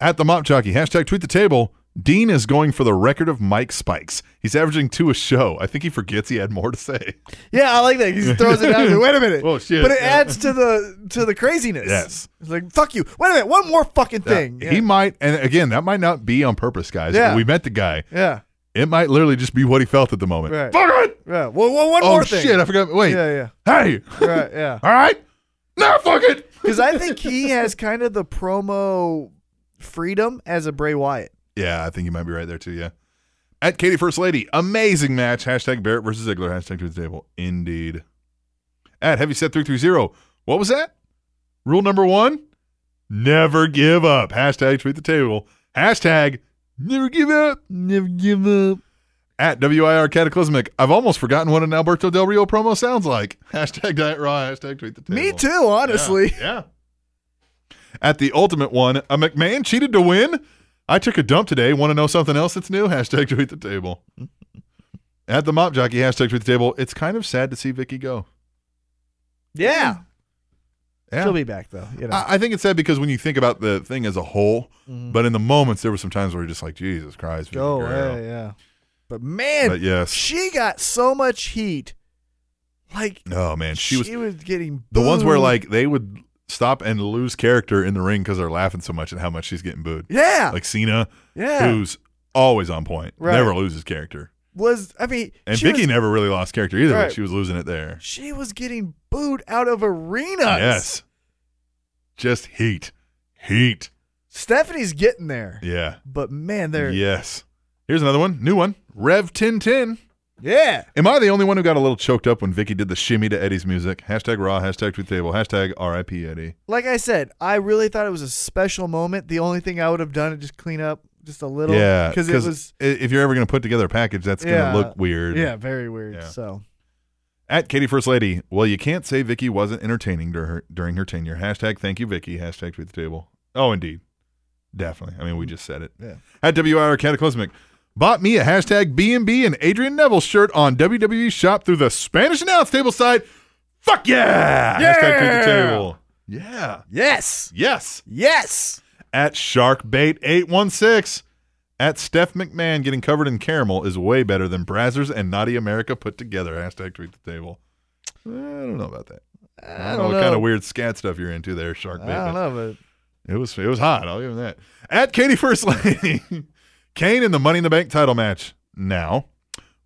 [SPEAKER 2] At the Mop Jockey, hashtag tweet the table. Dean is going for the record of Mike Spikes. He's averaging two a show. I think he forgets he had more to say.
[SPEAKER 3] Yeah, I like that. He just throws it out there. Wait a minute.
[SPEAKER 2] Oh, shit.
[SPEAKER 3] But it
[SPEAKER 2] Yeah.
[SPEAKER 3] adds to the to the craziness.
[SPEAKER 2] Yes.
[SPEAKER 3] It's like fuck you. Wait a minute. One more fucking thing. Yeah.
[SPEAKER 2] He might, and again, that might not be on purpose, guys.
[SPEAKER 3] Yeah.
[SPEAKER 2] We met the guy.
[SPEAKER 3] yeah.
[SPEAKER 2] It might literally just be what he felt at the moment.
[SPEAKER 3] Right.
[SPEAKER 2] Fuck it!
[SPEAKER 3] Yeah. Well, well one
[SPEAKER 2] Oh
[SPEAKER 3] more thing.
[SPEAKER 2] shit! I forgot. Wait.
[SPEAKER 3] Yeah,
[SPEAKER 2] Hey.
[SPEAKER 3] yeah. Right, yeah.
[SPEAKER 2] All right. Now fuck it.
[SPEAKER 3] Because I think he has kind of the promo freedom as a Bray Wyatt.
[SPEAKER 2] Yeah, I think you might be right there too. Yeah. At Katie First Lady, amazing match. Hashtag Barrett versus Ziggler. Hashtag to the table. Indeed. At Heavyset three three zero. What was that? Rule number one: Never give up. Hashtag tweet the table. Hashtag Never give up.
[SPEAKER 3] Never give up.
[SPEAKER 2] At WIR Cataclysmic. I've almost forgotten what an Alberto Del Rio promo sounds like. Hashtag Diet Raw. Hashtag tweet the table.
[SPEAKER 3] Me too, honestly.
[SPEAKER 2] Yeah. yeah. At the ultimate one, a McMahon cheated to win. I took a dump today. Want to know something else that's new? Hashtag tweet the table. At the mop jockey, hashtag tweet the table. It's kind of sad to see Vicky go.
[SPEAKER 3] Yeah.
[SPEAKER 2] Yeah.
[SPEAKER 3] She'll be back though. You know.
[SPEAKER 2] I, I think it's sad because when you think about the thing as a whole, but in the moments, there were some times where you're just like, Jesus Christ. Vicky
[SPEAKER 3] Mm-hmm. Go
[SPEAKER 2] Guerrero.
[SPEAKER 3] away, yeah. But man,
[SPEAKER 2] But yes.
[SPEAKER 3] she got so much heat. Like
[SPEAKER 2] Oh, man. She was
[SPEAKER 3] getting
[SPEAKER 2] the ones where
[SPEAKER 3] booed.
[SPEAKER 2] like they would stop and lose character in the ring because they're laughing so much at how much she's getting booed.
[SPEAKER 3] yeah,
[SPEAKER 2] Like Cena,
[SPEAKER 3] yeah.
[SPEAKER 2] who's always on point,
[SPEAKER 3] Right.
[SPEAKER 2] never loses character.
[SPEAKER 3] was I mean
[SPEAKER 2] And
[SPEAKER 3] she
[SPEAKER 2] Vicky
[SPEAKER 3] was,
[SPEAKER 2] never really lost character either,
[SPEAKER 3] Right.
[SPEAKER 2] but she was losing it there.
[SPEAKER 3] she was getting booed out of arenas.
[SPEAKER 2] Yes. Just heat. Heat.
[SPEAKER 3] Stephanie's getting there.
[SPEAKER 2] Yeah.
[SPEAKER 3] But man, there
[SPEAKER 2] Yes. Here's another one. New one. Rev 1010.
[SPEAKER 3] yeah.
[SPEAKER 2] Am I the only one who got a little choked up when Vicky did the shimmy to Eddie's music? Hashtag raw, hashtag tweet table, hashtag RIP Eddie.
[SPEAKER 3] Like I said, I really thought it was a special moment. The only thing I would have done is just clean up just a little
[SPEAKER 2] yeah.
[SPEAKER 3] cuz it was
[SPEAKER 2] i- if you're ever going to put together a package, that's going to
[SPEAKER 3] Yeah.
[SPEAKER 2] look weird.
[SPEAKER 3] yeah, very weird.
[SPEAKER 2] Yeah.
[SPEAKER 3] So,
[SPEAKER 2] At Katie First Lady, well, you can't say Vicky wasn't entertaining dur- her, during her tenure. Hashtag thank you, Vicky. Hashtag tweet the table. Oh, indeed. Definitely. I mean, we just said it.
[SPEAKER 3] Yeah.
[SPEAKER 2] At WIR Cataclysmic, bought me a hashtag BNB and Adrian Neville shirt on WWE shop through the Spanish announce table side. Fuck yeah! Hashtag tweet the table. Yeah.
[SPEAKER 3] yes.
[SPEAKER 2] Yes.
[SPEAKER 3] Yes.
[SPEAKER 2] At Sharkbait816. At Steph McMahon getting covered in caramel is way better than Brazzers and Naughty America put together. Hashtag tweet the table. Eh, I don't know about that. I don't know what kind of weird scat stuff you're into there, Shark Bait.
[SPEAKER 3] I don't
[SPEAKER 2] but
[SPEAKER 3] know,
[SPEAKER 2] It was it was hot. I'll give him that. At Katie First Lady, Kane in the Money in the Bank title match. Now,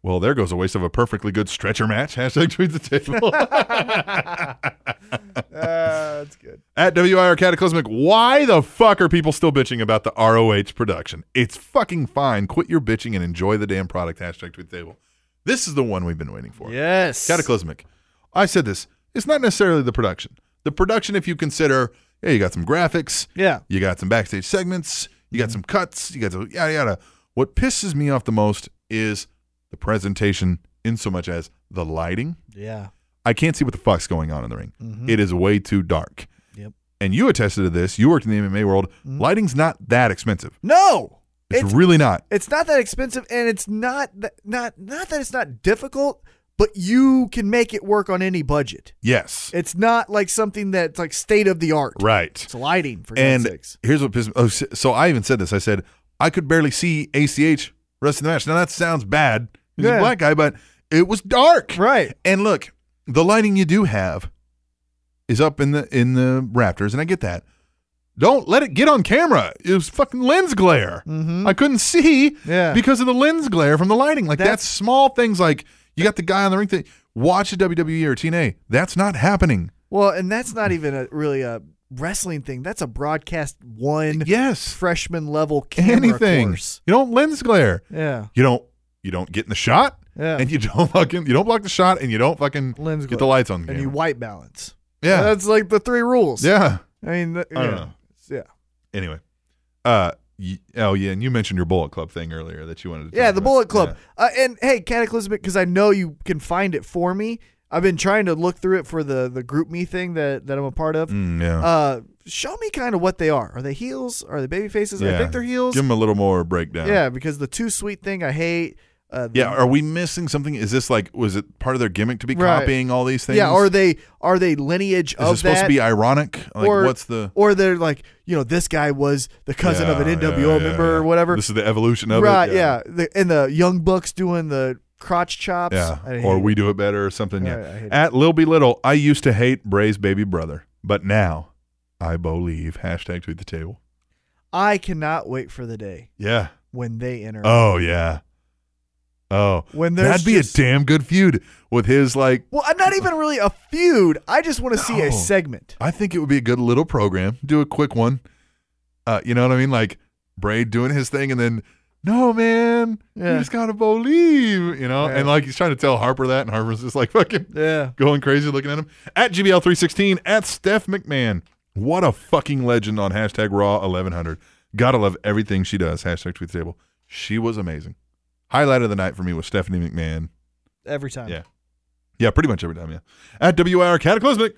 [SPEAKER 2] well, there goes a waste of a perfectly good stretcher match. Hashtag tweet the table.
[SPEAKER 3] but uh, that's good.
[SPEAKER 2] At WIR Cataclysmic, why the fuck are people still bitching about the ROH production? It's fucking fine. Quit your bitching and enjoy the damn product. Hashtag tweet the table. This is the one we've been waiting for.
[SPEAKER 3] Yes.
[SPEAKER 2] Cataclysmic. I said this. It's not necessarily the production. The production, if you consider, yeah, you got some graphics,
[SPEAKER 3] Yeah.
[SPEAKER 2] you got some backstage segments, you got some cuts, you got some yada yada. What pisses me off the most is the presentation, in so much as the lighting.
[SPEAKER 3] Yeah.
[SPEAKER 2] I can't see what the fuck's going on in the ring. It is way too dark.
[SPEAKER 3] Mm-hmm. Yep.
[SPEAKER 2] And you attested to this. You worked in the MMA world. Lighting's not that expensive.
[SPEAKER 3] No.
[SPEAKER 2] It's, really not.
[SPEAKER 3] it's not that expensive and it's not that not not that it's not difficult but you can make it work on any budget
[SPEAKER 2] Yes.
[SPEAKER 3] it's not like something that's like state of the art
[SPEAKER 2] right.
[SPEAKER 3] it's lighting for
[SPEAKER 2] and
[SPEAKER 3] God's sakes.
[SPEAKER 2] here's what pissed me. Oh, so- so I even said this. I said I could barely see ACH rest of the match. Now that sounds bad. He's a black guy, but it was dark.
[SPEAKER 3] Right.
[SPEAKER 2] And look, the lighting you do have is up in the in the rafters, and I get that. Don't let it get on camera. It was fucking lens glare. I couldn't see
[SPEAKER 3] Mm-hmm. Yeah.
[SPEAKER 2] because of the lens glare from the lighting. Like that's, small things. Like you got the guy on the ring thing. Watch a WWE or TNA. That's not happening.
[SPEAKER 3] Well, and that's not even a really a wrestling thing. That's a broadcast one
[SPEAKER 2] Yes,
[SPEAKER 3] freshman level camera
[SPEAKER 2] anything.
[SPEAKER 3] course.
[SPEAKER 2] You don't lens glare.
[SPEAKER 3] Yeah.
[SPEAKER 2] You don't. You don't get in the shot,
[SPEAKER 3] Yeah.
[SPEAKER 2] and you don't fucking. You don't block the shot, and you don't fucking
[SPEAKER 3] Lens
[SPEAKER 2] get
[SPEAKER 3] glare.
[SPEAKER 2] the lights on. The
[SPEAKER 3] and you
[SPEAKER 2] camera.
[SPEAKER 3] white balance.
[SPEAKER 2] yeah.
[SPEAKER 3] That's like the three rules.
[SPEAKER 2] yeah.
[SPEAKER 3] I mean, th-
[SPEAKER 2] I
[SPEAKER 3] yeah.
[SPEAKER 2] don't know.
[SPEAKER 3] yeah.
[SPEAKER 2] Anyway, uh, y- oh yeah, and you mentioned your Bullet Club thing earlier that you wanted. to
[SPEAKER 3] Yeah,
[SPEAKER 2] talk
[SPEAKER 3] the
[SPEAKER 2] about.
[SPEAKER 3] Bullet Club.
[SPEAKER 2] Yeah.
[SPEAKER 3] Uh, and hey, Cataclysmic, because I know you can find it for me. I've been trying to look through it for the the group me thing that that I'm a part of.
[SPEAKER 2] Mm, yeah.
[SPEAKER 3] Uh, show me kind of what they are. Are they heels? Are they baby faces? I
[SPEAKER 2] Yeah.
[SPEAKER 3] think they're heels.
[SPEAKER 2] Give them a little more breakdown.
[SPEAKER 3] yeah, because the too sweet thing I hate. Uh, the-
[SPEAKER 2] Yeah. Are we missing something? Is this like was it part of their gimmick to be
[SPEAKER 3] Right.
[SPEAKER 2] copying all these things?
[SPEAKER 3] yeah. Are they are they lineage
[SPEAKER 2] is
[SPEAKER 3] of
[SPEAKER 2] it supposed
[SPEAKER 3] that?
[SPEAKER 2] to be ironic? Like
[SPEAKER 3] or
[SPEAKER 2] what's the
[SPEAKER 3] or they're like you know this guy was the cousin of
[SPEAKER 2] Yeah,
[SPEAKER 3] an NWO
[SPEAKER 2] yeah, yeah,
[SPEAKER 3] member or
[SPEAKER 2] yeah.
[SPEAKER 3] whatever.
[SPEAKER 2] This is the evolution of
[SPEAKER 3] right?
[SPEAKER 2] it.
[SPEAKER 3] yeah. The, and the young bucks doing the crotch chops.
[SPEAKER 2] Yeah.
[SPEAKER 3] I
[SPEAKER 2] Or
[SPEAKER 3] hate
[SPEAKER 2] we
[SPEAKER 3] it.
[SPEAKER 2] do it better or something. Yeah.
[SPEAKER 3] I- I hate it.
[SPEAKER 2] At Lil B Little, I used to hate Bray's baby brother, but now I believe. Hashtag tweet the table.
[SPEAKER 3] I cannot wait for the day
[SPEAKER 2] Yeah.
[SPEAKER 3] when they enter.
[SPEAKER 2] Oh yeah. Oh.
[SPEAKER 3] When there's
[SPEAKER 2] that'd be
[SPEAKER 3] just-
[SPEAKER 2] a damn good feud with his like
[SPEAKER 3] well, I'm not even really a feud. I just want to see a
[SPEAKER 2] No.
[SPEAKER 3] segment.
[SPEAKER 2] I think it would be a good little program. Do a quick one. Uh, you know what I mean? Like Braid doing his thing and then no man, you
[SPEAKER 3] Yeah.
[SPEAKER 2] just gotta believe, you know?
[SPEAKER 3] Yeah.
[SPEAKER 2] And like he's trying to tell Harper that and Harper's just like fucking
[SPEAKER 3] Yeah.
[SPEAKER 2] going crazy looking at him. At GBL three sixteen, at Steph McMahon. What a fucking legend on hashtag raw eleven hundred. Gotta love everything she does. Hashtag tweet the table. She was amazing. Highlight of the night for me was Stephanie McMahon.
[SPEAKER 3] Every time.
[SPEAKER 2] Yeah. Yeah, pretty much every time, yeah. At WIR Cataclysmic,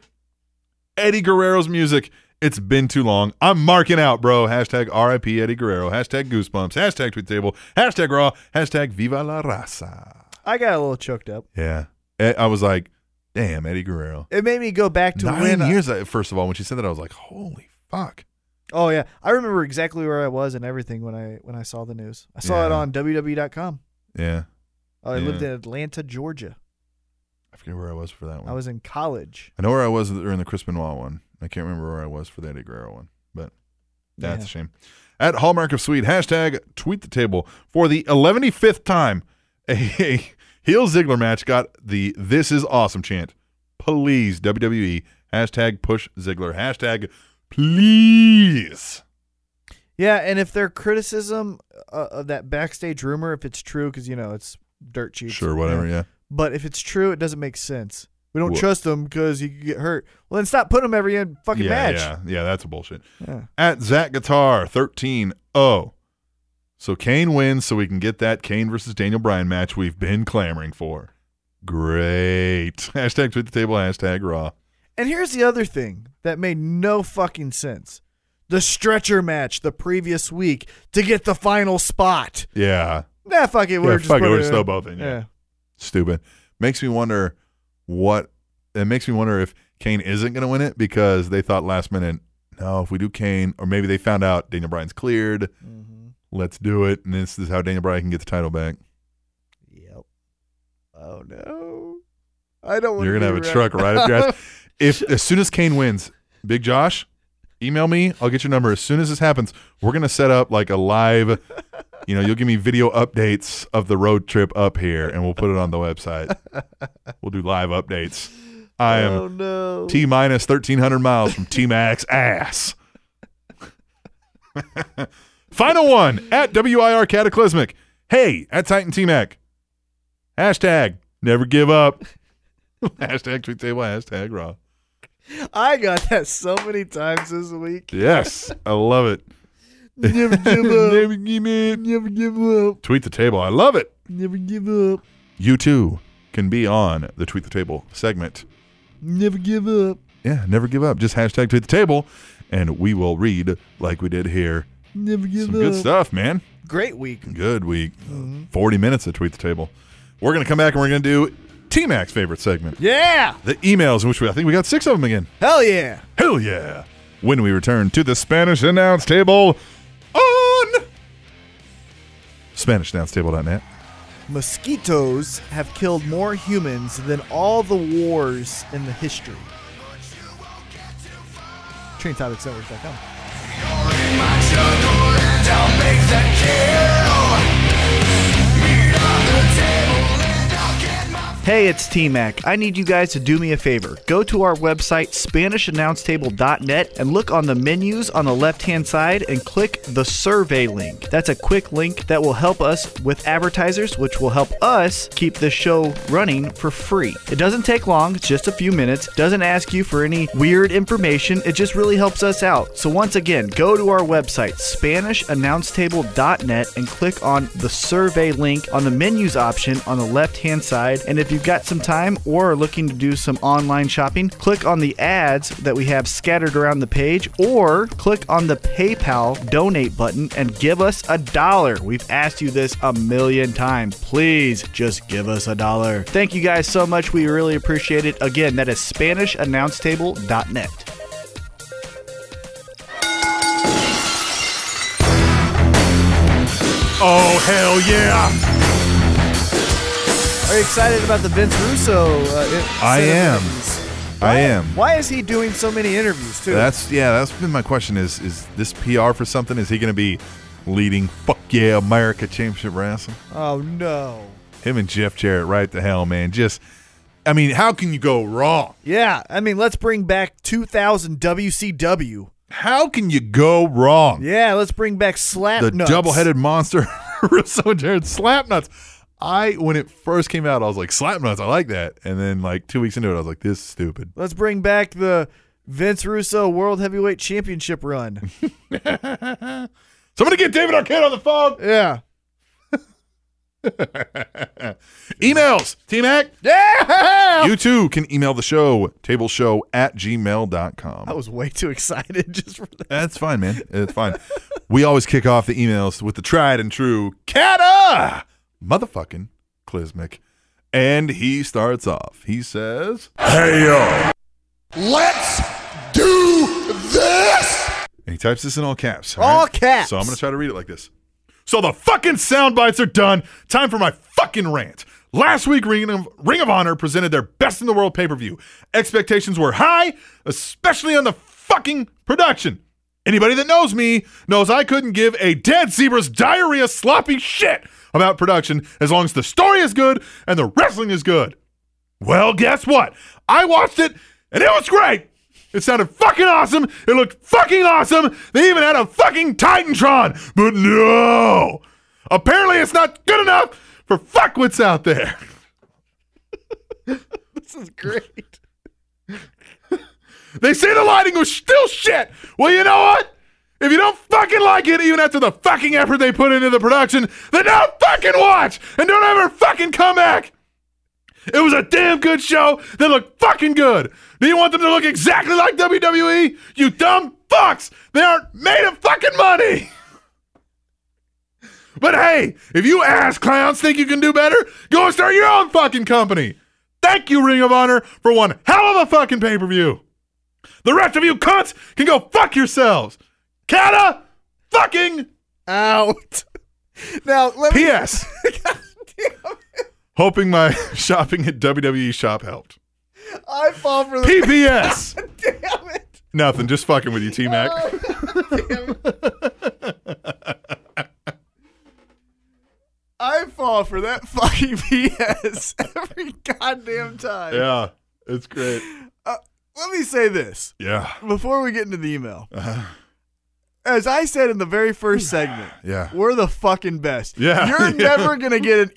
[SPEAKER 2] Eddie Guerrero's music. It's been too long. I'm marking out, bro. Hashtag RIP Eddie Guerrero. Hashtag Goosebumps. Hashtag Tweet Table. Hashtag Raw. Hashtag Viva la Raza.
[SPEAKER 3] I got a little choked up.
[SPEAKER 2] Yeah. E- I was like, damn, Eddie Guerrero.
[SPEAKER 3] It made me go back to
[SPEAKER 2] Nine
[SPEAKER 3] when. uh, I-
[SPEAKER 2] years, I- first of all, when she said that, I was like, holy fuck.
[SPEAKER 3] oh yeah, I remember exactly where I was and everything when I when I saw the news. I saw it
[SPEAKER 2] Yeah.
[SPEAKER 3] on www.com.
[SPEAKER 2] Yeah.
[SPEAKER 3] Oh, I
[SPEAKER 2] Yeah.
[SPEAKER 3] lived in Atlanta, Georgia.
[SPEAKER 2] I forget where I was for that one.
[SPEAKER 3] I
[SPEAKER 2] I,
[SPEAKER 3] was in college.
[SPEAKER 2] know where I was during the Chris Benoit one. I can't remember where I was for the Eddie Guerrero one, but That's
[SPEAKER 3] Yeah.
[SPEAKER 2] a shame. At Hallmark of Sweet, hashtag tweet the table. For the 115th time, a, a heel Ziggler match got the this is awesome chant. Please, WWE, hashtag push Ziggler, hashtag please.
[SPEAKER 3] Yeah, and if their criticism uh, of that backstage rumor, if it's true, because you know it's dirt cheap.
[SPEAKER 2] Sure, whatever, yeah.
[SPEAKER 3] But if it's true, it doesn't make sense. We don't
[SPEAKER 2] Wha-
[SPEAKER 3] trust him because he could get hurt. Well, then stop putting him every in fucking
[SPEAKER 2] yeah,
[SPEAKER 3] match.
[SPEAKER 2] yeah, yeah, that's a bullshit.
[SPEAKER 3] Yeah.
[SPEAKER 2] At Zach Guitar, 13 0. So Kane wins so we can get that Kane versus Daniel Bryan match we've been clamoring for. Great. Hashtag tweet the table, hashtag raw.
[SPEAKER 3] And here's the other thing that made no fucking sense: the stretcher match the previous week to get the final spot.
[SPEAKER 2] Yeah.
[SPEAKER 3] Nah, fuck it. We're
[SPEAKER 2] Yeah,
[SPEAKER 3] just
[SPEAKER 2] fuck it,
[SPEAKER 3] putting
[SPEAKER 2] we're just
[SPEAKER 3] in.
[SPEAKER 2] throw both in, yeah. stupid. Makes me wonder what it makes me wonder if Kane isn't going to win it because they thought last minute, no, if we do Kane, or maybe they found out Daniel Bryan's cleared, let's do it, and this is how Daniel Bryan can get the title back.
[SPEAKER 3] Yep. Oh no. I don't. wanna
[SPEAKER 2] You're gonna
[SPEAKER 3] be
[SPEAKER 2] have a
[SPEAKER 3] right.
[SPEAKER 2] truck right up your ass. If as soon as Kane wins, Big Josh, email me. I'll get your number as soon as this happens. We're gonna set up like a live. You know, you'll give me video updates of the road trip up here, and we'll put it on the website. We'll do live updates. I am
[SPEAKER 3] Oh no.
[SPEAKER 2] T minus 1,300 miles from T Mac's ass. Final one at WIR Cataclysmic. Hey, at Titan T Mac. Hashtag never give up. hashtag tweet table, hashtag raw.
[SPEAKER 3] I got that so many times this week.
[SPEAKER 2] Yes, I love it.
[SPEAKER 3] Never give up.
[SPEAKER 2] never give up.
[SPEAKER 3] Never give up.
[SPEAKER 2] Tweet the table. I love it.
[SPEAKER 3] Never give up.
[SPEAKER 2] You too can be on the Tweet the Table segment.
[SPEAKER 3] Never give up.
[SPEAKER 2] Yeah, never give up. Just hashtag tweet the table, and we will read like we did here.
[SPEAKER 3] Never give
[SPEAKER 2] Some
[SPEAKER 3] up.
[SPEAKER 2] good stuff, man.
[SPEAKER 3] Great week.
[SPEAKER 2] Good week. 40 minutes of Tweet the Table. We're going to come back and we're going to do T Mac's favorite segment.
[SPEAKER 3] Yeah.
[SPEAKER 2] The emails, which we, I think we got six of them again.
[SPEAKER 3] Hell yeah.
[SPEAKER 2] Hell yeah. When we return to the Spanish announce table on SpanishNounsTable.net.
[SPEAKER 3] Mosquitoes have killed more humans than all the wars in the history. TrainTopicsNetwork.com.
[SPEAKER 10] Hey, it's T Mac. I need you guys to do me a favor. Go to our website, SpanishAnnounceTable.net, and look on the menus on the left hand side and click the survey link. That's a quick link that will help us with advertisers, which will help us keep this show running for free. It doesn't take long, it's just a few minutes, doesn't ask you for any weird information, it just really helps us out. So, once again, go to our website, SpanishAnnounceTable.net, and click on the survey link on the menus option on the left hand side. And if you've got some time or are looking to do some online shopping, click on the ads that we have scattered around the page or click on the PayPal donate button and give us a dollar. We've asked you this a million times. Please just give us a dollar. Thank you guys so much. We really appreciate it. Again, that is SpanishAnnounceTable.net.
[SPEAKER 2] Oh, hell yeah!
[SPEAKER 3] Are you excited about the Vince Russo? Uh, it-
[SPEAKER 2] I
[SPEAKER 3] set
[SPEAKER 2] am.
[SPEAKER 3] of interviews?
[SPEAKER 2] I am.
[SPEAKER 3] Why is he doing so many interviews too?
[SPEAKER 2] That's yeah. That's been my question. Is is this PR for something? Is he going to be leading? Fuck yeah, America Championship Wrestling.
[SPEAKER 3] oh no.
[SPEAKER 2] Him and Jeff Jarrett, right the hell, man. Just, I mean, how can you go wrong?
[SPEAKER 3] Yeah, I mean, let's bring back 2000 WCW.
[SPEAKER 2] How can you go wrong?
[SPEAKER 3] Yeah, let's bring back Slap
[SPEAKER 2] the
[SPEAKER 3] Nuts.
[SPEAKER 2] double-headed monster, Russo and Jarrett, Slapnuts. I when it first came out, I was like Slapnuts. I like that. And then like two weeks into it, I was like, this is stupid.
[SPEAKER 3] Let's bring back the Vince Russo World Heavyweight Championship run.
[SPEAKER 2] Somebody get David Arquette on the phone.
[SPEAKER 3] yeah.
[SPEAKER 2] Emails, T Mac. Yeah. You too can email the show, tableshow at
[SPEAKER 3] I
[SPEAKER 2] gmail.com.
[SPEAKER 3] was way too excited just for that.
[SPEAKER 2] That's fine, man. It's fine. we always kick off the emails with the tried and true Kata motherfucking Clismic. And he starts off. He says,
[SPEAKER 6] Hey yo!
[SPEAKER 1] Let's do this!
[SPEAKER 2] and he types this in all caps.
[SPEAKER 3] All
[SPEAKER 2] right?
[SPEAKER 3] caps.
[SPEAKER 2] So I'm going to try to read it like this. So the fucking sound bites are done. Time for my fucking rant. Last week, Ring of, Ring of Honor presented their best in the world pay per view. Expectations were high, especially on the fucking production. Anybody that knows me knows I couldn't give a dead zebra's diarrhea sloppy shit about production as long as the story is good and the wrestling is good. Well, guess what? I watched it and it was great. It sounded fucking awesome. It looked fucking awesome. They even had a fucking Titantron. But no. Apparently it's not good enough for fuckwits out there.
[SPEAKER 3] Great.
[SPEAKER 2] They say the lighting was still shit. Well, you know what? If you don't fucking like it, even after the fucking effort they put into the production, then don't fucking watch and don't ever fucking come back. It was a damn good show that looked fucking good. Do you want them to look exactly like WWE? You dumb fucks! They aren't made of fucking money! But hey, if you ass clowns think you can do better, go and start your own fucking company. Thank you, Ring of Honor, for one hell of a fucking pay per view. The rest of you cunts can go fuck yourselves. Kata fucking
[SPEAKER 3] Out. Now, let me.
[SPEAKER 2] PS. Hoping my shopping at WWE shop helped.
[SPEAKER 3] I fall for the.
[SPEAKER 2] PPS.
[SPEAKER 3] Damn it.
[SPEAKER 2] Nothing, just fucking with you, T Mac.
[SPEAKER 3] I fall for that fucking PS every goddamn time.
[SPEAKER 2] Yeah, it's great.
[SPEAKER 3] Let me say this
[SPEAKER 2] Yeah,
[SPEAKER 3] before we get into the email. As I said in the very first segment,
[SPEAKER 2] Uh-huh. yeah.
[SPEAKER 3] we're the fucking best.
[SPEAKER 2] Yeah.
[SPEAKER 3] You're
[SPEAKER 2] Yeah.
[SPEAKER 3] never going to get an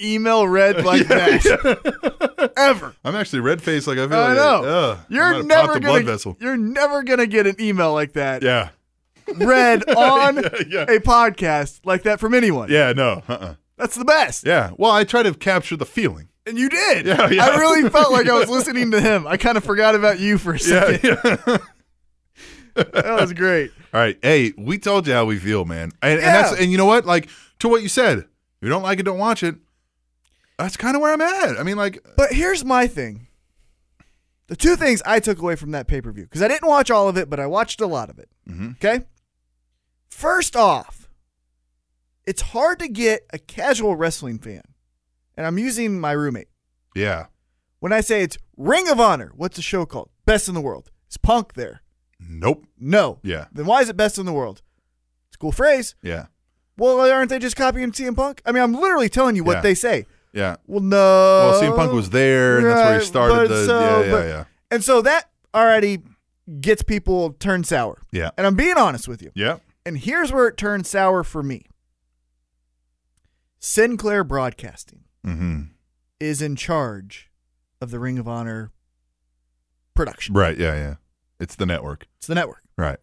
[SPEAKER 3] email read like that. Ever.
[SPEAKER 2] I'm actually red faced like I feel
[SPEAKER 3] I
[SPEAKER 2] like
[SPEAKER 3] know.
[SPEAKER 2] Ugh, I might
[SPEAKER 3] you're
[SPEAKER 2] have
[SPEAKER 3] never
[SPEAKER 2] popped a
[SPEAKER 3] gonna
[SPEAKER 2] blood vessel.
[SPEAKER 3] you're never gonna get an email like that
[SPEAKER 2] Yeah,
[SPEAKER 3] read on
[SPEAKER 2] yeah.
[SPEAKER 3] a podcast like that from anyone.
[SPEAKER 2] yeah, no, uh-uh.
[SPEAKER 3] That's the best.
[SPEAKER 2] yeah. Well, I try to capture the feeling.
[SPEAKER 3] And you did.
[SPEAKER 2] Yeah, yeah.
[SPEAKER 3] I really felt like I was listening to him. I kind of forgot about you for a
[SPEAKER 2] Yeah,
[SPEAKER 3] second.
[SPEAKER 2] yeah. All
[SPEAKER 3] That was great.
[SPEAKER 2] right, hey, we told you how we feel, man, and,
[SPEAKER 3] Yeah.
[SPEAKER 2] and that's and you know what? Like to what you said, if you don't like it, don't watch it. That's kind of where I'm at. I mean, like,
[SPEAKER 3] But here's my thing. The two things I took away from that pay per view, because I didn't watch all
[SPEAKER 2] Mm-hmm.
[SPEAKER 3] of it, but I watched a lot of it. Okay? First off, it's hard to get a casual wrestling fan, and I'm using my roommate.
[SPEAKER 2] Yeah.
[SPEAKER 3] When I say it's Ring of Honor, what's the show called? Best in the World. Is Punk there?
[SPEAKER 2] Nope.
[SPEAKER 3] No.
[SPEAKER 2] Yeah.
[SPEAKER 3] Then why is it best in the world? It's a cool phrase.
[SPEAKER 2] Yeah.
[SPEAKER 3] Well, aren't they just copying CM Punk? I mean, I'm literally telling you what
[SPEAKER 2] Yeah.
[SPEAKER 3] they say.
[SPEAKER 2] Yeah.
[SPEAKER 3] Well, no.
[SPEAKER 2] Well, CM Punk was there, and that's where he
[SPEAKER 3] Right,
[SPEAKER 2] started.
[SPEAKER 3] but
[SPEAKER 2] The,
[SPEAKER 3] so-
[SPEAKER 2] yeah, yeah,
[SPEAKER 3] but-
[SPEAKER 2] yeah.
[SPEAKER 3] And so that already gets people turned sour.
[SPEAKER 2] Yeah.
[SPEAKER 3] And I'm being honest with you.
[SPEAKER 2] Yeah.
[SPEAKER 3] And here's where it turned sour for me. Sinclair Broadcasting
[SPEAKER 2] Mm-hmm.
[SPEAKER 3] is in charge of the Ring of Honor production.
[SPEAKER 2] Right. Yeah. Yeah. It's the network.
[SPEAKER 3] It's the network.
[SPEAKER 2] Right.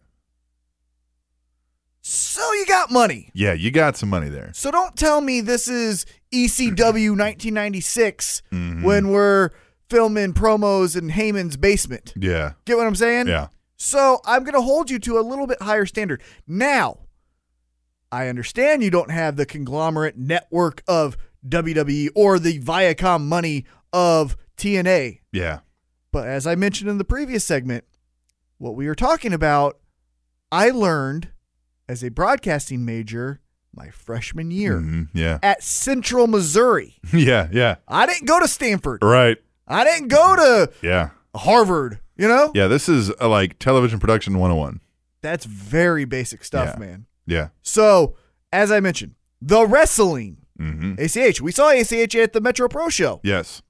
[SPEAKER 3] So you got money.
[SPEAKER 2] Yeah. You got some money there.
[SPEAKER 3] So don't tell me this is E ECW 1996
[SPEAKER 2] Mhm.
[SPEAKER 3] when we're filming promos in Heyman's basement.
[SPEAKER 2] Yeah.
[SPEAKER 3] Get what I'm saying?
[SPEAKER 2] Yeah.
[SPEAKER 3] So I'm going to hold you to a little bit higher standard. Now, I understand you don't have the conglomerate network of WWE or the Viacom money of TNA.
[SPEAKER 2] Yeah.
[SPEAKER 3] But as I mentioned in the previous segment, what we are talking about, I learned as a broadcasting major my freshman year
[SPEAKER 2] Mhm. Yeah.
[SPEAKER 3] at Central Missouri.
[SPEAKER 2] yeah. Yeah.
[SPEAKER 3] I didn't go to Stanford.
[SPEAKER 2] Right.
[SPEAKER 3] I didn't go to
[SPEAKER 2] Yeah.
[SPEAKER 3] Harvard, you know?
[SPEAKER 2] Yeah. This is uh, like television production 101.
[SPEAKER 3] That's very basic stuff,
[SPEAKER 2] Yeah.
[SPEAKER 3] man.
[SPEAKER 2] Yeah.
[SPEAKER 3] So, as I mentioned, the wrestling,
[SPEAKER 2] Mm-hmm.
[SPEAKER 3] ACH. We saw ACH at the Metro Pro Show.
[SPEAKER 2] Yes.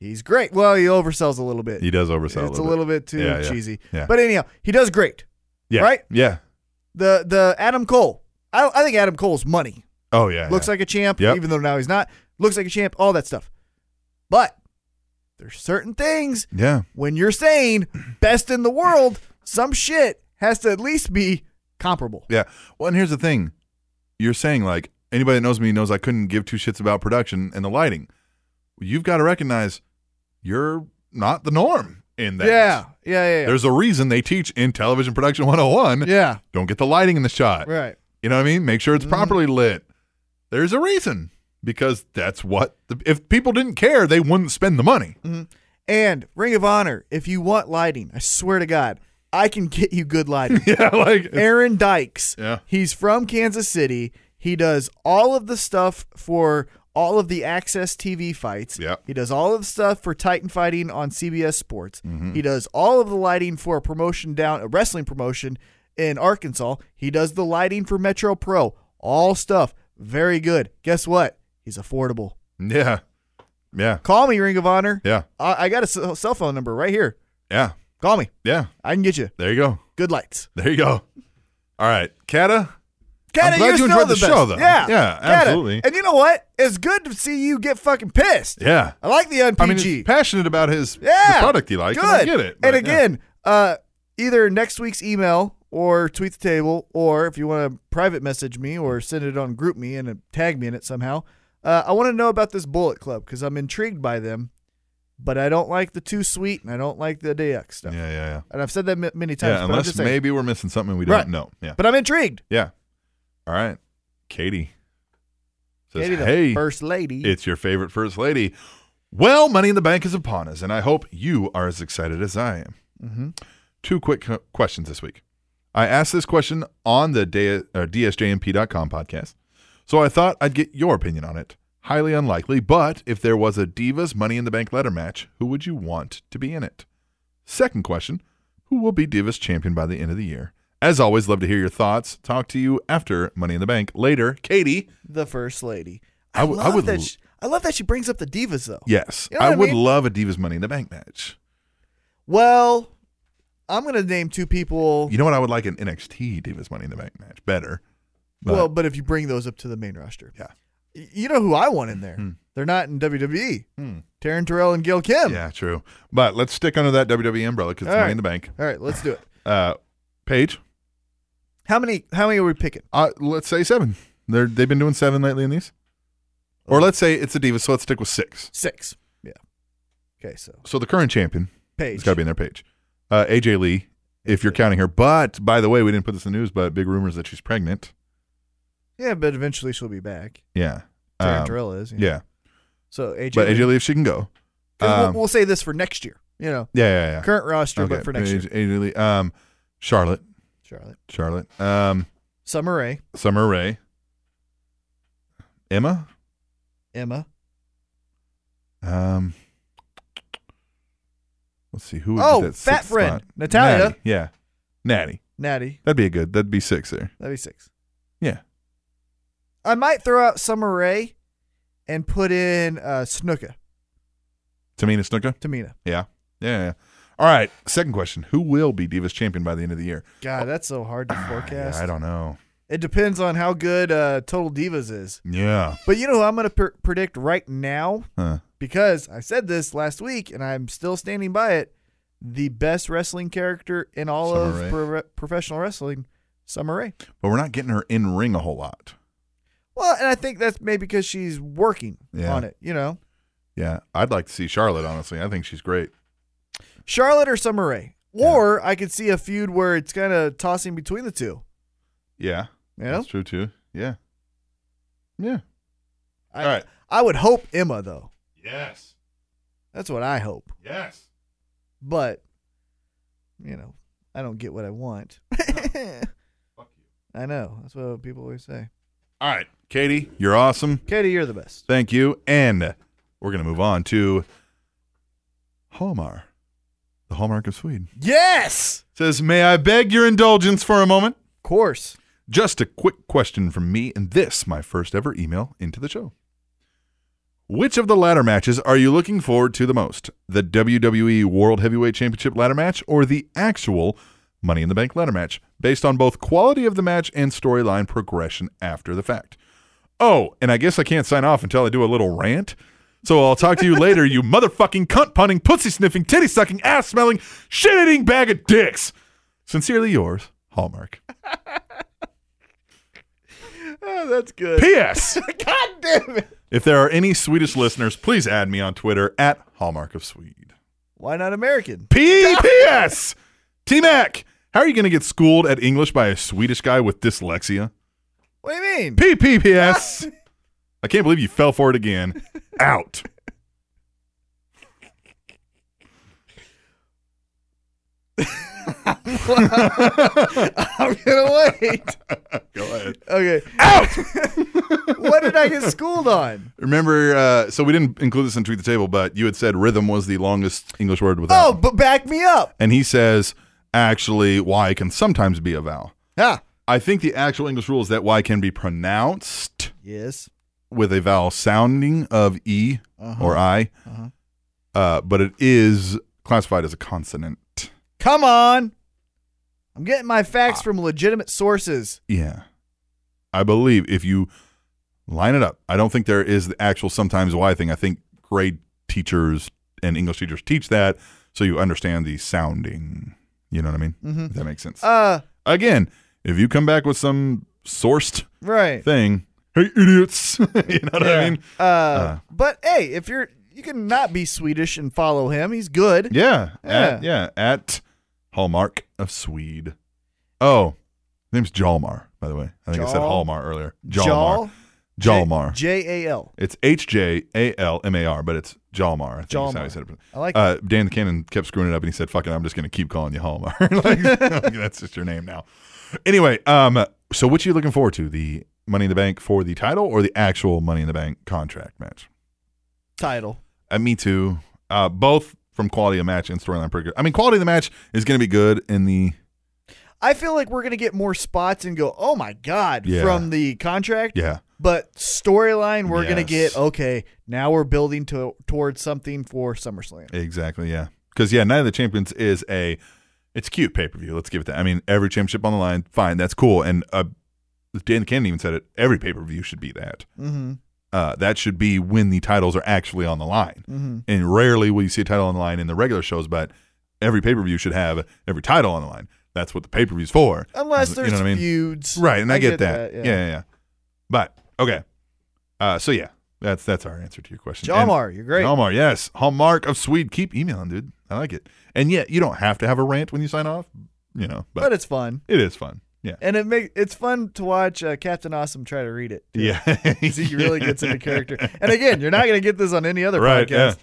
[SPEAKER 3] He's great. Well, he oversells a little bit.
[SPEAKER 2] He does oversell.
[SPEAKER 3] it's
[SPEAKER 2] a little,
[SPEAKER 3] bit, too
[SPEAKER 2] Yeah, yeah,
[SPEAKER 3] cheesy.
[SPEAKER 2] yeah.
[SPEAKER 3] But anyhow, he does great.
[SPEAKER 2] Yeah.
[SPEAKER 3] right?
[SPEAKER 2] Yeah.
[SPEAKER 3] The the Adam Cole. I, I think Adam Cole's money.
[SPEAKER 2] Oh yeah.
[SPEAKER 3] Looks
[SPEAKER 2] yeah.
[SPEAKER 3] like a champ,
[SPEAKER 2] Yep.
[SPEAKER 3] even though now he's not. Looks like a champ, all that stuff. But there's certain things
[SPEAKER 2] Yeah.
[SPEAKER 3] when you're saying best in the world, some shit has to at least be comparable.
[SPEAKER 2] Yeah. Well, and here's the thing. You're saying like anybody that knows me knows I couldn't give two shits about production and the lighting. You've got to recognize you're not the norm in that.
[SPEAKER 3] Yeah, yeah, yeah. yeah.
[SPEAKER 2] There's a reason they teach in television production 101.
[SPEAKER 3] yeah,
[SPEAKER 2] Don't get the lighting in the shot.
[SPEAKER 3] right. Mm-hmm.
[SPEAKER 2] You know what I mean? Make sure it's properly lit. There's a reason because that's what the, if people didn't care, they wouldn't spend the money.
[SPEAKER 3] Mm-hmm. And Ring of Honor, if you want lighting, I swear to God, I can get you good lighting.
[SPEAKER 2] yeah, like it's-
[SPEAKER 3] Aaron Dykes,
[SPEAKER 2] Yeah.
[SPEAKER 3] he's from Kansas City. He does all of the stuff for all of the Access TV fights.
[SPEAKER 2] Yeah.
[SPEAKER 3] He does all of the stuff for Titan fighting on CBS Sports.
[SPEAKER 2] Mm-hmm.
[SPEAKER 3] He does all of the lighting for a promotion down, a wrestling promotion in Arkansas. He does the lighting for Metro Pro. All stuff. Very good. Guess what? He's affordable.
[SPEAKER 2] yeah. Yeah.
[SPEAKER 3] Call me, Ring of Honor.
[SPEAKER 2] Yeah.
[SPEAKER 3] I, I got a ce- cell phone number right here.
[SPEAKER 2] Yeah.
[SPEAKER 3] Call me.
[SPEAKER 2] Yeah.
[SPEAKER 3] I can get you.
[SPEAKER 2] There you go.
[SPEAKER 3] Good lights.
[SPEAKER 2] There you go. All right. Kata,
[SPEAKER 3] Kata,
[SPEAKER 2] I'm glad
[SPEAKER 3] you're
[SPEAKER 2] you
[SPEAKER 3] still
[SPEAKER 2] enjoyed the
[SPEAKER 3] best.
[SPEAKER 2] show, though.
[SPEAKER 3] Yeah.
[SPEAKER 2] Yeah,
[SPEAKER 3] Kata.
[SPEAKER 2] absolutely.
[SPEAKER 3] And you know what? It's good to see you get fucking pissed.
[SPEAKER 2] Yeah.
[SPEAKER 3] I like the unpg.
[SPEAKER 2] I mean, he's passionate about his
[SPEAKER 3] yeah.
[SPEAKER 2] the product he likes.
[SPEAKER 3] Good.
[SPEAKER 2] and I get it. but
[SPEAKER 3] and again, uh, either next week's email or tweet the table, or if you want to private message me or send it on group me and uh, tag me in it somehow. Uh, I want to know about this Bullet Club because I'm intrigued by them, but I don't like the Too Sweet and I don't like the DX
[SPEAKER 2] yeah,
[SPEAKER 3] stuff.
[SPEAKER 2] yeah, yeah,
[SPEAKER 3] And I've said that ma- many
[SPEAKER 2] yeah.
[SPEAKER 3] times. but I'm
[SPEAKER 2] unless
[SPEAKER 3] just saying.
[SPEAKER 2] maybe we're missing something we don't
[SPEAKER 3] Right.
[SPEAKER 2] know. Yeah,
[SPEAKER 3] But I'm intrigued.
[SPEAKER 2] yeah. All right, Katie says,
[SPEAKER 3] Katie, the
[SPEAKER 2] "Hey,
[SPEAKER 3] first lady.
[SPEAKER 2] it's your favorite first lady." Well, Money in the Bank is upon us, and I hope you are as excited as I am. Mm-hmm.
[SPEAKER 3] Mhm.
[SPEAKER 2] Two quick co- questions this week. I asked this question on the day, uh, DSJMP.com podcast, so I thought I'd get your opinion on it. Highly unlikely, but if there was a Divas Money in the Bank letter match, who would you want to be in it? Second question Who will be Divas champion by the end of the year? As always, love to hear your thoughts. Talk to you after Money in the Bank. Later, Katie.
[SPEAKER 3] the first lady.
[SPEAKER 2] I
[SPEAKER 3] I,
[SPEAKER 2] would- I
[SPEAKER 3] love
[SPEAKER 2] would
[SPEAKER 3] that.
[SPEAKER 2] l-
[SPEAKER 3] She, I love that she brings up the divas though.
[SPEAKER 2] Yes,
[SPEAKER 3] You know
[SPEAKER 2] I
[SPEAKER 3] what I
[SPEAKER 2] would
[SPEAKER 3] mean?
[SPEAKER 2] love a Divas Money in the Bank match.
[SPEAKER 3] Well, I'm gonna name two people.
[SPEAKER 2] You know what? I would like an NXT Divas Money in the Bank match better. But
[SPEAKER 3] well, but if you bring those up to the main roster,
[SPEAKER 2] Yeah.
[SPEAKER 3] Y- You know who I want in there?
[SPEAKER 2] Hmm.
[SPEAKER 3] They're not in WWE.
[SPEAKER 2] Hmm.
[SPEAKER 3] Taryn Terrell and Gail Kim.
[SPEAKER 2] yeah, true. But let's stick under that WWE umbrella because it's
[SPEAKER 3] All
[SPEAKER 2] Money
[SPEAKER 3] right.
[SPEAKER 2] in the Bank.
[SPEAKER 3] All right, let's do it.
[SPEAKER 2] Uh, Paige,
[SPEAKER 3] How many? How many are we picking?
[SPEAKER 2] uh, let's say seven. They're, they've been doing seven lately in these. Or
[SPEAKER 3] Oh.
[SPEAKER 2] let's say it's a Divas, so let's stick with six.
[SPEAKER 3] Six. Yeah. Okay, so
[SPEAKER 2] So the current champion,
[SPEAKER 3] Paige.
[SPEAKER 2] it's got to be in their page. Uh, AJ Lee, if you're counting her. But by the way, we didn't put this in the news, but big rumors that she's pregnant.
[SPEAKER 3] Yeah, but eventually she'll be back.
[SPEAKER 2] Yeah.
[SPEAKER 3] Taryn
[SPEAKER 2] Um,
[SPEAKER 3] Terrell is. you know.
[SPEAKER 2] yeah.
[SPEAKER 3] So AJ.
[SPEAKER 2] But AJ Lee, if she can go.
[SPEAKER 3] 'Cause
[SPEAKER 2] um,
[SPEAKER 3] we'll, we'll say this for next year. You know,
[SPEAKER 2] Yeah, yeah, yeah.
[SPEAKER 3] current roster,
[SPEAKER 2] Okay,
[SPEAKER 3] but for next year,
[SPEAKER 2] AJ, AJ Lee. Um, Charlotte.
[SPEAKER 3] Charlotte,
[SPEAKER 2] Charlotte. Um,
[SPEAKER 3] Summer Rae.
[SPEAKER 2] Summer Rae. Emma?
[SPEAKER 3] Emma.
[SPEAKER 2] Um, let's see who. would be
[SPEAKER 3] Oh,
[SPEAKER 2] that
[SPEAKER 3] fat
[SPEAKER 2] sixth
[SPEAKER 3] friend.
[SPEAKER 2] spot?
[SPEAKER 3] Natalia.
[SPEAKER 2] Natty, Yeah, Natty.
[SPEAKER 3] Natty.
[SPEAKER 2] That'd be a good. That'd be six there.
[SPEAKER 3] That'd be six.
[SPEAKER 2] Yeah.
[SPEAKER 3] I might throw out Summer Rae and put in uh, Snuka,
[SPEAKER 2] Tamina Snuka.
[SPEAKER 3] Tamina.
[SPEAKER 2] Yeah. yeah. Yeah. All right. Second question: Who will be Divas champion by the end of the year?
[SPEAKER 3] God, that's so hard to
[SPEAKER 2] Oh. Ah, Yeah,
[SPEAKER 3] forecast.
[SPEAKER 2] I don't know.
[SPEAKER 3] It depends on how good uh, Total Divas is.
[SPEAKER 2] Yeah.
[SPEAKER 3] But you know who I'm going to pr- predict right now
[SPEAKER 2] Huh.
[SPEAKER 3] because I said this last week and I'm still standing by it. The best wrestling character in all
[SPEAKER 2] Summer
[SPEAKER 3] of
[SPEAKER 2] Rae.
[SPEAKER 3] pro- professional wrestling, Summer Rae.
[SPEAKER 2] But we're not getting her in ring a whole lot.
[SPEAKER 3] Well, and I think that's maybe because she's working
[SPEAKER 2] Yeah.
[SPEAKER 3] on it. You know,
[SPEAKER 2] Yeah. I'd like to see Charlotte. Honestly, I think she's great.
[SPEAKER 3] Charlotte or Summer Rae, or I could see a feud where it's kind of tossing between the two.
[SPEAKER 2] Yeah.
[SPEAKER 3] Yeah.
[SPEAKER 2] That's true too. Yeah. Yeah.
[SPEAKER 3] I,
[SPEAKER 2] All right.
[SPEAKER 3] I would hope Emma though.
[SPEAKER 2] Yes.
[SPEAKER 3] That's what I hope.
[SPEAKER 2] Yes.
[SPEAKER 3] But you know, I don't get what I want.
[SPEAKER 2] Fuck you.
[SPEAKER 3] I know. That's what people always say.
[SPEAKER 2] All right, Katie, you're awesome.
[SPEAKER 3] Katie, you're the best.
[SPEAKER 2] Thank you. And we're going to move on to Hallmark, the Hallmark of Sweden.
[SPEAKER 3] Yes.
[SPEAKER 2] Says, May I beg your indulgence for a moment?
[SPEAKER 3] Of course.
[SPEAKER 2] Just a quick question from me, and this, my first ever email into the show. Which of the ladder matches are you looking forward to the most? The WWE World Heavyweight Championship ladder match or the actual Money in the Bank ladder match, based on both quality of the match and storyline progression after the fact? Oh, and I guess I can't sign off until I do a little rant. So I'll talk to you later, you motherfucking cunt punning, pussy sniffing, titty sucking, ass smelling, shit eating bag of dicks. Sincerely yours, Hallmark.
[SPEAKER 3] Oh, that's good.
[SPEAKER 2] P.S.
[SPEAKER 3] God damn it.
[SPEAKER 2] If there are any Swedish listeners, please add me on Twitter at Hallmark of Swede.
[SPEAKER 3] Why not American?
[SPEAKER 2] PPS! T Mac, how are you going to get schooled at English by a Swedish guy with dyslexia?
[SPEAKER 3] What do you mean?
[SPEAKER 2] PPPS! I can't believe you fell for it again. Out.
[SPEAKER 3] I'm gonna wait.
[SPEAKER 2] Go ahead.
[SPEAKER 3] Okay. Out. what did I get schooled on?
[SPEAKER 2] Remember, uh, so we didn't include this in Tweet the Table, but you had said rhythm was the longest English word without.
[SPEAKER 3] Oh, but back me up.
[SPEAKER 2] And he says, actually, Y can sometimes be a vowel.
[SPEAKER 3] Ah.
[SPEAKER 2] I think the actual English rule is that Y can be pronounced
[SPEAKER 3] Yes. Uh-huh.
[SPEAKER 2] with a vowel sounding of E or I, uh, but it is classified as a consonant.
[SPEAKER 3] Come on. I'm getting my facts
[SPEAKER 2] Ah.
[SPEAKER 3] from legitimate sources.
[SPEAKER 2] Yeah. I believe if you line it up, I don't think there is the actual sometimes Y thing. I think grade teachers and English teachers teach that so you understand the sounding. You know what I mean? Mm-hmm. If that makes sense.
[SPEAKER 3] Uh,
[SPEAKER 2] Again, if you come back with some sourced
[SPEAKER 3] right.
[SPEAKER 2] thing, hey, idiots, you know what I mean?
[SPEAKER 3] Uh, but hey, if you're you can not be Swedish and follow him. He's good.
[SPEAKER 2] Yeah. At,
[SPEAKER 3] Yeah.
[SPEAKER 2] yeah. At Hallmark of Swede. Oh, his name's Jalmar, by the way. I think I said
[SPEAKER 3] Jal-
[SPEAKER 2] Hallmar earlier. Jalmar. Jalmar.
[SPEAKER 3] J A L.
[SPEAKER 2] it's H J A L M A R, but it's Jalmar. I think that's how he
[SPEAKER 3] Jalmar.
[SPEAKER 2] said it.
[SPEAKER 3] I like
[SPEAKER 2] uh, Dan the Cannon kept screwing it up and he said, fuck it, I'm just going to keep calling you Hallmar. like, that's just your name now. Anyway, um, so which are you looking forward to? The Money in the Bank for the title or the actual Money in the Bank contract match?
[SPEAKER 3] Title.
[SPEAKER 2] Uh, me too. Uh, both from quality of match and storyline pretty good. I mean, quality of the match is going to be good in the
[SPEAKER 3] I feel like we're gonna get more spots and go, oh my god,
[SPEAKER 2] Yeah.
[SPEAKER 3] from the contract.
[SPEAKER 2] yeah
[SPEAKER 3] But storyline, we're gonna
[SPEAKER 2] Yes.
[SPEAKER 3] get okay. Now we're building to towards something for SummerSlam.
[SPEAKER 2] exactly yeah because yeah Night of the Champions is a it's cute pay per view. Let's give it that. I mean, every championship on the line, fine, that's cool. And uh, Dan Cannon even said it. Every pay per view should be that.
[SPEAKER 3] Mm-hmm.
[SPEAKER 2] Uh, that should be when the titles are actually on the line.
[SPEAKER 3] Mm-hmm.
[SPEAKER 2] And rarely will you see a title on the line in the regular shows, but every pay per view should have every title on the line. That's what the pay per view's for.
[SPEAKER 3] Unless
[SPEAKER 2] You
[SPEAKER 3] there's
[SPEAKER 2] know what I mean?
[SPEAKER 3] feuds,
[SPEAKER 2] Right, and I, get, that.
[SPEAKER 3] yeah.
[SPEAKER 2] yeah. yeah, yeah, But okay. Uh, so yeah, that's that's our answer to your question.
[SPEAKER 3] Jalmar,
[SPEAKER 2] And-
[SPEAKER 3] you're great.
[SPEAKER 2] Jalmar, yes. Hallmark of Swede. Keep emailing, dude. I like it. And yeah, you don't have to have a rant when you sign off. You know, but,
[SPEAKER 3] but, it's fun,
[SPEAKER 2] it is fun. Yeah.
[SPEAKER 3] and it make it's fun to watch uh, Captain Awesome try to read it. too.
[SPEAKER 2] Yeah.
[SPEAKER 3] 'Cause he really gets into character. And again, you're not gonna get this on any other
[SPEAKER 2] Right. Yeah.
[SPEAKER 3] podcast.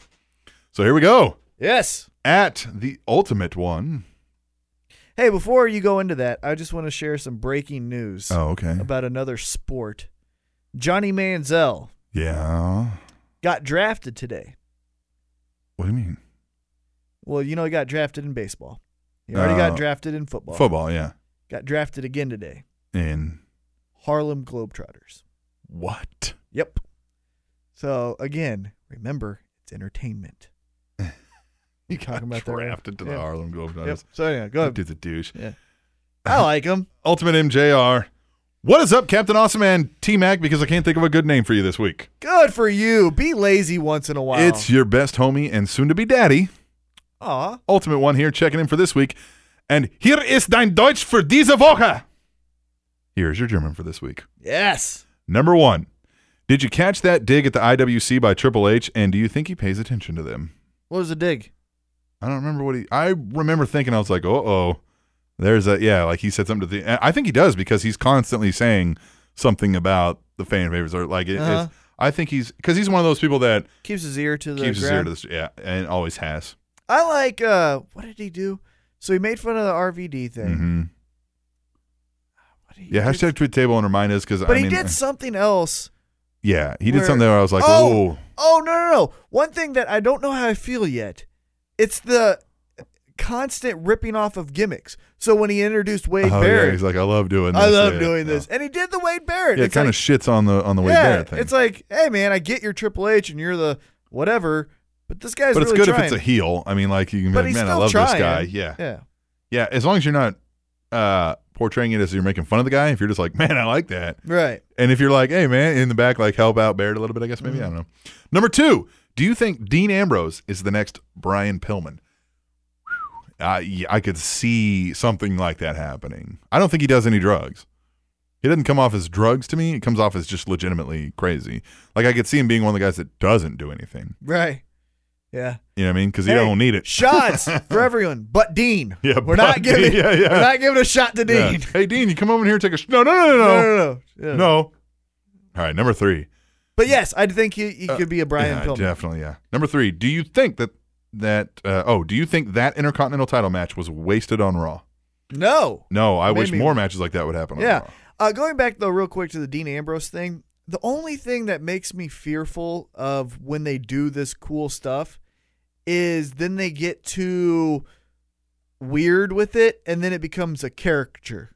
[SPEAKER 2] So here we go.
[SPEAKER 3] Yes.
[SPEAKER 2] At the ultimate one.
[SPEAKER 3] Hey, before you go into that, I just want to share some breaking news
[SPEAKER 2] Oh, okay.
[SPEAKER 3] about another sport Johnny Manziel
[SPEAKER 2] Yeah.
[SPEAKER 3] got drafted today.
[SPEAKER 2] What do you mean?
[SPEAKER 3] Well, you know he got drafted in baseball. He already
[SPEAKER 2] Uh,
[SPEAKER 3] got drafted in football.
[SPEAKER 2] Football, yeah.
[SPEAKER 3] Got drafted again today.
[SPEAKER 2] And
[SPEAKER 3] Harlem Globetrotters.
[SPEAKER 2] what?
[SPEAKER 3] Yep. So again, remember it's entertainment.
[SPEAKER 2] You
[SPEAKER 3] Talking about that, right?
[SPEAKER 2] drafted to the
[SPEAKER 3] Yeah.
[SPEAKER 2] Harlem Globetrotters.
[SPEAKER 3] Yep. So yeah, go
[SPEAKER 2] That
[SPEAKER 3] ahead.
[SPEAKER 2] dude's a douche.
[SPEAKER 3] I like him.
[SPEAKER 2] Ultimate MJR. What is up, Captain Awesome and T Mac? Because I can't think of a good name for you this week.
[SPEAKER 3] Good for you. Be lazy once in a while.
[SPEAKER 2] It's your best homie and soon to be daddy,
[SPEAKER 3] aw.
[SPEAKER 2] Ultimate One here, checking in for this week. And here is dein Deutsch für diese Woche. Here's your German for this week.
[SPEAKER 3] Yes.
[SPEAKER 2] Number one, did you catch that dig at the IWC by Triple H? And do you think he pays attention to them?
[SPEAKER 3] What was the dig?
[SPEAKER 2] I don't remember what he. I remember thinking I was like, "Uh oh, there's a yeah." Like he said something to the. I think he does because he's constantly saying something about the fan favorites or like. It, it's-
[SPEAKER 3] Uh-huh.
[SPEAKER 2] I think he's because he's one of those people that
[SPEAKER 3] Keeps his ear to the
[SPEAKER 2] keeps his ear
[SPEAKER 3] ground.
[SPEAKER 2] to this. Yeah, and always has.
[SPEAKER 3] I like uh what did he do? So he made fun of the RVD thing.
[SPEAKER 2] hmm
[SPEAKER 3] What did he
[SPEAKER 2] Yeah,
[SPEAKER 3] do?
[SPEAKER 2] hashtag tweet table and remind us because
[SPEAKER 3] But
[SPEAKER 2] I
[SPEAKER 3] he
[SPEAKER 2] mean, uh,
[SPEAKER 3] did something else.
[SPEAKER 2] yeah, he did
[SPEAKER 3] where-
[SPEAKER 2] something where I was like, "Oh,
[SPEAKER 3] Oh! Oh no no no! One thing that I don't know how I feel yet, it's the constant ripping off of gimmicks. So when he introduced Wade
[SPEAKER 2] Oh, yeah.
[SPEAKER 3] Barrett,
[SPEAKER 2] he's like, I love doing. this.
[SPEAKER 3] I love
[SPEAKER 2] Yeah,
[SPEAKER 3] doing
[SPEAKER 2] yeah.
[SPEAKER 3] this, and he did the Wade Barrett.
[SPEAKER 2] Yeah, it
[SPEAKER 3] It's
[SPEAKER 2] kind of
[SPEAKER 3] like-
[SPEAKER 2] shits on the on the way
[SPEAKER 3] yeah,
[SPEAKER 2] Barrett thing.
[SPEAKER 3] It's like, hey man, I get your Triple H and you're the whatever, but this guy's
[SPEAKER 2] but it's
[SPEAKER 3] really
[SPEAKER 2] good
[SPEAKER 3] trying.
[SPEAKER 2] if it's a heel. I mean, like you can be
[SPEAKER 3] but
[SPEAKER 2] like,
[SPEAKER 3] he's
[SPEAKER 2] "Man, I
[SPEAKER 3] still
[SPEAKER 2] love
[SPEAKER 3] trying.
[SPEAKER 2] this guy." Yeah,
[SPEAKER 3] yeah.
[SPEAKER 2] Yeah, as long as you're not uh, portraying it as you're making fun of the guy, if you're just like, man, I like that.
[SPEAKER 3] Right.
[SPEAKER 2] And if you're like, hey, man, in the back, like help out Barrett a little bit, I guess maybe. I don't know. Number two, do you think Dean Ambrose is the next Brian Pillman? I, yeah, I could see something like that happening. I don't think he does any drugs. He doesn't come off as drugs to me. It comes off as just legitimately crazy. Like I could see him being one of the guys that doesn't do anything.
[SPEAKER 3] Right. Yeah.
[SPEAKER 2] You know what I mean? Because he
[SPEAKER 3] Hey,
[SPEAKER 2] don't need it.
[SPEAKER 3] Shots for everyone, but Dean.
[SPEAKER 2] Yeah,
[SPEAKER 3] we're
[SPEAKER 2] but
[SPEAKER 3] not
[SPEAKER 2] Dean.
[SPEAKER 3] giving.
[SPEAKER 2] Yeah, yeah.
[SPEAKER 3] We're not giving a shot to
[SPEAKER 2] Yeah.
[SPEAKER 3] Dean.
[SPEAKER 2] Hey, Dean, you come over here and take a sh- no, no, no, no,
[SPEAKER 3] No,
[SPEAKER 2] no,
[SPEAKER 3] no, no. Yeah.
[SPEAKER 2] No. All right, number three.
[SPEAKER 3] But yes, I think he, he could be a Brian
[SPEAKER 2] Uh, yeah,
[SPEAKER 3] Pillman.
[SPEAKER 2] Definitely, yeah. Number three. Do you think that that uh, oh, do you think that Intercontinental title match was wasted on Raw?
[SPEAKER 3] No.
[SPEAKER 2] No, I wish
[SPEAKER 3] Maybe.
[SPEAKER 2] more matches like that would happen. on
[SPEAKER 3] Yeah.
[SPEAKER 2] Raw.
[SPEAKER 3] Uh, going back though, real quick to the Dean Ambrose thing. The only thing that makes me fearful of when they do this cool stuff is then they get too weird with it, and then it becomes a caricature.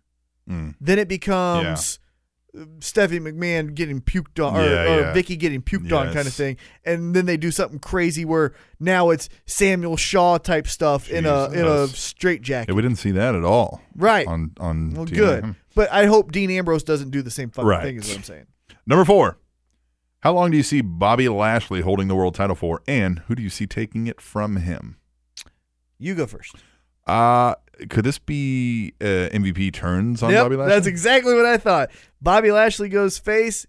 [SPEAKER 2] Mm.
[SPEAKER 3] Then it becomes uh Steffi McMahon getting puked on, or,
[SPEAKER 2] Yeah,
[SPEAKER 3] or
[SPEAKER 2] yeah.
[SPEAKER 3] Vicky getting puked on, kind of
[SPEAKER 2] Yes.
[SPEAKER 3] thing. And then they do something crazy where now it's Samuel Shaw type stuff in a in a
[SPEAKER 2] Jesus.
[SPEAKER 3] straight jacket.
[SPEAKER 2] Yeah, we didn't see that at all.
[SPEAKER 3] Right.
[SPEAKER 2] On on
[SPEAKER 3] Well,
[SPEAKER 2] TNA.
[SPEAKER 3] good. But I hope Dean Ambrose doesn't do the same fucking
[SPEAKER 2] Right.
[SPEAKER 3] thing. Is what I'm saying.
[SPEAKER 2] Number four. How long do you see Bobby Lashley holding the world title for, and who do you see taking it from him?
[SPEAKER 3] You go first.
[SPEAKER 2] Uh could this be uh, MVP turns on
[SPEAKER 3] Yep,
[SPEAKER 2] Bobby Lashley?
[SPEAKER 3] that's exactly what I thought. Bobby Lashley goes face.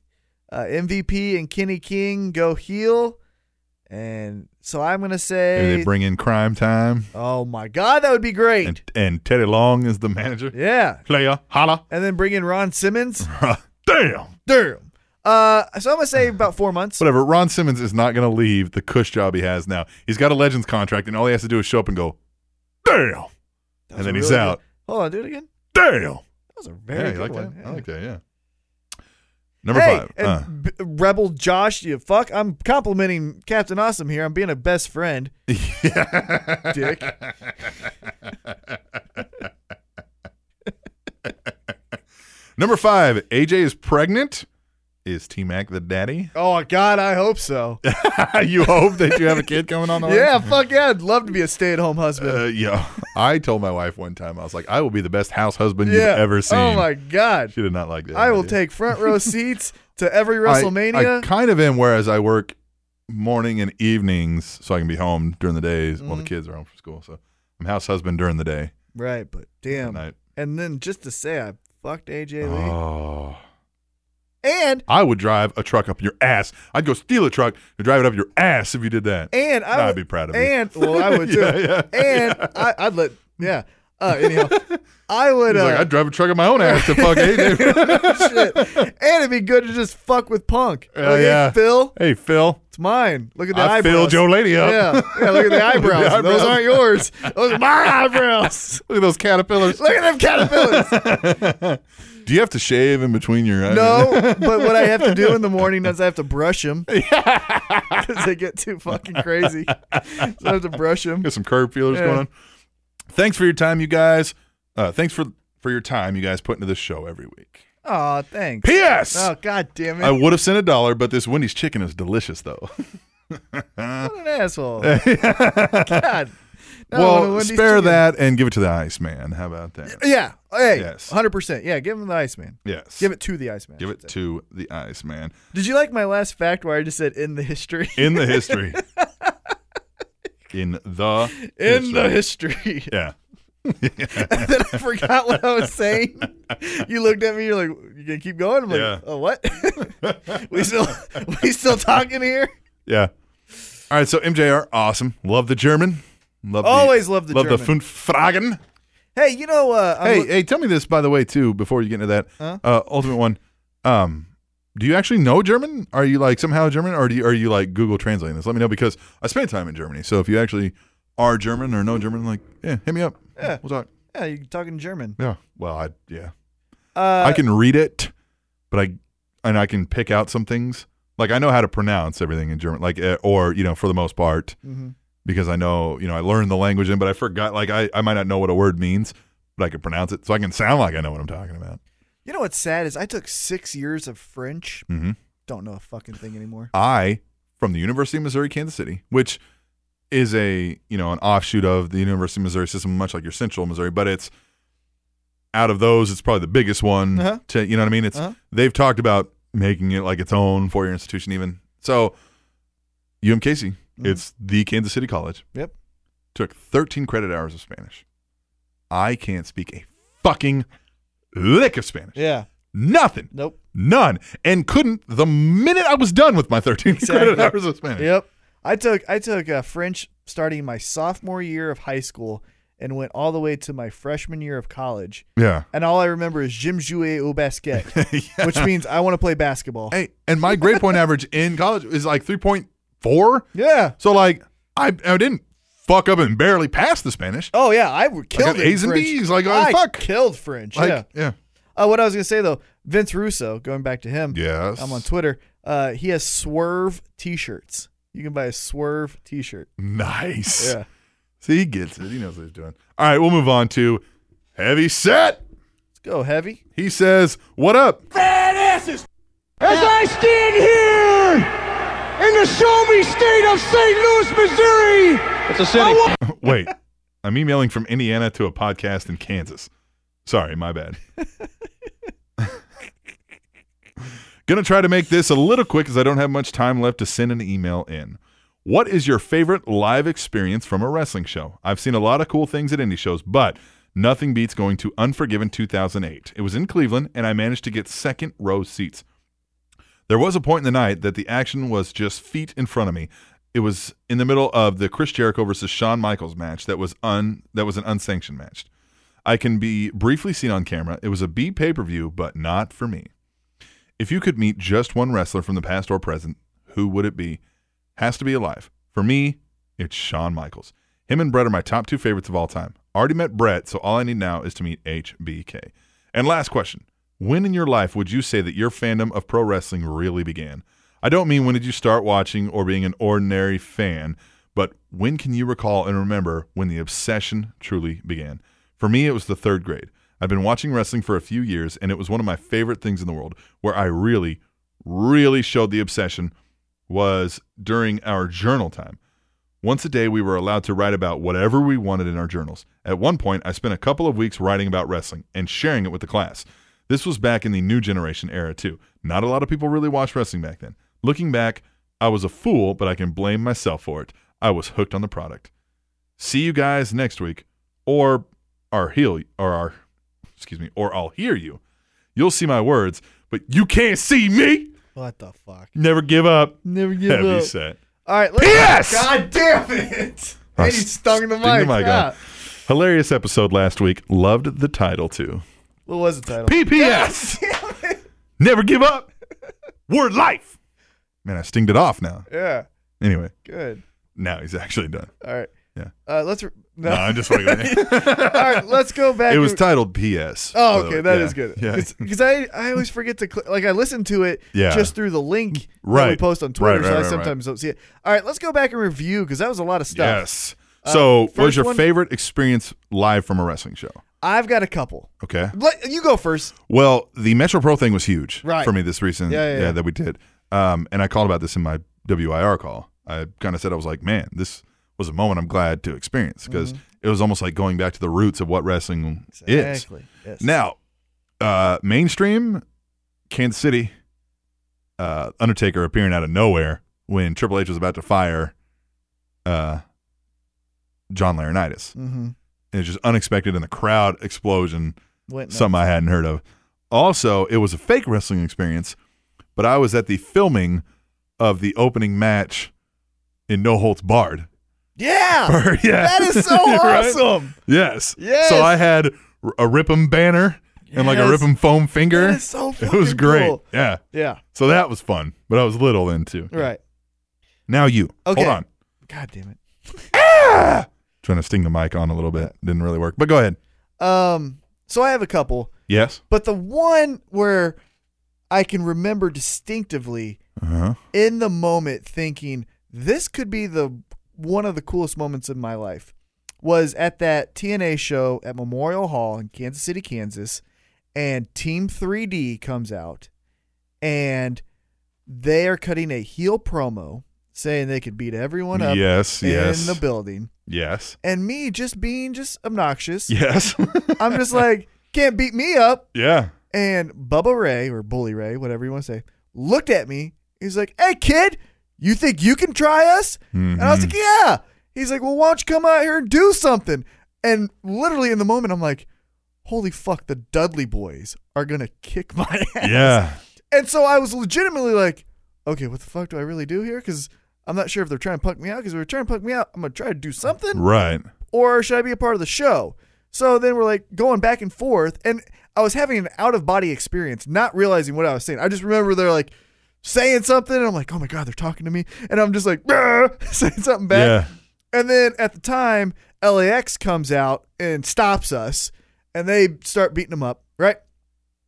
[SPEAKER 3] Uh, MVP and Kenny King go heel. And so I'm gonna
[SPEAKER 2] Maybe
[SPEAKER 3] say,
[SPEAKER 2] they bring in Crime Time,
[SPEAKER 3] oh my god, that would be great.
[SPEAKER 2] and and Teddy Long is the manager.
[SPEAKER 3] yeah.
[SPEAKER 2] Player, holla.
[SPEAKER 3] And then bring in Ron Simmons.
[SPEAKER 2] Damn.
[SPEAKER 3] Damn. Uh, so I'm gonna say about four months.
[SPEAKER 2] Whatever. Ron Simmons is not going to leave the cush job he has now. He's got a Legends contract, and all he has to do is show up and go, damn.
[SPEAKER 3] That
[SPEAKER 2] And
[SPEAKER 3] was
[SPEAKER 2] then
[SPEAKER 3] a
[SPEAKER 2] he's
[SPEAKER 3] really
[SPEAKER 2] out.
[SPEAKER 3] good- Hold on, do it again.
[SPEAKER 2] Damn.
[SPEAKER 3] That was a very
[SPEAKER 2] Yeah, you
[SPEAKER 3] good
[SPEAKER 2] like
[SPEAKER 3] one.
[SPEAKER 2] that?
[SPEAKER 3] Yeah.
[SPEAKER 2] I like that, yeah. Number
[SPEAKER 3] hey,
[SPEAKER 2] five.
[SPEAKER 3] and
[SPEAKER 2] uh,
[SPEAKER 3] B- Rebel Josh, you fuck. I'm complimenting Captain Awesome here. I'm being a best friend.
[SPEAKER 2] yeah.
[SPEAKER 3] Dick.
[SPEAKER 2] Number five. AJ is pregnant. Is T Mac the daddy?
[SPEAKER 3] Oh God, I hope so.
[SPEAKER 2] you hope that you have a kid coming on the way?
[SPEAKER 3] yeah, fuck yeah. I'd love to be a stay-at-home husband.
[SPEAKER 2] Uh, yeah. I told my wife one time, I was like, I will be the best house husband
[SPEAKER 3] yeah.
[SPEAKER 2] you've ever seen.
[SPEAKER 3] Oh my God.
[SPEAKER 2] She did not like that.
[SPEAKER 3] I will
[SPEAKER 2] idea.
[SPEAKER 3] take front row seats to every
[SPEAKER 2] I- I,
[SPEAKER 3] WrestleMania.
[SPEAKER 2] kind of am, whereas I work morning and evenings so I can be home during the days while
[SPEAKER 3] Mm-hmm.
[SPEAKER 2] the kids are home from school. So I'm house husband during the day.
[SPEAKER 3] right, but
[SPEAKER 2] at
[SPEAKER 3] damn.
[SPEAKER 2] night.
[SPEAKER 3] And then just to say I fucked AJ Lee.
[SPEAKER 2] Oh.
[SPEAKER 3] and
[SPEAKER 2] I would drive a truck up your ass. I'd go steal a truck and drive it up your ass if you did that.
[SPEAKER 3] and I
[SPEAKER 2] I'd
[SPEAKER 3] would-
[SPEAKER 2] be proud of you.
[SPEAKER 3] and, well, I would too.
[SPEAKER 2] Yeah, yeah,
[SPEAKER 3] and I, I'd let yeah. Uh, anyhow, I would.
[SPEAKER 2] He's like,
[SPEAKER 3] Uh,
[SPEAKER 2] I'd drive a truck up my own ass to fuck AJ.
[SPEAKER 3] shit. And it'd be good to just fuck with Punk.
[SPEAKER 2] Oh,
[SPEAKER 3] Like, hey,
[SPEAKER 2] yeah.
[SPEAKER 3] Phil,
[SPEAKER 2] hey, Phil.
[SPEAKER 3] it's mine. Look at the
[SPEAKER 2] I
[SPEAKER 3] eyebrows.
[SPEAKER 2] filled your lady up.
[SPEAKER 3] Yeah, yeah. Look at the eyebrows.
[SPEAKER 2] The eyebrows.
[SPEAKER 3] Those aren't yours. Those are my eyebrows.
[SPEAKER 2] Look at those caterpillars.
[SPEAKER 3] Look at them caterpillars.
[SPEAKER 2] Do you have to shave in between your eyes?
[SPEAKER 3] No, but what I have to do in the morning is I have to brush them because they get too fucking crazy. So I have to brush them.
[SPEAKER 2] Got some curb feelers going on. Thanks for your time, you guys. Uh, thanks for for your time, you guys, put into this show every week.
[SPEAKER 3] Oh, thanks.
[SPEAKER 2] P.S.
[SPEAKER 3] Oh, god damn it!
[SPEAKER 2] I would have sent a dollar, but this Wendy's chicken is delicious, though.
[SPEAKER 3] what an asshole. god. Now I want a
[SPEAKER 2] well,
[SPEAKER 3] Oh, Wendy's
[SPEAKER 2] spare
[SPEAKER 3] chicken.
[SPEAKER 2] that and give it to the Iceman. How about that?
[SPEAKER 3] Yeah. Hey.
[SPEAKER 2] Yes.
[SPEAKER 3] Hundred percent. Yeah. Give him the Iceman.
[SPEAKER 2] Yes.
[SPEAKER 3] Give it to the Iceman.
[SPEAKER 2] Give
[SPEAKER 3] I
[SPEAKER 2] it
[SPEAKER 3] should say.
[SPEAKER 2] to the Iceman.
[SPEAKER 3] Did you like my last fact where I just said in the history?
[SPEAKER 2] In the history. In the
[SPEAKER 3] in the history.
[SPEAKER 2] Yeah.
[SPEAKER 3] and then I forgot what I was saying. You looked at me. You're like, you gonna keep going? I'm like,
[SPEAKER 2] Yeah.
[SPEAKER 3] oh what? we still we still talking here?
[SPEAKER 2] Yeah. All right. So MJR, awesome. Love the German. Love
[SPEAKER 3] Always
[SPEAKER 2] the,
[SPEAKER 3] love the
[SPEAKER 2] love the
[SPEAKER 3] German.
[SPEAKER 2] Fünffragen.
[SPEAKER 3] Hey, you know, uh, I'm
[SPEAKER 2] Hey,
[SPEAKER 3] look-
[SPEAKER 2] hey, tell me this by the way too. Before you get into that,
[SPEAKER 3] Huh?
[SPEAKER 2] uh, ultimate one. Um, do you actually know German? Are you like somehow German, or do you, are you like Google translating this? Let me know because I spent time in Germany. So if you actually are German or know German, like yeah, hit me up.
[SPEAKER 3] Yeah.
[SPEAKER 2] we'll talk.
[SPEAKER 3] yeah, you're talking German.
[SPEAKER 2] Yeah. Well, I yeah,
[SPEAKER 3] Uh,
[SPEAKER 2] I can read it, but I and I can pick out some things. Like I know how to pronounce everything in German, like eh, or you know for the most part,
[SPEAKER 3] Mhm.
[SPEAKER 2] because I know you know I learned the language in, but I forgot. Like I I might not know what a word means, but I can pronounce it, so I can sound like I know what I'm talking about.
[SPEAKER 3] You know what's sad is I took six years of French.
[SPEAKER 2] hmm
[SPEAKER 3] Don't know a fucking thing anymore.
[SPEAKER 2] I from the University of Missouri Kansas City, which is a you know an offshoot of the University of Missouri system, much like your Central Missouri, but it's out of those, it's probably the biggest one.
[SPEAKER 3] Uh-huh.
[SPEAKER 2] To, you know what I mean? It's
[SPEAKER 3] Uh-huh.
[SPEAKER 2] they've talked about making it like its own four year institution, even so. UMKC,
[SPEAKER 3] Mm-hmm.
[SPEAKER 2] it's the Kansas City College.
[SPEAKER 3] Yep.
[SPEAKER 2] Took 13 credit hours of Spanish. I can't speak a fucking lick of Spanish.
[SPEAKER 3] Yeah.
[SPEAKER 2] Nothing.
[SPEAKER 3] Nope.
[SPEAKER 2] None. And couldn't the minute I was done with my 13
[SPEAKER 3] Exactly.
[SPEAKER 2] credit hours of Spanish.
[SPEAKER 3] Yep. I took I took uh, French starting my sophomore year of high school and went all the way to my freshman year of college.
[SPEAKER 2] Yeah.
[SPEAKER 3] And all I remember is Jim jouer au basket,
[SPEAKER 2] Yeah.
[SPEAKER 3] which means I want to play basketball.
[SPEAKER 2] Hey, and my grade point average in college is like 3.4.
[SPEAKER 3] Yeah.
[SPEAKER 2] So, like, I, I didn't fuck up and barely pass the Spanish.
[SPEAKER 3] Oh yeah, I w-
[SPEAKER 2] got
[SPEAKER 3] killed it in
[SPEAKER 2] A's and
[SPEAKER 3] French.
[SPEAKER 2] B's, like, oh,
[SPEAKER 3] I
[SPEAKER 2] fuck.
[SPEAKER 3] killed French.
[SPEAKER 2] Like,
[SPEAKER 3] yeah.
[SPEAKER 2] yeah.
[SPEAKER 3] Uh, what I was gonna say though, Vince Russo, going back to him.
[SPEAKER 2] Yes.
[SPEAKER 3] I'm on Twitter. Uh, he has Swerve T-shirts. You can buy a Swerve T-shirt.
[SPEAKER 2] Nice.
[SPEAKER 3] Yeah.
[SPEAKER 2] See, he gets it. He knows what he's doing. All right, we'll move on to Heavy Set.
[SPEAKER 3] Let's go heavy.
[SPEAKER 2] He says, What up?
[SPEAKER 1] As I stand here in the show me state of St. Louis, Missouri,
[SPEAKER 2] Wait, I'm emailing from Indiana to a podcast in Kansas. Sorry, my bad. Gonna try to make this a little quick because I don't have much time left to send an email in. What is your favorite live experience from a wrestling show? I've seen a lot of cool things at indie shows, but nothing beats going to Unforgiven 2008. It was in Cleveland, and I managed to get second row seats. There was a point in the night that the action was just feet in front of me. It was in the middle of the Chris Jericho versus Shawn Michaels match that was un that was an unsanctioned match. I can be briefly seen on camera. It was a B pay per view, but not for me. If you could meet just one wrestler from the past or present, who would it be? Has to be alive. For me, it's Shawn Michaels. Him and Brett are my top two favorites of all time. Already met Brett, so all I need now is to meet HBK. And last question When in your life would you say that your fandom of pro wrestling really began? I don't mean when did you start watching or being an ordinary fan, but when can you recall and remember when the obsession truly began? For me, it was the third grade. I've been watching wrestling for a few years, and it was one of my favorite things in the world where I really, really showed the obsession was during our journal time. Once a day, we were allowed to write about whatever we wanted in our journals. At one point, I spent a couple of weeks writing about wrestling and sharing it with the class. This was back in the new generation era, too. Not a lot of people really watched wrestling back then. Looking back, I was a fool, but I can blame myself for it. I was hooked on the product. See you guys next week, or our heal, or our, excuse me, or I'll hear you. You'll see my words, but you can't see me.
[SPEAKER 3] What the fuck?
[SPEAKER 2] Never give up.
[SPEAKER 3] Never give
[SPEAKER 2] Heavy
[SPEAKER 3] up.
[SPEAKER 2] set.
[SPEAKER 3] All right. Let's
[SPEAKER 2] P.S.
[SPEAKER 3] God damn it!
[SPEAKER 2] I
[SPEAKER 3] And he stung the mic.
[SPEAKER 2] stung the mic on.
[SPEAKER 3] yeah.
[SPEAKER 2] Hilarious episode last week. Loved the title too.
[SPEAKER 3] What was the title?
[SPEAKER 2] PPS. Never give up. Word life. Man, I stinged it off now.
[SPEAKER 3] Yeah.
[SPEAKER 2] Anyway,
[SPEAKER 3] Good.
[SPEAKER 2] now he's actually done.
[SPEAKER 3] All right.
[SPEAKER 2] Yeah.
[SPEAKER 3] Uh, let's. Re- no.
[SPEAKER 2] No, I'm just fucking with you.
[SPEAKER 3] All right, let's go back.
[SPEAKER 2] It was
[SPEAKER 3] to-
[SPEAKER 2] titled P.S. by
[SPEAKER 3] Oh,
[SPEAKER 2] the
[SPEAKER 3] okay,
[SPEAKER 2] way.
[SPEAKER 3] that
[SPEAKER 2] Yeah.
[SPEAKER 3] is good.
[SPEAKER 2] Yeah.
[SPEAKER 3] Because I, I always forget to click. Like I listen to it
[SPEAKER 2] Yeah.
[SPEAKER 3] just through the link that we
[SPEAKER 2] Right.
[SPEAKER 3] post on
[SPEAKER 2] Right,
[SPEAKER 3] Twitter,
[SPEAKER 2] right,
[SPEAKER 3] so I
[SPEAKER 2] right, right.
[SPEAKER 3] sometimes don't see it. All right, let's go back and review because that was a lot of stuff.
[SPEAKER 2] Yes. So, what
[SPEAKER 3] Uh, first
[SPEAKER 2] was your
[SPEAKER 3] one-
[SPEAKER 2] favorite experience live from a wrestling show?
[SPEAKER 3] I've got a couple.
[SPEAKER 2] Okay.
[SPEAKER 3] Let, you go first.
[SPEAKER 2] Well, the Metro Pro thing was huge
[SPEAKER 3] Right.
[SPEAKER 2] for me this recent,
[SPEAKER 3] Yeah,
[SPEAKER 2] yeah,
[SPEAKER 3] yeah, yeah.
[SPEAKER 2] that we did. Um, and I called about this in my WIR call. I kind of said I was like, man, this was a moment I'm glad to experience because it was almost like going back to the roots of what wrestling is.
[SPEAKER 3] Mm-hmm. Exactly. Yes.
[SPEAKER 2] Now, uh, mainstream, Kansas City, uh, Undertaker appearing out of nowhere when Triple H was about to fire uh, John Laurinaitis.
[SPEAKER 3] Mm-hmm.
[SPEAKER 2] And it's just unexpected, and the crowd explosion
[SPEAKER 3] Went nuts.
[SPEAKER 2] something I hadn't heard of. Also, it was a fake wrestling experience, but I was at the filming of the opening match in No Holds Barred.
[SPEAKER 3] Yeah.
[SPEAKER 2] yeah.
[SPEAKER 3] Oh, That is so
[SPEAKER 2] Right?
[SPEAKER 3] awesome.
[SPEAKER 2] Yes.
[SPEAKER 3] Yes.
[SPEAKER 2] So I had r- a Rip 'em banner and like a
[SPEAKER 3] Yes.
[SPEAKER 2] Rip 'em foam finger.
[SPEAKER 3] That is so
[SPEAKER 2] it
[SPEAKER 3] fucking
[SPEAKER 2] was great.
[SPEAKER 3] cool.
[SPEAKER 2] Yeah.
[SPEAKER 3] Yeah.
[SPEAKER 2] So that was fun, but I was little then too.
[SPEAKER 3] Right.
[SPEAKER 2] Now you.
[SPEAKER 3] Okay.
[SPEAKER 2] Hold on.
[SPEAKER 3] God damn it.
[SPEAKER 2] Trying to sting the mic on a little bit. Didn't really work, but go ahead.
[SPEAKER 3] Um. So I have a couple.
[SPEAKER 2] Yes.
[SPEAKER 3] But the one where I can remember distinctively
[SPEAKER 2] Uh-huh.
[SPEAKER 3] in the moment thinking this could be the one of the coolest moments of my life was at that TNA show at Memorial Hall in Kansas City, Kansas, and Team 3D comes out and they are cutting a heel promo saying they could beat everyone up
[SPEAKER 2] Yes,
[SPEAKER 3] in
[SPEAKER 2] yes.
[SPEAKER 3] the building.
[SPEAKER 2] Yes.
[SPEAKER 3] And me just being just obnoxious.
[SPEAKER 2] Yes.
[SPEAKER 3] I'm just like, can't beat me up
[SPEAKER 2] yeah.
[SPEAKER 3] and Bubba Ray or Bully Ray, whatever you want to say, looked at me. He's like, "Hey, kid, you think you can try us?" And I was like, "Yeah." He's like, "Well, why don't you come out here and do something?" And literally in the moment, I'm like, "Holy fuck, the Dudley Boys are gonna kick my ass!"
[SPEAKER 2] Yeah.
[SPEAKER 3] And so I was legitimately like, "Okay, what the fuck do I really do here?" Because I'm not sure if they're trying to punk me out. Because if they're trying to punk me out, I'm gonna try to do something
[SPEAKER 2] Right.
[SPEAKER 3] or should I be a part of the show? So then we're like going back and forth, and I was having an out of body experience, not realizing what I was saying. I just remember they're like saying something, and I'm like, oh my god, they're talking to me, and I'm just like "Bruh," saying something back.
[SPEAKER 2] Yeah.
[SPEAKER 3] And then at the time, LAX comes out and stops us, and they start beating them up, right?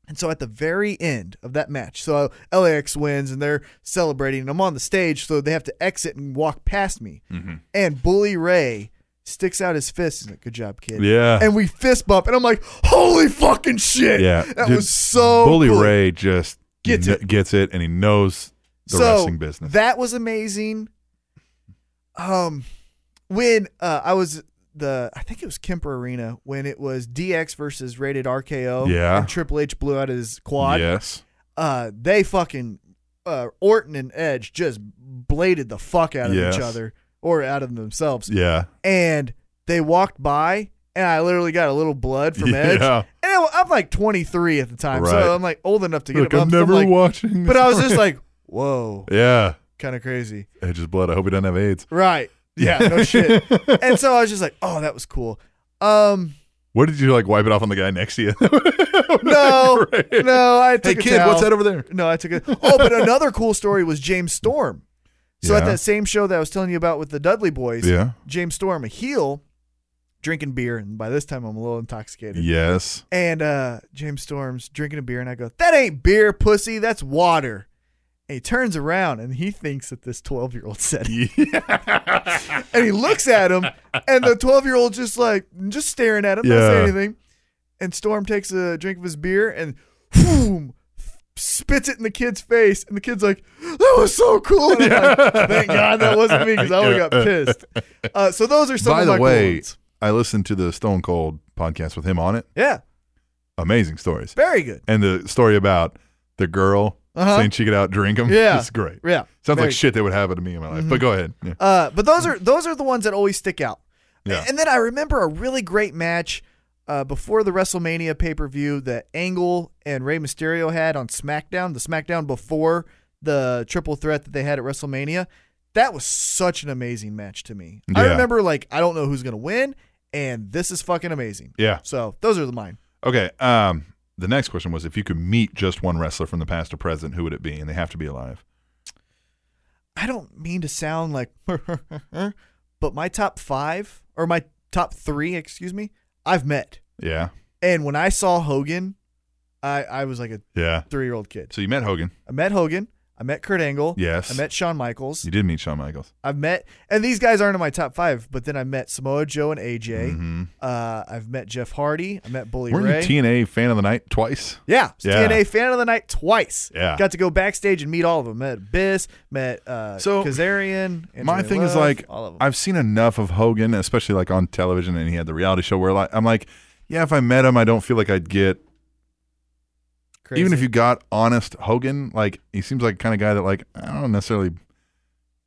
[SPEAKER 3] And so at the very end of that match, so LAX wins and they're celebrating, and I'm on the stage, so they have to exit and walk past me.
[SPEAKER 2] Mm-hmm.
[SPEAKER 3] And Bully Ray sticks out his fist and like, "Good job, kid."
[SPEAKER 2] Yeah.
[SPEAKER 3] And we fist bump, and I'm like, "Holy fucking shit!"
[SPEAKER 2] Yeah,
[SPEAKER 3] that
[SPEAKER 2] Dude,
[SPEAKER 3] was so
[SPEAKER 2] Bully
[SPEAKER 3] cool.
[SPEAKER 2] Ray just
[SPEAKER 3] Gets
[SPEAKER 2] gets
[SPEAKER 3] it.
[SPEAKER 2] it. gets it, and he knows the
[SPEAKER 3] so
[SPEAKER 2] wrestling business.
[SPEAKER 3] That was amazing. Um, when uh, I was the, I think it was Kemper Arena when it was DX versus Rated RKO.
[SPEAKER 2] Yeah.
[SPEAKER 3] and Triple H blew out his quad.
[SPEAKER 2] Yes,
[SPEAKER 3] Uh, they fucking uh, Orton and Edge just bladed the fuck out of
[SPEAKER 2] Yes.
[SPEAKER 3] each other or out of themselves,
[SPEAKER 2] yeah,
[SPEAKER 3] and they walked by. And I literally got a little blood from Edge.
[SPEAKER 2] Yeah.
[SPEAKER 3] And I- I'm like 23 at the time,
[SPEAKER 2] Right.
[SPEAKER 3] so I'm like old enough to get
[SPEAKER 2] Look,
[SPEAKER 3] it. but
[SPEAKER 2] I'm
[SPEAKER 3] still
[SPEAKER 2] never
[SPEAKER 3] like-
[SPEAKER 2] watching.
[SPEAKER 3] But
[SPEAKER 2] this
[SPEAKER 3] I was just
[SPEAKER 2] more.
[SPEAKER 3] like, whoa
[SPEAKER 2] yeah,
[SPEAKER 3] kind of crazy.
[SPEAKER 2] Edge's blood. I hope he doesn't have AIDS.
[SPEAKER 3] Right. Yeah, no shit. And so I was just like, oh, that was cool. Um,
[SPEAKER 2] What did you like? Wipe it off on the guy next to you?
[SPEAKER 3] no,
[SPEAKER 2] Right.
[SPEAKER 3] no, I took
[SPEAKER 2] Hey
[SPEAKER 3] a
[SPEAKER 2] kid,
[SPEAKER 3] towel.
[SPEAKER 2] what's that over there?
[SPEAKER 3] No, I took it. Oh, but another cool story was James Storm. So at
[SPEAKER 2] Yeah.
[SPEAKER 3] that same show that I was telling you about with the Dudley Boys,
[SPEAKER 2] Yeah.
[SPEAKER 3] James Storm, a heel, drinking beer, and by this time I'm a little intoxicated.
[SPEAKER 2] Yes.
[SPEAKER 3] And uh, James Storm's drinking a beer, and I go, "That ain't beer, pussy. That's water." And he turns around and he thinks that this 12 year old said it. and he looks at him, and the 12 year old just like, just staring at him, not
[SPEAKER 2] Yeah.
[SPEAKER 3] saying anything. And Storm takes a drink of his beer and boom, spits it in the kid's face. And the kid's like, that was so cool. And I'm like, Thank God that wasn't me because I would have got pissed. Uh, so those are some
[SPEAKER 2] By
[SPEAKER 3] of my
[SPEAKER 2] the
[SPEAKER 3] cool
[SPEAKER 2] way,
[SPEAKER 3] ones.
[SPEAKER 2] I listened to the Stone Cold podcast with him on it.
[SPEAKER 3] Yeah,
[SPEAKER 2] Amazing stories.
[SPEAKER 3] very good.
[SPEAKER 2] And the story about the girl
[SPEAKER 3] Uh-huh.
[SPEAKER 2] saying she could out drink him.
[SPEAKER 3] Yeah.
[SPEAKER 2] It's great.
[SPEAKER 3] Yeah.
[SPEAKER 2] Sounds
[SPEAKER 3] very
[SPEAKER 2] like shit that would happen to me in my life. But go ahead. Yeah.
[SPEAKER 3] Uh, but those are those are the ones that always stick out.
[SPEAKER 2] Yeah.
[SPEAKER 3] And then I remember a really great match uh, before the WrestleMania pay per view that Angle and Rey Mysterio had on SmackDown, the SmackDown before the triple threat that they had at WrestleMania. That was such an amazing match to me. I
[SPEAKER 2] Yeah.
[SPEAKER 3] remember like I don't know who's gonna win, and this is fucking amazing.
[SPEAKER 2] Yeah.
[SPEAKER 3] So those are the mine.
[SPEAKER 2] Okay. Um, the next question was if you could meet just one wrestler from the past or present, who would it be? And they have to be alive.
[SPEAKER 3] I don't mean to sound like, but my top five or my top three, excuse me, I've met.
[SPEAKER 2] Yeah.
[SPEAKER 3] And when I saw Hogan, I, I was like a
[SPEAKER 2] Yeah.
[SPEAKER 3] three year old kid.
[SPEAKER 2] So you met Hogan.
[SPEAKER 3] I met Hogan. I met Kurt Angle.
[SPEAKER 2] Yes.
[SPEAKER 3] I met Shawn Michaels.
[SPEAKER 2] You did meet Shawn Michaels.
[SPEAKER 3] I've met, and these guys aren't in my top five, but then I met Samoa Joe and AJ.
[SPEAKER 2] Mm-hmm.
[SPEAKER 3] Uh, I've met Jeff Hardy. I met Bully
[SPEAKER 2] Weren't
[SPEAKER 3] Ray.
[SPEAKER 2] you TNA fan of the night twice?
[SPEAKER 3] yeah, was
[SPEAKER 2] Yeah.
[SPEAKER 3] TNA fan of the night twice.
[SPEAKER 2] Yeah.
[SPEAKER 3] got to go backstage and meet all of them. Met Abyss, met uh,
[SPEAKER 2] So,
[SPEAKER 3] Kazarian.
[SPEAKER 2] My
[SPEAKER 3] Andrea
[SPEAKER 2] thing is
[SPEAKER 3] Love,
[SPEAKER 2] like
[SPEAKER 3] all of them.
[SPEAKER 2] I've seen enough of Hogan, especially like on television, and he had the reality show where like, I'm like, yeah, if I met him, I don't feel like I'd get
[SPEAKER 3] Crazy.
[SPEAKER 2] even if you got honest Hogan, like he seems like kind of guy that like I don't necessarily,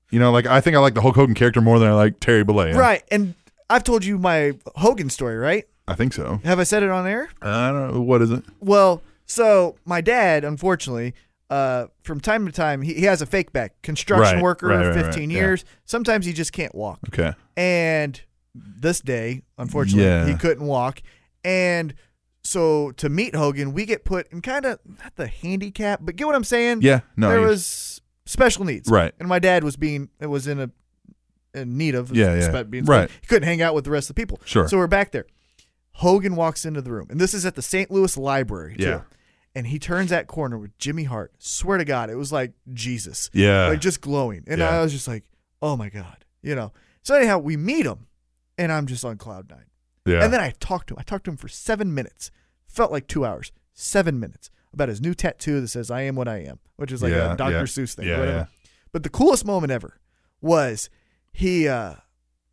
[SPEAKER 2] you know, like I think I like the Hulk Hogan character more than I like Terry Bollea.
[SPEAKER 3] right, and I've told you my Hogan story, right?
[SPEAKER 2] I think so.
[SPEAKER 3] Have I said it on air?
[SPEAKER 2] I don't know what is it.
[SPEAKER 3] Well, so my dad, unfortunately, uh, from time to time, he, he has a fake back. Construction
[SPEAKER 2] Right,
[SPEAKER 3] worker,
[SPEAKER 2] right, right, right,
[SPEAKER 3] 15
[SPEAKER 2] yeah.
[SPEAKER 3] years. Sometimes he just can't walk.
[SPEAKER 2] Okay.
[SPEAKER 3] And this day, unfortunately,
[SPEAKER 2] Yeah.
[SPEAKER 3] he couldn't walk. And so to meet Hogan, we get put in kind of not the handicap, but get what I'm saying?
[SPEAKER 2] Yeah. No.
[SPEAKER 3] there
[SPEAKER 2] you're-
[SPEAKER 3] was special needs,
[SPEAKER 2] Right.
[SPEAKER 3] And my dad was being it was in a in need of,
[SPEAKER 2] Yeah, yeah.
[SPEAKER 3] spe- being
[SPEAKER 2] Right.
[SPEAKER 3] He couldn't hang out with the rest of the people,
[SPEAKER 2] Sure.
[SPEAKER 3] So we're back there. Hogan walks into the room, and this is at the St. Louis Library, too.
[SPEAKER 2] Yeah.
[SPEAKER 3] And he turns that corner with Jimmy Hart. Swear to God, it was like Jesus,
[SPEAKER 2] Yeah.
[SPEAKER 3] like just glowing. And
[SPEAKER 2] Yeah.
[SPEAKER 3] I was just like, oh my God, you know. So anyhow, we meet him, and I'm just on cloud nine.
[SPEAKER 2] yeah.
[SPEAKER 3] And then I talked to him. I talked to him for seven minutes. Felt like two hours. Seven minutes about his new tattoo that says "I am what I am," which is like
[SPEAKER 2] Yeah,
[SPEAKER 3] a Dr.
[SPEAKER 2] yeah.
[SPEAKER 3] Seuss thing. or
[SPEAKER 2] Yeah,
[SPEAKER 3] whatever.
[SPEAKER 2] yeah.
[SPEAKER 3] But the coolest moment ever was he uh,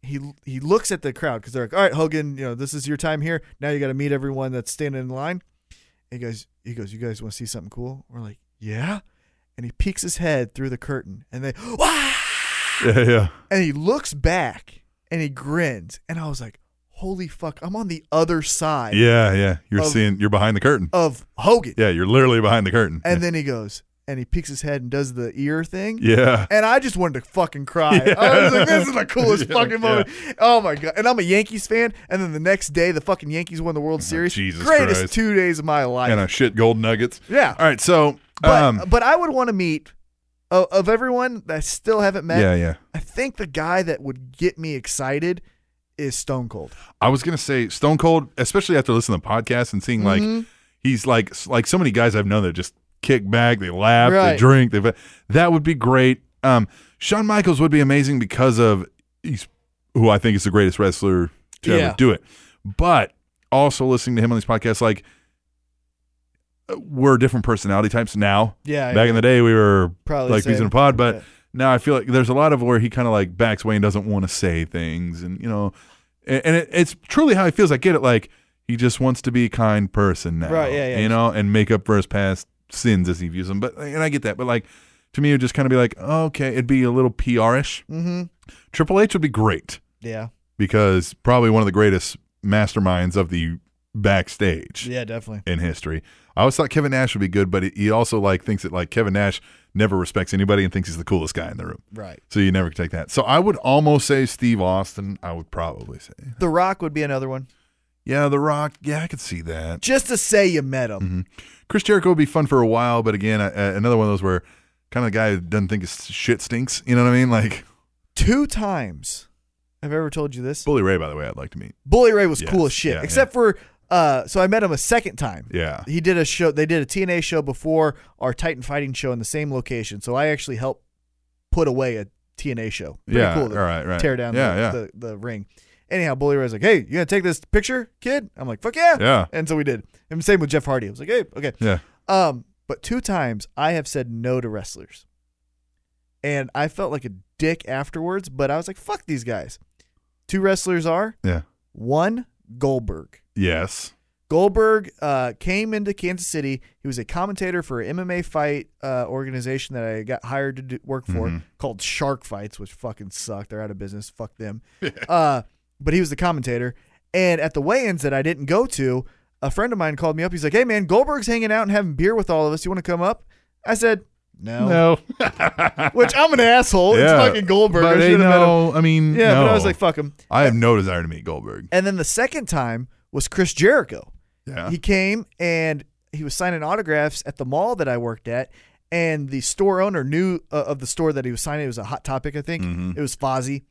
[SPEAKER 3] he he looks at the crowd because they're like, "All right, Hogan, you know this is your time here. Now you got to meet everyone that's standing in line." And he goes, he goes, "You guys want to see something cool?" We're like, "Yeah." And he peeks his head through the curtain, and they, "Wah!"
[SPEAKER 2] yeah. Yeah.
[SPEAKER 3] and he looks back and he grins and i was like holy fuck i'm on the other side
[SPEAKER 2] Yeah. Yeah. You're
[SPEAKER 3] Of-
[SPEAKER 2] seeing. You're behind the curtain.
[SPEAKER 3] of hogan
[SPEAKER 2] Yeah. You're literally behind the curtain.
[SPEAKER 3] and then he goes and he peeks his head and does the ear thing
[SPEAKER 2] yeah.
[SPEAKER 3] and i just wanted to fucking cry i was like this is the coolest
[SPEAKER 2] Yeah,
[SPEAKER 3] fucking moment oh my god and i'm a yankees fan and then the next day the fucking yankees won the world series
[SPEAKER 2] Oh, Jesus
[SPEAKER 3] greatest
[SPEAKER 2] Christ.
[SPEAKER 3] two days of my life
[SPEAKER 2] And a shit gold nuggets.
[SPEAKER 3] Yeah.
[SPEAKER 2] All right. So.
[SPEAKER 3] but, uh,
[SPEAKER 2] um.
[SPEAKER 3] but i would want to meet of, of everyone that i still haven't met
[SPEAKER 2] yeah. Yeah.
[SPEAKER 3] i think the guy that would get me excited is stone cold
[SPEAKER 2] I was gonna say Stone Cold, especially after listening to the podcast and seeing
[SPEAKER 3] Mm-hmm.
[SPEAKER 2] like he's like like so many guys I've known that just kick back, they laugh, they
[SPEAKER 3] Right.
[SPEAKER 2] drink, they that would be great. Um, Shawn Michaels would be amazing because of he's who I think is the greatest wrestler to
[SPEAKER 3] Yeah.
[SPEAKER 2] ever do it. But also listening to him on these podcasts, like uh, we're different personality types now.
[SPEAKER 3] Yeah,
[SPEAKER 2] back
[SPEAKER 3] yeah.
[SPEAKER 2] in the day we were
[SPEAKER 3] Probably
[SPEAKER 2] like peas
[SPEAKER 3] same.
[SPEAKER 2] in a pod, but
[SPEAKER 3] Yeah.
[SPEAKER 2] now I feel like there's a lot of where he kind of like backs away and doesn't want to say things, and you know, and, and it, it's truly how he feels. I get it. Like he just wants to be a kind person now,
[SPEAKER 3] Right, yeah, yeah.
[SPEAKER 2] You know, and make up for his past sins as he views them. But and I get that. But like to me, it would just kind of be like, okay, it'd be a little PR-ish.
[SPEAKER 3] mm-hmm
[SPEAKER 2] Triple H would be great
[SPEAKER 3] Yeah.
[SPEAKER 2] because probably one of the greatest masterminds of the backstage
[SPEAKER 3] Yeah, definitely.
[SPEAKER 2] in history. I always thought Kevin Nash would be good, but he- he also like thinks that like Kevin Nash never respects anybody and thinks he's the coolest guy in the room.
[SPEAKER 3] Right.
[SPEAKER 2] So you never take that. So I would almost say Steve Austin. I would probably say,
[SPEAKER 3] The Rock would be another one.
[SPEAKER 2] yeah, The Rock. Yeah, I could see that.
[SPEAKER 3] Just to say you met him.
[SPEAKER 2] Mm-hmm. Chris Jericho would be fun for a while, but again, uh, another one of those where kind of the guy who doesn't think his shit stinks. You know what I mean? Like
[SPEAKER 3] Two times. Have I ever told you this?
[SPEAKER 2] Bully Ray, by the way, I'd like to meet.
[SPEAKER 3] Bully Ray was
[SPEAKER 2] Yes,
[SPEAKER 3] cool as shit.
[SPEAKER 2] yeah,
[SPEAKER 3] except for uh so I met him a second time.
[SPEAKER 2] Yeah.
[SPEAKER 3] He did a show they did a TNA show before our Titan Fighting show in the same location. So I actually helped put away a TNA show. Pretty
[SPEAKER 2] Yeah,
[SPEAKER 3] cool to
[SPEAKER 2] all right, right.
[SPEAKER 3] tear down
[SPEAKER 2] Yeah,
[SPEAKER 3] the,
[SPEAKER 2] yeah.
[SPEAKER 3] The, the ring. Anyhow, Bully Ray's like, Hey, you gonna take this picture, kid? I'm like, Fuck yeah.
[SPEAKER 2] Yeah.
[SPEAKER 3] And so we did. And same with Jeff Hardy. I was like, Hey, okay.
[SPEAKER 2] Yeah,
[SPEAKER 3] Um, but two times I have said no to wrestlers. And I felt like a dick afterwards, but I was like, fuck these guys. Two wrestlers are
[SPEAKER 2] yeah,
[SPEAKER 3] one, Goldberg.
[SPEAKER 2] yes,
[SPEAKER 3] Goldberg uh, came into Kansas City. He was a commentator for an MMA fight uh, organization that I got hired to do, work for
[SPEAKER 2] Mm-hmm.
[SPEAKER 3] called Shark Fights, which fucking sucked. They're out of business. Fuck them. uh, but he was the commentator. And at the weigh-ins that I didn't go to, a friend of mine called me up. He's like, "Hey man, Goldberg's hanging out and having beer with all of us. You want to come up?" I said, "No." Which I'm an asshole. It's
[SPEAKER 2] Yeah.
[SPEAKER 3] fucking Goldberg.
[SPEAKER 2] But
[SPEAKER 3] I
[SPEAKER 2] hey,
[SPEAKER 3] should have met him.
[SPEAKER 2] no, I mean,
[SPEAKER 3] Yeah, but I was
[SPEAKER 2] no.
[SPEAKER 3] like, "Fuck him."
[SPEAKER 2] I have no desire to meet Goldberg.
[SPEAKER 3] And then the second time was Chris Jericho.
[SPEAKER 2] Yeah,
[SPEAKER 3] He came and he was signing autographs at the mall that I worked at.
[SPEAKER 2] Mm-hmm.
[SPEAKER 3] And the store owner knew uh, of the store that he was signing. It was a hot topic, I think. It was Fozzy.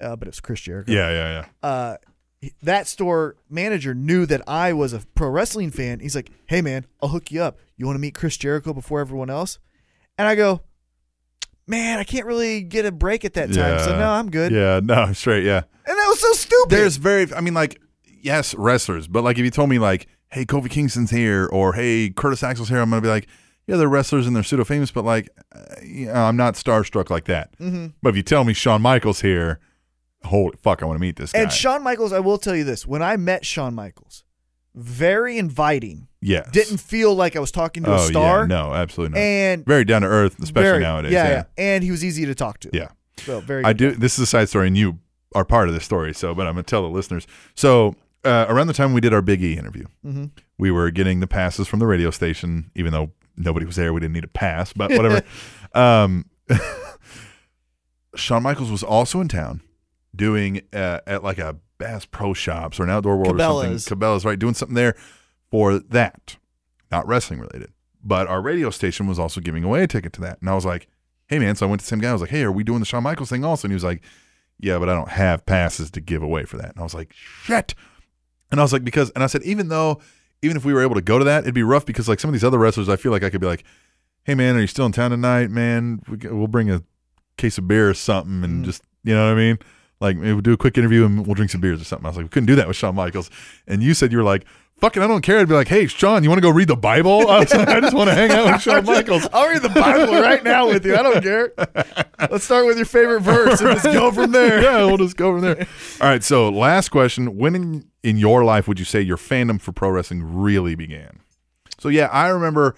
[SPEAKER 3] uh, but it was Chris Jericho.
[SPEAKER 2] Yeah, yeah, yeah.
[SPEAKER 3] Uh, he- that store manager knew that I was a pro wrestling fan. He's like, "Hey, man, I'll hook you up. You want to meet Chris Jericho before everyone else?" And I go, "Man, I can't really get a break at that time, so
[SPEAKER 2] Yeah.
[SPEAKER 3] no, I'm good."
[SPEAKER 2] Yeah, no, I'm straight. Yeah.
[SPEAKER 3] And that was so stupid.
[SPEAKER 2] There's very, I mean, like, yes, wrestlers, but like if you told me, like, hey, Kofi Kingston's here or hey, Curtis Axel's here, I'm going to be like, yeah, they're wrestlers and they're pseudo famous, but like, uh, you know, I'm not starstruck like that.
[SPEAKER 3] Mm-hmm.
[SPEAKER 2] But if you tell me Shawn Michaels here, holy fuck, I want to meet this guy.
[SPEAKER 3] and Shawn Michaels, I will tell you this: when I met Shawn Michaels, very inviting.
[SPEAKER 2] yes.
[SPEAKER 3] Didn't feel like I was talking to
[SPEAKER 2] oh,
[SPEAKER 3] a star.
[SPEAKER 2] Yeah, no, absolutely not.
[SPEAKER 3] And
[SPEAKER 2] very down to earth, especially
[SPEAKER 3] very-
[SPEAKER 2] nowadays.
[SPEAKER 3] Yeah,
[SPEAKER 2] Yeah.
[SPEAKER 3] yeah, and he was easy to talk to.
[SPEAKER 2] yeah.
[SPEAKER 3] So very.
[SPEAKER 2] I
[SPEAKER 3] good.
[SPEAKER 2] do. This is a side story, and you are part of the story. So, but I'm gonna tell the listeners. So, uh, around the time we did our Big E interview,
[SPEAKER 3] Mm-hmm.
[SPEAKER 2] we were getting the passes from the radio station, even though nobody was there. We didn't need a pass, but whatever. um, Shawn Michaels was also in town doing uh, at like a Bass Pro Shops or an Outdoor World or
[SPEAKER 3] Cabela's.
[SPEAKER 2] something. Cabela's, right? Doing something there for that, not wrestling related. But our radio station was also giving away a ticket to that, and I was like, "Hey, man!" So I went to some guy. I was like, "Hey, are we doing the Shawn Michaels thing also?" And he was like, "Yeah, but I don't have passes to give away for that." And I was like, "Shit!" And I was like, because, and I said, even though, even if we were able to go to that, it'd be rough because like some of these other wrestlers, I feel like I could be like, hey man, are you still in town tonight, man? We, c- we'll bring a case of beer or something, and just you know what I mean. Like maybe we'll do a quick interview and we'll drink some beers or something. I was like, we couldn't do that with Shawn Michaels. And you said you were like, fucking, I don't care. I'd be like, hey, Sean, you want to go read the Bible? I was like, I just want to hang out with Shawn Michaels.
[SPEAKER 3] I'll read the Bible right now with you. I don't care. Let's start with your favorite verse and just go from there.
[SPEAKER 2] yeah, we'll just go from there. All right. So last question: When in, in your life would you say your fandom for pro wrestling really began? So yeah, I remember.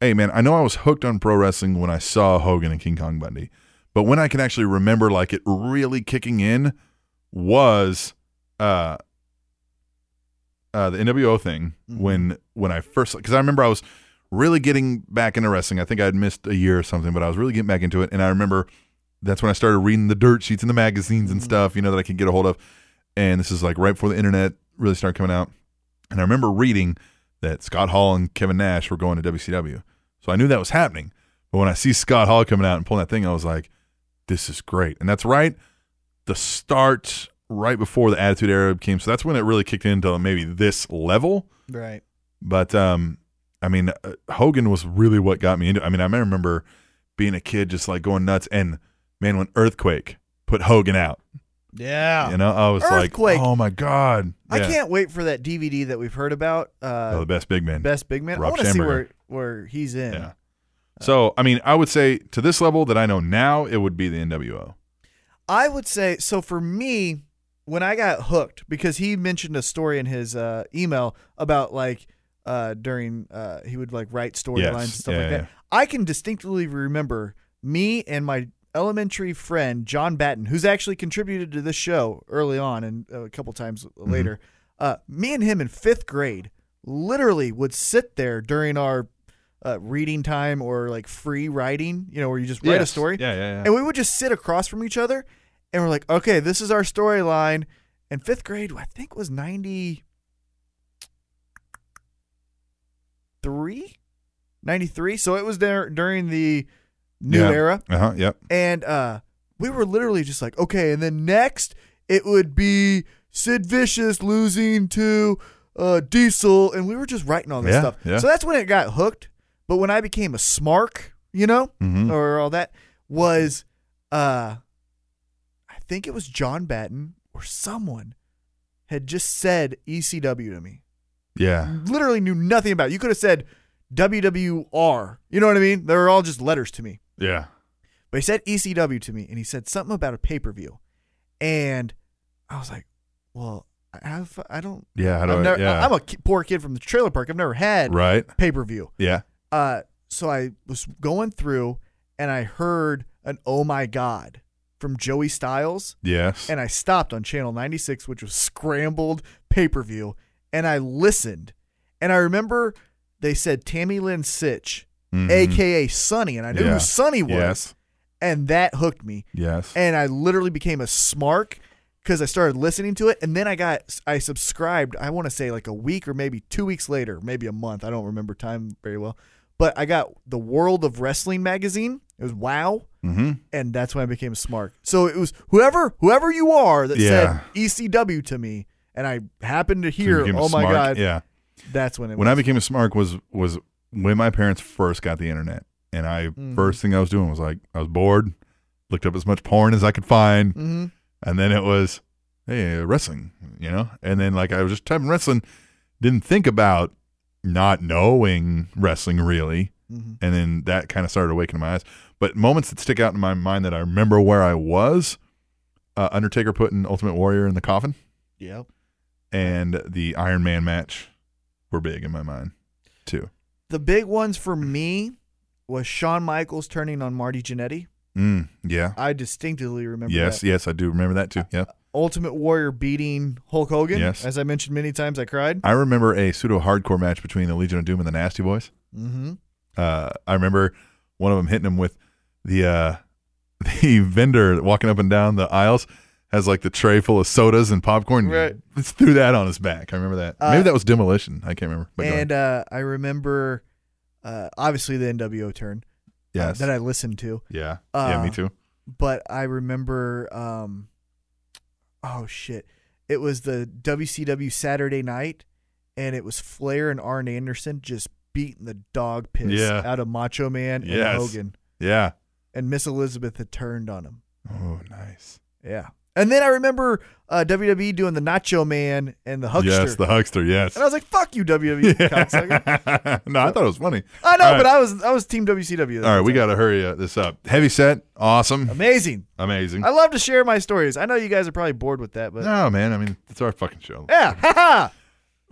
[SPEAKER 2] Hey man, I know I was hooked on pro wrestling when I saw Hogan and King Kong Bundy, but when I can actually remember like it really kicking in was uh uh the NWO thing
[SPEAKER 3] Mm-hmm.
[SPEAKER 2] when when I first because I remember I was really getting back into wrestling. I think I had missed a year or something, but I was really getting back into it, and I remember that's when I started reading the dirt sheets and the magazines and stuff, you know, that I could get a hold of. And this is like right before the internet really started coming out. And I remember reading that Scott Hall and Kevin Nash were going to WCW. So I knew that was happening. But when I see Scott Hall coming out and pulling that thing, I was like, this is great. And that's right. The start right before the Attitude Era came. So that's when it really kicked into maybe this level.
[SPEAKER 3] Right.
[SPEAKER 2] But um, I mean, uh, Hogan was really what got me into. I mean, I remember being a kid, just like going nuts. And man, when Earthquake put Hogan out,
[SPEAKER 3] Yeah.
[SPEAKER 2] you know, I was
[SPEAKER 3] Ah. Earthquake.
[SPEAKER 2] like, oh my god,
[SPEAKER 3] I
[SPEAKER 2] Yeah.
[SPEAKER 3] can't wait for that DVD that we've heard about. Uh,
[SPEAKER 2] Oh, the best big man.
[SPEAKER 3] Best Big Man. I
[SPEAKER 2] Rob
[SPEAKER 3] want to see
[SPEAKER 2] Schamberger.
[SPEAKER 3] where, where he's in.
[SPEAKER 2] Yeah. So I mean, I would say to this level that I know now, it would be the NWO.
[SPEAKER 3] I would say so for me when I got hooked because he mentioned a story in his uh, email about like uh, during uh, he would like write storylines and
[SPEAKER 2] Yes.
[SPEAKER 3] stuff
[SPEAKER 2] Yeah,
[SPEAKER 3] like
[SPEAKER 2] yeah,
[SPEAKER 3] that.
[SPEAKER 2] yeah.
[SPEAKER 3] I can distinctly remember me and my elementary friend John Batten, who's actually contributed to this show early on and uh, a couple times
[SPEAKER 2] Mm-hmm.
[SPEAKER 3] later. Uh, me and him in fifth grade literally would sit there during our uh, reading time or like free writing, you know, where you just write a
[SPEAKER 2] Yes.
[SPEAKER 3] story.
[SPEAKER 2] Yeah, yeah, yeah.
[SPEAKER 3] And we would just sit across from each other and we're like, okay, this is our storyline. And fifth grade, I think, was 93, 93. So it was there during the new
[SPEAKER 2] Yeah.
[SPEAKER 3] era.
[SPEAKER 2] Uh huh. Yep.
[SPEAKER 3] And uh, we were literally just like, okay, and then next it would be Sid Vicious losing to uh, Diesel. And we were just writing all this
[SPEAKER 2] Yeah,
[SPEAKER 3] stuff.
[SPEAKER 2] yeah.
[SPEAKER 3] So that's when it got hooked. But when I became a smark, you know,
[SPEAKER 2] Mhm.
[SPEAKER 3] or all that, was uh, I think it was John Batten or someone had just said ECW to me.
[SPEAKER 2] Yeah.
[SPEAKER 3] Literally knew nothing about it. You could have said WWR. You know what I mean? They were all just letters to me.
[SPEAKER 2] Yeah.
[SPEAKER 3] But he said ECW to me, and he said something about a pay per view, and I was like, "Well, I have, I don't,
[SPEAKER 2] Yeah. How do
[SPEAKER 3] I've
[SPEAKER 2] I-
[SPEAKER 3] never-
[SPEAKER 2] yeah.
[SPEAKER 3] I'm a ki- poor kid from the trailer park. I've never had
[SPEAKER 2] right.
[SPEAKER 3] pay per view."
[SPEAKER 2] Yeah.
[SPEAKER 3] Uh, so I was going through, and I heard an "Oh my God" from Joey Styles,
[SPEAKER 2] Yes.
[SPEAKER 3] and I stopped on channel 96, which was scrambled pay per view, and I listened, and I remember they said Tammy Lynn Sitch,
[SPEAKER 2] Mhm.
[SPEAKER 3] aka Sonny, and I knew
[SPEAKER 2] Yeah.
[SPEAKER 3] who Sonny was
[SPEAKER 2] Yes.
[SPEAKER 3] and that hooked me.
[SPEAKER 2] Yes.
[SPEAKER 3] And I literally became a smark because I started listening to it, and then I got I subscribed. I want to say like a week or maybe two weeks later, maybe a month. I don't remember time very well, but I got the World of Wrestling magazine, It was WoW,
[SPEAKER 2] Mm-hmm.
[SPEAKER 3] and that's when I became smart. So it was whoever whoever you are that
[SPEAKER 2] Yeah.
[SPEAKER 3] said ECW to me, and I happened to
[SPEAKER 2] So you
[SPEAKER 3] hear,
[SPEAKER 2] became a
[SPEAKER 3] oh my
[SPEAKER 2] smark.
[SPEAKER 3] god,
[SPEAKER 2] Yeah.
[SPEAKER 3] that's when it
[SPEAKER 2] When
[SPEAKER 3] was.
[SPEAKER 2] I became a smart was was when my parents first got the internet, and I first thing I was doing was like I was bored, looked up as much porn as I could find,
[SPEAKER 3] Mm-hmm,
[SPEAKER 2] and then it was hey wrestling, you know, and then like I was just typing wrestling, didn't think about not knowing wrestling really,
[SPEAKER 3] mm-hmm.
[SPEAKER 2] and then that kind of started awakening my eyes. But moments that stick out in my mind that I remember where I was, uh, Undertaker putting Ultimate Warrior in the coffin
[SPEAKER 3] yeah.
[SPEAKER 2] and the Iron Man match were big in my mind too.
[SPEAKER 3] The big ones for me was Shawn Michaels turning on Marty Jannetty.
[SPEAKER 2] Mm, yeah.
[SPEAKER 3] I distinctively remember
[SPEAKER 2] Yes,
[SPEAKER 3] that.
[SPEAKER 2] yes, I do remember that too. Yeah.
[SPEAKER 3] Ultimate Warrior beating Hulk Hogan.
[SPEAKER 2] Yes.
[SPEAKER 3] As I mentioned many times, I cried.
[SPEAKER 2] I remember a pseudo hardcore match between the Legion of Doom and the Nasty Boys.
[SPEAKER 3] Mm-hmm.
[SPEAKER 2] Uh, I remember one of them hitting him with the uh, the vendor walking up and down the aisles has like the tray full of sodas and popcorn.
[SPEAKER 3] Right.
[SPEAKER 2] Let's threw that on his back. I remember that. Maybe
[SPEAKER 3] Uh,
[SPEAKER 2] that was demolition. I can't remember. But go
[SPEAKER 3] and
[SPEAKER 2] ahead.
[SPEAKER 3] uh, I remember, uh, obviously, the NWO turn uh,
[SPEAKER 2] yes.
[SPEAKER 3] that I listened to.
[SPEAKER 2] yeah. yeah.
[SPEAKER 3] uh,
[SPEAKER 2] Me too.
[SPEAKER 3] But I remember, um, oh shit, it was the WCW Saturday night, and it was Flair and Arn Anderson just beating the dog piss
[SPEAKER 2] Yeah.
[SPEAKER 3] out of Macho Man and
[SPEAKER 2] Yes.
[SPEAKER 3] Hogan,
[SPEAKER 2] Yeah.
[SPEAKER 3] and Miss Elizabeth had turned on him.
[SPEAKER 2] Oh, nice.
[SPEAKER 3] Yeah. And then I remember uh, WWE doing the Nacho Man and the Huckster.
[SPEAKER 2] Yes, the huckster. Yes.
[SPEAKER 3] and I was like, "Fuck you, WWE." cocksucker."
[SPEAKER 2] no, I thought it was funny.
[SPEAKER 3] I know,
[SPEAKER 2] All right.
[SPEAKER 3] but I was I was Team WCW.
[SPEAKER 2] All right, we got to hurry uh, this up. Heavy set, awesome,
[SPEAKER 3] amazing.
[SPEAKER 2] amazing.
[SPEAKER 3] I love to share my stories. I know you guys are probably bored with that, Oh, but
[SPEAKER 2] No, man, I mean it's our fucking show.
[SPEAKER 3] yeah, haha.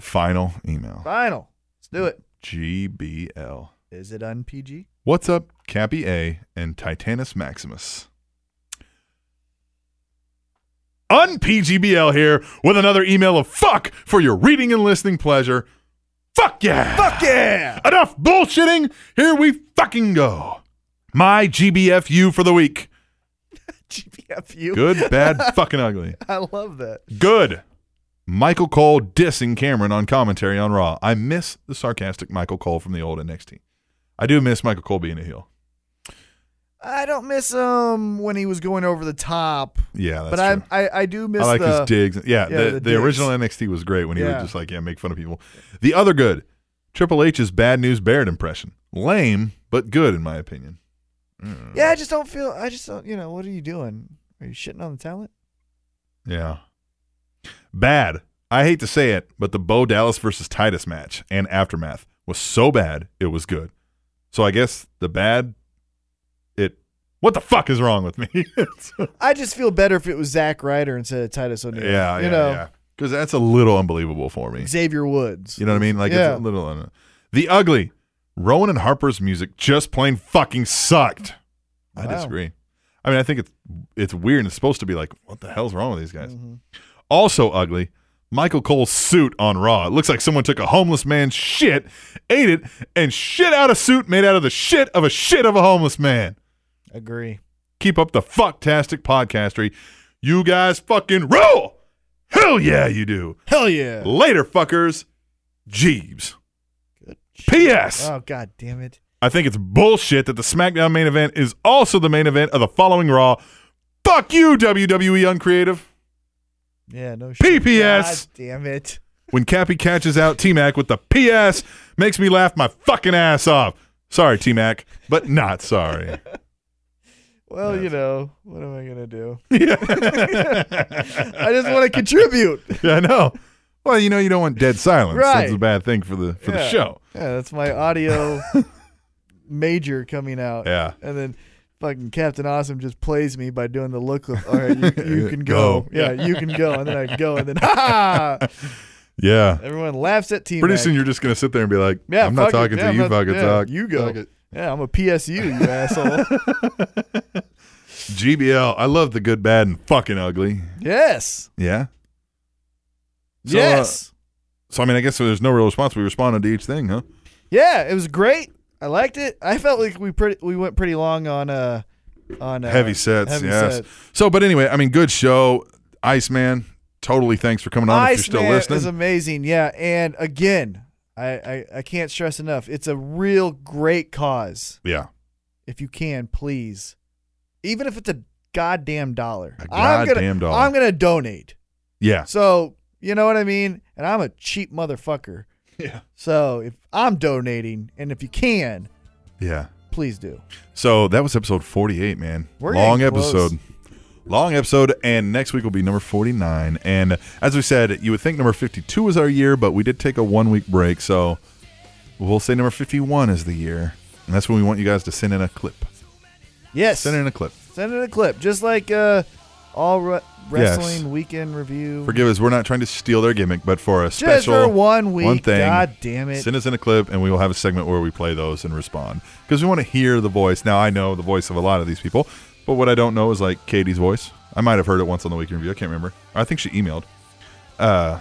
[SPEAKER 2] Final email.
[SPEAKER 3] Final. Let's do it.
[SPEAKER 2] GBL.
[SPEAKER 3] Is it on PG?
[SPEAKER 2] What's up, Cappy A and Titanus Maximus? UnPGBL here with another email of fuck for your reading and listening pleasure. Fuck yeah!
[SPEAKER 3] Fuck yeah!
[SPEAKER 2] Enough bullshitting! Here we fucking go. My GBFU for the week.
[SPEAKER 3] GPFU.
[SPEAKER 2] Good, bad, fucking ugly.
[SPEAKER 3] I love that.
[SPEAKER 2] Good. Michael Cole dissing Cameron on commentary on Raw. I miss the sarcastic Michael Cole from the old NXT. I do miss Michael Cole being a heel.
[SPEAKER 3] I don't miss him when he was going over the top,
[SPEAKER 2] Yeah, that's
[SPEAKER 3] but I,
[SPEAKER 2] true.
[SPEAKER 3] I I do miss
[SPEAKER 2] I like
[SPEAKER 3] the
[SPEAKER 2] his digs. Yeah,
[SPEAKER 3] yeah,
[SPEAKER 2] the,
[SPEAKER 3] the
[SPEAKER 2] the,
[SPEAKER 3] digs.
[SPEAKER 2] original NXT was great when he
[SPEAKER 3] Yeah.
[SPEAKER 2] would just like, yeah, make fun of people. The other good, Triple H's Bad News Barrett impression. Lame, but good in my opinion.
[SPEAKER 3] yeah. I just don't feel. I just don't. You know what are you doing? Are you shitting on the talent?
[SPEAKER 2] Yeah. Bad. I hate to say it, but the Bo Dallas versus Titus match and aftermath was so bad it was good. So I guess the bad it what the fuck is wrong with me? It's-
[SPEAKER 3] I just feel better if it was Zack Ryder instead of Titus O'Neil.
[SPEAKER 2] yeah, yeah,
[SPEAKER 3] you know
[SPEAKER 2] yeah. Cuz that's a little unbelievable for me.
[SPEAKER 3] Xavier Woods.
[SPEAKER 2] You know what I mean? Like
[SPEAKER 3] Yeah.
[SPEAKER 2] it's a little un- The ugly Rowan and Harper's music just plain fucking sucked. I
[SPEAKER 3] Wow.
[SPEAKER 2] disagree. I mean, I think it's it's weird and it's supposed to be like, what the hell's wrong with these guys?
[SPEAKER 3] Mm-hmm.
[SPEAKER 2] Also ugly, Michael Cole's suit on Raw. It looks like someone took a homeless man's shit, ate it, and shit out a suit made out of the shit of a shit of a homeless man.
[SPEAKER 3] Agree.
[SPEAKER 2] Keep up the fucktastic podcastery. You guys fucking rule. Hell yeah, you do.
[SPEAKER 3] Hell yeah.
[SPEAKER 2] Later, fuckers. Jeeves.
[SPEAKER 3] Good
[SPEAKER 2] P.S.
[SPEAKER 3] Oh god damn it.
[SPEAKER 2] I think it's bullshit that the SmackDown main event is also the main event of the following Raw. Fuck you, WWE Uncreative.
[SPEAKER 3] Yeah, no shit.
[SPEAKER 2] PPS.
[SPEAKER 3] God damn it.
[SPEAKER 2] When Cappy catches out T Mac with the PS, makes me laugh my fucking ass off. Sorry, T Mac, but not sorry.
[SPEAKER 3] Well, you know, what am I gonna do? I just want to contribute.
[SPEAKER 2] Yeah, I know. Well, you know, you don't want dead silence.
[SPEAKER 3] Right.
[SPEAKER 2] That's a bad thing for the for
[SPEAKER 3] Yeah.
[SPEAKER 2] the show.
[SPEAKER 3] Yeah, that's my audio major coming out.
[SPEAKER 2] Yeah.
[SPEAKER 3] And then fucking Captain Awesome just plays me by doing the look of all right, you, you can go.
[SPEAKER 2] Go.
[SPEAKER 3] Yeah, you can go. And then I go and then ha ha
[SPEAKER 2] Yeah.
[SPEAKER 3] everyone laughs at team.
[SPEAKER 2] Pretty soon you're just gonna sit there and be like,
[SPEAKER 3] yeah,
[SPEAKER 2] I'm not
[SPEAKER 3] fuck it.
[SPEAKER 2] talking
[SPEAKER 3] Yeah,
[SPEAKER 2] to
[SPEAKER 3] I'm
[SPEAKER 2] you,
[SPEAKER 3] not-
[SPEAKER 2] fucking
[SPEAKER 3] yeah,
[SPEAKER 2] talk.
[SPEAKER 3] You go.
[SPEAKER 2] Fuck it.
[SPEAKER 3] Yeah, I'm a PSU, you asshole.
[SPEAKER 2] GBL. I love the good, bad, and fucking ugly.
[SPEAKER 3] Yes.
[SPEAKER 2] Yeah. So, uh,
[SPEAKER 3] yes.
[SPEAKER 2] So I mean, I guess there's no real response. We responded to each thing, huh?
[SPEAKER 3] Yeah, it was great. I liked it. I felt like we pretty we went pretty long on uh on uh,
[SPEAKER 2] heavy sets,
[SPEAKER 3] heavy
[SPEAKER 2] yes.
[SPEAKER 3] set.
[SPEAKER 2] So, but anyway, I mean, good show, Iceman. Totally, thanks for coming on. if you're still
[SPEAKER 3] Iceman
[SPEAKER 2] listening,
[SPEAKER 3] is amazing. Yeah, and again, I, I I can't stress enough. It's a real great cause.
[SPEAKER 2] yeah,
[SPEAKER 3] if you can, please, even if it's a goddamn dollar,
[SPEAKER 2] A
[SPEAKER 3] I'm gonna-
[SPEAKER 2] goddamn dollar.
[SPEAKER 3] I'm gonna donate.
[SPEAKER 2] Yeah.
[SPEAKER 3] So you know what I mean? And I'm a cheap motherfucker.
[SPEAKER 2] Yeah.
[SPEAKER 3] So if I'm donating, and if you can,
[SPEAKER 2] Yeah.
[SPEAKER 3] please do.
[SPEAKER 2] So that was episode 48, man.
[SPEAKER 3] We're
[SPEAKER 2] Long
[SPEAKER 3] getting close.
[SPEAKER 2] episode. Long episode, and next week will be number 49. And as we said, you would think number 52 is our year, but we did take a one week break. So we'll say number 51 is the year. And that's when we want you guys to send in a clip.
[SPEAKER 3] Yes.
[SPEAKER 2] Send in a clip.
[SPEAKER 3] Send in a clip, just like uh, all re- wrestling
[SPEAKER 2] Yes.
[SPEAKER 3] weekend review.
[SPEAKER 2] Forgive us, we're not trying to steal their gimmick, but for a
[SPEAKER 3] Just
[SPEAKER 2] special
[SPEAKER 3] for one week.
[SPEAKER 2] one thing,
[SPEAKER 3] God damn it.
[SPEAKER 2] send us in a clip, and we will have a segment where we play those and respond because we want to hear the voice. Now I know the voice of a lot of these people, but what I don't know is like Katie's voice. I might have heard it once on the weekend review. I can't remember. I think she emailed. Uh,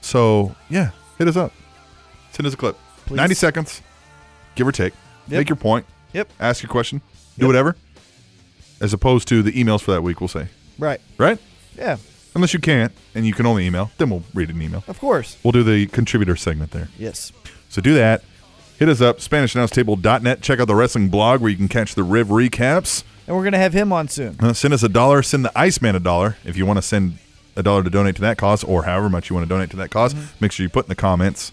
[SPEAKER 2] so yeah, hit us up. Send us a clip,
[SPEAKER 3] Please.
[SPEAKER 2] ninety seconds, give or take.
[SPEAKER 3] Yep.
[SPEAKER 2] Make your point.
[SPEAKER 3] Yep.
[SPEAKER 2] Ask your question. Do whatever. As opposed to the emails for that week, we'll say
[SPEAKER 3] Right.
[SPEAKER 2] right.
[SPEAKER 3] Yeah.
[SPEAKER 2] Unless you can't and you can only email, then we'll read an email.
[SPEAKER 3] Of course.
[SPEAKER 2] We'll do the contributor segment there.
[SPEAKER 3] Yes.
[SPEAKER 2] So do that. Hit us up, SpanishAnnounceTable.net. Check out the wrestling blog where you can catch the Riv recaps.
[SPEAKER 3] And we're gonna have him on soon.
[SPEAKER 2] Uh, send us a dollar. Send the Iceman a dollar if you want to send a dollar to donate to that cause or however much you want to donate to that because Make sure you put in the comments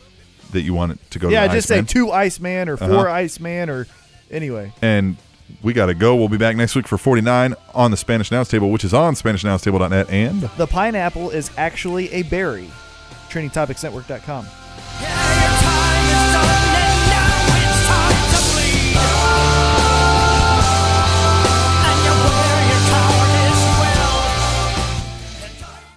[SPEAKER 2] that you want it to go
[SPEAKER 3] Mm-hmm. yeah,
[SPEAKER 2] to the
[SPEAKER 3] just
[SPEAKER 2] Iceman.
[SPEAKER 3] say two Iceman or 4
[SPEAKER 2] Uh-huh.
[SPEAKER 3] Iceman or anyway.
[SPEAKER 2] and we got to go. We'll be back next week for 49 on the Spanish Announce Table, which is on SpanishAnnounceTable.net. And
[SPEAKER 3] The pineapple is actually a berry. TrainingTopicsNetwork.com.
[SPEAKER 4] Yeah, your time is done.